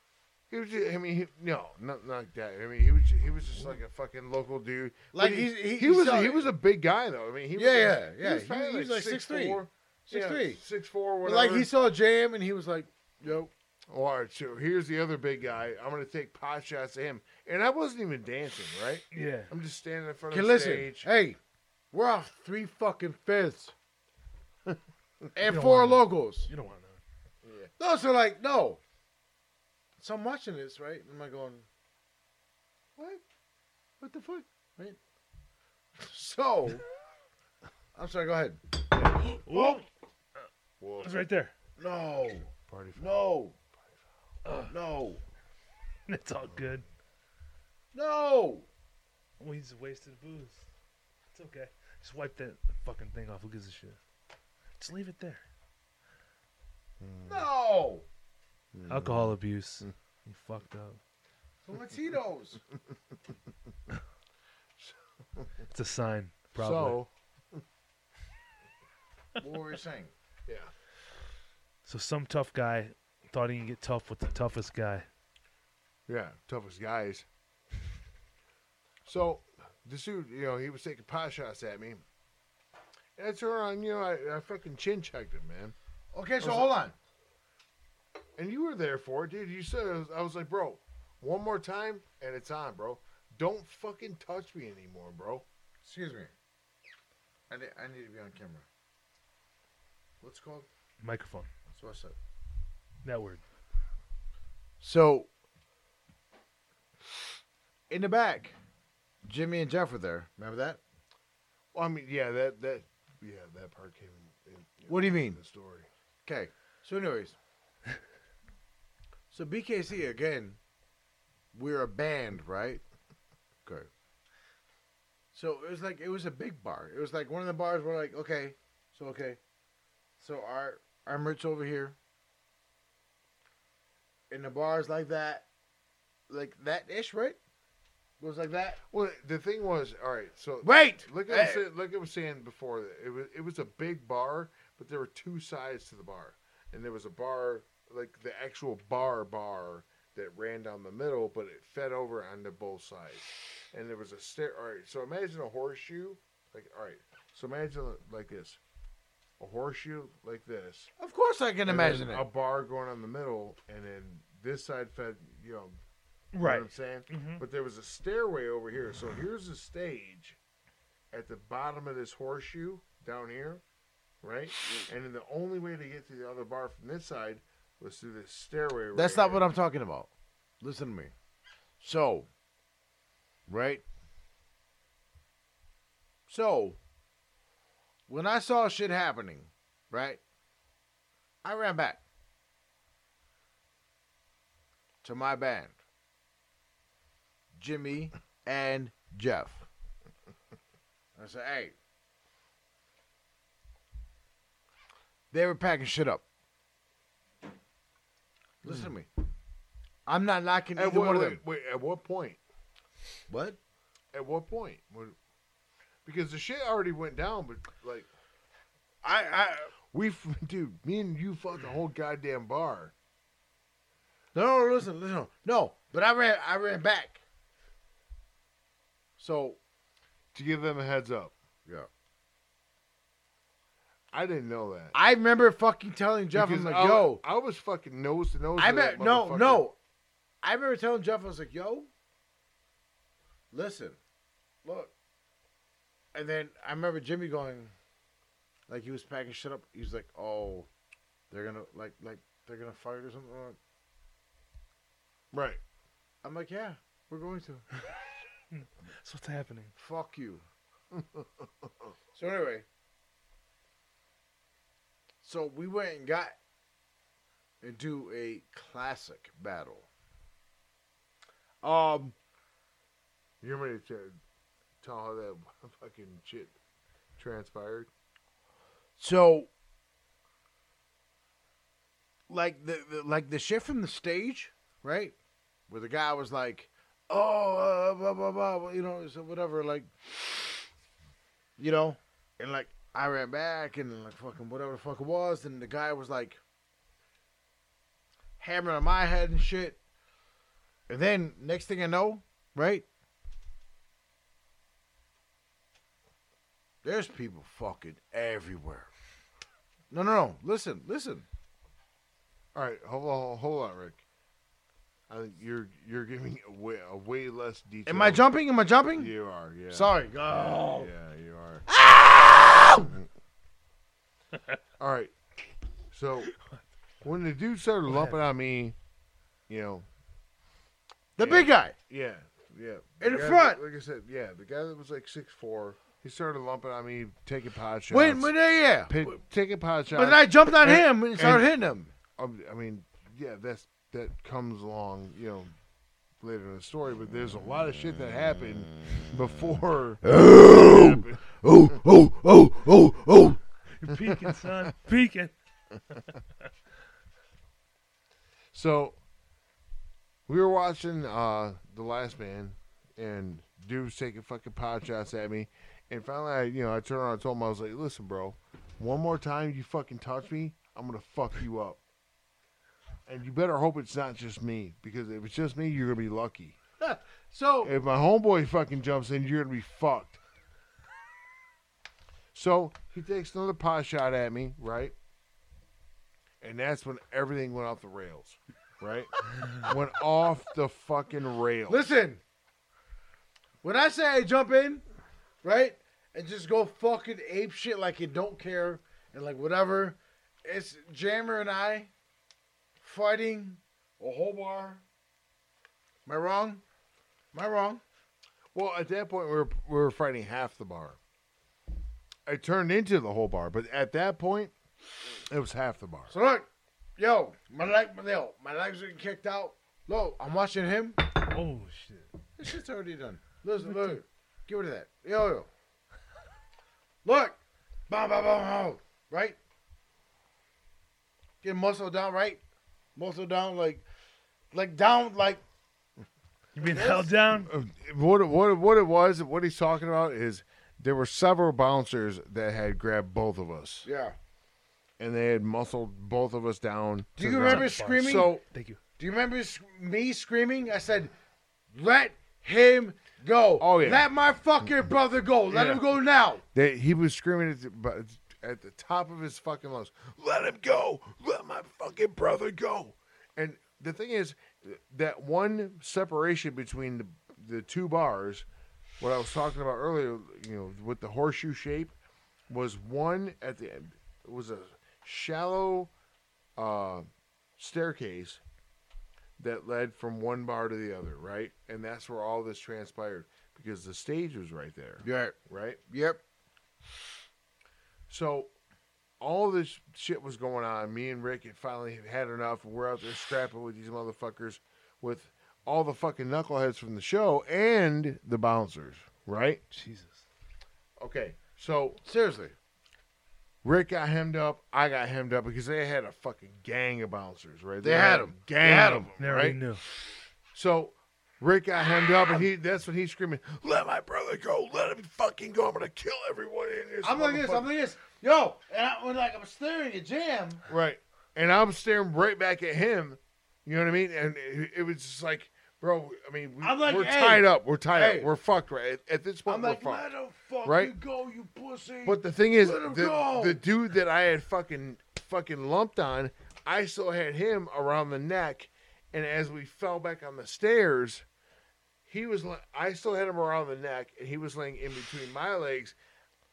Speaker 4: he was, just, I mean, he, no, not not like that. I mean, he was he was just like a fucking local dude.
Speaker 3: Like,
Speaker 4: But he,
Speaker 3: he's- he-
Speaker 4: he was
Speaker 3: he's-
Speaker 4: he was a big guy though. I mean, he was
Speaker 3: Yeah,
Speaker 4: like-
Speaker 3: yeah, yeah.
Speaker 4: He was, probably
Speaker 3: He- he was like 6'3".
Speaker 4: 6'4",
Speaker 3: six
Speaker 4: yeah,
Speaker 3: three.
Speaker 4: 6'4",
Speaker 3: But,
Speaker 4: whatever.
Speaker 3: Like he saw Jam and he was like, "Yo,
Speaker 4: All right, so here's the other big guy. I'm gonna take pot shots at him, and I wasn't even dancing. Right,
Speaker 5: Yeah.
Speaker 4: I'm just standing in front
Speaker 3: okay,
Speaker 4: of the
Speaker 3: listen,
Speaker 4: stage.
Speaker 3: hey, we're off three fucking fifths and
Speaker 5: don't
Speaker 3: four
Speaker 5: wanna-
Speaker 3: locals."
Speaker 5: You don't want to know.
Speaker 3: No, so like no. So I'm watching this right, and I'm going, "What? What the fuck?" Right. So, I'm sorry. Go ahead.
Speaker 5: Whoa!
Speaker 4: Whoa.
Speaker 5: It's right there.
Speaker 3: No,
Speaker 4: Party foul.
Speaker 3: no, no,
Speaker 5: It's all good.
Speaker 3: no.
Speaker 5: We just wasted booze. It's okay. Just wipe that fucking thing off. Who gives a shit? Just leave it there.
Speaker 6: No!
Speaker 5: Alcohol abuse. You fucked up.
Speaker 6: The Latinos!
Speaker 5: It's a sign, probably.
Speaker 4: So
Speaker 3: what were we saying?
Speaker 5: So, some tough guy thought he can get tough with the toughest guy.
Speaker 4: yeah, toughest guys. So this dude, you know, he was taking pot shots at me. That's where on, you know, I, I fucking chin checked him, man.
Speaker 3: Okay, so hold on.
Speaker 4: And you were there for it, dude. You said I was, I was like, bro, one more time and it's on, bro. Don't fucking touch me anymore, bro.
Speaker 3: Excuse me. I need, I need to be on camera. What's it called?
Speaker 5: Microphone.
Speaker 3: That's what I said.
Speaker 5: That word.
Speaker 3: So, in the back, Jimmy and Jeff were there. Remember that?
Speaker 4: Well, I mean, yeah, that that yeah, that part came in. in
Speaker 3: What do you
Speaker 4: in
Speaker 3: mean?
Speaker 4: the story?
Speaker 3: Okay. So, anyways, so BKC again, we're a band, right? Okay. So it was like it was a big bar. It was like one of the bars where like, okay, so okay, so our our merch over here. And the bars like that, like that ish, right? It was like that.
Speaker 4: Well, the thing was, all right. So
Speaker 3: Wait,
Speaker 4: Like I
Speaker 3: Hey!
Speaker 4: was saying, like I was saying before, it was it was a big bar, but there were two sides to the bar, and there was a bar like the actual bar bar that ran down the middle, but it fed over onto both sides, and there was a stair. All right, so imagine a horseshoe. Like all right, so imagine like this, a horseshoe like this,
Speaker 3: Of course I can
Speaker 4: and then
Speaker 3: imagine it.
Speaker 4: a bar going on the middle, and then this side fed you know you know what I'm saying?
Speaker 3: Mm-hmm.
Speaker 4: But there was a stairway over here. So here's the stage at the bottom of this horseshoe down here, right?
Speaker 3: Mm.
Speaker 4: And then the only way to get to the other bar from this side was through this stairway. Right
Speaker 3: That's not what
Speaker 4: here.
Speaker 3: I'm talking about. Listen to me. So, right? So, when I saw shit happening, right? I ran back to my band, Jimmy and Jeff. I said, hey, they were packing shit up. Listen to me. I'm not knocking
Speaker 4: At
Speaker 3: either
Speaker 4: what,
Speaker 3: one of
Speaker 4: wait,
Speaker 3: them.
Speaker 4: wait, at what point?
Speaker 3: What?
Speaker 4: At what point? What, because the shit already went down, but like,
Speaker 3: I, I
Speaker 4: we, f- dude, me and you fought the whole goddamn bar.
Speaker 3: No, no, listen, listen. No, but I ran, I ran back. So
Speaker 4: To give them a heads up.
Speaker 3: yeah,
Speaker 4: I didn't know that.
Speaker 3: I remember fucking telling Jeff,
Speaker 4: Because
Speaker 3: I'm
Speaker 4: I,
Speaker 3: like, yo,
Speaker 4: I was fucking nose to nose.
Speaker 3: I
Speaker 4: with that
Speaker 3: bet no,
Speaker 4: motherfucker.
Speaker 3: no, I remember telling Jeff, I was like, yo, listen, look, and then I remember Jimmy going, like he was packing shit up. He was like, oh, they're gonna like, like they're gonna fight or something.
Speaker 4: Right.
Speaker 3: I'm like, yeah, we're going to.
Speaker 5: That's what's happening.
Speaker 3: Fuck you. so anyway, so we went and got into a classic battle. Um,
Speaker 4: You want me to tell how that fucking shit transpired?
Speaker 3: so like the, the like the shit from the stage, right? Where the guy was like, "Oh, uh, blah blah blah," well, you know, so whatever, like, you know, and like I ran back and like fucking whatever the fuck it was, and the guy was like hammering on my head and shit, and then next thing I know, right? There's people fucking everywhere. No, no, no. Listen, listen.
Speaker 4: All right, hold on, hold on, Rick. I think you're you're giving a way, a way less detail.
Speaker 3: Am I jumping? Am I jumping?
Speaker 4: You are, yeah.
Speaker 3: Sorry.
Speaker 4: Yeah,
Speaker 3: Oh.
Speaker 4: you are. All right. So when the dude started lumping on me, you know,
Speaker 3: The big guy.
Speaker 4: Yeah, yeah.
Speaker 3: In
Speaker 4: The
Speaker 3: the
Speaker 4: guy
Speaker 3: front.
Speaker 4: that- like I said, yeah, the guy that was like six four, he started lumping on me, taking pot shots.
Speaker 3: Wait, but yeah, yeah.
Speaker 4: pi- taking pot shots.
Speaker 3: But then I jumped on
Speaker 4: and-
Speaker 3: him and started hitting him.
Speaker 4: Um, I mean, yeah, that's that comes along, you know, later in the story, but there's a lot of shit that happened before.
Speaker 3: Oh, oh, oh, oh, oh, oh.
Speaker 5: You're peeking, son. Peeking.
Speaker 4: So we were watching uh The Last Man, and dude's taking fucking pot shots at me, and finally, I, you know, I turned around and told him I was like, "Listen, bro, one more time you fucking touch me, I'm gonna fuck you up." And you better hope it's not just me, because if it's just me, you're gonna be lucky.
Speaker 3: So
Speaker 4: If my homeboy fucking jumps in, you're gonna be fucked. So he takes another pot shot at me, right? And that's when everything went off the rails, right? went off the fucking rails.
Speaker 3: listen, when I say I jump in, right, and just go fucking ape shit like you don't care and like whatever, it's Jammer and I fighting a whole bar. Am I wrong? Am I wrong?
Speaker 4: Well, at that point, we were, we were fighting half the bar. It turned into the whole bar, but at that point, it was half the bar.
Speaker 3: So look, yo, my leg, my yo, my legs getting kicked out. Look, I'm watching him.
Speaker 5: Oh shit.
Speaker 3: This shit's already done. Listen, look, get rid of that. Yo, yo. Look, bam, bam, bam, bam, right? Get muscle down, right? Muscle down, like, like down, like.
Speaker 5: You being held down?
Speaker 4: Uh, what it- what it- what it was what he's talking about is there were several bouncers that had grabbed both of us
Speaker 3: Yeah.
Speaker 4: and they had muscled both of us down.
Speaker 3: Do
Speaker 4: to
Speaker 3: you
Speaker 4: the
Speaker 3: remember
Speaker 4: ground.
Speaker 3: screaming?
Speaker 4: So
Speaker 5: Thank you.
Speaker 3: Do you remember s- me screaming? I said, "Let him go.
Speaker 4: Oh, yeah.
Speaker 3: Let my fucking brother go. Let
Speaker 4: Yeah.
Speaker 3: him go now."
Speaker 4: they, he was screaming at the, but at the top of his fucking lungs, "Let him go! Let my fucking brother go!" And the thing is, that one separation between the the two bars, what I was talking about earlier, you know, with the horseshoe shape, was one at the end. It was a shallow uh, staircase that led from one bar to the other, right? And that's where all this transpired because the stage was right there,
Speaker 3: Yeah.
Speaker 4: right?
Speaker 3: Yep.
Speaker 4: So all this shit was going on. Me and Rick had finally had enough. We're out there scrapping with these motherfuckers with all the fucking knuckleheads from the show and the bouncers, right?
Speaker 5: Jesus.
Speaker 4: Okay. So
Speaker 3: Seriously.
Speaker 4: Rick got hemmed up. I got hemmed up because they had a fucking gang of bouncers, right?
Speaker 3: They had
Speaker 4: a
Speaker 3: 'em. They
Speaker 4: Gang
Speaker 3: had
Speaker 4: of
Speaker 3: 'em.
Speaker 4: them,
Speaker 5: Never
Speaker 4: right?
Speaker 5: even knew.
Speaker 4: So Rick got hemmed up, and he—that's when he's screaming, "Let my brother go! Let him fucking go! I'm gonna kill everyone in this."
Speaker 3: I'm like this. I'm
Speaker 4: motherfucker."
Speaker 3: like this. Yo, and I, when like I'm staring at Jam.
Speaker 4: Right. And I'm staring right back at him. You know what I mean? And it, it was just like, bro, I mean, we,
Speaker 3: I'm like,
Speaker 4: are
Speaker 3: hey,
Speaker 4: tied up. We're tied
Speaker 3: hey.
Speaker 4: up. We're fucked right at, at this point.
Speaker 3: I'm like,
Speaker 4: we're
Speaker 3: let
Speaker 4: fucked.
Speaker 3: him fuck
Speaker 4: Right?
Speaker 3: you go, you pussy.
Speaker 4: But the thing is,
Speaker 3: Let him
Speaker 4: the,
Speaker 3: go.
Speaker 4: the dude that I had fucking fucking lumped on, I still had him around the neck. And as we fell back on the stairs, he was li- I still had him around the neck, and he was laying in between my legs.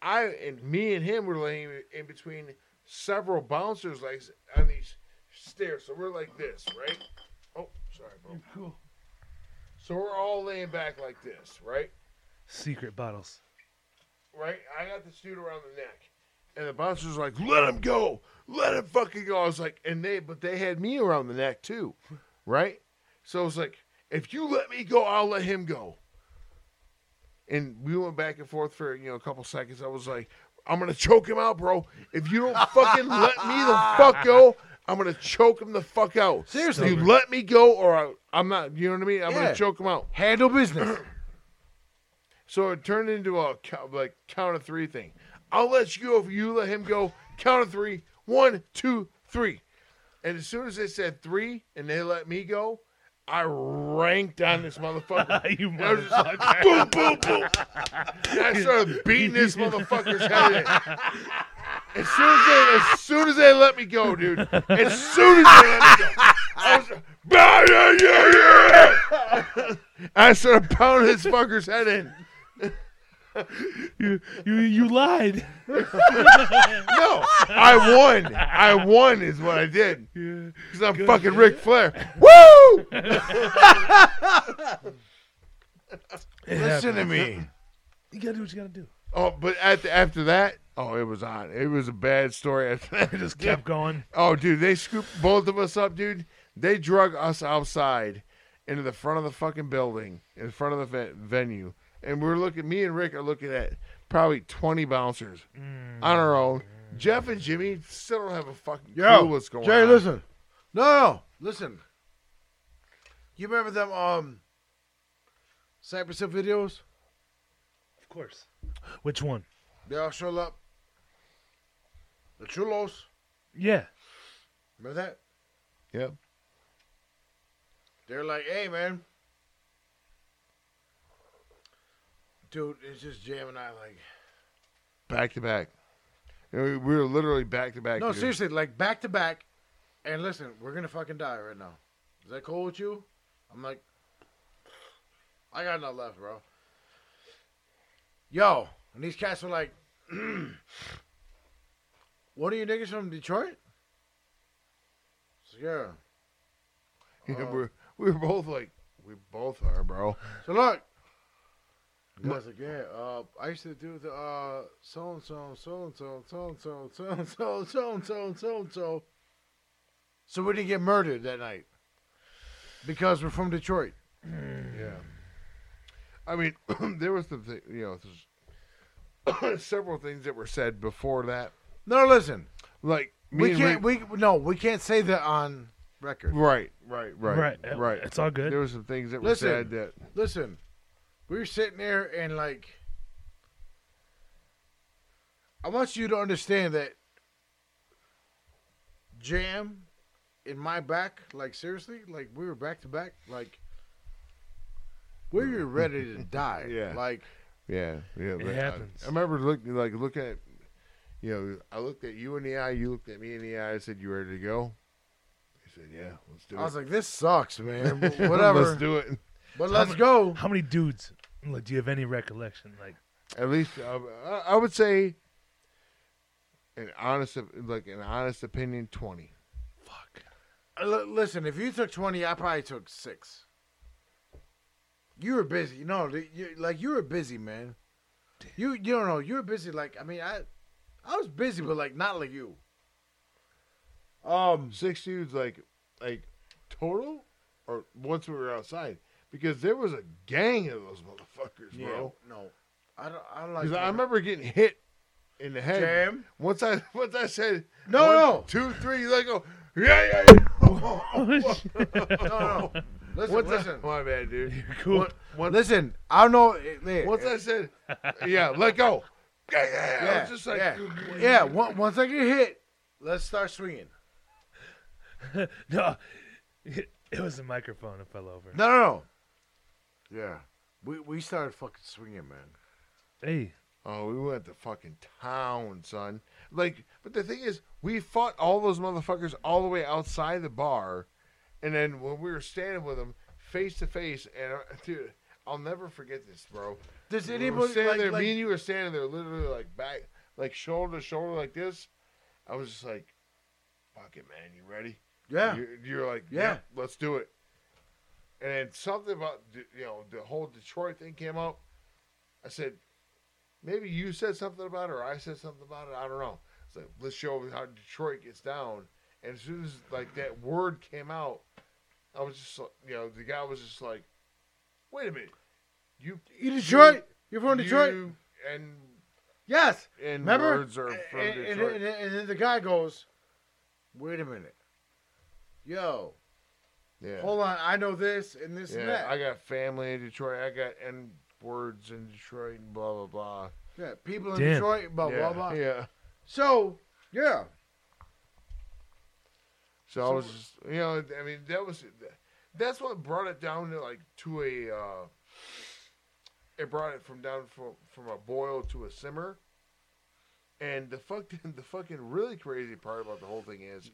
Speaker 4: I and me and him were laying in between several bouncers' legs on these stairs. So we're like this, right? Oh, sorry, bro.
Speaker 5: Cool.
Speaker 4: So we're all laying back like this, right?
Speaker 5: Secret bottles.
Speaker 4: right? I got this dude around the neck, and the bouncer's like, "Let him go, let him fucking go." I was like, and they, but they had me around the neck too, right? So I was like, if you let me go, I'll let him go. And we went back and forth for you know a couple seconds. I was like, I'm gonna choke him out, bro. If you don't fucking let me the fuck go. I'm gonna choke him the fuck out.
Speaker 3: Seriously.
Speaker 4: you let me go, or I, I'm not. You know what I mean? I'm
Speaker 3: Yeah.
Speaker 4: gonna choke him out.
Speaker 3: handle business.
Speaker 4: So it turned into a cou- like count of three thing. I'll let you go if you let him go. Count of three. One, two, three. And as soon as they said three and they let me go, I ranked on this motherfucker.
Speaker 5: you
Speaker 4: I was just
Speaker 5: motherfucker.
Speaker 4: boom, boom, boom. And I started beating this motherfucker's head in. As soon as they, as soon as they let me go, dude. As soon as they let me go, I was. "Bah, yeah, yeah, yeah." I started pounding this fucker's head in.
Speaker 5: You, you, you lied.
Speaker 4: No, I won. I won is what I did.
Speaker 5: Yeah.
Speaker 4: Because I'm fucking Ric Flair. Woo!
Speaker 3: Listen to me.
Speaker 5: You gotta do what you gotta do.
Speaker 4: Oh, but at the, after that, oh, it was on. It was a bad story after that.
Speaker 5: I just kept going.
Speaker 4: Oh, dude, they scooped both of us up, dude. They drug us outside into the front of the fucking building, in front of the ve- venue, and we're looking. Me and Rick are looking at probably twenty bouncers on our own. Jeff and Jimmy still don't have a fucking
Speaker 3: Yo,
Speaker 4: clue what's going
Speaker 3: Jerry,
Speaker 4: on.
Speaker 3: listen. No, no, listen. You remember them um Cypress Hill videos?
Speaker 5: Of course. Which one?
Speaker 3: They all show up. The Chulos.
Speaker 5: Yeah.
Speaker 3: Remember that?
Speaker 4: Yep.
Speaker 3: They're like, hey, man. Dude, it's just Jam and I like.
Speaker 4: back to back. And We we were literally back to back.
Speaker 3: No,
Speaker 4: dude.
Speaker 3: seriously, like back to back. And listen, we're gonna fucking die right now. Is that cool with you? I'm like, I got nothing left, bro. Yo, and these cats were like, "What are you niggas from Detroit?" So, yeah.
Speaker 4: Yeah, we're, we were both like, we both are, bro.
Speaker 3: So look. I was like, yeah, uh, I used to do the uh, so and so, so and so, so and so, so and so, so and so, so and so. So we didn't get murdered that night because we're from Detroit.
Speaker 4: Yeah. I mean, there was some, th- you know, there's several things that were said before that.
Speaker 3: No, listen,
Speaker 4: Like, me
Speaker 3: we
Speaker 4: and
Speaker 3: can't.
Speaker 4: Rick-
Speaker 3: We no, we can't say that on record.
Speaker 4: right, right, right,
Speaker 5: Right.
Speaker 4: right,
Speaker 5: It's all good.
Speaker 4: There was some things that were
Speaker 3: Listen.
Speaker 4: said that
Speaker 3: Listen, we were sitting there and like, I want you to understand that jam in my back, like seriously, like we were back to back, like we were ready to die.
Speaker 4: Yeah.
Speaker 3: Like
Speaker 4: Yeah, yeah. but I-
Speaker 5: happens.
Speaker 4: I, remember looking, like, looking at, you know, I looked at you in the eye, you looked at me in the eye. I said, "You ready to go?" I said, "Yeah, let's do
Speaker 3: I was
Speaker 4: it."
Speaker 3: like, this sucks, man. but
Speaker 4: let's
Speaker 3: Whatever.
Speaker 4: do it.
Speaker 3: but let's go.
Speaker 5: How many dudes? Like, do you have any recollection? Like,
Speaker 4: At least uh, I- I would say, an honest, like an honest opinion, twenty.
Speaker 5: fuck.
Speaker 3: L- listen, if you took twenty, I probably took six. You were busy. No, the- you, like you were busy, man. You you don't know. You were busy. Like I mean, I I was busy, but like not like you. Um.
Speaker 4: Six dudes, like, like total, or once we were outside, because there was a gang of those motherfuckers, bro.
Speaker 3: No. I don't. I don't like.
Speaker 4: Because I
Speaker 3: that.
Speaker 4: remember getting hit in the head.
Speaker 3: Jam?
Speaker 4: Once I once I said
Speaker 3: No,
Speaker 4: one,
Speaker 3: no.
Speaker 4: two, three, like go, yeah, yeah, yeah.
Speaker 3: No, no. Listen,
Speaker 4: Once
Speaker 3: listen.
Speaker 4: I, my bad, dude.
Speaker 5: cool.
Speaker 3: listen. I don't know. eh, eh,
Speaker 4: Once I said, yeah, let go. Yeah, yeah, yeah. I was just like,
Speaker 3: yeah. yeah. on- Once I get hit, let's start swinging.
Speaker 5: No, it was the microphone that fell over.
Speaker 3: No, no, no. Yeah. We we started fucking swinging, man.
Speaker 5: Hey,
Speaker 4: Oh, we went to fucking town, son. Like, but the thing is, we fought all those motherfuckers all the way outside the bar, and then when we were standing with them face to face, and uh, dude, I'll never forget this, bro.
Speaker 3: Does
Speaker 4: We were
Speaker 3: anybody
Speaker 4: standing
Speaker 3: like,
Speaker 4: there?
Speaker 3: like-
Speaker 4: me and you were standing there, literally like back, like shoulder to shoulder, like this. I was just like, "Fuck it, man, you ready?"
Speaker 3: Yeah.
Speaker 4: You're, you're like,
Speaker 3: Yeah.
Speaker 4: "Yeah, let's do it." And then something about d- you know the whole Detroit thing came up. I said, maybe you said something about it, or I said something about it. I don't know. It's like let's show how Detroit gets down. And as soon as like that word came out, I was just like, you know, the guy was just like, "Wait a minute, you
Speaker 3: You Detroit? You're from Detroit?
Speaker 4: you- and
Speaker 3: yes.
Speaker 4: and
Speaker 3: Remember?
Speaker 4: words are from
Speaker 3: and, and-
Speaker 4: Detroit.
Speaker 3: and- and then the guy goes, "Wait a minute, yo,
Speaker 4: yeah,
Speaker 3: hold on. I know this and this and
Speaker 4: yeah.
Speaker 3: that.
Speaker 4: I got family in Detroit. I got and words in Detroit and blah blah blah.
Speaker 3: yeah, people in
Speaker 5: Damn.
Speaker 3: Detroit, Oh, blah
Speaker 4: yeah,
Speaker 3: blah blah.
Speaker 4: yeah.
Speaker 3: So yeah,
Speaker 4: So, I was just, you know, I mean, that was, that's what brought it down to like to a, uh, it brought it from down from from a boil to a simmer. And the fucking the fucking really crazy part about the whole thing is,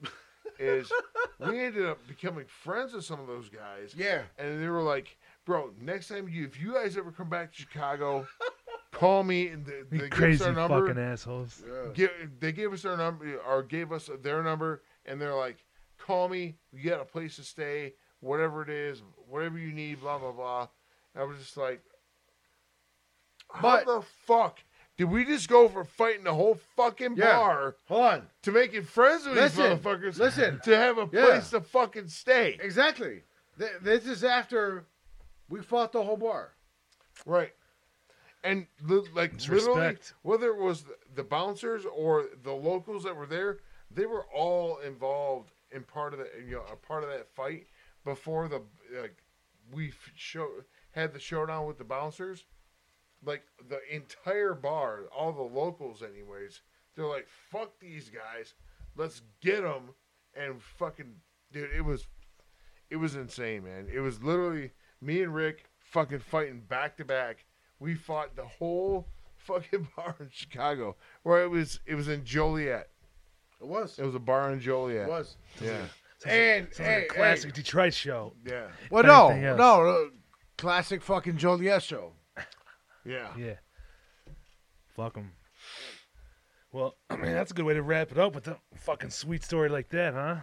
Speaker 4: is we ended up becoming friends with some of those guys.
Speaker 3: yeah.
Speaker 4: and they were like, "Bro, next time you if you guys ever come back to Chicago, call me." And they,
Speaker 5: you
Speaker 4: they
Speaker 5: crazy
Speaker 4: gave us our number.
Speaker 5: fucking assholes.
Speaker 4: Give, they gave us their number or gave us their number, and they're like, "Call me. You got a place to stay, whatever it is, whatever you need, blah blah blah." And I was just like, "How
Speaker 3: But-
Speaker 4: the fuck?" Did we just go from fighting the whole fucking
Speaker 3: Yeah.
Speaker 4: bar
Speaker 3: Hold on.
Speaker 4: to making friends with
Speaker 3: Listen,
Speaker 4: these motherfuckers
Speaker 3: listen.
Speaker 4: to have a
Speaker 3: Yeah.
Speaker 4: place to fucking stay?
Speaker 3: Exactly. Th- this is after we fought the whole bar.
Speaker 4: Right. And li- like literally,
Speaker 5: respect.
Speaker 4: whether it was th- the bouncers or the locals that were there, they were all involved in part of that, you know, a part of that fight before the like we f- show had the showdown with the bouncers. Like the entire bar, all the locals, anyways, they're like, "Fuck these guys, let's get them!" And fucking, dude, it was it was insane, man. It was literally me and Rick fucking fighting back to back. We fought the whole fucking bar in Chicago, where it was it was in Joliet.
Speaker 3: It was.
Speaker 4: It was a bar in Joliet.
Speaker 3: It was.
Speaker 4: Yeah.
Speaker 3: And,
Speaker 5: Sounds like
Speaker 3: hey,
Speaker 5: a classic Detroit show.
Speaker 4: Yeah.
Speaker 3: hey. Well, no,
Speaker 5: Anything else?
Speaker 3: no, no, classic fucking Joliet show.
Speaker 4: Yeah.
Speaker 5: Yeah. Fuck them. Well, I mean, that's a good way to wrap it up with a fucking sweet story like that, huh?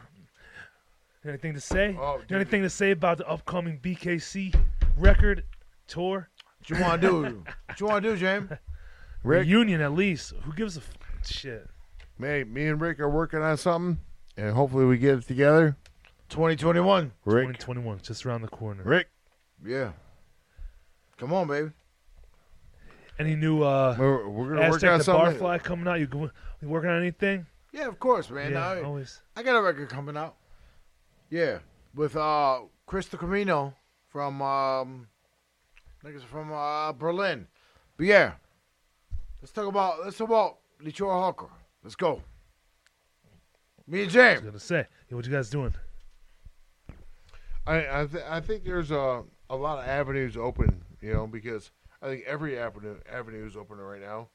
Speaker 5: Anything to say?
Speaker 4: Oh, dude.
Speaker 5: Anything to say about the upcoming BKC record tour
Speaker 3: What you want to do? what you want to do, James?
Speaker 4: Rick,
Speaker 5: reunion? At least, who gives a f- shit?
Speaker 4: hey, me and Rick are working on something, and hopefully we get it together.
Speaker 3: 2021.
Speaker 4: Rick,
Speaker 5: 2021, just around the corner.
Speaker 4: Rick,
Speaker 3: Yeah. Come on, baby.
Speaker 5: Any new uh,
Speaker 4: we're, we're gonna work
Speaker 5: Aztec
Speaker 4: on
Speaker 5: the
Speaker 4: something.
Speaker 5: Barfly coming out? You, go- you working on anything?
Speaker 3: Yeah, of course, man.
Speaker 5: yeah,
Speaker 3: I,
Speaker 5: always.
Speaker 3: I got a record coming out. Yeah, with uh, Crystal Camino from um, niggas from uh Berlin. But yeah, let's talk about let's talk about Detroit Hawker. Let's go. Me and
Speaker 5: I was
Speaker 3: James.
Speaker 5: gonna say, Yo, what you guys doing?
Speaker 4: I I, th- I think there's a a lot of avenues open, you know, because I think every avenue avenue is open right now.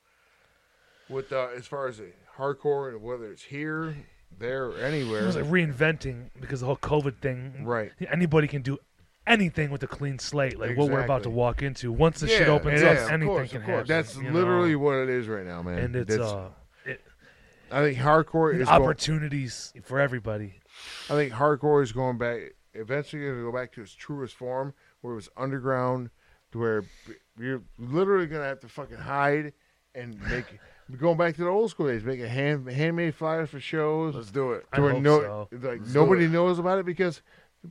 Speaker 4: With uh, as far as the hardcore and whether it's here, there, or
Speaker 5: It
Speaker 4: anywhere,
Speaker 5: was like reinventing because the whole COVID thing.
Speaker 4: right?
Speaker 5: Anybody can do anything with a clean slate, like what we're about to
Speaker 4: Exactly.
Speaker 5: walk into. Once the shit
Speaker 3: Yeah,
Speaker 5: opens
Speaker 4: yeah,
Speaker 5: up,
Speaker 4: of
Speaker 5: anything
Speaker 3: course,
Speaker 5: can
Speaker 3: of course.
Speaker 5: happen.
Speaker 4: That's
Speaker 5: you know?
Speaker 4: literally what it is right now, man.
Speaker 5: and it's
Speaker 4: That's-
Speaker 5: uh, it,
Speaker 4: I think hardcore is. Going,
Speaker 5: opportunities for everybody.
Speaker 4: I think hardcore is going back. Eventually, going to go back to its truest form, where it was underground, to where you're literally going to have to fucking hide and make. going back to the old school days, making hand handmade flyers for shows.
Speaker 3: Let's do it.
Speaker 5: I
Speaker 4: to where
Speaker 5: hope
Speaker 4: no,
Speaker 5: so.
Speaker 4: like
Speaker 3: do
Speaker 4: nobody
Speaker 3: it.
Speaker 4: knows about it because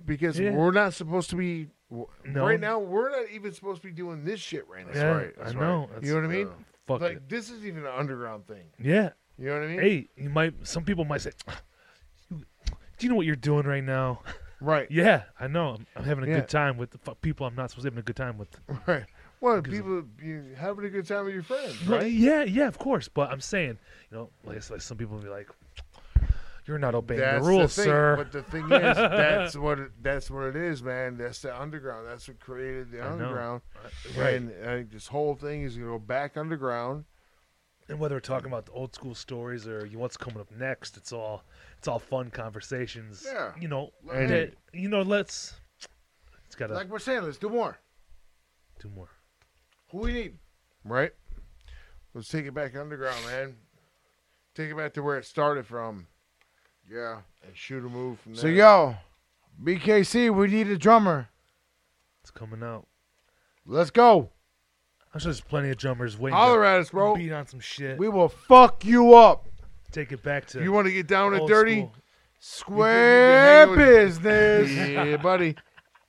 Speaker 4: because
Speaker 5: Yeah.
Speaker 4: we're not supposed to be w-
Speaker 5: No.
Speaker 4: right now. We're not even supposed to be doing this shit right now.
Speaker 5: yeah,
Speaker 3: right, that's
Speaker 5: I know. uh,
Speaker 4: You know what I mean?
Speaker 5: Fuck
Speaker 4: like
Speaker 5: it.
Speaker 4: this is even an underground thing.
Speaker 5: Yeah.
Speaker 4: You know what I mean?
Speaker 5: Hey, you might. Some people might say, "Ah, "You- "Do you know what you're doing right now?"
Speaker 4: Right.
Speaker 5: yeah, I know. I'm, I'm having a
Speaker 4: Yeah.
Speaker 5: good time with the fu- people I'm not supposed to be having a good time with.
Speaker 4: Right. Well, people you having a good time with your friends,
Speaker 5: Well,
Speaker 4: right?
Speaker 5: Yeah, yeah, of course. But I'm saying, you know, like, it's like some people be like, "You're not obeying the rules,
Speaker 4: thing.
Speaker 5: sir."
Speaker 4: But the thing is, that's what it, that's what it is, man. That's the underground. That's what created the
Speaker 5: I know.
Speaker 4: underground.
Speaker 5: right.
Speaker 4: And I think this whole thing is gonna go back underground.
Speaker 5: and whether we're talking about the old school stories or you- what's coming up next, it's all it's all fun conversations.
Speaker 3: Yeah.
Speaker 5: You know,
Speaker 4: And-
Speaker 5: that- you know, let's it's gotta
Speaker 3: Like we're saying, let's do more.
Speaker 5: do more.
Speaker 3: Who we need?
Speaker 4: Right? Let's take it back underground, man. Take it back to where it started from
Speaker 3: Yeah.
Speaker 4: and shoot a move from there.
Speaker 3: So yo, BKC, we need a drummer.
Speaker 5: It's coming out.
Speaker 3: Let's go.
Speaker 5: I'm sure there's plenty of drummers waiting
Speaker 4: holler
Speaker 5: to
Speaker 4: at us, bro.
Speaker 5: beat on some shit.
Speaker 3: We will fuck you up.
Speaker 5: Take it back to
Speaker 4: You want to get down and
Speaker 5: old
Speaker 4: dirty?
Speaker 5: school.
Speaker 3: Square
Speaker 4: You can- you can hang with-
Speaker 3: business.
Speaker 4: yeah, buddy.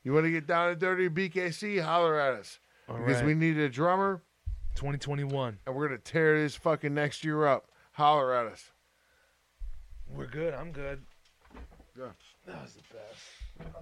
Speaker 4: You want to get down and dirty, BKC? Holler at us
Speaker 5: All
Speaker 4: because
Speaker 5: right.
Speaker 4: we need a drummer,
Speaker 5: 2021.
Speaker 4: and we're gonna tear this fucking next year up. Holler at us.
Speaker 5: We're good. I'm good.
Speaker 3: Yeah.
Speaker 5: That was the best.